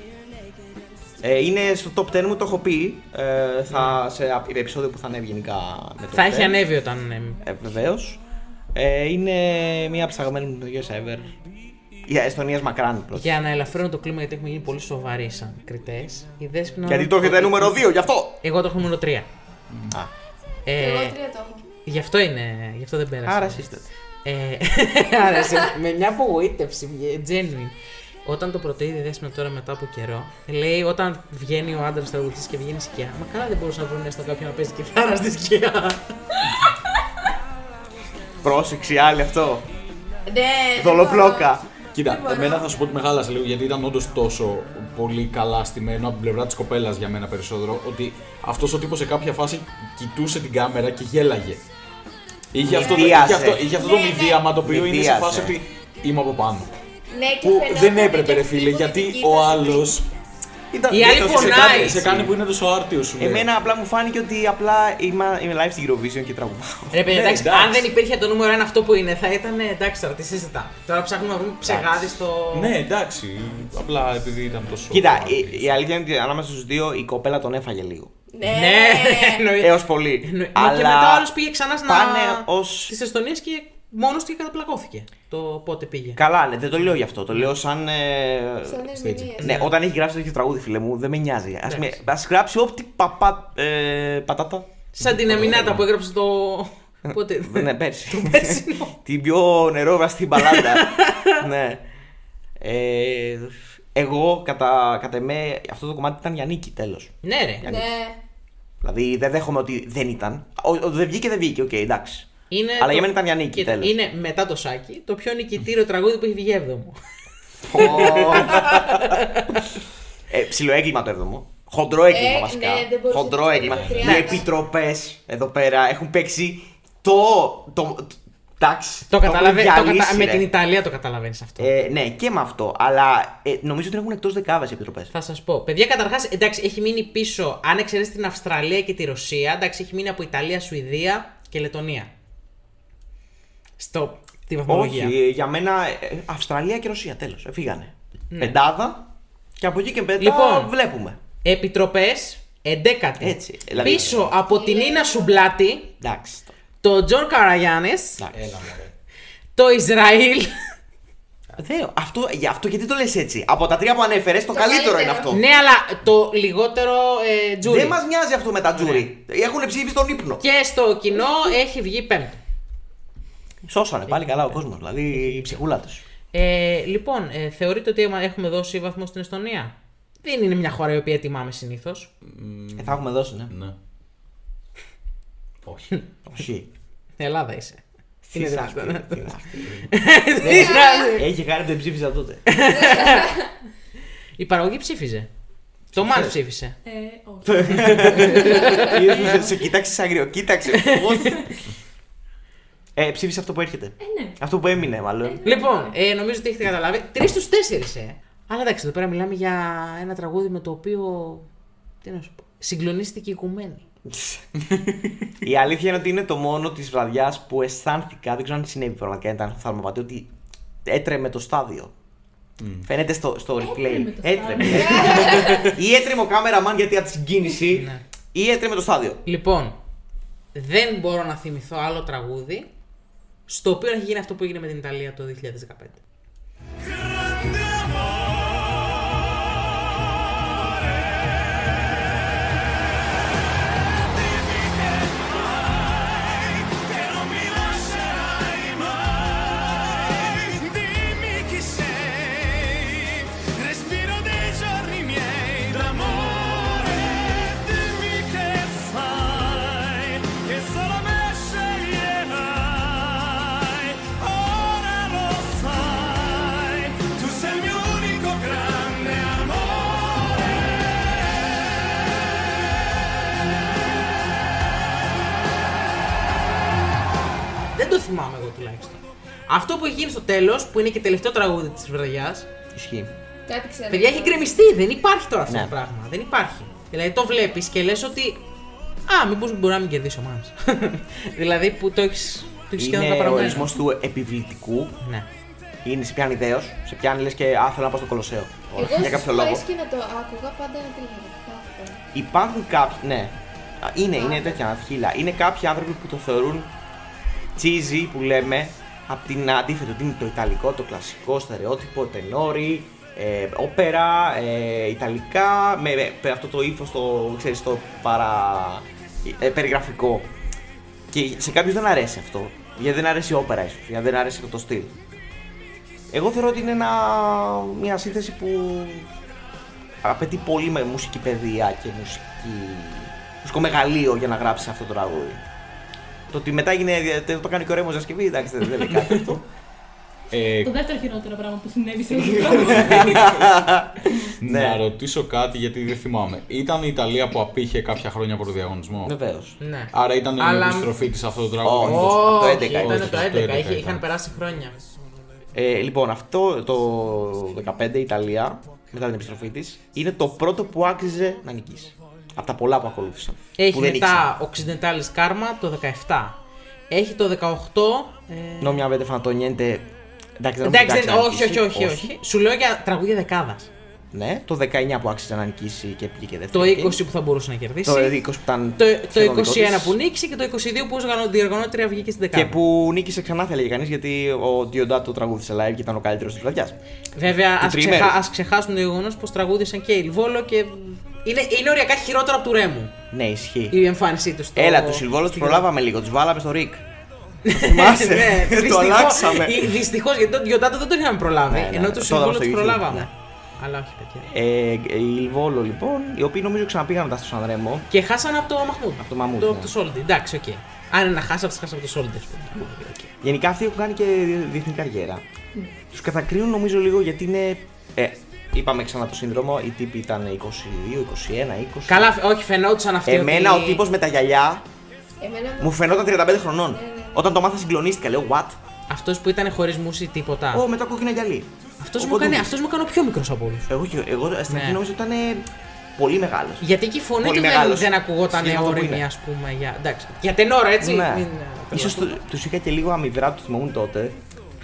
A: Ε, είναι στο top 10 μου, το έχω πει. Ε, θα, σε α- επεισόδιο που θα ανέβει γενικά. με το
B: Θα
A: 10.
B: έχει ανέβει όταν ανέβει.
A: Ε, Βεβαίως. Ε, είναι μία από τι αγαπημένε μου ταινίε ever. Η Εστονίας μακράν η πρώτη.
B: Για να ελαφρύνω το κλίμα, γιατί έχουμε γίνει πολύ σοβαροί σαν κριτές.
A: Γιατί το έχετε νούμερο 2, γι' αυτό!
B: Εγώ το έχω νούμερο 3.
A: Α.
I: Εγώ
B: Ε,
I: τρία το έχω.
B: γι' αυτό είναι. Γι' αυτό δεν πέρασε.
A: Άρα εσείς τότε.
B: Ε, άρα σε- με μια απογοήτευση, βγε- genuine. Όταν το πρωτοείδη δέσμε τώρα μετά από καιρό, λέει όταν βγαίνει ο άντρας τραγουδιστή και βγαίνει σκιά. Μα καλά δεν μπορούσε να βρουν έστω κάποιον να παίζει κιθάρα στη σκιά.
A: Πρόσεξε άλλη αυτό.
I: Ναι,
A: Δολοπλόκα.
D: Κοίτα,
I: μπορώ.
D: εμένα θα σου πω ότι μεγάλασε λίγο γιατί ήταν όντως τόσο πολύ καλά στημένο από την πλευρά της κοπέλας για μένα περισσότερο. Ότι αυτός ο τύπος σε κάποια φάση κοιτούσε την κάμερα και γέλαγε. Είχε αυτό, το- είχε
A: Μηδίασε.
D: αυτό, είχε αυτό το
I: Ναι, ναι.
D: μηδίαμα το οποίο είναι σε
A: Μηδίασε.
D: φάση ότι είμαι από πάνω.
I: Ναι, και
D: Που
I: φαινόταν
D: δεν έπρεπε,
I: και
D: ρε
I: αυτή
D: φίλε,
I: που
D: γιατί
I: την
D: ο
I: κοίταζε.
D: άλλο.
A: Ήταν
B: Η άλλη
A: δεν το
B: πονάει.
A: συζητάμε.
B: Nice.
D: Σε κάνει που είναι τόσο άρτιο σου λέει.
A: Ε, Εμένα απλά μου φάνηκε ότι απλά είμαι, είμαι live στην Eurovision και τραγουδάω.
B: Ρε παιδιά,
D: Ναι,
B: εντάξει,
D: εντάξει.
B: αν δεν υπήρχε το νούμερο ένα αυτό που είναι, θα ήταν ε, εντάξει τώρα, τι συζητά. Τώρα ψάχνουμε να βρούμε ψεγάδι στο.
D: Ναι, εντάξει. Απλά επειδή ήταν τόσο.
A: Κοίτα,
D: άρτιος.
A: η, η αλήθεια είναι ότι ανάμεσα στους δύο η κοπέλα τον έφαγε λίγο.
I: Ναι,
B: ναι,
C: Ε.
B: εννοείται.
A: Έως πολύ.
B: Εννο-
A: Αλλά
B: Και μετά ο άλλος πήγε ξανά να...
A: πάνε ως-
B: στις Εστονίες και μόνος του και καταπλακώθηκε το πότε πήγε.
A: Καλά, ναι, δεν το λέω γι' αυτό. Το λέω σαν. ε,
I: Σαν ερμηνείες.
A: Ναι, όταν έχει γράψει τέτοιο τραγούδι, φίλε μου, δεν με νοιάζει.
B: Ναι.
A: Ας γράψει ό,τι παπα, ε, πατάτα.
B: Σαν την Αμινάτα που έγραψε το... Πότε...
A: ναι, πέρσι.
B: Πέρσινο.
A: Την πιο νερόβραστη μπαλάντα. ναι. Ε, εγώ, κατά, κατά εμέ, αυτό το κομμάτι ήταν για νίκη, τέλος.
B: ναι ρε.
I: Ναι.
A: Δηλαδή δεν δέχομαι ότι δεν ήταν. Ο- ο- δεν βγήκε, δεν βγήκε, οκ, εντάξει.
B: Είναι
A: Αλλά για μένα ήταν για νίκη,
B: Κοίτα,
A: τέλος.
B: Είναι μετά το Σάκι το πιο νικητήριο τραγούδι που έχει βγει έβδομο.
A: ε, ψηλό έγκλημα το έβδομο. Χοντρό έγκλημα
I: Ε,
A: βασικά.
I: ναι, δεν μπορούσε
A: Χοντρό
I: να
A: έγκλημα.
I: το
A: Οι
I: τριάξει.
A: επιτροπές εδώ πέρα έχουν παίξει το. το, το εντάξει.
B: το
A: έχουν
B: καταλαβαίνει.
A: διαλύσει,
B: με
A: ρε.
B: την Ιταλία το καταλαβαίνεις αυτό.
A: Ε, ναι, και με αυτό. Αλλά ε, νομίζω ότι έχουν εκτός δεκάβε οι επιτροπές.
B: Θα σας πω. Παιδιά, καταρχάς, εντάξει, έχει μείνει πίσω. Αν εξαιρέσεις την Αυστραλία και τη Ρωσία, εντάξει, έχει μείνει από Ιταλία, Σουηδία και Λετωνία. Στο. τη βαθμολογία.
A: Όχι, για μένα ε, Αυστραλία και Ρωσία τέλος. Φύγανε. Πεντάδα και από εκεί και μετά
B: Ναι. Λοιπόν.
A: βλέπουμε.
B: Επιτροπές, 11η.
A: Έτσι, δηλαδή-
B: Πίσω από την Ίνα Σουμπλάτη,
A: Εντάξει. το-
B: τον Τζον Καραγιάννης,
A: εντάξει.
D: Έλα, μωρέ.
B: το Ισραήλ.
A: Δε, αυτό, γι' αυτό γιατί το λες έτσι. Από τα τρία που ανέφερες, το, καλύτερο, είναι αυτό.
B: ναι, αλλά το λιγότερο ε, τζούρι.
A: Δεν μας νοιάζει αυτό με τα τζούρι. Έχουν ψήφι στον ύπνο.
B: Και στο κοινό έχει βγει πέμπτο.
A: Σώσανε πάλι καλά ο κόσμος, δηλαδή η ψυχούλα τους.
B: Ε, λοιπόν, ε, θεωρείτε ότι έμα- έχουμε δώσει βαθμό στην Εστονία. Δεν είναι μια χώρα η οποία τιμάμε συνήθω.
A: ναι. Ε, θα έχουμε δώσει, ναι.
D: Ναι.
B: Όχι.
A: Όχι.
B: Ελλάδα είσαι. Είναι
A: Θύσα
B: δυνατόν.
A: αυτή, θύσα αυτή.
B: Τι να-
A: Έχει χάρη που δεν ψήφισα τότε.
B: Η παραγωγή ψήφιζε. Το Μάρτ ψήφισε.
G: Ε, όχι.
A: Ήρθε, Σε κοίταξες σαν αγριό, κοίταξε. Ε, ψήφισε αυτό που έρχεται.
G: Ε, ναι.
A: Αυτό που έμεινε, μάλλον.
B: Λοιπόν, ε, νομίζω ότι έχετε καταλάβει. Τρεις στους τέσσερις, ε. Αλλά εντάξει, εδώ πέρα μιλάμε για ένα τραγούδι με το οποίο. Τι να σου πω. Συγκλονίστηκε η οικουμένη.
A: Η αλήθεια είναι ότι είναι το μόνο της βραδιάς που αισθάνθηκα. Δεν ξέρω αν συνέβη πραγματικά. Ήταν θαυμαπατή ότι έτρεμε το στάδιο. Φαίνεται στο, στο replay.
G: το
A: Έτρεμε. ή έτρεμε ο κάμεραμαν γιατί από τη συγκίνηση.
B: Ναι.
A: ή έτρεμε το στάδιο.
B: Λοιπόν, δεν μπορώ να θυμηθώ άλλο τραγούδι στο οποίο έχει γίνει αυτό που έγινε με την Ιταλία το 2015.
E: Dimmi chi sei, respiro dei giorni miei d'amore. Dimmi che fai, che solo me sceglierai. Ora lo sai, tu sei il mio unico grande amore.
B: Δεν το θυμάμαι εγώ τουλάχιστον. Αυτό που έχει γίνει στο τέλος, που είναι και τελευταίο τραγούδι της βραδιάς,
A: Ισχύει.
I: Κάτι ξέρω.
B: παιδιά έχει γκρεμιστεί. Δεν υπάρχει τώρα αυτό
A: Ναι.
B: το πράγμα. Δεν υπάρχει. Δηλαδή το βλέπεις και λες ότι. Α, μήπως μπορεί να μην κερδίσει ο Μάνς». δηλαδή που το έχεις. Το έχεις σχεδόν
A: Είναι ο
B: καταπραγμένο.
A: ορισμός του επιβλητικού.
B: Ναι.
A: Είναι σε πιάνει ιδέως. Σε πιάνει λες και α, θέλω να πάω στο Κολοσσέο.
I: Εγώ
A: Για κάποιο λόγο.
I: και να το άκουγα πάντα να τρέχω.
A: Υπάρχουν κάποιοι. Ναι. Α, Είναι, είναι τέτοια ανατχύλα. Είναι κάποιοι άνθρωποι που το θεωρούν cheesy που λέμε από την αντίθετη. Ότι είναι το ιταλικό, το κλασικό στερεότυπο, τενόρι, ε, όπερα, ε, ιταλικά, με, με αυτό το ύφος το, ξέρεις, το παρα, ε, περιγραφικό. Και σε κάποιους δεν αρέσει αυτό. Γιατί δεν αρέσει η όπερα, ίσως. Γιατί δεν αρέσει αυτό το στυλ. Εγώ θεωρώ ότι είναι ένα, μια σύνθεση που απαιτεί πολύ με μουσική παιδεία και μουσική... μουσικό μεγαλείο για να γράψεις αυτό το τραγούδι. Το ότι μετά έγινε. Το το κάνει και ο Ρέμος Ζασκευή, εντάξει, δεν δεν λέει κάτι αυτό.
D: Ε,
G: Το δεύτερο χειρότερο πράγμα που συνέβη σε αυτό το πράγμα.
A: Ναι.
D: Να ρωτήσω κάτι γιατί δεν θυμάμαι. Ήταν η Ιταλία που απήχε κάποια χρόνια από το διαγωνισμό.
A: Βεβαίως.
B: ναι.
D: Άρα ήταν
B: Αλλά-
D: η επιστροφή της αυτό το
A: Όχι.
D: τραγούδι.
A: Όντως, από το 11
B: ήταν
A: ήταν.
B: το
D: Το
B: 11,
D: 11
B: είχε, είχαν
D: ήταν.
B: περάσει χρόνια.
A: Ε, λοιπόν, αυτό το 15 η Ιταλία, μετά την επιστροφή της, είναι το πρώτο που άξιζε να νικήσει. Από τα πολλά που ακολούθησαν.
B: Έχει
A: που δεν
B: μετά Occidentalis Karma το 17. Έχει το 18. ε,
A: Νόμια βέτε φανατονιέντε. Εντάξει, δεν
B: Εντάξει,
A: νομίζω
B: δεν-
A: να
B: όχι, όχι,
A: νικήσει.
B: όχι, όχι. Σου λέω για τραγούδια δεκάδας.
A: Ναι, το 19 που άξιζε να νικήσει και πήγε και
B: Το
A: δεύτερη.
B: 20 που θα μπορούσε να κερδίσει.
A: Το 20 που ήταν.
B: το, το
A: σχεδόν δικός
B: 21
A: της.
B: που νίκησε και το 22 που ως γανο- διοργανώτρια βγήκε στην δεκάδα.
A: Και που νίκησε ξανά, θα έλεγε κανείς, γιατί ο Διοντάτο τραγούδισε live και ήταν ο καλύτερος της βραδιά.
B: Βέβαια,
A: του
B: ας
A: τριημέρου.
B: ξεχάσουμε το γεγονός πως τραγούδισαν και η Λιβόλο και. Είναι, είναι οριακά χειρότερο από του Ρέμου
A: Ναι, ισχύει.
B: η εμφάνισή τους. στο- Ναι,
A: Έλα, τους Σιλβόλου του
B: στο-
A: προλάβαμε λίγο, τους βάλαμε στο Ρικ. Το
B: ναι,
A: θυμάσαι. το αλλάξαμε.
B: Δυστυχώς γιατί τον Διοντάτο δεν τον είχαμε προλάβει.
A: Ναι, ναι,
B: ενώ
A: ναι,
B: τους
A: το είδαμε
B: Σιλβόλο
A: στο
B: τους
A: YouTube,
B: προλάβαμε.
A: ναι.
B: Αλλά όχι, παιδιά.
A: Ε, η Λιβόλο λοιπόν, οι οποίοι νομίζω ξαναπήγαν μετά στο Σανρέμο.
B: Και χάσανε από το Μαχμούδ.
A: Από το Μαχμούδ,
B: Το,
A: ναι.
B: το Σόλντι. Εντάξει, οκ. Αν είναι να χάσει, θα χάσει από το Σόλντι, ας πούμε. Οκ.
A: Γενικά αυτοί έχουν κάνει και διεθνή καριέρα.
B: Ναι.
A: Τους Του κατακρίνουν νομίζω λίγο γιατί είναι. Ε, είπαμε ξανά το σύνδρομο, οι τύποι ήταν 22, 21, 20.
B: Καλά, φε- όχι, φαινόταν αυτή.
A: Εμένα ο τύπος με τα γυαλιά
I: Εμένα
A: μου
I: μου
A: φαινόταν 35
B: Ναι,
A: χρονών. Όταν το μάθα συγκλονίστηκα, λέω What?
B: Αυτός που ήταν χωρίς μουσική τίποτα.
A: Ω, με τα κόκκινα γυαλί.
B: Αυτός
A: Ο
B: μου, έκανε-
A: Ποντούλης.
B: αυτός μου έκανε ο πιο μικρός από όλους.
A: Εγώ, και- εγώ στην αρχή
B: Ναι.
A: νόμιζα ότι ήταν ε, πολύ μεγάλος.
B: Γιατί και η φωνή
A: Πολύ
B: του δεν,
A: μεγάλος.
B: δεν ακουγόταν
A: Σχήμα το που
B: όρημη,
A: είναι.
B: ας πούμε. Για, εντάξει. για τενόρα, έτσι.
A: Ναι.
B: Μην-
A: Ίσως του τους είχα και λίγο αμυδρά, τους θυμόμουν τότε.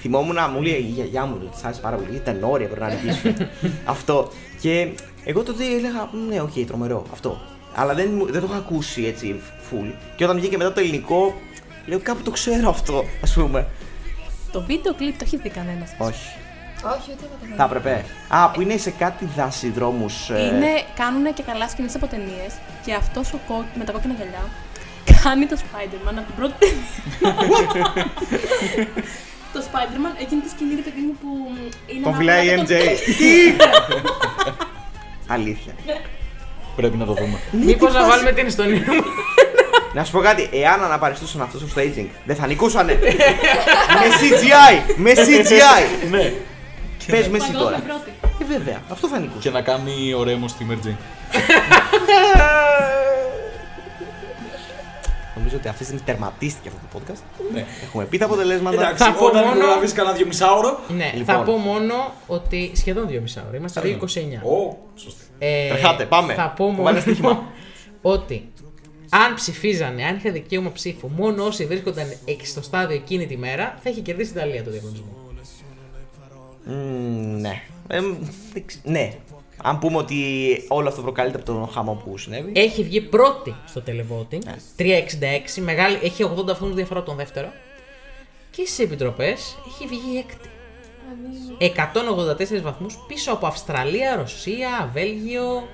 A: Θυμόμουν να μου λέει η γιαγιά μου, τη άρεσε πάρα πολύ, ήταν όρια πρέπει να νικήσουν. αυτό. Και εγώ τότε έλεγα, «Μ, ναι, οκ, τρομερό, αυτό. Αλλά δεν, μου- δεν το είχα ακούσει έτσι, full. Και όταν βγήκε μετά το ελληνικό, λέω κάπου το ξέρω αυτό, ας πούμε.
C: Το βίντεο κλιπ το έχει δει κανένας.
A: Όχι.
I: Όχι, ούτε να
A: Θα
I: το
A: έπρεπε. Α, που είναι σε κάτι δασιδρόμους. ε,
C: Είναι, κάνουν και καλά σκηνές από ταινίες και αυτός ο κόκκι με τα κόκκινα γυαλιά κάνει το Spider-Man από την πρώτη ταινία. το Spider-Man, εκείνη τη σκηνή, ρε παιδί μου, που είναι.
A: Τον
C: ένα
A: φυλάει η
C: γάτο,
A: MJ. Αλήθεια.
D: Πρέπει να το δούμε.
B: Μήπως να βάλουμε την ιστορία μου.
A: Να σου πω κάτι, εάν αναπαριστούσαν αυτό στο staging, δεν θα νικούσανε. με CGI! Με CGI!
D: Ναι.
A: Πες με εσύ τώρα.
C: Παγκόσμια πρώτη.
A: Ε, βέβαια, αυτό θα νικούσε.
D: Και να κάνει ωραίο στη Merge.
A: Νομίζω ότι αυτή τη στιγμή τερματίστηκε αυτό το podcast.
D: Ναι.
A: Έχουμε πει τα αποτελέσματα.
D: Εντάξει,
B: Θα πω
D: όταν
B: μόνο-
D: προλαβείς κανένα δυομισάωρο.
B: Ναι,
A: Λοιπόν.
B: θα πω μόνο ότι σχεδόν δύο μισά ώρα. Είμαστε 2.29.
D: Ω, σωστή.
B: Ε,
A: Τρεχάτε, πάμε.
B: Θα πω μόνο
A: Βάλε στοίχημα.
B: ότι αν ψηφίζανε, αν είχα δικαίωμα ψήφου, μόνο όσοι βρίσκονταν εκ- στο στάδιο εκείνη τη μέρα, θα είχε κερδίσει η Ιταλία το διαγωνισμό.
A: Μμμ, Ναι. Ε, μ, δεν ξε- Ναι. Αν πούμε ότι όλο αυτό προκαλείται από τον χαμό που συνέβη.
B: Έχει βγει πρώτη στο televoting,
A: Ναι.
B: 3,66, μεγάλη, έχει 80 βαθμούς διαφορά από τον δεύτερο. Και στις επιτροπές έχει βγει έκτη. 184 βαθμούς πίσω από Αυστραλία, Ρωσία, Βέλγιο.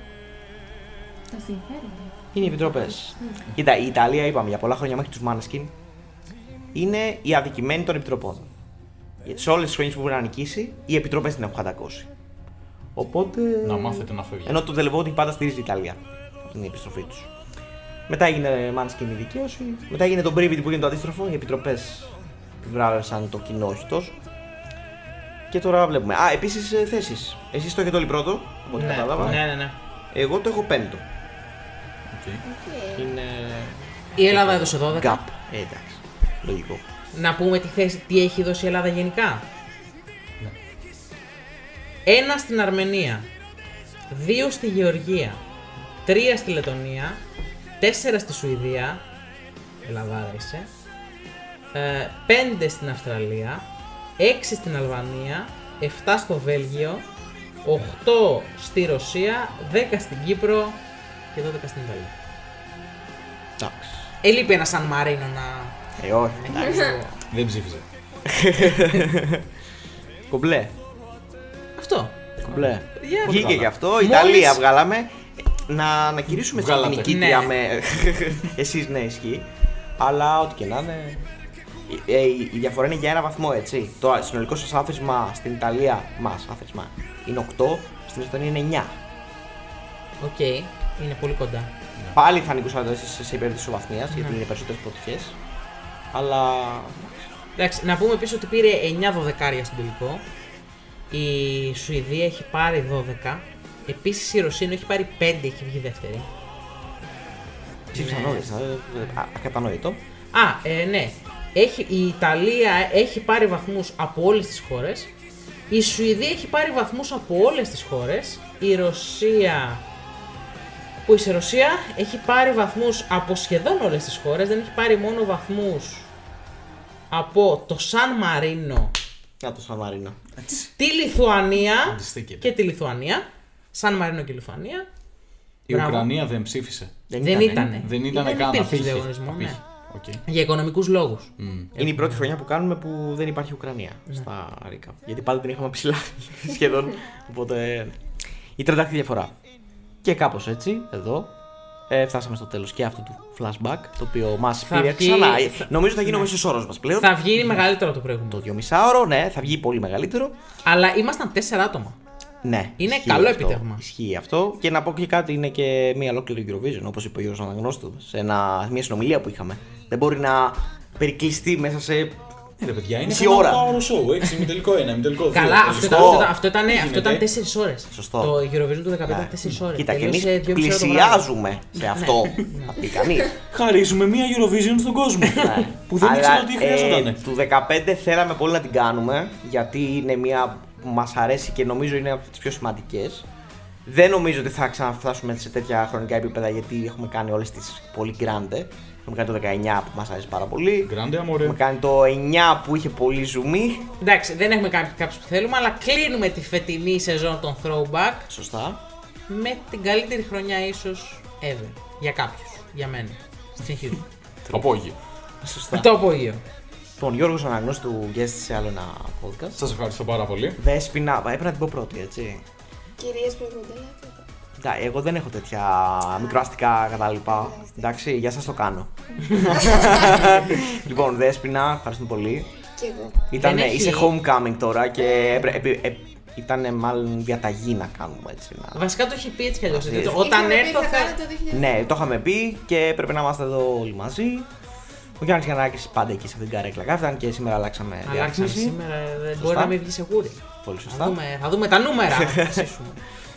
G: Τα συμφέρει.
A: Είναι οι επιτροπές. Κοίτα, η Ιταλία είπαμε για πολλά χρόνια μέχρι τους Μάνεσκιν είναι η αδικημένη των επιτροπών. Σε όλες τις χρονιές που μπορεί να νικήσει, οι επιτροπές την έχουν κατακώσει. Οπότε.
B: Ναι.
D: Να μάθετε να φεύγει.
A: Ενώ το televoting πάντα στηρίζει την Ιταλία από την επιστροφή τους. Μετά έγινε Μάνεσκιν η δικαίωση. Μετά έγινε το Brivity που έγινε το αντίστροφο. Οι επιτροπές επιβράβευσαν το κοινό, όχι τόσο. Και τώρα βλέπουμε. Α, επίσης θέσεις. Εσείς το έχετε όλοι πρώτο, από ό,τι κατάλαβα.
B: ναι, ναι, ναι.
A: Εγώ το έχω πέμπτο.
D: Οκ.
B: Η Ελλάδα έδωσε 12.
A: Gap. Ε, εντάξει. Λογικό.
B: Να πούμε τη θέση, τι έχει δώσει η Ελλάδα γενικά. Ναι. Ένα στην Αρμενία, δύο στη Γεωργία, τρία στη Λετωνία, τέσσερα στη Σουηδία, Ελλάδα είσαι, ε, πέντε στην Αυστραλία, έξι στην Αλβανία, εφτά στο Βέλγιο, οχτώ στη Ρωσία, δέκα στην Κύπρο και δώδεκα στην Ιταλία.
A: Εντάξει.
B: Ελείπει ένα Σαν Μαρίνο να...
A: Ε, όχι. Εντάξει.
D: Δεν ψήφιζε.
A: Κομπλέ.
B: Αυτό.
A: Κομπλέ.
B: Παιδιά,
A: Βγήκε
D: βγάλα.
A: γι' αυτό.
B: Μόλις-
A: Ιταλία βγάλαμε. Να ανακηρύσουμε την
D: Βγάλατε.
A: νικήτρια
B: Ναι.
A: με. Εσείς ναι, ισχύει. Αλλά ό,τι και να είναι. ε, ε, η διαφορά είναι για ένα βαθμό, έτσι. Το συνολικό σας άθροισμα στην Ιταλία μας άθροισμα είναι 8, στην Εστονία είναι 9.
B: Οκ, είναι πολύ κοντά.
A: Πάλι θα νικούσατε εσεί σε υπέρ τη ισοβαθμία, γιατί είναι περισσότερες αποτυχίε. Αλλά.
B: Εντάξει, να πούμε επίσης ότι πήρε 9 δωδεκάρια στον τελικό. Η Σουηδία έχει πάρει 12. Επίσης η Ρωσία ενώ έχει πάρει 5, έχει βγει δεύτερη.
A: Ψήφισαν ε, όλε. Ακατανόητο.
B: Α, ε, ναι. Έχει, η Ιταλία έχει πάρει βαθμούς από όλες τις χώρες. Η Σουηδία έχει πάρει βαθμούς από όλες τις χώρες. Η Ρωσία. Που η Ρωσία έχει πάρει βαθμούς από σχεδόν όλες τις χώρες. Δεν έχει πάρει μόνο βαθμούς από το Σαν Μαρίνο
A: Να το Σαμαρίνα.
B: τη Λιθουανία
D: Αντιστήκεται.
B: και τη Λιθουανία. Σαν Μαρίνο και Λιθουανία.
D: Η
B: Μπράβο. Ναι.
D: Ουκρανία δεν ψήφισε.
B: Δεν,
A: ήτανε.
B: ήτανε.
D: Δεν ήταν καν.
B: υπήρχε
D: απήχε.
B: διαγωνισμό, ναι.
D: Απήχε. Οκ.
B: Για οικονομικούς λόγους.
D: Μμμ.
A: Είναι η πρώτη χρονιά που κάνουμε που δεν υπάρχει Ουκρανία
B: Ναι.
A: στα ρίκα. Γιατί πάντα την είχαμε ψηλά σχεδόν. Οπότε. ε, Η τρεντάκτη διαφορά. Και κάπως έτσι, εδώ, ε, φτάσαμε στο τέλος και αυτού του flashback. Το οποίο μας
B: Θα
A: πήρε
B: βγει-
A: ξανά.
B: θα- Ναι.
A: Νομίζω θα γίνει ο μέσος όρος μας πλέον.
B: Θα βγει μεγαλύτερο το προηγούμενο.
A: Το 2,5 ώρο, ναι, θα βγει πολύ μεγαλύτερο.
B: Αλλά ήμασταν τέσσερα άτομα.
A: Ναι.
B: Είναι
A: ισχύει
B: καλό
A: αυτό.
B: επιτεύγμα.
A: Ισχύει αυτό. Και να πω και κάτι, είναι και μία ολόκληρη Eurovision, όπως είπε ο Γιώργος Αναγνώστου, σε ένα, μια συνομιλία που είχαμε. Δεν μπορεί να περικλειστεί μέσα σε.
D: Ε, ρε παιδιά, είναι
A: Μισή
D: ένα
A: ώρα.
D: οχτάωρο σοου. Έξι ημιτελικό ένα, ημιτελικό δύο.
B: Καλά, αυτό ήταν, αυτό
D: Σωστό.
B: ήταν- αυτό ήταν,
D: Τι
B: αυτό ήταν
D: γίνεται?
B: 4 ώρες.
A: Σωστό. Ναι.
B: Το Eurovision του 15 ήταν 4 ώρες.
A: Κοίτα, και εμεί πλησιάζουμε σε αυτό. Θα πει κανεί.
D: Χαρίζουμε μία Eurovision στον κόσμο. που δεν
A: Ναι. Αλλά,
D: ήξερα ότι χρειαζόταν.
A: ε, του 15 θέλαμε πολύ να την κάνουμε, γιατί είναι μια που μας αρέσει και νομίζω είναι από τις πιο σημαντικές. Δεν νομίζω ότι θα ξαναφτάσουμε σε τέτοια χρονικά επίπεδα γιατί έχουμε κάνει όλες τις πολύ grande. Έχουμε κάνει το 19 που μας αρέσει πάρα πολύ.
D: Γκράντε
A: Έχουμε
D: αμορέ.
A: κάνει το 9 που είχε πολύ ζουμί.
B: Εντάξει, δεν έχουμε κάνει κάποιους που θέλουμε, αλλά κλείνουμε τη φετινή σεζόν των throwback
A: Σωστά.
B: με την καλύτερη χρονιά ίσως ever. Για κάποιους. Για μένα. Συνεχίζουμε.
D: Απόγειο.
A: Σωστά.
B: το απόγειο.
A: Τον Γιώργο Αναγνώστου γκέστη σε άλλο ένα podcast.
D: Σας ευχαριστώ πάρα πολύ.
A: Δέσπινα, έπρεπε να την πω πρώτη, έτσι.
I: Κυρίες προηγούνται.
A: Εντάξει, εγώ δεν έχω τέτοια μικροαστικά κατάλοιπα. Εντάξει, για σας το κάνω. λοιπόν, Δέσποινα, ευχαριστούμε πολύ.
I: Κι εγώ.
A: Ήταν,
B: Δεν έχει-
A: Είσαι homecoming τώρα και έπρε- επι- ε, ήταν μάλλον διαταγή να κάνουμε έτσι. Να...
B: Βασικά το έχει πει έτσι κι αλλιώς.
A: Μαζί.
B: Όταν
I: Είχαμε πει
B: έρθω
I: θα
B: θα.
I: κάνετε το 2000.
A: Ναι, το είχαμε πει και έπρεπε να είμαστε εδώ όλοι μαζί. Ο Γιάννης Γιαννάκης πάντα εκεί σε αυτήν την καρέκλα. Κάφταν και σήμερα αλλάξαμε
B: Αλλάξαμε
A: διεύθυνση.
B: σήμερα, ε, δεν μπορεί να μην βγεις σε γούρι.
A: Πολύ
B: Θα
A: σωστά.
B: δούμε, θα δούμε τα νούμερα. να αποφασίσουμε.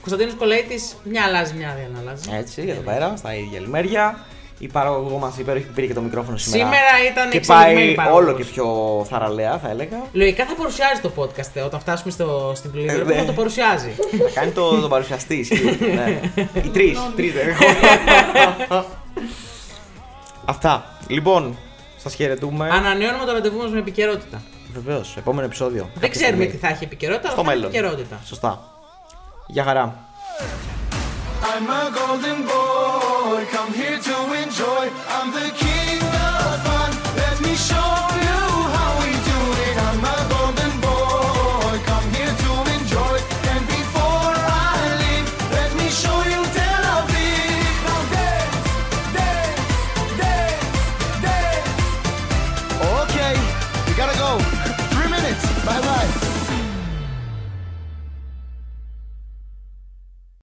B: Κωνσταντίνος Κολέητης, μια αλλάζει, μια δεν αλλάζει.
A: Έτσι, εδώ πέρα, στα ίδια λιμέρια. Η παραγωγό μας πήρε και το μικρόφωνο σήμερα.
B: Σήμερα ήταν
A: και
B: εξελιγμένη
A: πάει
B: παραγωγός.
A: όλο και πιο θαραλέα, θα έλεγα.
B: Λογικά θα παρουσιάζει το podcast ε, όταν φτάσουμε στο, στην πλήρη.
A: Ε,
B: θα
A: ναι.
B: το παρουσιάζει.
A: Θα κάνει το, το παρουσιαστή. ισχύει, ναι. Οι ναι. τρει. Αυτά. Λοιπόν, σας χαιρετούμε.
B: Ανανεώνουμε το ραντεβού μας με επικαιρότητα.
A: Βεβαίως, επόμενο επεισόδιο.
B: Δεν
A: Κάποια
B: ξέρουμε
A: στιγμή.
B: τι θα έχει επικαιρότητα,
A: Στο
B: αλλά θα έχει
A: μέλλον.
B: επικαιρότητα.
A: Σωστά. Γεια χαρά.
H: I'm a golden boy, come here to enjoy. I'm the king.